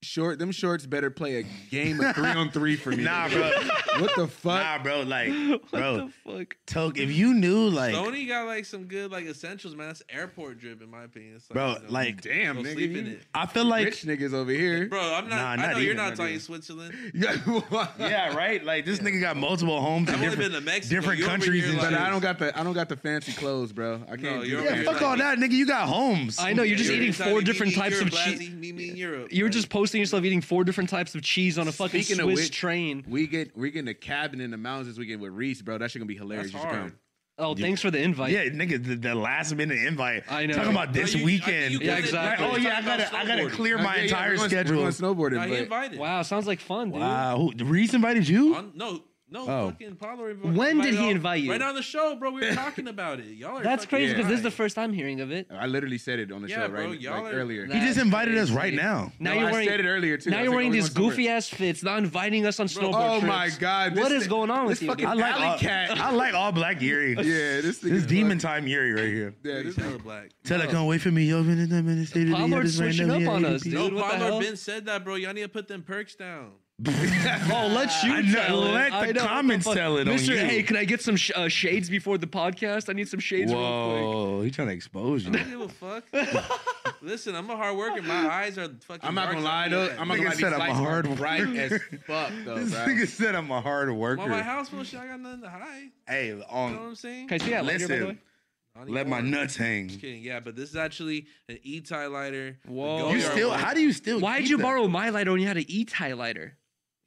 Speaker 3: short them shorts better play a game of three on three for me.
Speaker 1: Nah, bro.
Speaker 3: What the fuck?
Speaker 1: nah, bro. Like,
Speaker 2: what
Speaker 1: bro,
Speaker 2: the fuck?
Speaker 1: Toke, if you knew, like,
Speaker 4: Sony got like some good like essentials, man. That's airport drip in my opinion. It's like,
Speaker 1: Bro,
Speaker 4: you know,
Speaker 1: like-
Speaker 3: Damn,
Speaker 4: go
Speaker 3: nigga,
Speaker 4: sleep
Speaker 3: you-
Speaker 4: in it.
Speaker 1: I feel like,
Speaker 3: Rich niggas over here.
Speaker 4: Bro, I'm
Speaker 1: Nah,
Speaker 4: not. I
Speaker 1: not
Speaker 4: know you're
Speaker 1: even,
Speaker 4: not,
Speaker 1: not
Speaker 4: talking
Speaker 1: even.
Speaker 4: Switzerland.
Speaker 1: yeah, right. Like, this nigga got multiple homes in
Speaker 4: I've only been
Speaker 1: different.
Speaker 4: to Mexico.
Speaker 1: different
Speaker 4: You over
Speaker 1: countries
Speaker 4: here,
Speaker 1: and
Speaker 3: but
Speaker 1: shit.
Speaker 4: like,
Speaker 3: I don't got the I don't got the fancy clothes, bro. I can't.
Speaker 4: No,
Speaker 3: do
Speaker 4: you're
Speaker 3: that.
Speaker 1: Yeah,
Speaker 4: You're
Speaker 1: fuck
Speaker 4: like-
Speaker 1: all that, nigga. You got homes.
Speaker 2: I know you're just
Speaker 4: You're
Speaker 2: eating
Speaker 4: inside,
Speaker 2: four
Speaker 4: meet me
Speaker 2: different
Speaker 4: in
Speaker 2: types of
Speaker 4: Europe,
Speaker 2: cheese.
Speaker 4: Lassie. Meet me in Europe.
Speaker 2: You were
Speaker 4: Like,
Speaker 2: just posting yourself eating four different types of cheese on a fucking
Speaker 3: Speaking of
Speaker 2: Swiss
Speaker 3: which-
Speaker 2: train.
Speaker 3: We get we getting a cabin in the mountains this weekend with Reese, bro. That shit gonna be hilarious.
Speaker 4: That's
Speaker 3: You should
Speaker 4: hard.
Speaker 3: come.
Speaker 2: Oh, thanks for the invite.
Speaker 1: Yeah, nigga, the, the last minute invite.
Speaker 2: I know.
Speaker 1: Talking about
Speaker 4: No,
Speaker 1: this
Speaker 4: you- I think
Speaker 1: weekend.
Speaker 4: you
Speaker 2: Yeah,
Speaker 4: could've-
Speaker 2: exactly.
Speaker 1: Like, oh yeah, I gotta, I gotta
Speaker 4: Snowboarding.
Speaker 1: clear my
Speaker 3: Okay, Uh, yeah,
Speaker 1: entire
Speaker 3: we're going-
Speaker 1: schedule.
Speaker 3: We're going
Speaker 4: Nah, he
Speaker 3: snowboarding, but
Speaker 4: invited.
Speaker 2: Wow, sounds like fun, dude.
Speaker 1: Wow, who, the Reese invited you?
Speaker 4: On- no, no,
Speaker 1: Oh.
Speaker 4: fucking Paulo invi-
Speaker 2: When did
Speaker 4: invited
Speaker 2: he
Speaker 4: all-
Speaker 2: invite you?
Speaker 4: Right on the show, bro. We were talking about it. Y'all are
Speaker 2: That's
Speaker 4: fucking
Speaker 2: crazy because this is the
Speaker 4: lying.
Speaker 2: first time hearing of it.
Speaker 3: I literally said it on the
Speaker 4: Yeah,
Speaker 3: show
Speaker 4: bro,
Speaker 3: right
Speaker 4: y'all
Speaker 3: like,
Speaker 4: are-
Speaker 3: earlier.
Speaker 1: he just
Speaker 2: That's
Speaker 1: invited us
Speaker 2: crazy.
Speaker 1: right now.
Speaker 2: Now
Speaker 3: No,
Speaker 2: you're
Speaker 3: I
Speaker 2: wearing
Speaker 3: said it earlier too.
Speaker 2: now
Speaker 3: I was
Speaker 2: you're
Speaker 3: like,
Speaker 2: wearing
Speaker 3: oh, we
Speaker 2: these
Speaker 3: going somewhere.
Speaker 2: goofy ass fits, not inviting us on snowboard
Speaker 3: Oh
Speaker 2: trips.
Speaker 3: my god!
Speaker 2: What
Speaker 3: What is
Speaker 2: is going on with you,
Speaker 3: Fucking
Speaker 1: I
Speaker 2: dude?
Speaker 1: like
Speaker 3: alley
Speaker 1: all,
Speaker 3: cat.
Speaker 1: I like all black Yuri.
Speaker 3: yeah, this thing
Speaker 1: This demon time Yuri right here.
Speaker 3: Yeah,
Speaker 4: He's
Speaker 3: this
Speaker 4: hella black.
Speaker 1: Tell her come wait for me. Yo, been in the minute state of the
Speaker 2: Pollard's
Speaker 1: Union, this right
Speaker 2: switching
Speaker 1: now,
Speaker 2: up
Speaker 1: yeah,
Speaker 2: on
Speaker 1: yeah,
Speaker 2: us,
Speaker 1: yeah.
Speaker 2: dude.
Speaker 4: No,
Speaker 2: What the hell?
Speaker 4: Paulo Ben said that, bro. Y'all need to put them perks down.
Speaker 2: Oh, let you
Speaker 1: I know,
Speaker 2: tell it.
Speaker 1: let the
Speaker 2: I know, what
Speaker 1: comments
Speaker 2: fuck.
Speaker 1: tell it on
Speaker 2: Mister,
Speaker 1: you.
Speaker 2: hey, can I get some sh- uh, shades before the podcast? I need some shades real quick.
Speaker 1: Whoa, he trying to expose you.
Speaker 4: I don't give a fuck. Listen, I'm a hard worker. My eyes are fucking.
Speaker 3: I'm not
Speaker 4: dark,
Speaker 3: gonna
Speaker 4: so I
Speaker 3: lie
Speaker 4: feel
Speaker 3: though.
Speaker 4: that.
Speaker 3: I'm
Speaker 1: Nigga
Speaker 3: not gonna lie.
Speaker 1: said I'm
Speaker 3: these
Speaker 1: a
Speaker 3: lights
Speaker 1: hard
Speaker 3: are bright
Speaker 1: worker.
Speaker 3: as fuck though,
Speaker 1: this
Speaker 3: bro.
Speaker 1: nigga said I'm a hard
Speaker 4: I'm on my
Speaker 1: worker.
Speaker 4: house full of shit. I got nothing to hide.
Speaker 1: Hey,
Speaker 4: You know what
Speaker 1: on
Speaker 4: I'm saying?
Speaker 2: Can I see that lighter, by the way?
Speaker 1: listen,
Speaker 4: I need
Speaker 1: let my
Speaker 4: more.
Speaker 1: nuts
Speaker 4: Just
Speaker 1: hang.
Speaker 4: kidding. Yeah, but this is actually an E-tie lighter. The
Speaker 2: Whoa.
Speaker 3: Oh,
Speaker 1: You
Speaker 4: Goyard
Speaker 1: still?
Speaker 4: one-
Speaker 1: How do you still?
Speaker 2: Why'd
Speaker 1: keep
Speaker 2: you
Speaker 1: that?
Speaker 2: borrow my lighter when you had an E tie lighter?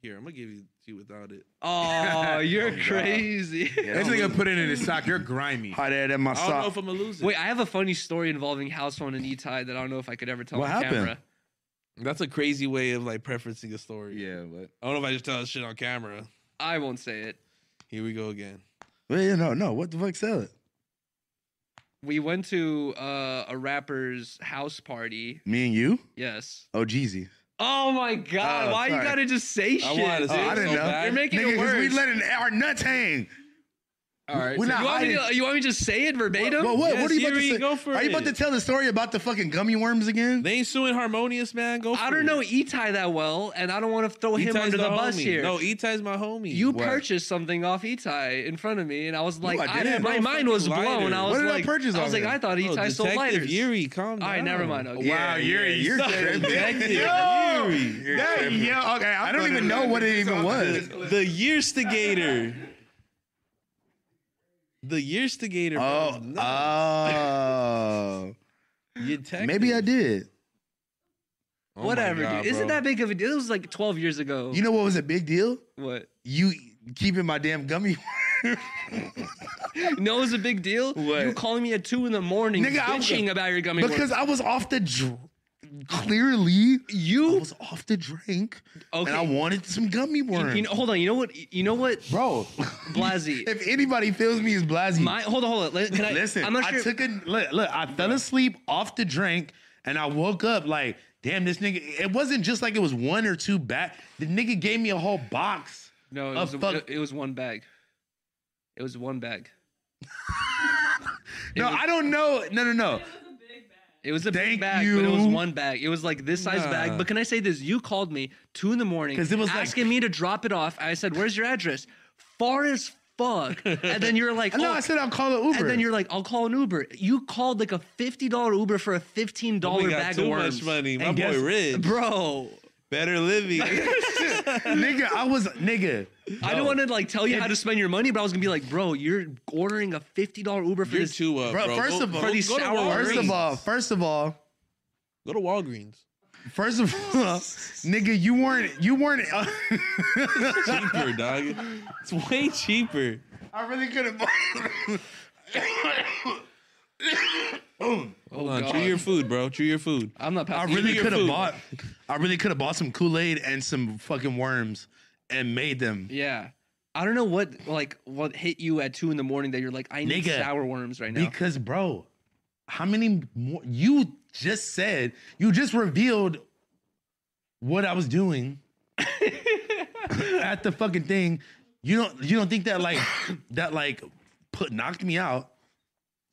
Speaker 4: Here, I'm gonna give you She without it.
Speaker 2: Oh, you're crazy.
Speaker 3: This nigga put it in his sock. You're grimy.
Speaker 1: Hot air in my
Speaker 4: I don't know
Speaker 1: sock.
Speaker 4: if I'm gonna lose it.
Speaker 2: Wait, I have a funny story involving house phone and Itai that I don't know if I could ever tell
Speaker 1: What
Speaker 2: on
Speaker 1: happened?
Speaker 2: camera.
Speaker 4: That's a crazy way of like preferencing a story.
Speaker 3: Yeah, but
Speaker 4: I don't know if I just tell this shit on camera.
Speaker 2: I won't say it.
Speaker 4: Here we go again.
Speaker 1: Wait, yeah, no, no. What the fuck? Sell it.
Speaker 2: We went to uh, a rapper's house party.
Speaker 1: Me and you.
Speaker 2: Yes.
Speaker 1: Oh, Jeezy.
Speaker 2: Oh my god!
Speaker 1: Oh,
Speaker 2: why you
Speaker 1: sorry.
Speaker 2: gotta just say shit?
Speaker 4: I wanted to
Speaker 1: Oh,
Speaker 4: say
Speaker 1: I
Speaker 4: it
Speaker 1: didn't
Speaker 4: so
Speaker 1: know.
Speaker 4: bad.
Speaker 2: You're making
Speaker 1: Nigga,
Speaker 2: it
Speaker 1: 'cause
Speaker 2: worse.
Speaker 1: we letting our nuts hang.
Speaker 3: all right.
Speaker 1: We're
Speaker 3: so-
Speaker 1: not
Speaker 2: you, want me
Speaker 1: hiding.
Speaker 2: to, you want me to say it verbatim?
Speaker 1: Well, what? what are you
Speaker 4: Yes,
Speaker 1: about to
Speaker 4: Yuri,
Speaker 1: say?
Speaker 4: go for
Speaker 1: are you about
Speaker 4: it.
Speaker 1: to tell the story about the fucking gummy worms again?
Speaker 4: They ain't suing Harmonious, man. Go. For
Speaker 2: I don't
Speaker 4: it. E
Speaker 2: know Itai that well, and I don't want to throw him
Speaker 4: Itai's
Speaker 2: under the,
Speaker 4: homie.
Speaker 2: bus here.
Speaker 4: No, E. Itai's my homie.
Speaker 2: you
Speaker 1: What?
Speaker 2: purchased something off Itai in front of me, and I was like,
Speaker 1: I
Speaker 2: I
Speaker 1: didn't.
Speaker 2: my
Speaker 4: No
Speaker 2: mind
Speaker 4: fucking
Speaker 2: was blown.
Speaker 4: lighter.
Speaker 2: I
Speaker 4: What
Speaker 2: was
Speaker 1: did I
Speaker 2: like,
Speaker 1: purchase
Speaker 2: I was
Speaker 1: on
Speaker 2: like,
Speaker 1: there?
Speaker 2: I thought
Speaker 4: No,
Speaker 2: Itai sold
Speaker 4: Detective
Speaker 2: lighters.
Speaker 4: Yuri, calm down.
Speaker 2: All right, never mind. Okay.
Speaker 3: Wow, Yuri,
Speaker 1: you're
Speaker 3: you suck.
Speaker 1: tripping.
Speaker 3: Yo,
Speaker 1: You're
Speaker 3: that-
Speaker 1: tripping.
Speaker 3: yo, okay. I'm
Speaker 1: I don't
Speaker 3: gonna-
Speaker 1: even know what it even was.
Speaker 4: The Yearstigator. the Yearstigator.
Speaker 1: Oh,
Speaker 4: bro.
Speaker 1: oh.
Speaker 4: You detective.
Speaker 1: Maybe I did.
Speaker 4: Oh my
Speaker 2: Whatever,
Speaker 4: God,
Speaker 2: dude. Isn't
Speaker 4: bro.
Speaker 2: that big of a deal? It was like 12 years ago.
Speaker 1: You know what was a big deal?
Speaker 2: what?
Speaker 1: You keeping my damn gummy.
Speaker 2: No, it was a big deal.
Speaker 1: What?
Speaker 2: You calling me at two in the morning,
Speaker 1: Nigga, I was-
Speaker 2: bitching about your gummy worms.
Speaker 1: because I was off the dr- clearly I
Speaker 2: you
Speaker 1: was off the drink
Speaker 2: okay?
Speaker 1: and I wanted some gummy worms.
Speaker 2: you know, hold on. You know what? You know what,
Speaker 1: Bro,
Speaker 2: Blasey?
Speaker 1: if anybody feels me is Blasey.
Speaker 2: My hold on, hold on. Let- Can I,
Speaker 1: Listen, i
Speaker 2: I'm not sure.
Speaker 1: took a look, look, I fell asleep off the drink and I woke up like, damn, this nigga. It wasn't just like it was one or two back. The nigga gave me a whole box.
Speaker 2: no, it
Speaker 1: a
Speaker 2: was,
Speaker 1: fuck-
Speaker 2: it, it was one bag. It was one bag.
Speaker 1: No, I don't know. No, no, no.
Speaker 2: It was a
Speaker 1: Thank
Speaker 2: big bag, but it was
Speaker 1: you.
Speaker 2: one bag. It was like this size bag.
Speaker 4: Nah.
Speaker 2: But can I say this? You called me two in the morning,
Speaker 1: 'Cause it was like-
Speaker 2: asking me to drop it off. I said, "Where's your address?" Far as fuck. And then you're like,
Speaker 1: No,
Speaker 2: "Oh,
Speaker 1: I said I'll call an Uber.
Speaker 2: And then you're like, I'll call an Uber. You called like a fifty dollar Uber for a fifteen
Speaker 4: We
Speaker 2: dollar
Speaker 4: got
Speaker 2: bag
Speaker 4: too
Speaker 2: of worms,
Speaker 4: much money. My
Speaker 1: And
Speaker 4: boy
Speaker 1: guess-
Speaker 4: Rid.
Speaker 2: bro.
Speaker 4: Better living.
Speaker 1: nigga, I was nigga.
Speaker 2: I didn't want to like tell you how to spend your money, but I was gonna be like, bro, you're ordering a fifty dollar Uber for
Speaker 4: You're
Speaker 2: this.
Speaker 4: two up,
Speaker 1: Bro,
Speaker 4: bro.
Speaker 1: first
Speaker 4: Go-
Speaker 1: of all-
Speaker 4: go-
Speaker 1: For
Speaker 2: these
Speaker 4: go to
Speaker 2: sour
Speaker 4: Walgreens.
Speaker 1: First of all, first of all,
Speaker 4: go to Walgreens.
Speaker 1: first of all, nigga, you weren't you weren't uh,
Speaker 4: Cheaper, dog. It's way cheaper.
Speaker 1: I really couldn't
Speaker 4: Hold on,
Speaker 1: Oh,
Speaker 2: God.
Speaker 4: chew your food, bro. Chew your food.
Speaker 2: I'm not
Speaker 1: I
Speaker 2: passing.
Speaker 1: really
Speaker 4: your
Speaker 1: could have
Speaker 4: food.
Speaker 1: bought I really could have bought some Kool-Aid and some fucking worms and made them.
Speaker 2: yeah, I don't know what like what hit you at two in the morning that you're like, I need
Speaker 1: Nigga,
Speaker 2: sour worms right now.
Speaker 1: Because, bro, how many more? You just said, you just revealed what I was doing at the fucking thing. You don't, you don't think that like that like put knocked me out?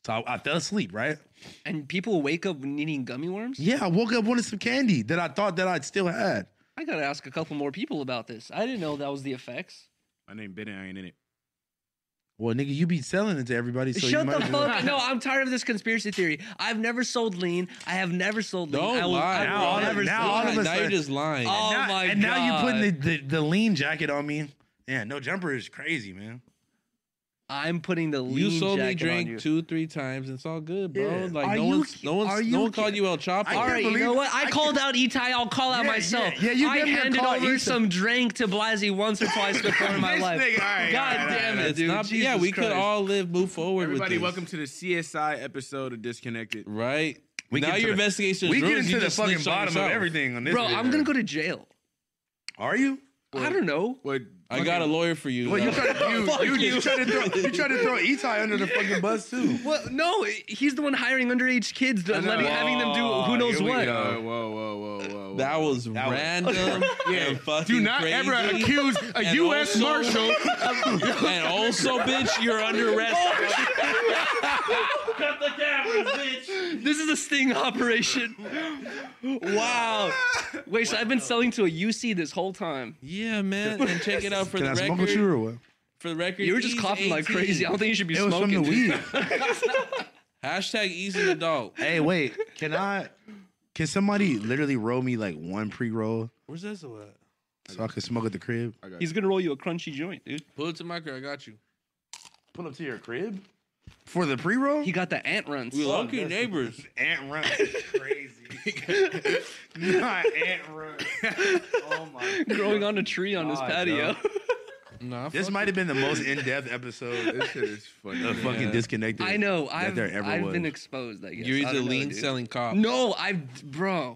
Speaker 1: So I, I fell asleep, right?
Speaker 2: and people wake up needing gummy worms.
Speaker 1: Yeah, I woke up wanting some candy that I thought that I'd still had.
Speaker 2: I gotta ask a couple more people about this. I didn't know that was the effects.
Speaker 3: My name Bennett. I ain't in it.
Speaker 1: Well, nigga, you be selling it to everybody. So you
Speaker 2: Shut
Speaker 1: might
Speaker 2: the
Speaker 1: as well-
Speaker 2: fuck! No, I'm tired of this conspiracy theory. I've never sold lean. I have never sold lean.
Speaker 4: Don't
Speaker 2: I
Speaker 4: lie.
Speaker 2: I
Speaker 1: Now
Speaker 2: will
Speaker 1: all of-
Speaker 2: never
Speaker 1: now
Speaker 2: sell
Speaker 1: all of
Speaker 2: lean.
Speaker 1: a
Speaker 4: now you're
Speaker 1: sudden-
Speaker 4: just lying.
Speaker 2: Oh
Speaker 1: Now-
Speaker 2: my
Speaker 1: and now you putting
Speaker 2: God.
Speaker 1: the, the, the lean jacket on me. Yeah, no jumper is crazy, man.
Speaker 2: I'm putting the
Speaker 4: you
Speaker 2: lean
Speaker 4: sold me
Speaker 2: jacket
Speaker 4: drink
Speaker 2: on you.
Speaker 4: two, three times, and it's all good, bro.
Speaker 1: Yeah.
Speaker 4: Like
Speaker 1: Are
Speaker 4: no
Speaker 1: you
Speaker 4: one's,
Speaker 1: ki-
Speaker 4: no
Speaker 1: are
Speaker 4: one's,
Speaker 1: you
Speaker 4: no one called
Speaker 1: ki-
Speaker 4: you El Chapo.
Speaker 1: I
Speaker 2: All
Speaker 1: can't
Speaker 2: right, you
Speaker 1: believe-
Speaker 2: know what? I,
Speaker 1: I
Speaker 2: called out Itai. I'll call out
Speaker 1: Yeah,
Speaker 2: myself.
Speaker 1: yeah, yeah, you
Speaker 2: I
Speaker 1: give me a
Speaker 2: handed
Speaker 1: call,
Speaker 2: over
Speaker 1: Itai.
Speaker 2: some drink to Blasey once or twice before in my
Speaker 3: This
Speaker 2: life.
Speaker 3: nigga, all right,
Speaker 2: God
Speaker 3: all right, all
Speaker 2: damn
Speaker 3: right.
Speaker 2: it,
Speaker 4: It's
Speaker 2: dude.
Speaker 4: not- yeah,
Speaker 2: Jesus
Speaker 4: we could
Speaker 2: Christ.
Speaker 4: all live, move forward.
Speaker 3: Everybody,
Speaker 4: with this.
Speaker 3: welcome to the CSI episode of Disconnected.
Speaker 4: Right.
Speaker 1: We
Speaker 4: now
Speaker 1: get to
Speaker 4: your
Speaker 1: the-
Speaker 4: investigation.
Speaker 1: we get
Speaker 4: ruined.
Speaker 1: into
Speaker 4: You
Speaker 1: the
Speaker 4: just
Speaker 1: fucking
Speaker 4: snitched on
Speaker 1: bottom of
Speaker 4: yourself.
Speaker 1: everything on this.
Speaker 2: Bro,
Speaker 1: video.
Speaker 2: I'm gonna go to jail.
Speaker 1: Are you?
Speaker 2: I don't know.
Speaker 3: What?
Speaker 4: I got a lawyer for you.
Speaker 1: Well, you
Speaker 4: though.
Speaker 1: tried to you,
Speaker 2: Fuck
Speaker 1: you, you
Speaker 2: you.
Speaker 1: tried to throw you tried to throw Itai under the fucking bus too.
Speaker 2: Well, no, he's the one hiring underage kids,
Speaker 3: I
Speaker 2: letting,
Speaker 3: know.
Speaker 2: having them do
Speaker 1: Whoa,
Speaker 2: who knows
Speaker 1: here we
Speaker 2: what.
Speaker 1: go.
Speaker 3: Whoa, whoa, whoa, whoa, whoa.
Speaker 4: that was
Speaker 1: was-
Speaker 4: random. yeah, fucking
Speaker 3: Do not
Speaker 4: crazy.
Speaker 3: ever accuse a
Speaker 4: And
Speaker 3: U.S.
Speaker 4: also-
Speaker 3: Marshal.
Speaker 4: and also, bitch, you're under arrest.
Speaker 2: This is a sting operation. wow. Wait, so I've been selling to a UC this whole time.
Speaker 4: yeah, man. And check it out for
Speaker 1: Can
Speaker 4: the
Speaker 1: I smoke
Speaker 4: record.
Speaker 1: with you or what?
Speaker 4: For the record,
Speaker 2: You were just
Speaker 4: he's
Speaker 2: coughing like
Speaker 4: 18.
Speaker 2: crazy. I don't think you should be
Speaker 1: It was from
Speaker 2: smoking.
Speaker 1: the
Speaker 2: dude.
Speaker 1: weed.
Speaker 4: Hashtag he's an adult.
Speaker 1: hey, wait, can I? Can somebody literally roll me like one pre roll
Speaker 4: Where's Ezo at?
Speaker 1: so I can smoke at the crib?
Speaker 2: He's gonna roll you a crunchy joint, dude.
Speaker 4: Pull it to my car. I got you.
Speaker 1: Pull up to your crib for the pre roll.
Speaker 2: He got the ant runs.
Speaker 4: We lucky neighbors.
Speaker 1: Ant run is crazy. Not ant run. Oh my.
Speaker 2: growing on a tree on his
Speaker 1: God,
Speaker 2: patio.
Speaker 4: Nah,
Speaker 1: This
Speaker 4: fuck
Speaker 1: might have been the most in-depth episode
Speaker 3: This shit is funny.
Speaker 1: of fucking disconnected.
Speaker 2: I know.
Speaker 1: that
Speaker 2: I've,
Speaker 1: there ever
Speaker 2: I've
Speaker 1: was.
Speaker 2: been exposed. I guess.
Speaker 4: You're
Speaker 2: I
Speaker 4: either
Speaker 2: don't know,
Speaker 4: lean
Speaker 2: dude.
Speaker 4: selling cop
Speaker 2: No, I've bro.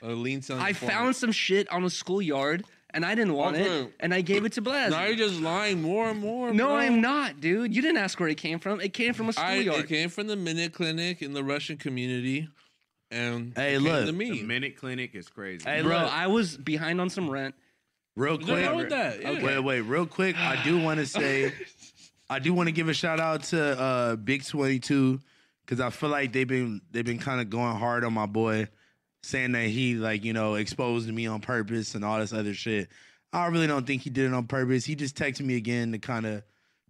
Speaker 4: or lean selling.
Speaker 2: I found some shit on a schoolyard and I didn't want it,
Speaker 4: Okay.
Speaker 2: and I gave it to Blaz.
Speaker 4: Now you're just lying more and more.
Speaker 2: No,
Speaker 4: bro.
Speaker 2: I'm not, dude. You didn't ask where it came from. It came from a
Speaker 4: I
Speaker 2: schoolyard.
Speaker 4: it came from the Minute Clinic in the Russian community, and
Speaker 1: Hey,
Speaker 4: it came
Speaker 1: look.
Speaker 4: to
Speaker 3: The
Speaker 4: me.
Speaker 3: minute clinic is crazy.
Speaker 1: Hey,
Speaker 2: Bro,
Speaker 1: look,
Speaker 2: I was behind on some rent.
Speaker 1: real
Speaker 4: What's wrong
Speaker 1: quick.
Speaker 4: with that? Yeah.
Speaker 1: Wait, wait, real quick. I do want to say, I do want to give a shout out to uh, Big Twenty Two because I feel like they've been they've been kind of going hard on my boy, saying that he like you know exposed me on purpose and all this other shit. I really don't think he did it on purpose. He just texted me again to kind of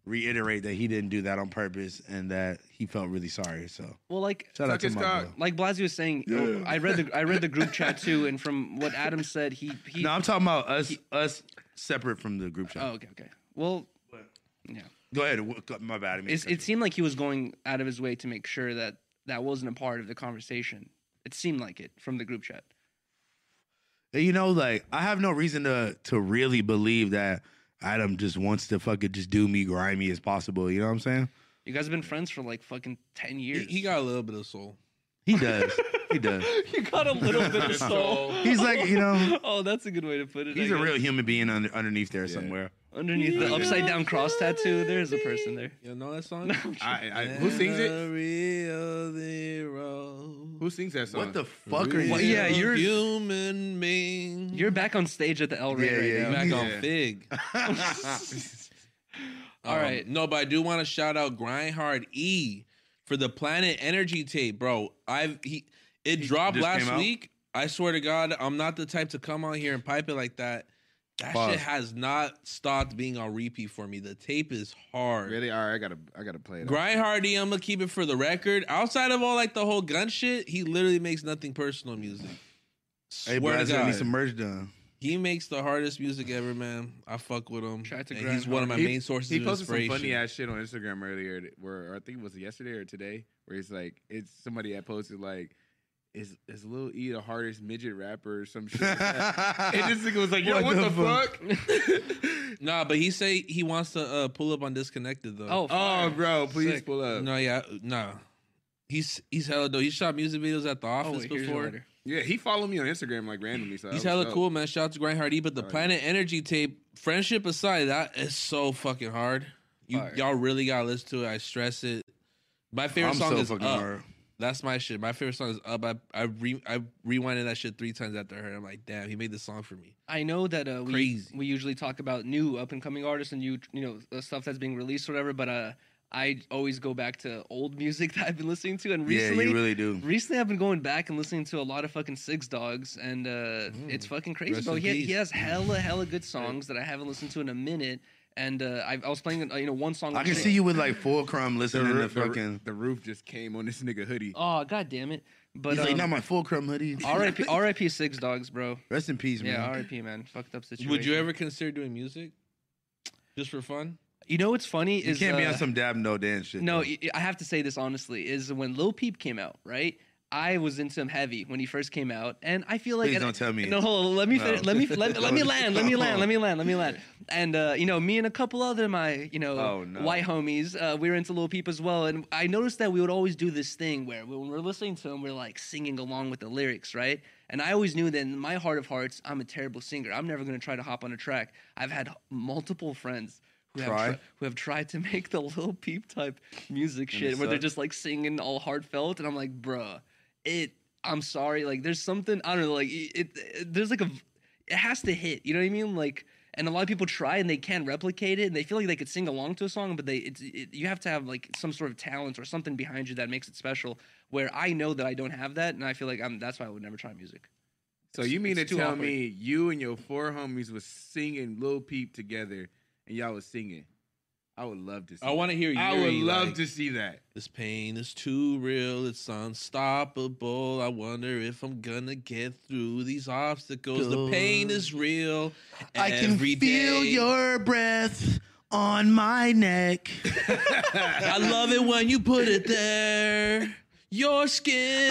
Speaker 1: reiterate that he didn't do that on purpose and that he felt really sorry. So
Speaker 2: Well, like
Speaker 1: shout out
Speaker 3: Suck
Speaker 1: to
Speaker 3: his
Speaker 1: my
Speaker 3: cock.
Speaker 1: boy.
Speaker 2: like Blasey was saying, oh, I read the I read the group chat too, and from what Adam said, he he.
Speaker 1: No, I'm talking about us us separate from the group chat.
Speaker 2: oh, okay, okay. Well,
Speaker 1: Go ahead. w- My bad. I didn't mean
Speaker 2: it's,
Speaker 1: to cut you
Speaker 2: it seemed like he was going out of his way to make sure that that wasn't a part of the conversation. It seemed like it from the group chat.
Speaker 1: you know, like I have no reason to to really believe that Adam just wants to fucking just do me grimy as possible. You know what I'm saying?
Speaker 2: You guys have been friends for like fucking ten
Speaker 4: He,
Speaker 2: years.
Speaker 4: he got a little bit of soul.
Speaker 1: He does. he does.
Speaker 2: he got a little bit of soul.
Speaker 1: He's like, you know,
Speaker 2: oh, that's a good way to put it.
Speaker 1: he's
Speaker 2: I
Speaker 1: a
Speaker 2: guess.
Speaker 1: real human being under, underneath there somewhere.
Speaker 2: underneath the upside down cross tattoo. There is a person there.
Speaker 4: You know that song?
Speaker 3: I, I, who sings it?
Speaker 4: And a Real hero.
Speaker 3: Who sings that song?
Speaker 1: What the fuck are you?
Speaker 2: Well, yeah, you're-
Speaker 4: human being.
Speaker 2: You're back on stage at the El Rey
Speaker 1: Yeah,
Speaker 2: right
Speaker 1: yeah,
Speaker 2: now.
Speaker 4: back
Speaker 3: Yeah.
Speaker 4: on Fig.
Speaker 2: All
Speaker 4: Um,
Speaker 2: right.
Speaker 4: No, but I do want to shout out Grindhard E for the Planet Energy tape, bro. I've he it dropped
Speaker 1: just
Speaker 4: last
Speaker 1: came out?
Speaker 4: week. I swear to God, I'm not the type to come on here and pipe it like that. That
Speaker 1: Pause.
Speaker 4: shit has not stopped being on repeat for me. The tape is hard.
Speaker 3: Really? All right, I gotta, I gotta play it. out.
Speaker 4: Grind Hardy, I'm gonna keep it for the record. Outside of all like the whole gun shit, he literally makes nothing personal music.
Speaker 1: Hey,
Speaker 4: Swear to
Speaker 1: Brad, I
Speaker 4: God.
Speaker 1: need some merch done.
Speaker 4: He makes the hardest music ever, man. I fuck with him.
Speaker 2: Shout out to
Speaker 4: and
Speaker 2: Grind
Speaker 4: he's one of my
Speaker 3: Hardy.
Speaker 4: main sources
Speaker 3: He
Speaker 4: of
Speaker 3: posted some
Speaker 4: inspiration.
Speaker 3: funny ass shit on Instagram earlier, that- where or I think it was yesterday or today, where he's like, it's somebody that posted like, is is Lil E the hardest midget rapper or some shit? like that. and this nigga was like, yo, what,
Speaker 1: What
Speaker 3: the,
Speaker 1: the
Speaker 3: fuck?
Speaker 4: Nah, but he say he wants to uh, pull up on disconnected though. Uh,
Speaker 2: Oh,
Speaker 3: oh,
Speaker 2: fire.
Speaker 3: bro, please
Speaker 2: Sick.
Speaker 3: pull up.
Speaker 4: no, yeah, nah. He's he's hella dope. He shot music videos at the
Speaker 2: Oh,
Speaker 4: office
Speaker 2: wait, here's your
Speaker 4: before.
Speaker 2: lighter.
Speaker 3: Yeah, he followed me on Instagram like randomly. So
Speaker 4: He's
Speaker 3: that was
Speaker 4: hella
Speaker 3: dope.
Speaker 4: cool, man. Shout out to Grind Hardy. But the
Speaker 3: Oh, yeah.
Speaker 4: Planet Energy tape, friendship aside, that is so fucking hard. You
Speaker 2: Fire.
Speaker 4: y'all really gotta listen to it. I stress it. My favorite
Speaker 1: I'm
Speaker 4: song
Speaker 1: so
Speaker 4: is
Speaker 1: fucking
Speaker 4: Up.
Speaker 1: hard.
Speaker 4: That's my shit. My favorite song is Up. I I re I rewinded that shit three times after I heard. it. I'm like, damn, he made this song for me.
Speaker 2: I know that uh, we
Speaker 4: Crazy.
Speaker 2: we usually talk about new up and coming artists and new you know uh, stuff that's being released or whatever, but uh, I always go back to old music that I've been listening to, and recently.
Speaker 1: yeah, you really do.
Speaker 2: Recently, I've been going back and listening to a lot of fucking Six Dogs, and uh,
Speaker 1: Mm.
Speaker 2: it's fucking crazy,
Speaker 4: Rest
Speaker 2: bro.
Speaker 4: in
Speaker 2: He, he
Speaker 4: peace.
Speaker 2: has hella, hella good songs that I haven't listened to in a minute, and uh, I, I was playing, uh, you know, one song.
Speaker 1: I
Speaker 2: on
Speaker 1: can
Speaker 2: Six-
Speaker 1: see you with like fulcrum
Speaker 3: The,
Speaker 1: listening to
Speaker 3: roof, the,
Speaker 1: fucking.
Speaker 3: the roof just came on this nigga hoodie.
Speaker 2: Oh god damn it! But
Speaker 1: He's like,
Speaker 2: um,
Speaker 1: not my fulcrum hoodie.
Speaker 2: R.I.P. R.I.P. Six Dogs, bro.
Speaker 1: Rest in peace, man.
Speaker 2: Yeah, R.I.P. Man, fucked up situation.
Speaker 4: Would you ever consider doing music, just for fun?
Speaker 2: You know what's funny
Speaker 1: You
Speaker 2: is
Speaker 1: can't be
Speaker 2: uh,
Speaker 1: on some dab no dance shit.
Speaker 2: No,
Speaker 1: though.
Speaker 2: y- y- I have to say this honestly. Is when Lil Peep came out, right? I was into him heavy when he first came out, and I feel like
Speaker 1: Please
Speaker 2: and-
Speaker 1: don't tell me.
Speaker 2: uh, No, hold on. Let me finish. Let me let, let me land. Let me land. Let me land. Let me land. And uh, you know, me and a couple other my you know
Speaker 1: Oh, no.
Speaker 2: white homies, uh, we were into Lil Peep as well. And I noticed that we would always do this thing where when we're listening to him, we're like singing along with the lyrics, right? And I always knew that in my heart of hearts, I'm a terrible singer. I'm never gonna try to hop on a track. I've had multiple friends who have,
Speaker 1: Try.
Speaker 2: tri- who have tried to make the little peep type music shit where they're
Speaker 1: sucks.
Speaker 2: just like singing all heartfelt and i'm like bruh it i'm sorry like there's something i don't know like it, it, it- there's like a v- it has to hit you know what i mean like and a lot of people try and they can replicate it and they feel like they could sing along to a song but they it's it, you have to have like some sort of talent or something behind you that makes it special where i know that i don't have that and i feel like i'm that's why i would never try music
Speaker 3: So you mean to
Speaker 2: it's too
Speaker 3: tell
Speaker 2: awkward.
Speaker 3: me you and your four homies was singing Lil Peep together and y'all was singing? I would love to see.
Speaker 4: I want to hear
Speaker 3: that.
Speaker 4: you.
Speaker 3: I would
Speaker 4: like,
Speaker 3: love to see that.
Speaker 4: This pain is too real, it's unstoppable. I wonder if I'm gonna get through these obstacles. The pain is real.
Speaker 1: I can
Speaker 4: every
Speaker 1: feel
Speaker 4: day.
Speaker 1: your breath on my neck.
Speaker 4: I love it when you put it there. Your skin.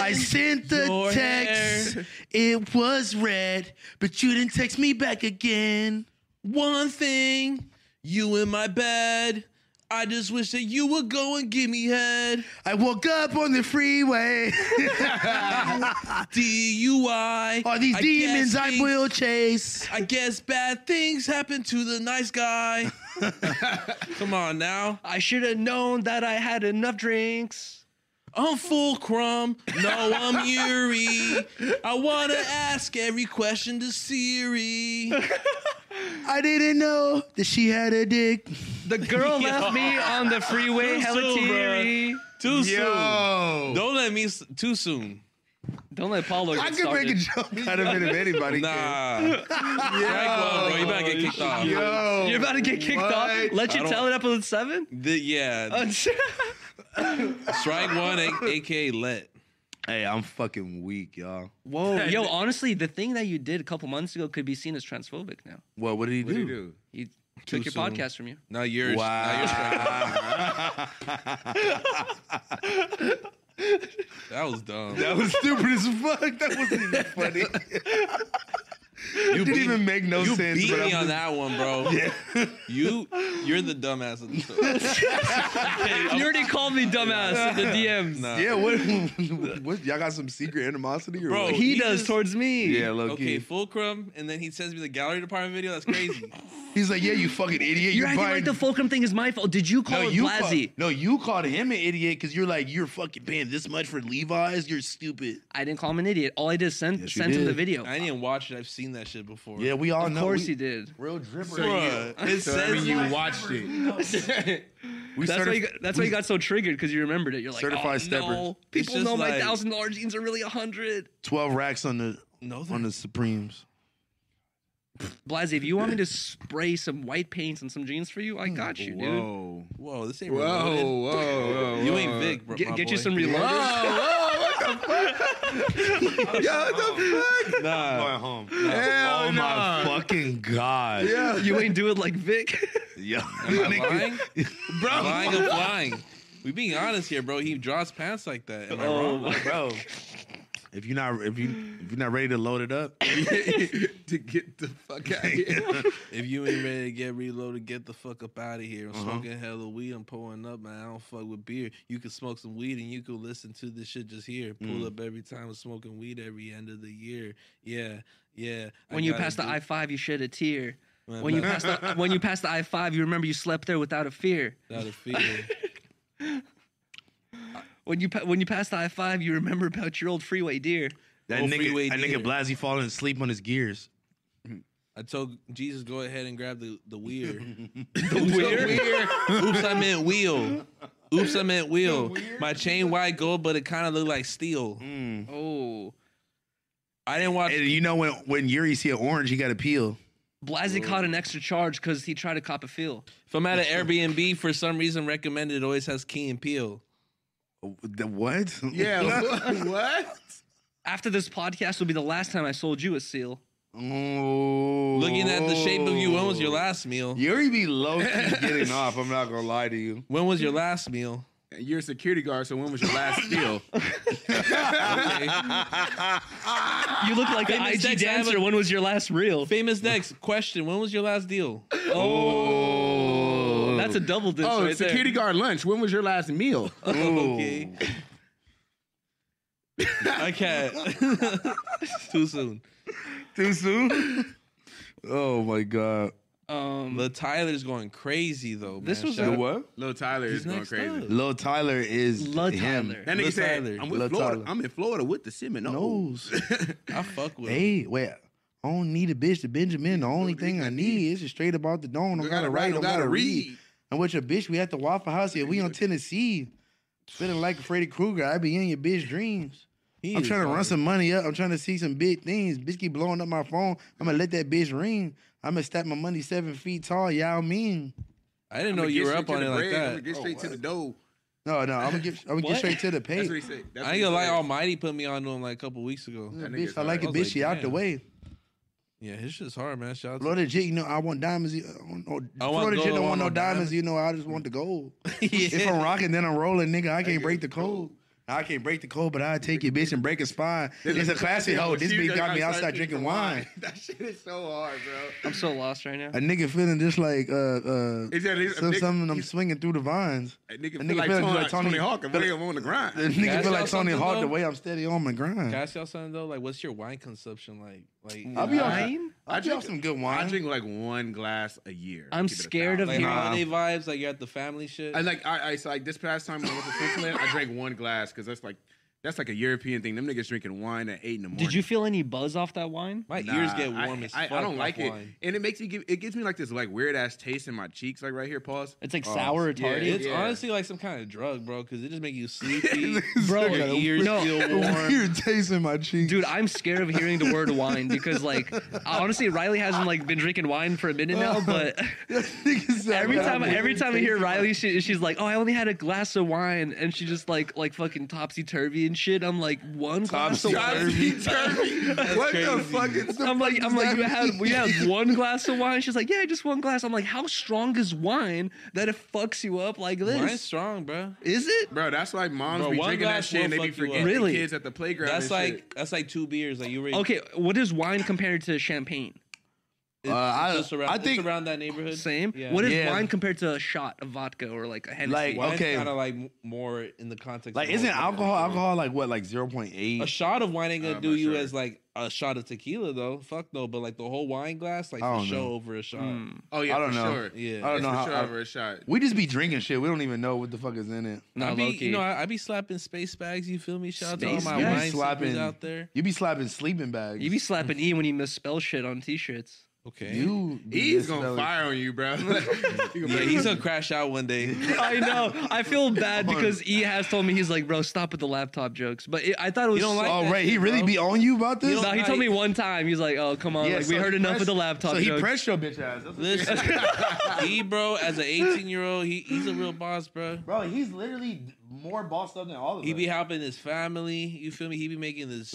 Speaker 1: I sent the
Speaker 4: Your
Speaker 1: text.
Speaker 4: hair.
Speaker 1: It was red, but you didn't text me back again.
Speaker 4: One thing You in my bed. I just wish that you would go and give me head.
Speaker 5: I woke up on the freeway.
Speaker 4: DUI.
Speaker 5: Are these
Speaker 4: I
Speaker 5: demons
Speaker 4: guess
Speaker 5: I
Speaker 4: things-
Speaker 5: will chase?
Speaker 4: I guess bad things happen to the nice guy. Come on now.
Speaker 2: I should have known that I had enough drinks.
Speaker 4: I'm Fulcrum. No, I'm Yuri. I want to ask every question to Siri.
Speaker 5: I didn't know that she had a dick.
Speaker 2: The girl left me on the freeway,
Speaker 4: Too
Speaker 2: hella
Speaker 4: soon, bruh.
Speaker 2: teary.
Speaker 4: Too
Speaker 3: Yo.
Speaker 4: soon. Don't let me s- too soon.
Speaker 2: Don't let Paulo get
Speaker 5: I could
Speaker 2: started.
Speaker 5: make a joke out of it if anybody can.
Speaker 4: Nah. Frank, bro, you better get kicked off.
Speaker 3: Yo.
Speaker 2: You're about to get kicked
Speaker 3: What?
Speaker 2: off. Let
Speaker 4: I
Speaker 2: you
Speaker 4: don't-
Speaker 2: tell it up on seven.
Speaker 4: The- yeah. Strike one, a- aka let.
Speaker 5: Hey, I'm fucking weak, y'all.
Speaker 2: Whoa, yo! Honestly, the thing that you did a couple months ago could be seen as transphobic. Now
Speaker 5: Well, what did he
Speaker 3: What do
Speaker 5: do?
Speaker 3: you do?
Speaker 2: he
Speaker 4: Too
Speaker 2: took your
Speaker 4: soon.
Speaker 2: podcast from you.
Speaker 4: Now you're. Now you're strike.
Speaker 5: Wow.
Speaker 4: That was dumb.
Speaker 5: that was stupid as fuck. That wasn't even funny.
Speaker 4: you
Speaker 5: didn't
Speaker 4: beat,
Speaker 5: even make no
Speaker 4: you
Speaker 5: sense.
Speaker 4: beat
Speaker 5: but
Speaker 4: me
Speaker 5: I'm
Speaker 4: on that one, bro. You, you're the dumbass of the show.
Speaker 2: You already called me dumbass in the DMs.
Speaker 4: Nah.
Speaker 5: Yeah, what, what? Y'all got some secret animosity or
Speaker 4: Bro,
Speaker 5: what?
Speaker 2: He,
Speaker 4: He
Speaker 2: does
Speaker 4: just-
Speaker 2: towards me.
Speaker 5: yeah, low
Speaker 4: Okay,
Speaker 5: key.
Speaker 4: Fulcrum, and then he sends me the gallery department video. That's crazy.
Speaker 5: He's like, yeah, you fucking idiot.
Speaker 2: You're acting
Speaker 5: buying-
Speaker 2: like the fulcrum thing is my fault. Did you call
Speaker 5: no,
Speaker 2: it
Speaker 5: you called,
Speaker 2: Blasi?
Speaker 5: no, you called him an idiot because you're like, you're fucking paying this much for Levi's. You're stupid.
Speaker 2: I didn't call him an idiot. All I did is send
Speaker 5: Yes, you
Speaker 2: sent him the
Speaker 5: did.
Speaker 2: video.
Speaker 4: I didn't even watch it. I've seen that shit before.
Speaker 5: Yeah, we all
Speaker 2: of
Speaker 5: know.
Speaker 2: course
Speaker 5: we,
Speaker 2: he did.
Speaker 5: Real dripper.
Speaker 1: Uh,
Speaker 4: Bruh, it
Speaker 3: So I
Speaker 4: says
Speaker 3: mean, you watched it.
Speaker 5: we
Speaker 2: that's
Speaker 5: started,
Speaker 2: why you got, that's why you got so triggered because you remembered it. You're like,
Speaker 5: Certified
Speaker 2: oh,
Speaker 5: stepper.
Speaker 2: No.
Speaker 5: It's
Speaker 2: People
Speaker 4: just
Speaker 2: know my
Speaker 4: like-
Speaker 2: thousand dollar jeans are really a hundred.
Speaker 5: 12 racks on the
Speaker 4: no,
Speaker 5: on
Speaker 4: they're-
Speaker 5: the Supremes.
Speaker 2: Blasi, if you want me to spray some white paints on some jeans for you, I got you, dude.
Speaker 3: Whoa.
Speaker 4: whoa, this ain't
Speaker 3: Whoa, whoa,
Speaker 4: reloaded.
Speaker 3: whoa, whoa.
Speaker 4: You ain't Vic, bro.
Speaker 2: Get,
Speaker 4: my
Speaker 2: get you
Speaker 4: boy.
Speaker 2: some
Speaker 3: Whoa,
Speaker 2: reloaders.
Speaker 3: whoa, what the fuck? Yo, what the fuck?
Speaker 4: Nah,
Speaker 5: home.
Speaker 3: Hell
Speaker 5: oh my
Speaker 3: nah.
Speaker 5: fucking god.
Speaker 3: Yeah.
Speaker 2: You ain't do it like Vic.
Speaker 5: Yo,
Speaker 4: am I
Speaker 5: nigga,
Speaker 4: lying? bro, lying, I'm lying. We being honest here, bro. He draws pants like that. Am I
Speaker 2: Oh.
Speaker 4: wrong?
Speaker 5: bro. If you're not if you if you're not ready to load it up,
Speaker 3: to get the fuck out of here.
Speaker 4: If you ain't ready to get reloaded, get the fuck up out of here. I'm
Speaker 5: Uh-huh.
Speaker 4: smoking hella weed. I'm pulling up, man. I don't fuck with beer. You can smoke some weed and you can listen to this shit just here. Pull
Speaker 5: Mm.
Speaker 4: up every time I'm smoking weed every end of the year. Yeah, yeah. I
Speaker 2: when you
Speaker 4: gotta
Speaker 2: pass the
Speaker 4: do-
Speaker 2: I five, you shed a tear.
Speaker 4: Man,
Speaker 2: When you
Speaker 4: not-
Speaker 2: pass the when you pass the I five, you remember you slept there without a fear.
Speaker 4: not a feeling.
Speaker 2: When you pa- when you pass the I five, you remember about your old freeway deer.
Speaker 5: that
Speaker 4: Oh, freeway
Speaker 5: nigga, that
Speaker 4: deer.
Speaker 5: nigga Blasey falling asleep on his gears.
Speaker 4: I told Jesus, go ahead and grab the the weird.
Speaker 2: The weird.
Speaker 4: Oops, I meant wheel. Oops, I meant wheel. My chain white gold, but it kind of looked like steel.
Speaker 5: Mm.
Speaker 2: Oh,
Speaker 4: I didn't watch.
Speaker 5: And you know when when Yuri see an orange, he got to peel.
Speaker 2: Blasi caught an extra charge because he tried to cop a feel.
Speaker 4: If I'm at an Airbnb, for some reason recommended, it always has Key and Peel.
Speaker 5: The what?
Speaker 3: Yeah, wha- what?
Speaker 2: After this podcast will be the last time I sold you a seal.
Speaker 5: Oh.
Speaker 4: Looking at the shape of you, when was your last meal?
Speaker 5: Yuri be low key getting off. I'm not gonna lie to you.
Speaker 4: When was your last meal?
Speaker 3: You're a security guard, so when was your last steal?
Speaker 2: You look like an
Speaker 4: Famous
Speaker 2: IG
Speaker 4: sex
Speaker 2: dancer.
Speaker 4: advocate.
Speaker 2: When was your last reel?
Speaker 4: Famous next question. When was your last deal?
Speaker 5: Oh,
Speaker 2: That's a double dip
Speaker 3: Oh,
Speaker 2: right
Speaker 3: security guard lunch. When was your last meal?
Speaker 4: Okay. I can't. Too soon.
Speaker 5: too soon. Oh my god.
Speaker 2: there. Um,
Speaker 4: But Tyler's going crazy though.
Speaker 2: This
Speaker 4: man.
Speaker 2: was
Speaker 4: Shout
Speaker 2: a-
Speaker 4: out-
Speaker 5: What?
Speaker 3: Lil Tyler
Speaker 4: He's
Speaker 3: is going
Speaker 4: next
Speaker 3: crazy.
Speaker 4: up.
Speaker 5: Lil Tyler is
Speaker 2: Lil
Speaker 5: him.
Speaker 2: Tyler.
Speaker 3: That
Speaker 4: Lil
Speaker 3: nigga said,
Speaker 4: Tyler.
Speaker 3: I'm with
Speaker 5: Lil
Speaker 3: Florida.
Speaker 5: Tyler.
Speaker 3: I'm in Florida with the Seminole.
Speaker 5: knows.
Speaker 4: I fuck with. him.
Speaker 5: hey, wait. I don't need a bitch to Benjamin. The only thing I need is just straight about the dome. Don't gotta write, don't gotta read. And with your bitch, we at the Waffle House here. We on Tennessee. Feeling like Freddy Krueger. I be in your bitch dreams.
Speaker 4: He
Speaker 5: I'm
Speaker 4: is
Speaker 5: trying to run
Speaker 4: hard.
Speaker 5: some money up. I'm trying to see some big things. Bitch keep blowing up my phone. I'm gonna let that bitch ring. I'm gonna stack my money seven feet tall. Y'all mean?
Speaker 4: I didn't know you were up on it like
Speaker 3: I'm gonna
Speaker 4: that.
Speaker 3: get straight
Speaker 1: Oh.
Speaker 3: to the dough.
Speaker 5: No, no. I'm gonna get. I'm gonna get
Speaker 2: What?
Speaker 5: straight to the
Speaker 3: That's what he
Speaker 5: pay.
Speaker 3: said. That's
Speaker 4: I
Speaker 3: what
Speaker 4: ain't
Speaker 3: he
Speaker 4: gonna lie,
Speaker 3: said.
Speaker 4: Almighty put me on to him like a couple weeks ago.
Speaker 5: Yeah,
Speaker 3: That
Speaker 5: bitch,
Speaker 3: nigga's
Speaker 5: I like
Speaker 3: hard.
Speaker 4: I was
Speaker 5: a bitch.
Speaker 4: like,
Speaker 5: she out the
Speaker 4: damn.
Speaker 5: way.
Speaker 4: Yeah, his shit's hard, man. Shout out to
Speaker 5: Florida J, you know, I want diamonds. you- I want no-
Speaker 1: oh,
Speaker 4: I want
Speaker 5: Florida J
Speaker 4: gold,
Speaker 5: don't
Speaker 4: I
Speaker 5: want
Speaker 4: want
Speaker 5: no
Speaker 4: no
Speaker 5: diamonds.
Speaker 4: diamonds.
Speaker 5: You know, I just want the gold. If
Speaker 4: yeah.
Speaker 5: I'm rocking, then I'm rolling, nigga. I can't break the code.
Speaker 1: I can't break the code, but I take your bitch and break a spine. It's a classic. Oh, this bitch got me outside drinking wine.
Speaker 3: that shit is so hard, bro.
Speaker 2: I'm so lost right now.
Speaker 1: A nigga feeling just like uh uh
Speaker 3: It's that- it's a
Speaker 1: some,
Speaker 3: nigga-
Speaker 1: something I'm swinging through the vines.
Speaker 3: A nigga
Speaker 1: A
Speaker 3: feel
Speaker 1: nigga
Speaker 3: like
Speaker 1: feel
Speaker 3: Tony,
Speaker 1: like Tony-
Speaker 3: Tony Hawk and I'm on the
Speaker 1: The
Speaker 3: grind.
Speaker 1: nigga
Speaker 4: ask
Speaker 1: feel
Speaker 4: y'all
Speaker 1: like Tony
Speaker 4: something,
Speaker 1: Hawk the
Speaker 4: though?
Speaker 1: way I'm steady on my grind.
Speaker 4: Can I ask y'all something though? Like, what's your wine consumption like? Like,
Speaker 1: I'll be on-
Speaker 2: Wine?
Speaker 1: I
Speaker 3: I
Speaker 1: drink
Speaker 3: drink-
Speaker 1: some good
Speaker 3: I
Speaker 1: wine.
Speaker 3: drink like one glass a year.
Speaker 2: I'm
Speaker 3: Keep it a
Speaker 2: scared of
Speaker 3: thousand.
Speaker 4: like
Speaker 2: Nah.
Speaker 4: holiday vibes. Like you're at the family shit.
Speaker 3: I like I, I so like this past time when I went to Switzerland, I drank one glass because that's like that's like a European thing. Them niggas drinking wine at eight in the morning.
Speaker 2: Did you feel any buzz off that wine?
Speaker 4: My
Speaker 3: Nah,
Speaker 4: ears get warm
Speaker 3: I,
Speaker 4: as
Speaker 3: I,
Speaker 4: fuck.
Speaker 3: I don't
Speaker 4: off
Speaker 3: like it,
Speaker 4: wine.
Speaker 3: and it makes me give it gives me like this like weird ass taste in my cheeks, like right here. Pause.
Speaker 2: It's like
Speaker 3: Oh,
Speaker 2: sour or
Speaker 3: yeah,
Speaker 2: tardy.
Speaker 4: It's
Speaker 3: yeah.
Speaker 4: honestly like some kind of drug, bro, because it just make you sleepy.
Speaker 2: Bro,
Speaker 4: your ears
Speaker 2: no.
Speaker 4: feel warm.
Speaker 1: Weird taste in my cheeks.
Speaker 2: Dude, I'm scared of hearing the word wine because, like, honestly, Riley hasn't like been drinking wine for a minute now. But every time, every time I hear Riley, she, she's like, "Oh, I only had a glass of wine," and she just like, like fucking topsy turvy and shit. I'm like, one glass of wine.
Speaker 1: Topsy-turvy.
Speaker 3: what the fuck? Is,
Speaker 2: I'm like, I'm like, you had you had one glass of wine. She's like, yeah, just one glass. I'm like, how strong is wine that it fucks you up like this?
Speaker 4: Wine's strong, bro.
Speaker 2: Is it?
Speaker 3: bro, that's why moms
Speaker 4: Bro,
Speaker 3: be
Speaker 4: one
Speaker 3: drinking that
Speaker 4: glass
Speaker 3: shit and they
Speaker 4: will
Speaker 3: be
Speaker 4: fuck you up.
Speaker 3: forgetting
Speaker 2: Really?
Speaker 3: the kids at the playground.
Speaker 4: That's
Speaker 3: and
Speaker 4: like
Speaker 3: shit.
Speaker 4: that's like two beers. Like you ready?
Speaker 2: Okay, what is wine compared to champagne?
Speaker 4: It's,
Speaker 1: Uh, I-
Speaker 4: it's just around,
Speaker 1: I
Speaker 4: it's
Speaker 1: think-
Speaker 4: around that neighborhood.
Speaker 2: Same.
Speaker 4: Yeah.
Speaker 2: What is
Speaker 1: Yeah.
Speaker 2: wine compared to a shot of vodka or like a Hennessy?
Speaker 1: Like,
Speaker 4: Wine's
Speaker 1: Okay.
Speaker 4: kind of like m- more in the context.
Speaker 1: Like,
Speaker 4: of the
Speaker 1: isn't
Speaker 4: whole thing,
Speaker 1: alcohol
Speaker 4: for real.
Speaker 1: alcohol like what like zero point eight?
Speaker 4: A shot of wine ain't gonna
Speaker 3: I'm
Speaker 4: do
Speaker 3: not
Speaker 4: you
Speaker 3: sure.
Speaker 4: as like a shot of tequila though. Fuck no, but like the whole wine glass, like
Speaker 1: I
Speaker 4: the
Speaker 1: don't
Speaker 4: show
Speaker 1: know.
Speaker 4: over a shot.
Speaker 2: Mm.
Speaker 3: oh yeah,
Speaker 1: I don't
Speaker 3: for
Speaker 1: know.
Speaker 3: Sure.
Speaker 4: Yeah,
Speaker 1: I don't
Speaker 3: It's
Speaker 1: know
Speaker 3: for
Speaker 1: how-
Speaker 3: sure
Speaker 1: I-
Speaker 3: over a shot.
Speaker 1: We just be drinking shit. We don't even know what the fuck is in it.
Speaker 2: Nah,
Speaker 4: I be,
Speaker 2: low-key.
Speaker 4: you know, I, I be slapping space bags. You feel me? Shout out to all
Speaker 2: Space
Speaker 4: my
Speaker 2: bags?
Speaker 4: wine
Speaker 1: Slapping-
Speaker 4: slappers out there.
Speaker 1: You be slapping sleeping bags.
Speaker 2: You be slapping E when you misspell shit on t-shirts.
Speaker 4: Okay.
Speaker 1: you be
Speaker 3: He's gonna
Speaker 1: misspelling-
Speaker 3: fire on you, bro. You gonna be
Speaker 4: yeah,
Speaker 3: like,
Speaker 4: he's gonna crash out one day.
Speaker 2: I know. I feel bad because E has told me he's like, bro, stop with the laptop jokes. But it, I thought it was.
Speaker 4: don't like
Speaker 1: Oh,
Speaker 4: that
Speaker 1: right. He
Speaker 4: shit,
Speaker 1: really
Speaker 4: bro.
Speaker 1: be on you about this?
Speaker 4: You
Speaker 2: Nah, he told me one time. He's like, oh come on,
Speaker 1: Yeah,
Speaker 2: like
Speaker 1: so
Speaker 2: we heard
Speaker 1: he
Speaker 2: enough of the
Speaker 1: pressed-
Speaker 2: laptop
Speaker 1: so he
Speaker 2: jokes.
Speaker 1: pressed your bitch ass. That's what-
Speaker 4: Listen, he bro, as an 18 year old, he, he's a real boss, bro.
Speaker 1: Bro, he's literally more bossed up than all of
Speaker 4: He be
Speaker 1: us.
Speaker 4: helping his family. You feel me? He be making this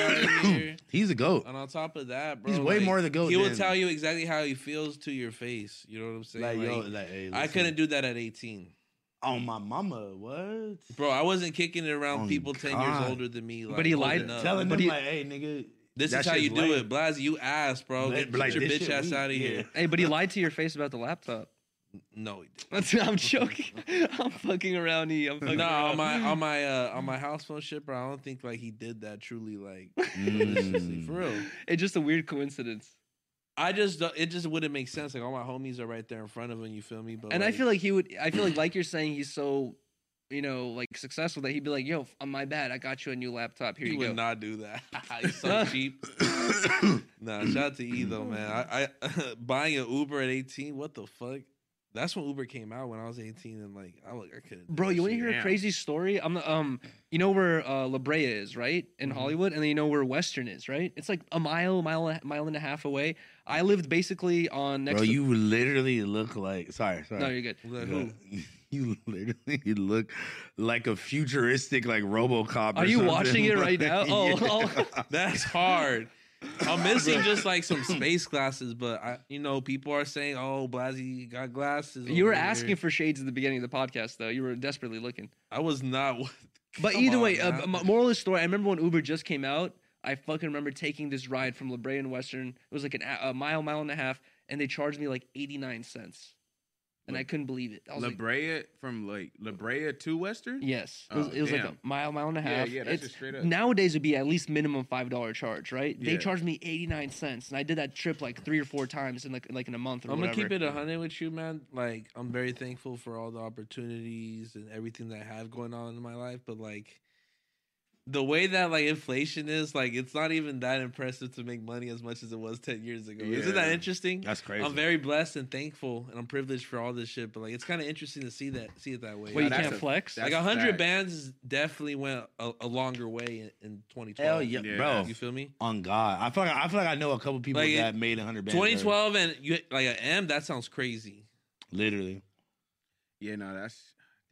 Speaker 4: out here.
Speaker 1: He's a goat.
Speaker 4: And on top of that, bro,
Speaker 1: He's way
Speaker 4: like,
Speaker 1: more the goat
Speaker 4: He will
Speaker 1: than-
Speaker 4: tell you exactly how he feels to your face. You know what I'm saying?
Speaker 1: Like, yo,
Speaker 4: Like,
Speaker 1: like, hey,
Speaker 4: I
Speaker 1: listen.
Speaker 4: couldn't do that at 18,
Speaker 1: Oh, my mama. What?
Speaker 4: bro. I wasn't kicking it around
Speaker 1: Oh,
Speaker 4: people 10 years
Speaker 1: God.
Speaker 4: older than me. Like,
Speaker 2: But he lied-
Speaker 4: holding up.
Speaker 1: Telling them,
Speaker 2: But he-
Speaker 1: like, hey, nigga.
Speaker 4: This
Speaker 1: that
Speaker 4: is how
Speaker 1: shit's
Speaker 4: you do
Speaker 1: lame.
Speaker 4: it, Blaz. You ass, bro. Get,
Speaker 1: Like,
Speaker 4: get your
Speaker 1: this
Speaker 4: bitch
Speaker 1: shit
Speaker 4: ass
Speaker 1: weak,
Speaker 4: out of
Speaker 1: yeah.
Speaker 4: here.
Speaker 2: Hey, but he lied to your face about the laptop.
Speaker 4: No, he
Speaker 2: I'm joking. I'm fucking around, E. I'm fucking
Speaker 4: didn't. no.
Speaker 2: around.
Speaker 4: On my on my uh, on my house phone shit, bro. I don't think like he did that. Truly, like
Speaker 1: Mm. Hmm.
Speaker 4: maliciously, for real.
Speaker 2: It's just a weird coincidence.
Speaker 4: I just don't- it just wouldn't make sense. Like all my homies are right there in front of him. You feel me? But
Speaker 2: And I
Speaker 4: like,
Speaker 2: feel like he would. I feel like, like you're saying, he's so, you know, like successful that he'd be like, "Yo, f- on my bad, I got you a new laptop. Here
Speaker 4: he
Speaker 2: you
Speaker 4: would
Speaker 2: go." Ah,
Speaker 4: not do that. He's so cheap. nah, shout out to E though, man. I, I buying an Uber at eighteen. What the fuck? That's when Uber came out when I was eighteen, and like I like I couldn't. do
Speaker 2: Bro,
Speaker 4: that
Speaker 2: you want to
Speaker 4: shit.
Speaker 2: hear a
Speaker 3: down.
Speaker 2: crazy story? I'm um, you know where uh, La Brea is, right, in
Speaker 4: Mm-hmm.
Speaker 2: Hollywood, and then you know where Western is, right? It's like a mile, mile, and a- mile and a half away. I lived basically on next.
Speaker 1: Bro,
Speaker 2: to-
Speaker 1: you literally look like. Sorry, sorry.
Speaker 2: no, you're good.
Speaker 4: Like,
Speaker 1: Yeah.
Speaker 4: who?
Speaker 1: You literally look like a futuristic like RoboCop. or
Speaker 2: Are you
Speaker 1: something.
Speaker 2: watching it right now? Oh,
Speaker 1: Yeah.
Speaker 2: oh.
Speaker 4: That's hard. I'm missing just like some space glasses, but I, you know, people are saying, "Oh, Blasey got glasses."
Speaker 2: you
Speaker 4: over
Speaker 2: were
Speaker 4: here."
Speaker 2: asking for shades at the beginning of the podcast, though. You were desperately looking.
Speaker 4: I was not.
Speaker 2: But
Speaker 4: Come
Speaker 2: either
Speaker 4: on,
Speaker 2: way, uh,
Speaker 4: man.
Speaker 2: m- moral of the story. I remember when Uber just came out. I fucking remember taking this ride from La Brea and Western. It was like an, a a mile, mile and a half, and they charged me like eighty nine cents, and I couldn't believe it. I was
Speaker 3: La
Speaker 2: like,
Speaker 3: Brea from like La Brea to Western.
Speaker 2: yes, it was,
Speaker 3: Oh,
Speaker 2: it was like a
Speaker 3: damn.
Speaker 2: mile, mile and a
Speaker 3: Yeah,
Speaker 2: half.
Speaker 3: yeah, that's
Speaker 2: It's-
Speaker 3: just straight up.
Speaker 2: Nowadays would be at least minimum five dollar charge, right? They
Speaker 3: Yeah.
Speaker 2: charged me eighty nine cents, and I did that trip like three or four times in like like in a month or
Speaker 4: I'm gonna
Speaker 2: whatever.
Speaker 4: keep it a hundred with you, man. Like, I'm very thankful for all the opportunities and everything that I have going on in my life. But like, the way that like inflation is, like, it's not even that impressive to make money as much as it was ten years ago. Isn't that
Speaker 3: Yeah.
Speaker 4: interesting?
Speaker 1: That's crazy.
Speaker 4: I'm very blessed and thankful, and I'm privileged for all this shit. But like, it's kind of interesting to see that, see it that way.
Speaker 2: Well, you
Speaker 3: Nah, that's
Speaker 2: can't
Speaker 3: a-
Speaker 2: flex.
Speaker 3: that's-
Speaker 4: like a hundred
Speaker 3: facts.
Speaker 4: bands definitely went a, a longer way in, in 2012.
Speaker 1: Hell yeah,
Speaker 3: Yeah.
Speaker 1: bro.
Speaker 4: You feel me?
Speaker 1: On God, I feel like I feel like I know a couple people
Speaker 4: Like,
Speaker 1: that made 100 bands.
Speaker 4: 2012 and you like an M. That sounds crazy.
Speaker 1: literally.
Speaker 3: Yeah, no, that's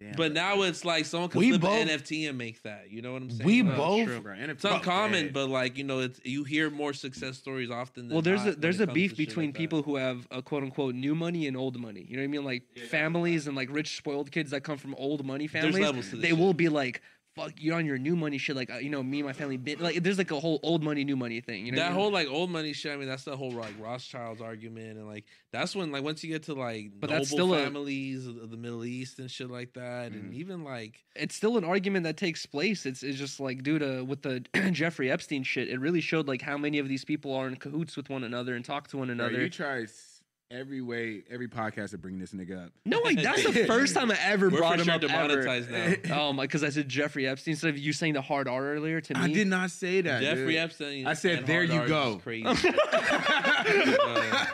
Speaker 3: damn.
Speaker 4: But
Speaker 3: bro.
Speaker 4: now it's like someone can
Speaker 1: We
Speaker 4: flip
Speaker 1: both-
Speaker 4: an NFT and make that. You know what I'm saying?
Speaker 1: We
Speaker 4: Like,
Speaker 1: both
Speaker 3: Bro, and
Speaker 4: It's uncommon,
Speaker 3: yeah.
Speaker 4: but like you know, it's you hear more success stories often. Than
Speaker 2: Well, there's
Speaker 4: not
Speaker 2: a
Speaker 4: when
Speaker 2: there's
Speaker 4: it
Speaker 2: a
Speaker 4: comes
Speaker 2: beef
Speaker 4: to shit
Speaker 2: between
Speaker 4: like that.
Speaker 2: people who have a quote unquote new money and old money. You know what I mean? Like families and like rich spoiled kids that come from old money families.
Speaker 4: levels to this
Speaker 2: they
Speaker 4: shit.
Speaker 2: will be like, fuck, you're on your new money shit. Like, uh, you know, me and my family bit. Like, there's like a whole old money, new money thing. You know, what
Speaker 7: that
Speaker 2: I mean?
Speaker 7: whole like old money shit. I mean, that's the whole like Rothschilds argument, and like that's when like once you get to like
Speaker 2: But
Speaker 7: noble
Speaker 2: that's still a- Mm-hmm.
Speaker 7: families of of the Middle East and shit like that, and even like
Speaker 2: it's still an argument that takes place. It's it's just like due to with the Jeffrey Epstein shit. It really showed like how many of these people are in cahoots with one another and talk to one
Speaker 3: Bro,
Speaker 2: another.
Speaker 3: you try s- every way, every podcast to bring this nigga up.
Speaker 2: no, like that's the first time I ever
Speaker 4: We're
Speaker 2: brought
Speaker 4: for
Speaker 2: him
Speaker 4: sure
Speaker 2: up ever.
Speaker 4: demonetized now.
Speaker 2: Oh my, because I said Jeffrey Epstein instead of you saying the hard R earlier to me.
Speaker 3: I did not say that.
Speaker 4: Jeffrey
Speaker 3: dude.
Speaker 4: Epstein.
Speaker 3: I said,
Speaker 4: and
Speaker 3: "There
Speaker 4: Hard
Speaker 3: you
Speaker 4: R is
Speaker 3: go."
Speaker 4: Crazy. Uh,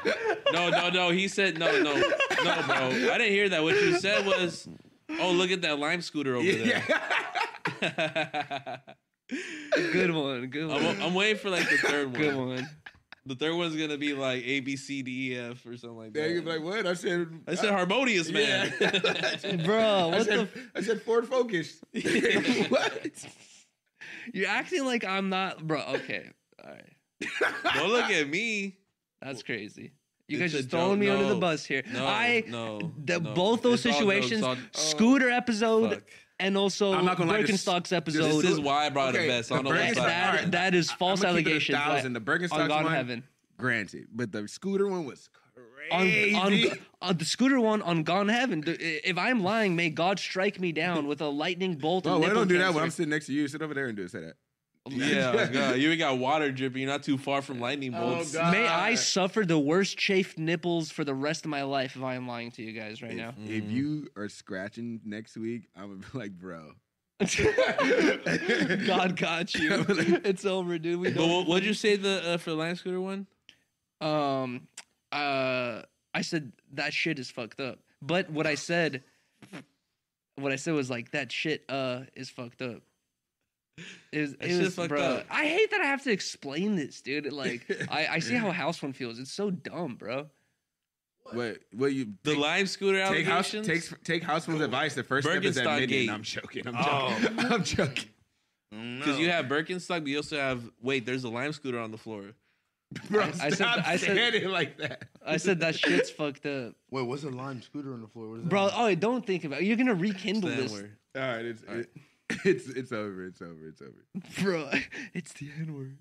Speaker 4: no, no, no. He said, no, no, no, bro. I didn't hear that. What you said was, oh, look at that lime scooter over there.
Speaker 2: Good one. Good one.
Speaker 4: I'm, I'm waiting for like the third
Speaker 2: Good
Speaker 4: one.
Speaker 2: one.
Speaker 4: The third one's gonna be like A B C D E F or something like
Speaker 3: Yeah,
Speaker 4: that.
Speaker 3: you'd be like, what? I said, uh,
Speaker 4: I said harmonious man.
Speaker 2: Bro,
Speaker 3: I
Speaker 2: what the
Speaker 3: said, I said Ford Focus. what?
Speaker 2: You're acting like I'm not, bro. Okay, all right,
Speaker 4: Don't look at me.
Speaker 2: that's crazy. You
Speaker 4: It's
Speaker 2: guys
Speaker 4: a
Speaker 2: just throwing
Speaker 4: joke.
Speaker 2: me under the
Speaker 4: No.
Speaker 2: bus here.
Speaker 4: No, Oh.
Speaker 2: I
Speaker 4: no,
Speaker 2: the,
Speaker 4: no.
Speaker 2: both those
Speaker 4: It's all jokes,
Speaker 2: situations,
Speaker 4: all- oh,
Speaker 2: scooter episode
Speaker 4: Fuck.
Speaker 2: and also
Speaker 3: I'm not gonna lie, this-
Speaker 2: Birkenstocks episode.
Speaker 4: This is why I brought
Speaker 3: Okay,
Speaker 4: it best. I don't
Speaker 3: the
Speaker 4: know
Speaker 2: that,
Speaker 4: what's
Speaker 3: Birkenstock-
Speaker 4: up.
Speaker 2: that-
Speaker 3: Alright,
Speaker 2: that is false
Speaker 3: I'ma keep it a
Speaker 2: allegations. that
Speaker 3: thousand. The Birkenstocks
Speaker 2: on God
Speaker 3: one-
Speaker 2: Heaven.
Speaker 3: Granted, but the scooter one was
Speaker 2: On,
Speaker 3: crazy.
Speaker 2: on, on the scooter one on Gone Heaven. D- If I'm lying, may God strike me down with a lightning bolt.
Speaker 3: Bro,
Speaker 2: and
Speaker 3: why
Speaker 2: nipple
Speaker 3: don't do that when I'm
Speaker 2: cancer.
Speaker 3: sitting next to you. Sit over there and do it. Say that.
Speaker 4: Yeah, oh, God. you even got water dripping. You're not too far from lightning
Speaker 3: Oh,
Speaker 4: bolts.
Speaker 2: May I suffer the worst chafed nipples for the rest of my life if I am lying to you guys right now.
Speaker 3: If
Speaker 4: Mm-hmm.
Speaker 3: you are scratching next week, I'm gonna be like, bro.
Speaker 2: God got you. it's over, dude. We
Speaker 4: but
Speaker 2: don't.
Speaker 4: what, what'd you say the uh, for the lime scooter one?
Speaker 2: Um. Uh. I said that shit is fucked up. But what I said, what I said was like that shit. Uh, is fucked up. It was,
Speaker 4: That
Speaker 2: it
Speaker 4: shit
Speaker 2: was
Speaker 4: fucked
Speaker 2: bro.
Speaker 4: up.
Speaker 2: I hate that I have to explain this, dude. Like, I, I see how house one feels. It's so dumb, bro.
Speaker 3: What? What you
Speaker 4: The lime scooter
Speaker 3: take house
Speaker 4: allegations.
Speaker 3: takes take Houseman's advice. The first step is
Speaker 4: Birkenstock
Speaker 3: admitting.
Speaker 4: gate. Oh.
Speaker 3: I'm joking. I'm joking. I'm joking.
Speaker 4: because you have Birkenstock, but you also have wait. There's a lime scooter on the floor.
Speaker 3: Bro,
Speaker 2: I said-
Speaker 3: stop
Speaker 2: I said-
Speaker 3: saying it like that.
Speaker 2: I said that shit's fucked up,
Speaker 5: Wait, what's a lime scooter on the floor? What is that?
Speaker 2: bro. Oh, don't think about. it. You're gonna rekindle
Speaker 4: That
Speaker 2: this,
Speaker 4: word.
Speaker 3: All right, it's it- it's it's over. It's over. It's over.
Speaker 2: bro. It's the N word.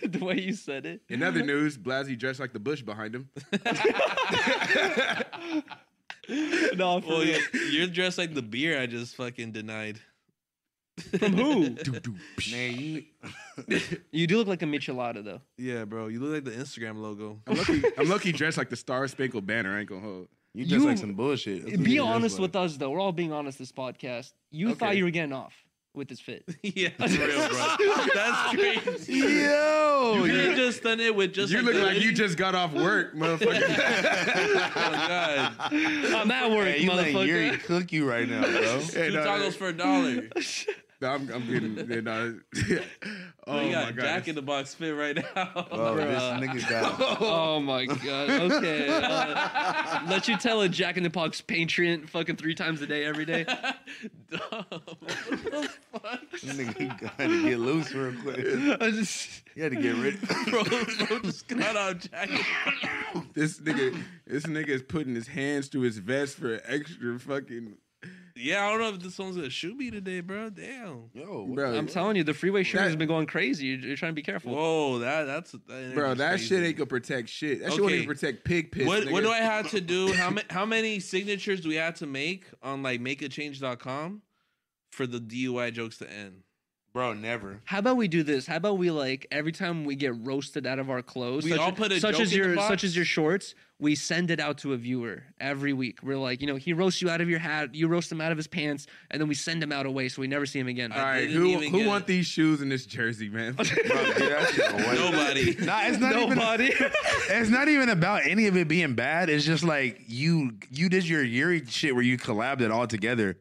Speaker 2: the way you said it.
Speaker 3: In other news, Blasey dressed like the bush behind him.
Speaker 2: No, for
Speaker 4: Well,
Speaker 2: real.
Speaker 4: you- you're dressed like the beer I just fucking denied.
Speaker 2: From who?
Speaker 5: man, you
Speaker 2: You do look like a michelada though.
Speaker 4: Yeah, bro. You look like the Instagram logo.
Speaker 3: I'm lucky. I'm lucky. Dressed like the Star Spangled Banner. I ain't gonna hold.
Speaker 5: you just
Speaker 2: You-
Speaker 5: like some bullshit. That's what
Speaker 2: Be
Speaker 5: you look
Speaker 2: honest
Speaker 5: like.
Speaker 2: with us though. We're all being honest this podcast. You thought
Speaker 3: Okay.
Speaker 2: you were getting off with this fit.
Speaker 4: yeah, for real, bro. Oh, That's crazy.
Speaker 5: Yo,
Speaker 4: You could have just done it with just
Speaker 3: you
Speaker 4: like
Speaker 3: look
Speaker 4: the
Speaker 3: like you
Speaker 4: hoodie.
Speaker 3: just got off work, motherfucker.
Speaker 4: Oh god.
Speaker 2: I'm at work,
Speaker 5: hey, you letting Yuri
Speaker 2: motherfucker.
Speaker 5: cook you right now, bro.
Speaker 3: Yeah,
Speaker 4: Two
Speaker 3: no,
Speaker 4: toggles for a dollar.
Speaker 3: no, I'm, I'm kidding. Yeah, no. oh
Speaker 4: we
Speaker 3: my
Speaker 4: got Jack in
Speaker 3: god.
Speaker 4: the Box fit right now.
Speaker 5: Oh, this nigga got
Speaker 2: Oh my god. Okay. uh, let you tell a Jack in the Box patron fucking three times a day every day.
Speaker 4: Dumb.
Speaker 5: this nigga got to get loose real quick.
Speaker 2: I just-
Speaker 5: You had to get rid.
Speaker 4: bro, bro just got out Jack.
Speaker 3: This nigga, this nigga is putting his hands through his vest for extra fucking.
Speaker 4: Yeah, I don't know if this one's gonna shoot me today, bro. Damn.
Speaker 5: Yo, what-
Speaker 3: Bro,
Speaker 2: I'm telling you, the freeway shooting has
Speaker 3: That-
Speaker 2: been going crazy. You're, you're trying to be careful.
Speaker 4: Whoa, that that's that
Speaker 3: bro,
Speaker 4: energy's
Speaker 3: that
Speaker 4: crazy.
Speaker 3: shit ain't gonna protect shit. That shit won't
Speaker 4: Okay.
Speaker 3: even protect pig piss.
Speaker 4: What what
Speaker 3: nigga.
Speaker 4: do I have to do? How many how many signatures do we have to make on like makeachange.com for the DUI jokes to end?
Speaker 5: bro, never.
Speaker 2: How about we do this? How about we like every time we get roasted out of our clothes,
Speaker 4: We
Speaker 2: such,
Speaker 4: all put a
Speaker 2: such
Speaker 4: joke
Speaker 2: as
Speaker 4: in the
Speaker 2: your such
Speaker 4: box?
Speaker 2: as your shorts, we send it out to a viewer every week. We're like, you know, he roasts you out of your hat, you roast him out of his pants, and then we send him out away so we never see him again.
Speaker 3: All right,
Speaker 4: didn't
Speaker 3: who
Speaker 4: even get
Speaker 3: who want
Speaker 4: it.
Speaker 3: these shoes and this jersey, man?
Speaker 5: Bro, get that shit away.
Speaker 4: Nobody.
Speaker 5: Nah, it's not
Speaker 2: Nobody.
Speaker 5: even. It's not even about any of it being bad. It's just like you you did your Yuri shit where you collabed it all together,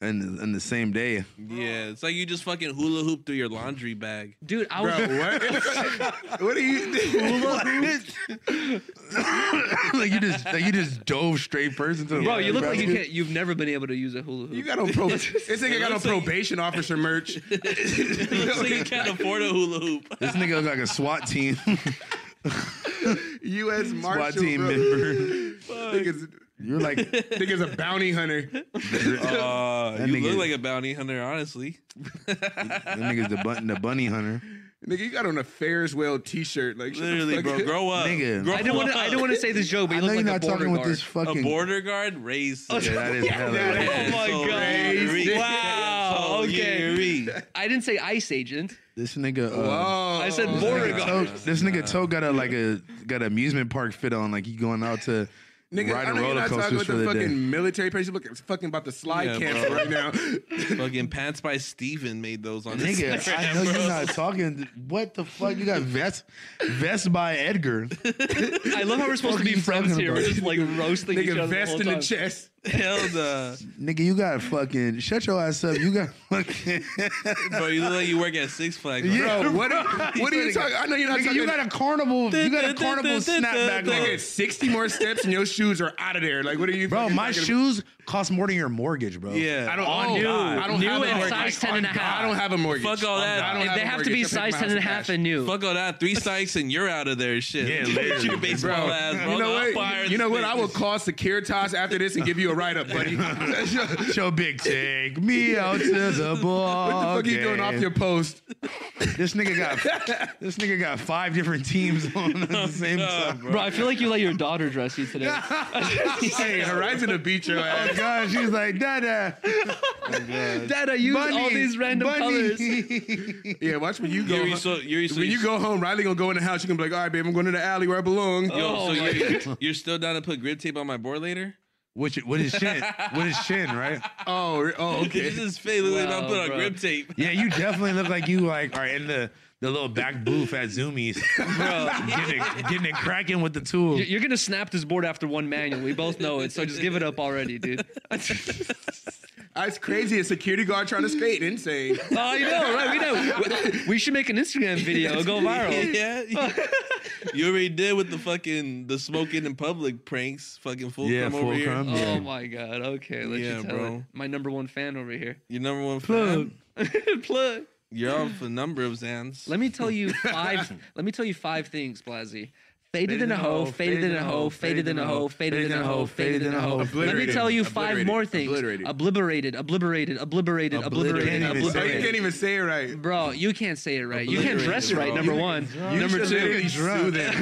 Speaker 5: and in the same day.
Speaker 4: Yeah, it's like you just fucking hula hoop through your laundry bag.
Speaker 2: Dude, I was
Speaker 3: Bro, what? what are you doing?
Speaker 5: like you just like you just dove straight first into the
Speaker 2: Bro, you look
Speaker 5: bro.
Speaker 2: like you can't you've never been able to use a hula hoop.
Speaker 3: You got on pro. This nigga got on
Speaker 4: looks like-
Speaker 3: probation officer merch.
Speaker 4: It's like you can't afford a hula hoop.
Speaker 5: This nigga look like a SWAT team.
Speaker 3: U.S. Marshal.
Speaker 5: SWAT team
Speaker 3: bro.
Speaker 5: member.
Speaker 3: Niggas-
Speaker 5: You're like,
Speaker 3: Nigga's a bounty hunter.
Speaker 4: Uh, you
Speaker 5: nigga
Speaker 4: look
Speaker 5: is-
Speaker 4: like a bounty hunter, honestly.
Speaker 5: that nigga's the, button, the bunny hunter.
Speaker 3: Nigga, you got on a Ferris wheel t-shirt. Like shut the
Speaker 4: Literally,
Speaker 3: fuck
Speaker 4: bro.
Speaker 3: up.
Speaker 4: Grow up.
Speaker 5: Nigga.
Speaker 4: Grow
Speaker 2: I don't want to. I don't want to say this joke, but
Speaker 5: I
Speaker 2: you
Speaker 5: know
Speaker 2: look
Speaker 5: you're
Speaker 2: like a
Speaker 5: not
Speaker 2: border
Speaker 5: talking
Speaker 2: guard.
Speaker 5: with this fucking.
Speaker 4: A border guard raised.
Speaker 5: Yeah, that is hella
Speaker 3: Yeah,
Speaker 5: racist.
Speaker 2: Oh my God.
Speaker 4: Wow.
Speaker 2: Wow, okay.
Speaker 4: Okay.
Speaker 2: I didn't say ICE agent.
Speaker 5: This nigga. Uh,
Speaker 3: Whoa.
Speaker 2: I said
Speaker 4: Oh,
Speaker 3: This
Speaker 2: border
Speaker 3: nigga
Speaker 2: guard.
Speaker 5: Toe, this nigga Toe got a like a got an amusement park fit on, like he going out to
Speaker 3: Nigga, I
Speaker 5: ride
Speaker 3: know you're
Speaker 5: roller
Speaker 3: not talking
Speaker 5: coasters
Speaker 3: with
Speaker 5: for
Speaker 3: the,
Speaker 5: the
Speaker 3: fucking
Speaker 5: day.
Speaker 3: military person. Look, it's fucking about the slide
Speaker 4: Yeah,
Speaker 3: cancel
Speaker 4: bro.
Speaker 3: right now.
Speaker 4: Fucking pants by Steven made those on
Speaker 5: Nigga,
Speaker 4: Instagram,
Speaker 5: I know
Speaker 4: bro.
Speaker 5: you're not talking. What the fuck? You got vest vest by Edgar.
Speaker 2: I love how we're supposed to
Speaker 5: What are
Speaker 2: be
Speaker 5: you
Speaker 2: friends
Speaker 5: talking
Speaker 2: here. We're
Speaker 5: about?
Speaker 2: just like roasting each
Speaker 3: Nigga,
Speaker 2: other the
Speaker 3: vest
Speaker 2: whole
Speaker 3: in
Speaker 2: time.
Speaker 3: the chest.
Speaker 4: Hell no.
Speaker 5: Nigga, you got fucking shut your ass up. You got fucking.
Speaker 4: Bro, you look like you work at Six Flags. bro.
Speaker 5: Yeah.
Speaker 3: Bro, what are, what are you talking? I know you're not
Speaker 5: Nigga,
Speaker 3: talking.
Speaker 5: you got a carnival. You got a carnival snapback
Speaker 3: Nigga,
Speaker 5: on.
Speaker 3: 60 more steps and your shoes are out of there. Like, what are you
Speaker 5: Bro,
Speaker 3: fucking
Speaker 5: my
Speaker 3: talking about?
Speaker 5: shoes cost more than your mortgage, bro.
Speaker 4: Yeah.
Speaker 3: I don't, oh,
Speaker 2: new.
Speaker 3: I don't
Speaker 2: New
Speaker 3: have a
Speaker 2: and
Speaker 3: mortgage.
Speaker 2: size 10
Speaker 3: On
Speaker 2: and a
Speaker 3: God,
Speaker 2: half.
Speaker 3: I don't have a mortgage.
Speaker 4: Fuck all
Speaker 3: On
Speaker 4: that.
Speaker 3: God, I don't
Speaker 4: And
Speaker 3: have
Speaker 2: They
Speaker 3: a
Speaker 2: have to be
Speaker 3: mortgage. I pay
Speaker 2: size
Speaker 3: my
Speaker 2: 10 and a
Speaker 3: house in
Speaker 2: half
Speaker 3: cash.
Speaker 2: and new.
Speaker 4: Fuck all that. Three strikes and you're out of there. Shit.
Speaker 5: Yeah,
Speaker 4: Look at
Speaker 5: literally.
Speaker 4: you baseball ass, bro.
Speaker 3: You
Speaker 4: I'll
Speaker 3: know what?
Speaker 4: fire
Speaker 3: you
Speaker 4: this
Speaker 3: know what? I
Speaker 4: bitch.
Speaker 3: will call Securitas after this and give you a write up, buddy. what the
Speaker 5: Yo, big, take me out to the ball.
Speaker 3: fuck are you doing off your post?
Speaker 5: This nigga got this nigga got five different teams on at the same time.
Speaker 2: Bro, I feel like you let your daughter dress you today.
Speaker 3: hey, Horizon to beat your
Speaker 5: Oh
Speaker 3: ass.
Speaker 5: god, she's like, Oh, Dada,
Speaker 2: Dada, use all these random colors.
Speaker 3: Yeah, watch when you go.
Speaker 4: Yuri, so, Yuri, so
Speaker 3: when you go home, Riley gonna go in the house. You gonna be like, all right, babe, I'm going to the alley where I belong.
Speaker 4: Yo,
Speaker 2: Oh
Speaker 4: so
Speaker 2: my
Speaker 4: you're, you're still down to put grip tape on my board later?
Speaker 5: Which with his shin, with his shin, right?
Speaker 3: Oh, re- oh, okay.
Speaker 4: This is fake. Look like I
Speaker 2: Wow,
Speaker 4: put on
Speaker 2: bro.
Speaker 4: grip tape.
Speaker 5: Yeah, you definitely look like you like are in the the little back booth at Zoomies,
Speaker 4: Bro.
Speaker 5: getting it, getting it cracking with the tool.
Speaker 2: You- You're gonna snap this board after one manual. We both know it, so just give it up already, dude.
Speaker 3: That's crazy. A security guard trying to skate. Insane.
Speaker 2: Oh, I know, right? We know. We- We should make an Instagram video. It'll go viral.
Speaker 4: yeah. you already did with the fucking the smoking in public pranks. Fucking full
Speaker 5: Yeah,
Speaker 4: come
Speaker 5: full
Speaker 4: over
Speaker 5: crumb.
Speaker 4: here.
Speaker 2: Oh my god. Okay, let
Speaker 4: Yeah,
Speaker 2: you tell
Speaker 4: bro.
Speaker 2: it. My number one fan over here.
Speaker 4: Your number one
Speaker 5: Plug.
Speaker 4: fan.
Speaker 2: Plug.
Speaker 4: You're off a number of Zans.
Speaker 2: Let me tell you five. let me tell you five things, Blasi. Faded in a hoe, faded in a hoe, faded in a hoe, faded in a hoe, faded in a hoe. Let me
Speaker 3: Obliterated,
Speaker 2: tell you five
Speaker 3: obliterated,
Speaker 2: more things.
Speaker 3: obliterated.
Speaker 2: Obliterated, obliterated, obliterated, obliterated,
Speaker 5: Can't even
Speaker 3: Oh, you can't
Speaker 2: obliterated.
Speaker 3: even say it right.
Speaker 2: Bro, you can't say it right. You can't dress right.
Speaker 4: Obliterated,
Speaker 2: Number
Speaker 4: bro.
Speaker 2: one.
Speaker 3: You
Speaker 2: Number
Speaker 3: should
Speaker 2: two.
Speaker 3: literally sue them.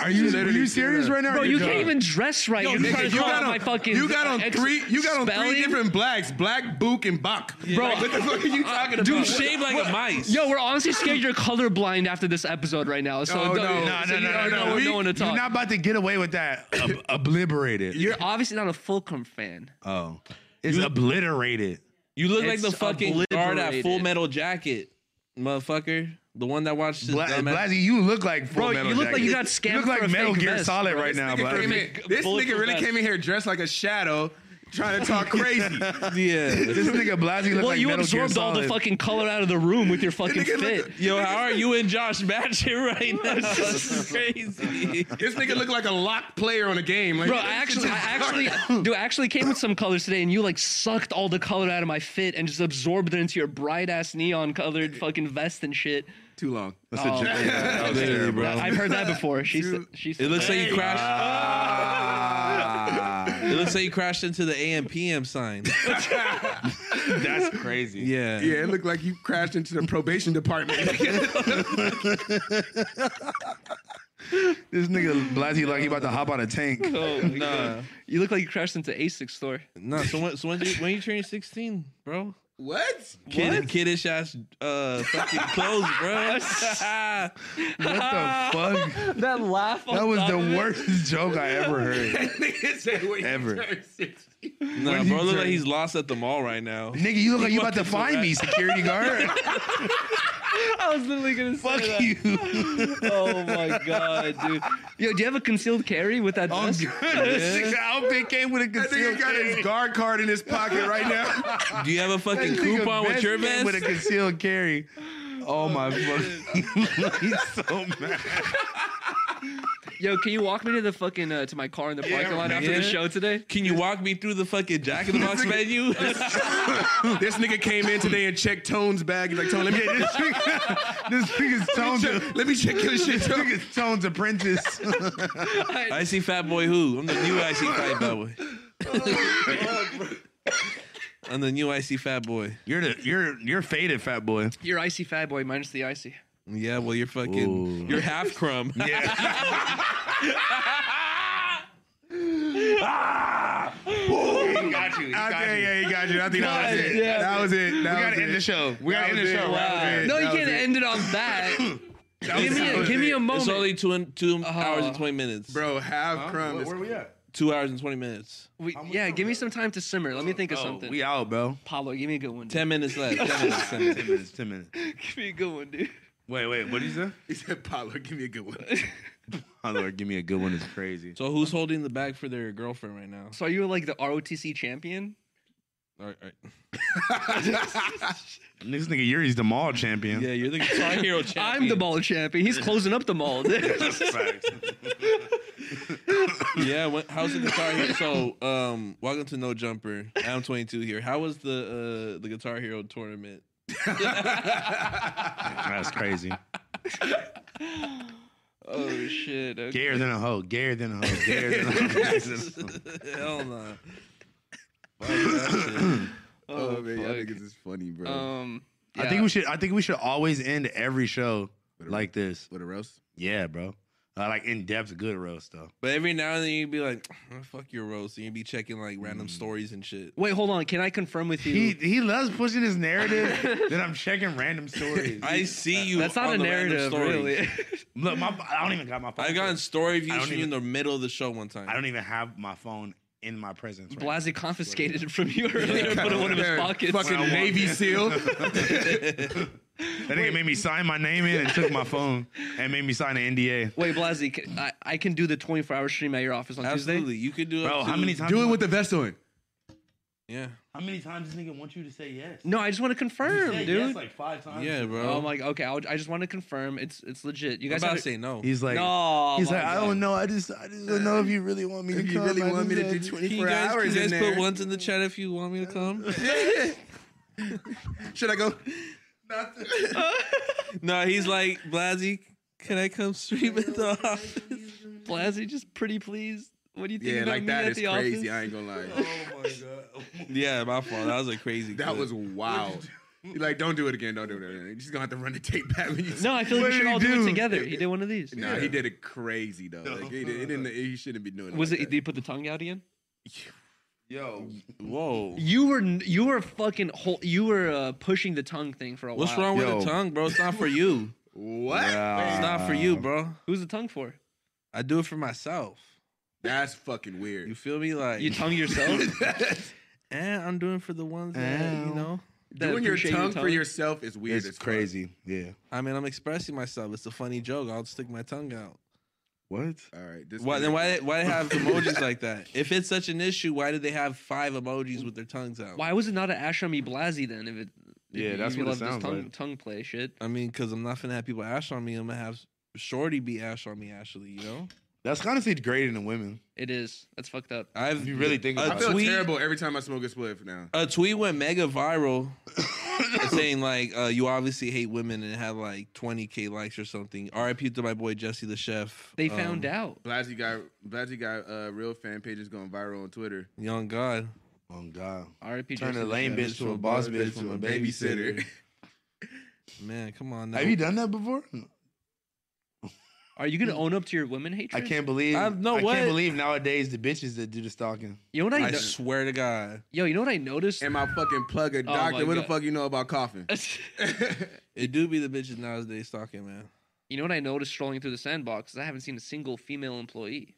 Speaker 5: Are you are
Speaker 3: literally
Speaker 5: you serious
Speaker 3: doing
Speaker 5: right now?
Speaker 2: Bro,
Speaker 5: Are
Speaker 2: you
Speaker 5: done?
Speaker 2: can't even dress right. You're
Speaker 3: Nigga,
Speaker 2: trying to
Speaker 3: you
Speaker 2: call
Speaker 3: got
Speaker 2: out
Speaker 3: on,
Speaker 2: my fucking.
Speaker 3: you got on
Speaker 2: ex-
Speaker 3: three. You got on
Speaker 2: spelling?
Speaker 3: three different blacks: black, book, and buck.
Speaker 2: Bro,
Speaker 3: Like, what the fuck are you talking about?
Speaker 4: Dude, shave like a mice.
Speaker 2: Yo, we're honestly scared you're colorblind after this episode right now. So
Speaker 3: Oh,
Speaker 2: don't-
Speaker 3: no.
Speaker 5: No,
Speaker 2: so
Speaker 5: no,
Speaker 2: you
Speaker 5: no,
Speaker 2: don't
Speaker 5: no,
Speaker 2: know
Speaker 5: no.
Speaker 2: when
Speaker 5: We-
Speaker 2: no one to
Speaker 5: You're
Speaker 2: talk.
Speaker 5: not about to get away with that. Ob- obliterated.
Speaker 2: You're obviously not a Fulcrum fan.
Speaker 5: oh, it's obliterated.
Speaker 4: you look like the
Speaker 2: It's
Speaker 4: fucking guard at
Speaker 2: obliterated.
Speaker 4: Full Metal Jacket, motherfucker. The one that watched his
Speaker 5: Bla-
Speaker 4: dumb ass-
Speaker 5: Blasi, you look like full
Speaker 2: Bro, you
Speaker 5: metal
Speaker 2: look like you
Speaker 5: Jacket.
Speaker 2: got
Speaker 5: You
Speaker 2: scammed
Speaker 5: look
Speaker 2: for
Speaker 5: like
Speaker 2: a
Speaker 5: Metal
Speaker 2: fake
Speaker 5: Gear
Speaker 2: vest,
Speaker 5: Solid
Speaker 2: bro.
Speaker 5: right
Speaker 2: This
Speaker 5: now,
Speaker 3: Nigga came
Speaker 5: Blasi.
Speaker 3: in- this nigga
Speaker 2: bulletproof
Speaker 3: really
Speaker 2: vest.
Speaker 3: came in here dressed like a shadow, trying to talk crazy.
Speaker 4: Yeah.
Speaker 5: This nigga Blasi look
Speaker 2: Well,
Speaker 5: like
Speaker 2: you
Speaker 5: Metal Gear
Speaker 2: absorbed all the
Speaker 5: Solid.
Speaker 2: fucking color out of the room with your fucking
Speaker 3: Nigga, look-
Speaker 2: fit.
Speaker 4: Yo, how are you and Josh matching right now? This is crazy.
Speaker 3: This nigga looked like a lock player on a game. Like,
Speaker 2: Bro, I actually, I actually, dude, I actually came with some colors today, and you like sucked all the color out of my fit and just absorbed it into your bright ass neon colored fucking vest and shit.
Speaker 3: too long.
Speaker 5: That's a
Speaker 2: Oh,
Speaker 5: joke.
Speaker 2: man.
Speaker 5: That was
Speaker 4: Literally,
Speaker 5: terrible.
Speaker 4: bro.
Speaker 2: I've heard that before. She said, she said,
Speaker 4: It looks like you crashed.
Speaker 5: Ah,
Speaker 4: It looks like you crashed into the AM PM sign.
Speaker 5: that's crazy.
Speaker 4: Yeah.
Speaker 3: Yeah, it looked like you crashed into the probation department.
Speaker 5: This nigga Blasi like he about to hop on a tank.
Speaker 2: Oh my God.
Speaker 4: Nah.
Speaker 2: You look like you crashed into Asics store.
Speaker 4: No, so when, so when you when you turn 16, bro?
Speaker 3: what?
Speaker 4: Kid, kiddish ass uh fucking clothes, bro.
Speaker 5: What the fuck?
Speaker 2: That laugh.
Speaker 5: That was the worst joke I ever heard.
Speaker 3: Nigga said, "Wait, you
Speaker 5: Ever.
Speaker 3: turned 16."
Speaker 4: nah,
Speaker 5: did
Speaker 4: bro,
Speaker 5: you
Speaker 4: look like
Speaker 5: turn?
Speaker 4: he's lost at the mall right now.
Speaker 5: Nigga, you look like you about to
Speaker 4: fucking
Speaker 5: find me, security guard.
Speaker 2: I was literally gonna say
Speaker 5: Fuck
Speaker 2: that.
Speaker 5: you.
Speaker 2: Oh my god, dude. Yo, do you have a concealed carry with that
Speaker 5: Oh,
Speaker 2: vest?
Speaker 5: good. This nigga outfit came with a
Speaker 3: That nigga
Speaker 5: concealed
Speaker 3: got
Speaker 5: carry.
Speaker 3: his guard card in his pocket right now.
Speaker 4: Do you have a fucking
Speaker 5: This nigga
Speaker 4: coupon with
Speaker 5: vest Oh,
Speaker 4: your
Speaker 5: came
Speaker 4: vest?
Speaker 5: With a concealed carry. Oh my fucking! He's so mad.
Speaker 2: Yo, can you walk me to the fucking uh, to my car in the parking lot after the
Speaker 4: yeah.
Speaker 2: show today?
Speaker 4: Can you walk me through the fucking Jack in the Box menu?
Speaker 3: this nigga came in today and checked Tone's bag. He's like, Tone, let me
Speaker 5: this nigga- this nigga's tones.
Speaker 3: check,
Speaker 5: of-
Speaker 3: let me check your shit.
Speaker 5: This nigga's tones apprentice.
Speaker 4: I see Fat Boy who? I'm the new I see Fat Boy. Oh, I'm the new I see Fat Boy.
Speaker 5: You're the you're you're faded, fat boy.
Speaker 2: You're icy fat boy minus the icy.
Speaker 4: Yeah, well you're fucking
Speaker 5: Ooh.
Speaker 4: you're half crumb.
Speaker 5: Yeah. got you. He got
Speaker 3: Okay,
Speaker 5: you.
Speaker 3: yeah, he got you. I think that was it.
Speaker 2: Yeah.
Speaker 3: that was it. That
Speaker 5: We gotta
Speaker 3: was
Speaker 5: end
Speaker 3: it.
Speaker 5: the show. We
Speaker 3: That
Speaker 5: gotta end the
Speaker 3: was it.
Speaker 5: show.
Speaker 3: That was it.
Speaker 2: No, you
Speaker 3: That was
Speaker 2: can't
Speaker 3: it.
Speaker 2: end it on that.
Speaker 3: That
Speaker 2: give
Speaker 3: was-
Speaker 2: me
Speaker 3: that
Speaker 2: a,
Speaker 3: was
Speaker 2: give me
Speaker 3: it.
Speaker 2: a moment.
Speaker 4: It's only two and two hours
Speaker 2: Oh.
Speaker 4: and twenty minutes.
Speaker 3: Bro, have crumb. is-
Speaker 5: we at?
Speaker 4: Two hours and twenty minutes.
Speaker 2: We- yeah, give me some time to simmer. Let me think of something.
Speaker 5: We out, bro.
Speaker 2: Paulo, give me a good one. Dude.
Speaker 4: Ten minutes left. Ten minutes.
Speaker 5: Ten minutes. Ten minutes.
Speaker 2: give me a good one, dude.
Speaker 5: Wait, wait. What did you say?
Speaker 3: He said, Paulo, give me a good one.
Speaker 5: Oh Lord, give me a good one. It's crazy.
Speaker 4: So who's holding the bag for their girlfriend right now?
Speaker 2: So are you like the ROTC champion?
Speaker 4: All right, all right.
Speaker 5: This nigga Yuri's the mall champion.
Speaker 4: Yeah, you're the guitar hero champion.
Speaker 2: I'm the ball champion. He's closing up the mall. dude.
Speaker 5: Facts.
Speaker 4: Yeah, when, how's the guitar hero? So, um, welcome to No Jumper. I'm 22 here. How was the uh, the Guitar Hero tournament?
Speaker 5: That's crazy.
Speaker 2: oh shit. Okay.
Speaker 5: Gayer than a hoe. Gayer than a hoe. Gayer than a hoe. Gayer than a hoe.
Speaker 4: Hell no.
Speaker 3: Oh, man, y'all
Speaker 2: fuck.
Speaker 3: niggas is funny, bro.
Speaker 2: Um,
Speaker 5: I think we should. I think we should always end every show like this.
Speaker 3: With a roast?
Speaker 5: Yeah, bro. Uh, like in depth, good roast though.
Speaker 4: But every now and then you'd be like, "Oh, "Fuck your roast," and you'd be checking like random stories and shit.
Speaker 2: Wait, hold on. Can I confirm with you?
Speaker 5: He he loves pushing his narrative. then I'm checking random stories.
Speaker 4: I see you.
Speaker 2: That's not
Speaker 4: on
Speaker 2: a
Speaker 4: the random
Speaker 2: narrative,
Speaker 4: stories.
Speaker 2: really.
Speaker 5: Look, my I don't even got my. phone.
Speaker 4: I got in story views
Speaker 5: I don't
Speaker 4: from you in the middle of the show one time.
Speaker 5: I don't even have my phone in my presence. Right
Speaker 2: Blasi confiscated it from you earlier and put it in one of his pockets.
Speaker 3: Fucking
Speaker 5: When I walk
Speaker 3: Navy
Speaker 5: in.
Speaker 3: SEAL.
Speaker 5: now. That nigga made me sign my name in and took my phone and made me sign an NDA.
Speaker 2: Wait, Blasi, can- I, I can do the 24 hour stream at your office on
Speaker 4: Absolutely, you could do. up
Speaker 5: Bro, how
Speaker 4: to-
Speaker 5: many times?
Speaker 3: Do it with the vest on.
Speaker 4: Yeah,
Speaker 5: How many times this nigga want you to say yes?
Speaker 2: Tuesday. No, I just want to confirm, dude.
Speaker 5: like five times.
Speaker 4: yeah, bro.
Speaker 2: oh my, okay. I'll, I just want to confirm. It's it's legit. You
Speaker 4: I'm
Speaker 2: guys
Speaker 4: about
Speaker 2: have
Speaker 4: to say no.
Speaker 5: He's like,
Speaker 2: no.
Speaker 5: he's
Speaker 2: my
Speaker 5: like, I
Speaker 2: God.
Speaker 5: don't know. I just, I just don't know if you really want me to.
Speaker 3: If you
Speaker 5: come.
Speaker 3: really
Speaker 5: I
Speaker 3: want me
Speaker 5: just
Speaker 3: to
Speaker 5: don't-
Speaker 3: do 24
Speaker 4: you guys,
Speaker 3: hours
Speaker 4: can you
Speaker 3: in
Speaker 4: guys
Speaker 3: there.
Speaker 4: put ones in the chat if you want me to come?
Speaker 3: Should I go? Nothing.
Speaker 4: No, he's like, Blasi, can I come stream at the office?
Speaker 2: Blasi, just pretty please. What do you think
Speaker 3: Yeah,
Speaker 2: about
Speaker 3: like
Speaker 2: me
Speaker 3: that
Speaker 2: at
Speaker 3: is
Speaker 2: the
Speaker 3: crazy.
Speaker 2: office?
Speaker 3: I ain't gonna lie.
Speaker 4: Yeah, my fault. That was a crazy.
Speaker 3: That was wild. You're like, don't do it again. Don't do it again. You're just gonna have to run the tape back. when you-
Speaker 2: No, I feel like we
Speaker 5: What did
Speaker 2: should
Speaker 5: he
Speaker 2: all do?
Speaker 5: do?
Speaker 2: it together. He did one of these.
Speaker 3: Nah, he did it crazy though. Like, he, did, he didn't. He shouldn't be doing.
Speaker 2: Was it?
Speaker 3: like
Speaker 2: Did
Speaker 3: That.
Speaker 2: he put the tongue out again?
Speaker 5: Yo,
Speaker 4: whoa.
Speaker 2: You were you were fucking hol- you were uh, pushing the tongue thing
Speaker 3: Oh,
Speaker 2: for a
Speaker 4: What's
Speaker 2: while.
Speaker 4: wrong with
Speaker 5: Yo.
Speaker 4: the tongue, bro? It's not for you.
Speaker 3: What?
Speaker 5: Yeah.
Speaker 4: It's not for you, bro.
Speaker 2: Who's the tongue for?
Speaker 4: I do it for myself.
Speaker 3: That's fucking
Speaker 4: You
Speaker 3: weird.
Speaker 4: feel me? Like,
Speaker 2: You tongue yourself.
Speaker 4: and I'm doing it for the ones that you
Speaker 5: Ow.
Speaker 4: know.
Speaker 2: That
Speaker 3: Doing your
Speaker 2: appreciate
Speaker 3: tongue, for yourself is weird.
Speaker 5: it's
Speaker 3: as fuck.
Speaker 5: crazy. Yeah.
Speaker 4: I mean, I'm expressing myself. It's a funny joke. I'll stick my tongue out.
Speaker 5: What?
Speaker 3: All right. This
Speaker 4: Why then? Why why have emojis like that? If it's such an issue, why did they have five emojis with their tongues out?
Speaker 2: Why was it not an Ashrami Blasi then? If it if
Speaker 5: Yeah,
Speaker 2: you-
Speaker 5: that's
Speaker 2: if you
Speaker 5: what it
Speaker 2: love this
Speaker 5: sounds
Speaker 2: tongue,
Speaker 5: like.
Speaker 2: tongue play shit.
Speaker 4: I mean, because I'm not gonna have people ash on me. I'm gonna have Shorty be ash on me. Actually, you know,
Speaker 5: That's honestly grading in women.
Speaker 2: It is. That's fucked up.
Speaker 4: I've
Speaker 5: If you really think
Speaker 4: a
Speaker 5: about
Speaker 3: I feel
Speaker 4: tweet,
Speaker 3: terrible every time I smoke a spliff now.
Speaker 4: A tweet went mega viral, saying like, uh, "You obviously hate women," and had like 20k likes or something. R.I.P. to my boy Jesse the chef. Um,
Speaker 2: They found out.
Speaker 3: Blasey got Blasey got uh, real fan pages going viral on Twitter.
Speaker 4: Young God.
Speaker 5: Oh God.
Speaker 2: R.I.P.
Speaker 5: Turn
Speaker 2: Jason
Speaker 5: a lame
Speaker 2: Shepard.
Speaker 5: bitch to a boss bitch from a babysitter.
Speaker 4: Man, come on. Now.
Speaker 5: Have you done that before?
Speaker 2: Are you gonna own up to your women
Speaker 5: I
Speaker 2: hatred?
Speaker 5: can't believe.
Speaker 4: I- no,
Speaker 5: I
Speaker 4: what?
Speaker 5: can't believe nowadays the bitches that do the stalking.
Speaker 2: You know what I,
Speaker 4: I
Speaker 2: no-
Speaker 4: swear to God,
Speaker 2: yo. You know what I noticed?
Speaker 3: And my fucking plug a
Speaker 2: my
Speaker 3: doctor. what the
Speaker 2: God.
Speaker 3: fuck you know about coughing?
Speaker 4: it do be the bitches nowadays talking, man.
Speaker 2: you know what I noticed strolling through the sandbox? Is I haven't seen a single female employee.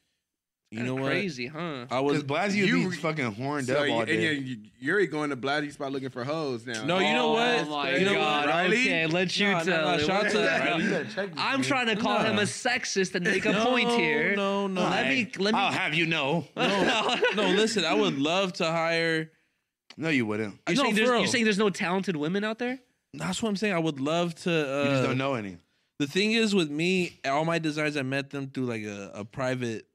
Speaker 4: You know what?
Speaker 2: Crazy, huh?
Speaker 4: I was
Speaker 5: Because Blasio
Speaker 3: you-
Speaker 5: be fucking horned
Speaker 3: So
Speaker 5: up
Speaker 3: you,
Speaker 5: all
Speaker 3: and
Speaker 5: day.
Speaker 3: you, Yuri going to Blasey spot looking for hoes now.
Speaker 4: No, you know
Speaker 2: Oh
Speaker 4: what?
Speaker 2: my
Speaker 4: You know what,
Speaker 2: god.
Speaker 3: Riley?
Speaker 2: Okay, let you
Speaker 4: No, no,
Speaker 2: tell.
Speaker 4: no,
Speaker 2: it.
Speaker 4: shout
Speaker 2: What
Speaker 4: to
Speaker 2: the hell?
Speaker 4: Riley.
Speaker 2: I'm trying to call
Speaker 4: No.
Speaker 2: him a sexist and make a
Speaker 4: No,
Speaker 2: point here.
Speaker 4: No, no,
Speaker 2: Let me. Let me.
Speaker 5: I'll have you know.
Speaker 4: no, no. Listen, I would love to hire.
Speaker 5: No, you wouldn't.
Speaker 2: You're,
Speaker 4: No,
Speaker 2: saying
Speaker 4: for
Speaker 2: there's,
Speaker 4: real.
Speaker 2: you're saying there's no talented women out there?
Speaker 4: That's what I'm saying. I would love to. Uh,
Speaker 5: You just don't know any.
Speaker 4: The thing is with me, all my designs, I met them through like a, a private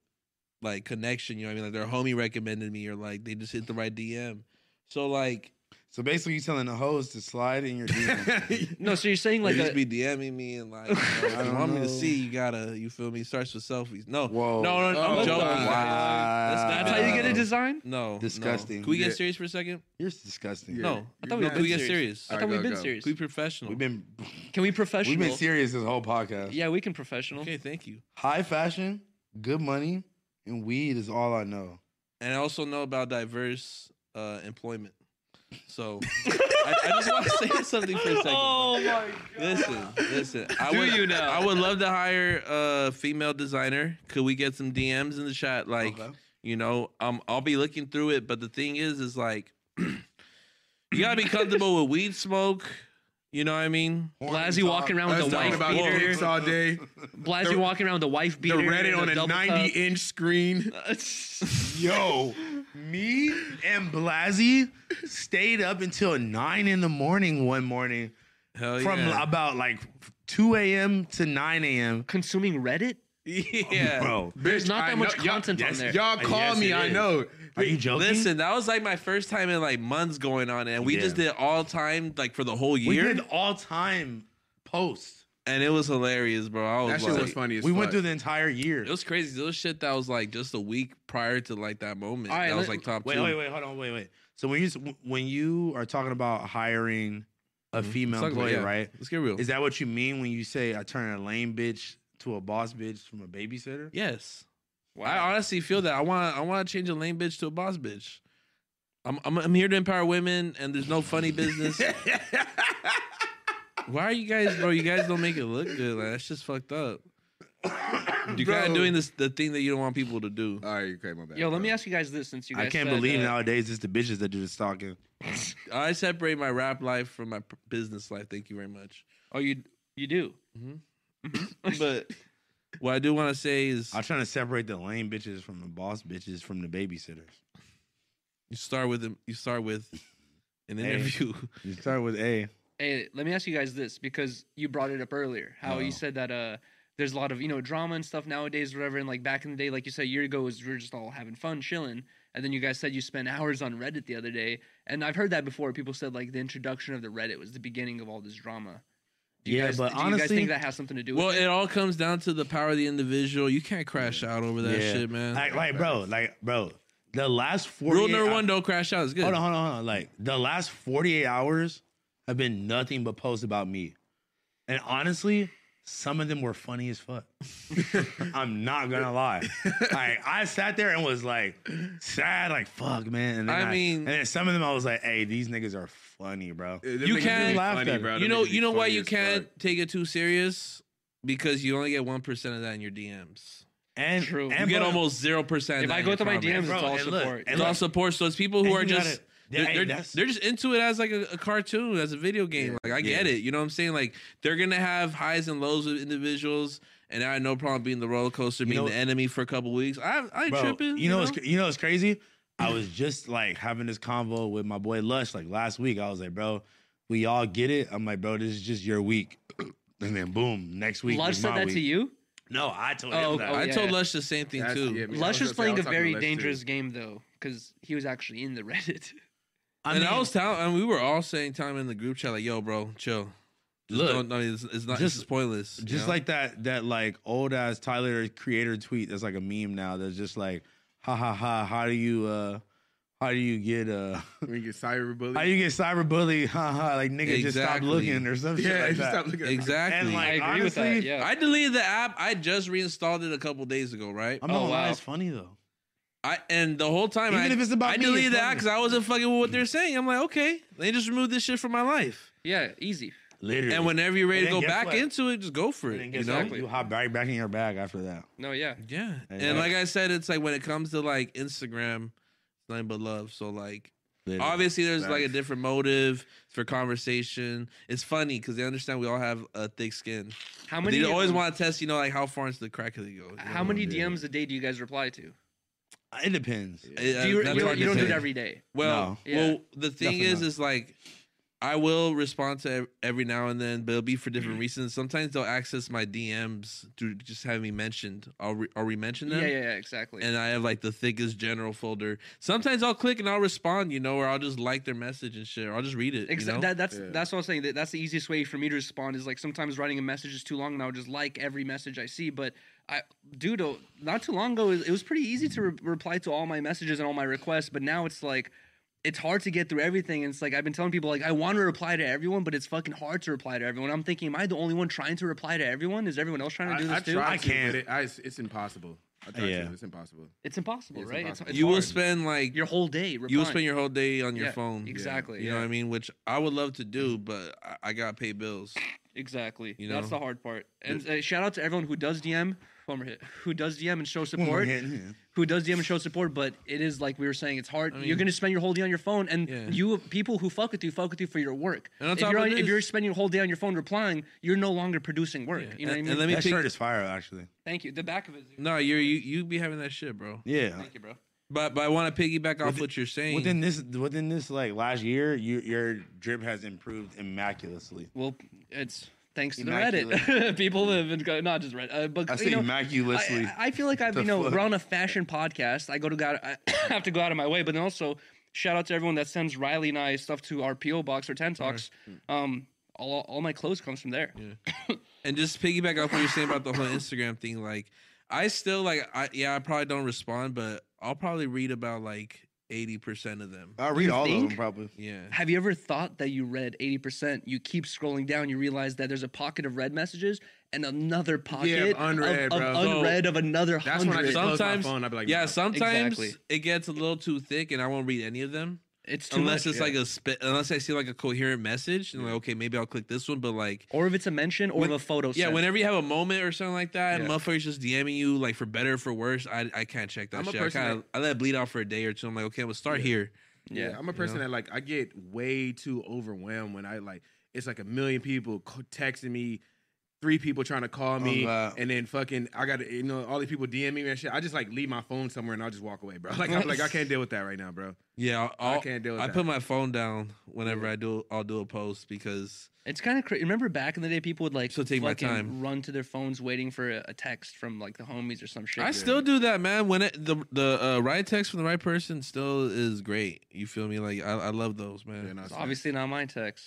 Speaker 4: like connection. You know what I mean? Like their homie recommended me or like they just hit the right DM. So like
Speaker 5: So basically, you telling the hoes to slide in your DM.
Speaker 2: No, so you're saying like
Speaker 4: they
Speaker 2: a,
Speaker 4: just be DMing me and like you know, if
Speaker 5: I
Speaker 4: you
Speaker 5: don't
Speaker 4: want me
Speaker 5: know.
Speaker 4: to see, you gotta you feel me? Starts with selfies. No.
Speaker 5: Whoa.
Speaker 1: No, no, no, I'm
Speaker 4: Oh,
Speaker 1: joking.
Speaker 4: wow.
Speaker 1: That's not
Speaker 2: that's how you get a
Speaker 5: Uh,
Speaker 2: design.
Speaker 4: No. no.
Speaker 5: Disgusting.
Speaker 4: Can we get
Speaker 3: Yeah.
Speaker 4: serious for a second?
Speaker 5: You're disgusting.
Speaker 3: Yeah.
Speaker 4: No.
Speaker 2: I thought
Speaker 3: You're
Speaker 2: we
Speaker 3: not-
Speaker 4: Can we get
Speaker 2: Oh, serious.
Speaker 4: serious?
Speaker 2: I
Speaker 3: All
Speaker 2: thought
Speaker 3: right,
Speaker 2: we've
Speaker 3: go,
Speaker 2: been
Speaker 3: go.
Speaker 2: serious.
Speaker 4: We've been professional.
Speaker 5: We've been
Speaker 2: Can we professional?
Speaker 5: we've been serious this whole podcast.
Speaker 2: Yeah, we can professional.
Speaker 4: okay, thank you.
Speaker 5: High fashion, good money, and weed is all I know.
Speaker 4: and I also know about diverse uh, employment. So I, I just want to say something for a second.
Speaker 2: Oh my
Speaker 4: Listen, listen. I
Speaker 2: Do
Speaker 4: would,
Speaker 2: you now?
Speaker 4: I would love to hire a female designer. Could we get some DMs in the chat? Like, you know, um, I'll be looking through it. But the thing is, is like, you gotta be comfortable with weed smoke. You know what I mean?
Speaker 2: Blasi walking around with
Speaker 3: Us
Speaker 2: the
Speaker 3: talking
Speaker 2: wife
Speaker 3: about
Speaker 2: beater.
Speaker 3: dicks all day.
Speaker 2: Blasi
Speaker 3: the-
Speaker 2: walking around with the wife
Speaker 3: The
Speaker 2: beater.
Speaker 3: Reddit
Speaker 2: and
Speaker 3: on a
Speaker 2: double cup.
Speaker 3: 90 inch screen.
Speaker 5: Yo, me and Blasi stayed up until nine in the morning one morning
Speaker 4: Hell
Speaker 5: from
Speaker 4: Oh, yeah.
Speaker 5: about like 2 a.m. to 9 a.m.
Speaker 2: Consuming Reddit?
Speaker 4: yeah.
Speaker 5: Bro,
Speaker 2: There's not that much
Speaker 3: y'all-
Speaker 2: content on
Speaker 3: yes,
Speaker 2: there.
Speaker 3: Y'all call
Speaker 5: Yes,
Speaker 3: me,
Speaker 5: it
Speaker 3: I
Speaker 5: is.
Speaker 3: know.
Speaker 5: are you joking?
Speaker 4: Listen, that was like my first time in like months going on, and we
Speaker 5: Yeah.
Speaker 4: just did all time like for the whole
Speaker 5: we
Speaker 4: year,
Speaker 5: did all time posts.
Speaker 4: and it was hilarious, bro. I was
Speaker 3: That
Speaker 4: like,
Speaker 3: shit was funny as
Speaker 5: Oh, We
Speaker 3: fuck.
Speaker 5: went through the entire year.
Speaker 4: It was crazy. There was shit that was like just a week prior to like that moment.
Speaker 2: All right,
Speaker 4: that was
Speaker 2: let-
Speaker 4: like top
Speaker 5: Wait,
Speaker 4: two.
Speaker 5: wait, wait, hold on, wait, wait. So when you s- when you are talking about hiring a female
Speaker 4: Let's Mm-hmm. talk about-
Speaker 5: employee,
Speaker 4: yeah.
Speaker 5: right?
Speaker 4: Let's get real.
Speaker 5: Is that what you mean when you say I turn a lame bitch to a boss bitch from a babysitter?
Speaker 4: yes. I honestly feel that I want I want to change a lame bitch to a boss bitch. I'm, I'm I'm here to empower women, and there's no funny business. Why are you guys, bro? You guys don't make it look good. Like that's just fucked up. You're kind
Speaker 3: Bro.
Speaker 4: of doing this the thing that you don't want people to do.
Speaker 3: All right, okay, my bad.
Speaker 2: Yo, let me
Speaker 3: bro.
Speaker 2: ask you guys this since you guys
Speaker 5: I can't
Speaker 2: said,
Speaker 5: believe
Speaker 2: uh,
Speaker 5: nowadays it's the bitches that do the stalking.
Speaker 4: I separate my rap life from my p- business life. Thank you very much.
Speaker 2: Oh, you you do. Mm-hmm.
Speaker 4: Mhm.
Speaker 3: Mm-hmm.
Speaker 2: but
Speaker 4: What I do want to say is,
Speaker 5: I'm trying to separate the lame bitches from the boss bitches from the babysitters.
Speaker 4: you start with them. You start with an
Speaker 5: Hey.
Speaker 4: interview.
Speaker 5: You start with A.
Speaker 2: hey, let me ask you guys this because you brought it up earlier. How
Speaker 5: Oh.
Speaker 2: you said that uh there's a lot of, you know, drama and stuff nowadays, whatever, and like back in the day, like you said a year ago was we were just all having fun, chilling. And then you guys said you spent hours on Reddit the other day. And I've heard that before. People said like the introduction of the Reddit was the beginning of all this drama. Do you
Speaker 5: Yeah,
Speaker 2: guys,
Speaker 5: but
Speaker 2: do you guys
Speaker 5: honestly-
Speaker 2: think that has something to do with
Speaker 4: Well,
Speaker 2: it?
Speaker 4: it all comes down to the power of the individual. You can't crash out over that
Speaker 5: Yeah.
Speaker 4: shit, man.
Speaker 5: Like, like, bro, like, bro, the last 48
Speaker 4: Rule number
Speaker 5: hou-
Speaker 4: one: don't crash out. It's good.
Speaker 5: Hold on, hold on, hold on. Like the last 48 hours have been nothing but posts about me. And honestly, some of them were funny as fuck. I'm not gonna lie. Like I sat there and was like sad, like fuck, man. And then
Speaker 4: I mean-
Speaker 5: and then some of them I was like, hey, these niggas are funny, bro.
Speaker 3: Them
Speaker 4: You
Speaker 3: niggas
Speaker 4: can-
Speaker 3: be
Speaker 5: Laugh at
Speaker 3: funny,
Speaker 5: it.
Speaker 3: bro.
Speaker 4: You
Speaker 3: Them
Speaker 4: know,
Speaker 3: niggas be
Speaker 4: you know why
Speaker 3: funny
Speaker 4: you
Speaker 3: as
Speaker 4: can't
Speaker 3: fuck.
Speaker 4: take it too serious because you only get one percent of that in your DMs.
Speaker 5: And
Speaker 2: True. You
Speaker 4: You
Speaker 5: and
Speaker 4: get
Speaker 5: bro-
Speaker 4: almost zero percent.
Speaker 2: if I go
Speaker 4: to
Speaker 2: through my DMs,
Speaker 5: Bro,
Speaker 2: it's all
Speaker 5: and look,
Speaker 2: support.
Speaker 5: and
Speaker 4: it's all support. So it's people who
Speaker 5: And
Speaker 4: are
Speaker 5: you gotta-
Speaker 4: just.
Speaker 5: Yeah, hey,
Speaker 4: They're, they're,
Speaker 5: that's-
Speaker 4: they're just into it as like a, a cartoon, as a video game. Like I get
Speaker 5: Yeah.
Speaker 4: it, you know what I'm saying? Like they're gonna have highs and lows with individuals, and I had no problem being the roller coaster, being
Speaker 5: know-
Speaker 4: the enemy for a couple weeks. I, I ain't
Speaker 5: Bro,
Speaker 4: tripping.
Speaker 5: You know, What's, cr- you know what's crazy? I was just like having this convo with my boy Lush like last week. I was like, bro, we all get it. I'm like, bro, this is just your week. And then boom, next week.
Speaker 2: Lush
Speaker 5: is
Speaker 2: said
Speaker 5: my
Speaker 2: that
Speaker 5: week.
Speaker 2: to you?
Speaker 5: No, I told
Speaker 2: Oh,
Speaker 5: him that.
Speaker 2: oh,
Speaker 4: I
Speaker 2: yeah.
Speaker 4: told Lush the same thing
Speaker 3: That's-
Speaker 4: too.
Speaker 3: yeah, I mean, I
Speaker 2: Lush was
Speaker 3: was gonna say, I
Speaker 2: playing
Speaker 3: was
Speaker 2: a
Speaker 3: talking to
Speaker 2: very
Speaker 3: Lush, too.
Speaker 2: dangerous game though, because he was actually in the Reddit.
Speaker 5: I
Speaker 4: and
Speaker 5: mean,
Speaker 4: I was telling, and we were all saying time in the group chat, like, "Yo, bro, chill. Just
Speaker 5: Look,
Speaker 4: don't, no, it's, it's not. This
Speaker 5: just-
Speaker 4: is pointless. you
Speaker 5: just
Speaker 4: know?
Speaker 5: like that, that like old ass Tyler creator tweet that's like a meme now that's just like, ha ha ha, how do you, uh, how do you get, uh,
Speaker 3: We get cyberbullied.
Speaker 5: how do you get cyberbully? Ha ha, like nigga, just stop
Speaker 4: Exactly.
Speaker 5: looking or some shit
Speaker 3: yeah,
Speaker 5: like
Speaker 3: you
Speaker 5: that.
Speaker 3: stop looking at
Speaker 4: exactly.
Speaker 5: And,
Speaker 2: I
Speaker 5: like-
Speaker 2: agree with that.
Speaker 5: honestly,
Speaker 2: Yeah.
Speaker 4: I deleted the app. I just reinstalled it a couple days ago, right?
Speaker 5: I'm not
Speaker 2: Oh,
Speaker 5: gonna lie,
Speaker 2: wow.
Speaker 5: it's funny though.
Speaker 4: I and the whole time,
Speaker 5: Even
Speaker 4: I,
Speaker 5: if it's about
Speaker 4: I
Speaker 5: me,
Speaker 4: deleted
Speaker 5: it's
Speaker 4: that
Speaker 5: funny.
Speaker 4: because I wasn't fucking with what they're saying. I'm like, okay, they just removed this shit from my life.
Speaker 2: yeah, easy.
Speaker 5: Literally.
Speaker 4: And whenever you're ready
Speaker 5: And
Speaker 4: to
Speaker 5: then
Speaker 4: go
Speaker 5: guess
Speaker 4: back
Speaker 5: what?
Speaker 4: into it, just go for
Speaker 5: And
Speaker 4: it.
Speaker 5: then
Speaker 4: You
Speaker 5: guess
Speaker 4: know?
Speaker 5: what? You hop right back in your bag after that.
Speaker 2: No, yeah.
Speaker 4: Yeah. And
Speaker 5: And that-
Speaker 4: like I said, it's like when it comes to like Instagram, it's nothing but love. So like
Speaker 5: Literally.
Speaker 4: obviously there's like a
Speaker 3: Facts.
Speaker 4: different motive for conversation. It's funny because they understand we all have a thick skin.
Speaker 2: How
Speaker 4: But
Speaker 2: many?
Speaker 4: they always
Speaker 2: um,
Speaker 4: want to test, you know, like how far into the crack they go. you
Speaker 2: How
Speaker 4: know?
Speaker 2: many
Speaker 5: Yeah.
Speaker 2: DMs a day do you guys reply to?
Speaker 5: It depends.
Speaker 4: Uh,
Speaker 2: Do you,
Speaker 4: that's
Speaker 2: you,
Speaker 4: hard
Speaker 2: you
Speaker 4: to
Speaker 2: don't do it
Speaker 4: say.
Speaker 2: every day.
Speaker 4: Well,
Speaker 5: No.
Speaker 2: Yeah.
Speaker 4: well, the thing
Speaker 5: Definitely
Speaker 4: is,
Speaker 5: not.
Speaker 4: is like I will respond to ev- every now and then, but it'll be for
Speaker 2: Mm-hmm.
Speaker 4: different reasons. Sometimes they'll access my DMs to just have me mentioned. I'll re- I'll re-mention them.
Speaker 2: Yeah, yeah, yeah, exactly.
Speaker 4: And I have like the thickest general folder. Sometimes I'll click and I'll respond, you know, or I'll just like their message and shit, or I'll just read it.
Speaker 2: Exa-
Speaker 4: you know?
Speaker 2: that, that's
Speaker 3: Yeah.
Speaker 2: that's what I'm saying. That, that's the easiest way for me to respond is like sometimes writing a message is too long, and I'll just like every message I see. But I, dude, oh, not too long ago, it it was pretty easy to re- reply to all my messages and all my requests. But now it's like it's hard to get through everything. And it's like I've been telling people like I want to reply to everyone, but it's fucking hard to reply to everyone. I'm thinking, am I the only one trying to reply to everyone? Is everyone else trying to do this too?
Speaker 3: try
Speaker 1: I
Speaker 3: to,
Speaker 1: can't.
Speaker 3: but It, I, it's, it's impossible. I try
Speaker 1: Yeah.
Speaker 3: to. It's impossible.
Speaker 2: It's impossible,
Speaker 3: It's
Speaker 2: right? It's-
Speaker 3: impossible.
Speaker 2: It's,
Speaker 4: you will
Speaker 2: hard.
Speaker 4: spend like
Speaker 2: your whole day. Replying.
Speaker 4: you will spend your whole day on your
Speaker 2: Yeah, Mm-hmm.
Speaker 4: phone.
Speaker 2: Exactly.
Speaker 4: You know what I mean? Which I would love to do, but I, I gotta pay bills.
Speaker 2: Exactly.
Speaker 4: You
Speaker 2: That's
Speaker 4: know?
Speaker 2: the hard part. And uh, shout out to everyone who does DM, bummer hit, who does DM and show support, who does DM and show support. But it is like we were saying, it's hard. you're
Speaker 4: mean-
Speaker 2: going to spend your whole day on your phone, and
Speaker 4: Yeah.
Speaker 2: you people who fuck with you fuck with you for your work.
Speaker 4: And on
Speaker 2: if,
Speaker 4: top
Speaker 2: you're
Speaker 4: of
Speaker 2: if
Speaker 4: this-
Speaker 2: you're spending your whole day on your phone replying, you're no longer producing work. You know
Speaker 4: and,
Speaker 2: what I mean?
Speaker 4: and let me
Speaker 1: That
Speaker 4: pick,
Speaker 1: shirt is fire, actually.
Speaker 2: Thank you. The back of it. is-
Speaker 4: No, you're you you be having that shit, bro.
Speaker 1: Yeah.
Speaker 2: Thank you, bro.
Speaker 4: But but I want to piggyback off what you're saying.
Speaker 1: Within this, within this like last year, you, your drip has improved immaculately.
Speaker 2: Well, it's thanks to the
Speaker 1: Immaculate.
Speaker 2: Reddit. people have been go- not just Reddit, uh, but
Speaker 1: I
Speaker 2: you
Speaker 1: say
Speaker 2: know,
Speaker 1: immaculately.
Speaker 2: I, I feel like I've
Speaker 1: The
Speaker 2: you know
Speaker 1: fuck?
Speaker 2: we're on a fashion podcast. I go to go out, I have to go out of my way, but then also shout out to everyone that sends Riley and I stuff to our PO box or Ten Talks. Um, all all my clothes comes from there.
Speaker 4: and just piggyback off what you're saying about the whole Instagram thing, like I still like I yeah, I probably don't respond, but I'll probably read about like eighty percent of them.
Speaker 1: I read all
Speaker 2: think?
Speaker 1: of them probably.
Speaker 4: Yeah.
Speaker 2: Have you ever thought that you read eighty percent? You keep scrolling down, you realize that there's a pocket of red messages and another pocket
Speaker 3: unread,
Speaker 2: of, of
Speaker 3: bro.
Speaker 2: unread of another
Speaker 3: That's when I
Speaker 2: hundred.
Speaker 3: just close my
Speaker 4: Sometimes-
Speaker 3: phone. I'd be like,
Speaker 4: Yeah,
Speaker 3: no.
Speaker 4: sometimes
Speaker 2: Exactly.
Speaker 4: it gets a little too thick and I won't read any of them.
Speaker 2: It's too
Speaker 4: Unless
Speaker 2: much.
Speaker 4: it's like a spit unless I see like a coherent message and like, okay, maybe I'll click this one, but like
Speaker 2: or if it's a mention or
Speaker 4: When-
Speaker 2: if a photo.
Speaker 4: yeah,
Speaker 2: sent.
Speaker 4: whenever you have a moment or something like that,
Speaker 2: Yeah.
Speaker 4: and motherfuckers just DMing you like for better or for worse, I I can't check that
Speaker 3: I'm a
Speaker 4: shit. I
Speaker 3: person
Speaker 4: kind of I let it bleed out for a day or two. I'm like, okay, we'll start here.
Speaker 3: Yeah, I'm a person that like I get way too overwhelmed when I like it's like a million people co- texting me, three people trying to call
Speaker 5: Oh,
Speaker 3: me,
Speaker 1: God.
Speaker 3: and then fucking I got to you know all these people DM me and shit. I just like leave my phone somewhere and I'll just walk away, bro. Like I'm like I can't deal with that right now, bro.
Speaker 4: Yeah, I'll,
Speaker 3: I
Speaker 4: I'll-
Speaker 3: can't deal with
Speaker 4: Oh, I
Speaker 3: that.
Speaker 4: put my phone down whenever I do. I'll do a post because
Speaker 2: It's kind of crazy. Remember back in the day, people would like
Speaker 4: So take my
Speaker 2: fucking
Speaker 4: time.
Speaker 2: run to their phones waiting for a, a text from like the homies or some shit.
Speaker 4: I still do that, man. When it, the the uh, right text from the right person still is great. You feel me? Like I, I love those, man.
Speaker 3: And I
Speaker 2: It's
Speaker 3: was
Speaker 2: obviously not my text.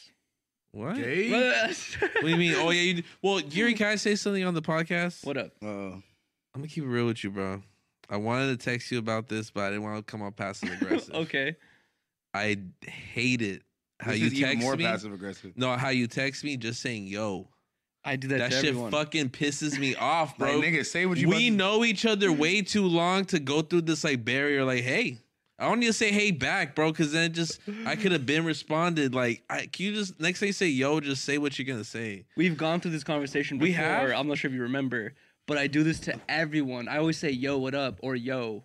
Speaker 4: What?
Speaker 3: like, "Okay."
Speaker 4: What do you mean? Oh yeah. You, well, Yuri, can I say something on the podcast?
Speaker 2: what up?
Speaker 1: Uh,
Speaker 4: I'm gonna keep it real with you, bro. I wanted to text you about this, but I didn't want to come off passive aggressive.
Speaker 2: Okay.
Speaker 4: I hate it how
Speaker 1: this
Speaker 4: you
Speaker 1: is
Speaker 4: text
Speaker 1: even more
Speaker 4: me.
Speaker 1: passive aggressive.
Speaker 4: No, how you text me just saying yo.
Speaker 2: I do that,
Speaker 4: that
Speaker 2: to
Speaker 4: shit
Speaker 2: everyone.
Speaker 4: fucking pisses me off, bro.
Speaker 1: like, nigga, say what you.
Speaker 4: we
Speaker 1: about to- Mm.
Speaker 4: know each other way too long to go through this like barrier. Like, hey, I don't need to say hey back, bro, because then just I could have been responded. Like, I, can you just next time you say yo, just say what you're gonna say.
Speaker 2: We've gone through this conversation before.
Speaker 4: We have?
Speaker 2: I'm not sure if you remember, but I do this to everyone. I always say yo, what up, or yo.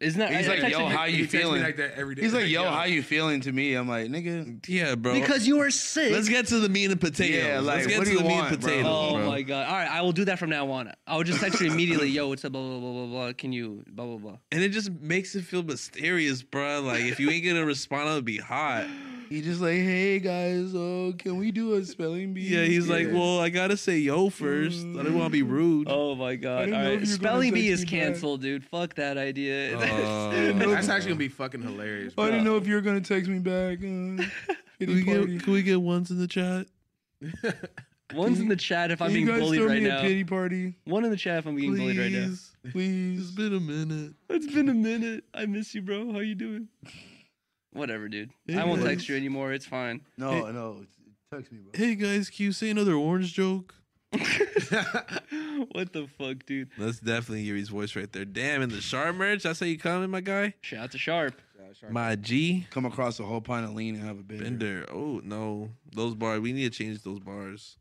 Speaker 2: Isn't that
Speaker 1: He's
Speaker 2: I- I
Speaker 1: like,
Speaker 2: texted
Speaker 1: yo,
Speaker 2: you-
Speaker 1: how
Speaker 3: He
Speaker 1: you
Speaker 3: texts me
Speaker 1: feeling?
Speaker 3: like that every day.
Speaker 1: He's like, yo, how you feeling to me? I'm like, nigga,
Speaker 4: Yeah, bro.
Speaker 2: Because you were sick.
Speaker 4: let's get to the meat and potatoes.
Speaker 1: Yeah,
Speaker 4: let's
Speaker 1: like,
Speaker 4: get
Speaker 1: what
Speaker 4: to
Speaker 1: do
Speaker 4: the
Speaker 1: you
Speaker 4: meat and
Speaker 1: want, bro?
Speaker 4: potatoes,
Speaker 2: Oh
Speaker 4: bro.
Speaker 2: my god! All right, I will do that from now on. I will just text you immediately. Yo, what's up? Blah blah blah blah blah. Can you blah blah blah?
Speaker 4: And it just makes it feel mysterious, bro. Like if you ain't gonna respond, it'll be hot.
Speaker 1: he just like, hey guys, oh, can we do a spelling bee?
Speaker 4: Yeah, Mm. he's like, well, I gotta say yo first. I don't want to be rude.
Speaker 2: Oh my god!
Speaker 1: didn't
Speaker 2: All
Speaker 1: know if
Speaker 2: right,
Speaker 1: you were gonna
Speaker 2: spelling bee
Speaker 1: text
Speaker 2: is
Speaker 1: me back.
Speaker 2: canceled, dude. Fuck that idea.
Speaker 4: Uh,
Speaker 3: That's actually gonna be fucking hilarious.
Speaker 1: I
Speaker 3: Bro.
Speaker 1: didn't know if you were gonna text me back. Uh,
Speaker 4: can, we get, can we get ones in the chat?
Speaker 2: One's in the chat if I'm being bullied right now.
Speaker 1: party,
Speaker 2: One in the chat if I'm being bullied right now.
Speaker 4: It's
Speaker 1: please.
Speaker 4: been a minute.
Speaker 2: It's been a minute. I miss you, bro. How you doing? Whatever, dude. I won't text you anymore. It's fine.
Speaker 1: No, no, text me, bro.
Speaker 4: Hey guys, can you say another orange joke?
Speaker 2: What the fuck, dude?
Speaker 4: That's definitely Yuri's voice right there. Damn, in the sharp merch. That's how you coming, my guy.
Speaker 2: Shout out to Sharp.
Speaker 4: My G
Speaker 1: Come across a whole pint of lean and have a bender.
Speaker 4: Bender. Oh no, those bars. We need to change those bars.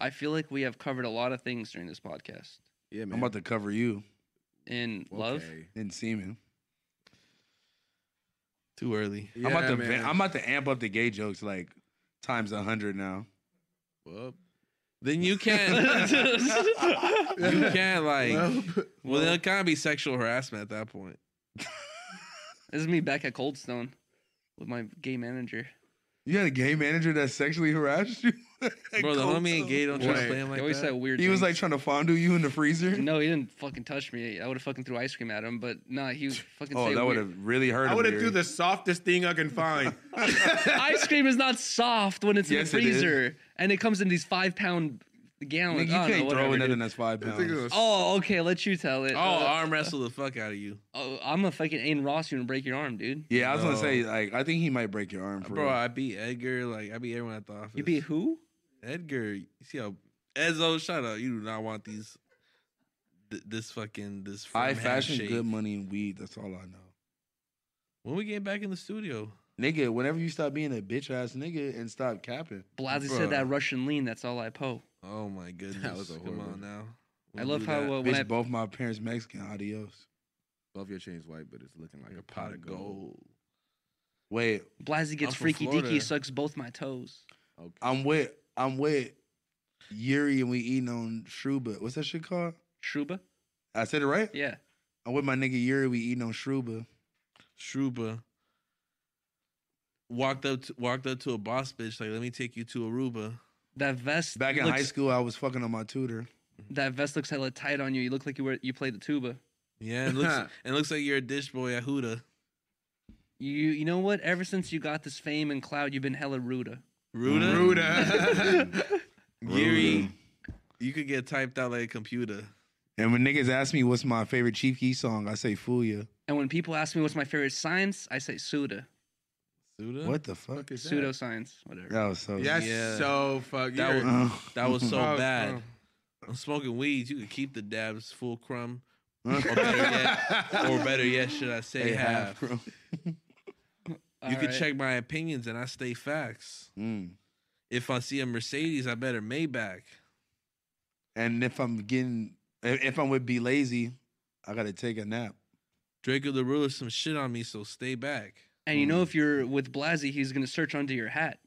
Speaker 2: I feel like we have covered a lot of things during this podcast.
Speaker 3: Yeah, man.
Speaker 1: I'm about to cover you
Speaker 2: In love,
Speaker 3: Okay.
Speaker 1: in semen.
Speaker 4: Too early.
Speaker 3: Yeah,
Speaker 1: I'm about to.
Speaker 3: man.
Speaker 1: va- I'm about to amp up the gay jokes like times a hundred now.
Speaker 3: Well,
Speaker 4: Then you can't. you can't like. Well,
Speaker 3: well,
Speaker 4: then it can't be sexual harassment at that point.
Speaker 2: this is me back at Coldstone with my gay manager.
Speaker 1: You had a gay manager that sexually harassed you?
Speaker 4: Bro, the homie ain't gay. Don't try to
Speaker 3: Wait.
Speaker 4: play him
Speaker 2: He
Speaker 4: like
Speaker 2: always
Speaker 4: that.
Speaker 2: said weird.
Speaker 1: He was like
Speaker 2: things.
Speaker 1: trying to fondue you in the freezer.
Speaker 2: no, he didn't fucking touch me. I would have fucking threw ice cream at him, but nah, he was fucking.
Speaker 1: Oh,
Speaker 2: say
Speaker 1: that would
Speaker 2: weird-
Speaker 1: have really hurt.
Speaker 3: I
Speaker 1: him,
Speaker 3: would have
Speaker 1: Gary.
Speaker 3: do the softest thing I can find.
Speaker 2: ice cream is not soft when it's
Speaker 1: Yes,
Speaker 2: in
Speaker 1: it
Speaker 2: the
Speaker 1: is.
Speaker 2: freezer, and it comes in these five pound
Speaker 1: Nigga,
Speaker 2: gallons.
Speaker 1: you
Speaker 2: I don't know,
Speaker 1: can't throw
Speaker 2: whatever,
Speaker 1: another
Speaker 2: dude.
Speaker 1: than that's five pounds.
Speaker 2: Oh, okay. Let you tell it.
Speaker 4: Oh,
Speaker 2: Uh,
Speaker 4: arm wrestle the fuck out of you,
Speaker 2: oh, I'm a fucking Ain Ross. You and break your arm, dude.
Speaker 1: Yeah, I was gonna say like I think he might break your arm, for
Speaker 4: bro.
Speaker 1: real.
Speaker 4: I beat Edgar. Like I beat everyone at the office.
Speaker 2: You beat who?
Speaker 4: Edgar. You see how Edzo? Shut up. You do not want these. th- This fucking this. firm
Speaker 1: I fashion
Speaker 4: handshake.
Speaker 1: good money in weed. That's all I know.
Speaker 4: When we get back in the studio,
Speaker 1: Nigga, whenever you stop being a bitch ass nigga and stop capping,
Speaker 2: Blasi
Speaker 4: Bruh.
Speaker 2: said that Russian lean. That's all I po.
Speaker 4: oh my goodness,
Speaker 3: was a
Speaker 4: come
Speaker 3: horrible-
Speaker 4: on now.
Speaker 2: I love how uh, when
Speaker 1: bitch.
Speaker 2: I
Speaker 1: both my parents Mexican. Adios.
Speaker 3: Both your chains white, but it's looking like a
Speaker 4: pot of gold.
Speaker 1: Wait,
Speaker 2: Blasi gets
Speaker 4: from
Speaker 2: freaky deaky,
Speaker 4: Florida.
Speaker 2: sucks both my toes.
Speaker 3: Okay.
Speaker 1: I'm with I'm with Yuri and we eating on Shruba. What's that shit called?
Speaker 2: Shruba?
Speaker 1: I said it right.
Speaker 2: Yeah.
Speaker 1: I'm with my nigga Yuri. We eating on Shruba.
Speaker 4: Shruba walked up to, walked up to a boss bitch like, "Let me take you to Aruba."
Speaker 2: That vest
Speaker 1: Back in
Speaker 2: looks,
Speaker 1: high school, I was fucking on my tutor.
Speaker 2: That vest looks hella tight on you. You look like you were you played the tuba.
Speaker 4: Yeah, and looks and looks like you're a dish boy at Huda.
Speaker 2: You you know what? Ever since you got this fame and cloud, you've been hella ruda.
Speaker 4: Ruda,
Speaker 3: Ruda.
Speaker 4: Yuri, you could get typed out like a computer.
Speaker 1: And when niggas ask me what's my favorite Chief Key song, I say Fool Ya.
Speaker 2: And when people ask me what's my favorite science, I say Suda.
Speaker 4: Suda,
Speaker 1: What the fuck?
Speaker 3: is that?
Speaker 2: Pseudoscience, whatever.
Speaker 1: That was so.
Speaker 3: That's
Speaker 4: Yeah.
Speaker 3: so fuck.
Speaker 4: That
Speaker 3: you're-
Speaker 4: was-
Speaker 1: Ugh.
Speaker 4: That was so
Speaker 3: Oh,
Speaker 4: bad.
Speaker 3: oh.
Speaker 4: I'm smoking weeds. You could keep the dabs full crumb, or better yet, or better yet, should I say
Speaker 1: They have,
Speaker 4: half?
Speaker 1: bro.
Speaker 2: All
Speaker 4: You could
Speaker 2: right.
Speaker 4: check my opinions, and I stay facts.
Speaker 1: Mm.
Speaker 4: If I see a Mercedes, I better Maybach.
Speaker 1: And if I'm getting, if if I'm with Be Lazy, I gotta take a nap.
Speaker 4: Draco the ruler some shit on me, so stay back.
Speaker 2: And
Speaker 1: Mm.
Speaker 2: you know if you're with Blasi, he's gonna search under your hat.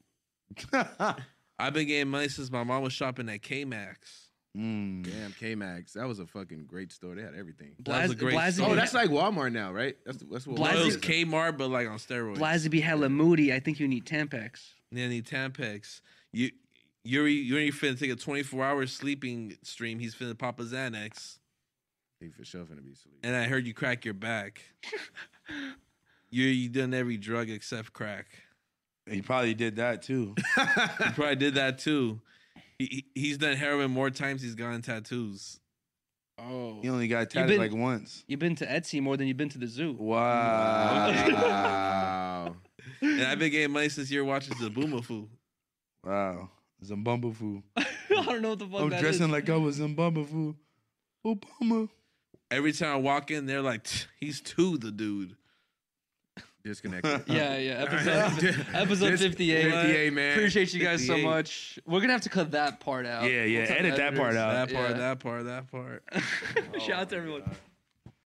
Speaker 4: I've been getting money since my mom was shopping at K Max.
Speaker 1: Mm.
Speaker 3: Damn, K Max. That was a fucking great store. They had everything.
Speaker 4: That was a great
Speaker 2: Blasi,
Speaker 4: song.
Speaker 3: Oh, that's like Walmart now, right? That's that's what.
Speaker 4: Well, it
Speaker 2: Blasi-
Speaker 4: was Kmart, but like on steroids.
Speaker 2: Blasi be hella moody. I think you need Tampax.
Speaker 4: Nanny Tampax. You, Yuri, Yuri finna take a 24 hour sleeping stream. He's finna pop a Xanax.
Speaker 3: He for sure finna be sleep.
Speaker 4: And I heard you crack your back. you you done every drug except crack.
Speaker 1: He probably did that too.
Speaker 4: You probably did that too. He, he- he's done heroin more times. He's gotten tattoos.
Speaker 2: Oh.
Speaker 1: He only got tatted
Speaker 2: been-
Speaker 1: like once.
Speaker 2: You've been to Etsy more than you've been to the zoo.
Speaker 1: Wow.
Speaker 3: Wow.
Speaker 4: And I've been getting money since you're watching the Boomafu.
Speaker 1: wow. Zimbabwe.
Speaker 2: I don't know what the fuck
Speaker 1: I'm
Speaker 2: that
Speaker 1: Oh, dressing
Speaker 2: is.
Speaker 1: like I was Zimbabwe. Obama.
Speaker 4: Every time I walk in, they're like, "Tch, "He's two the dude."
Speaker 3: Disconnected.
Speaker 1: uh,
Speaker 2: yeah, yeah. Episode, episode
Speaker 3: This-
Speaker 2: 58.
Speaker 3: 58, man.
Speaker 2: Appreciate you guys so
Speaker 4: 58.
Speaker 2: much. We're gonna have to cut that part out.
Speaker 1: Yeah, yeah,
Speaker 2: We'll tell the
Speaker 1: edit that part
Speaker 2: editors.
Speaker 1: out.
Speaker 4: That part,
Speaker 2: Uh, Yeah.
Speaker 4: that part, that part.
Speaker 2: Shout out to everyone.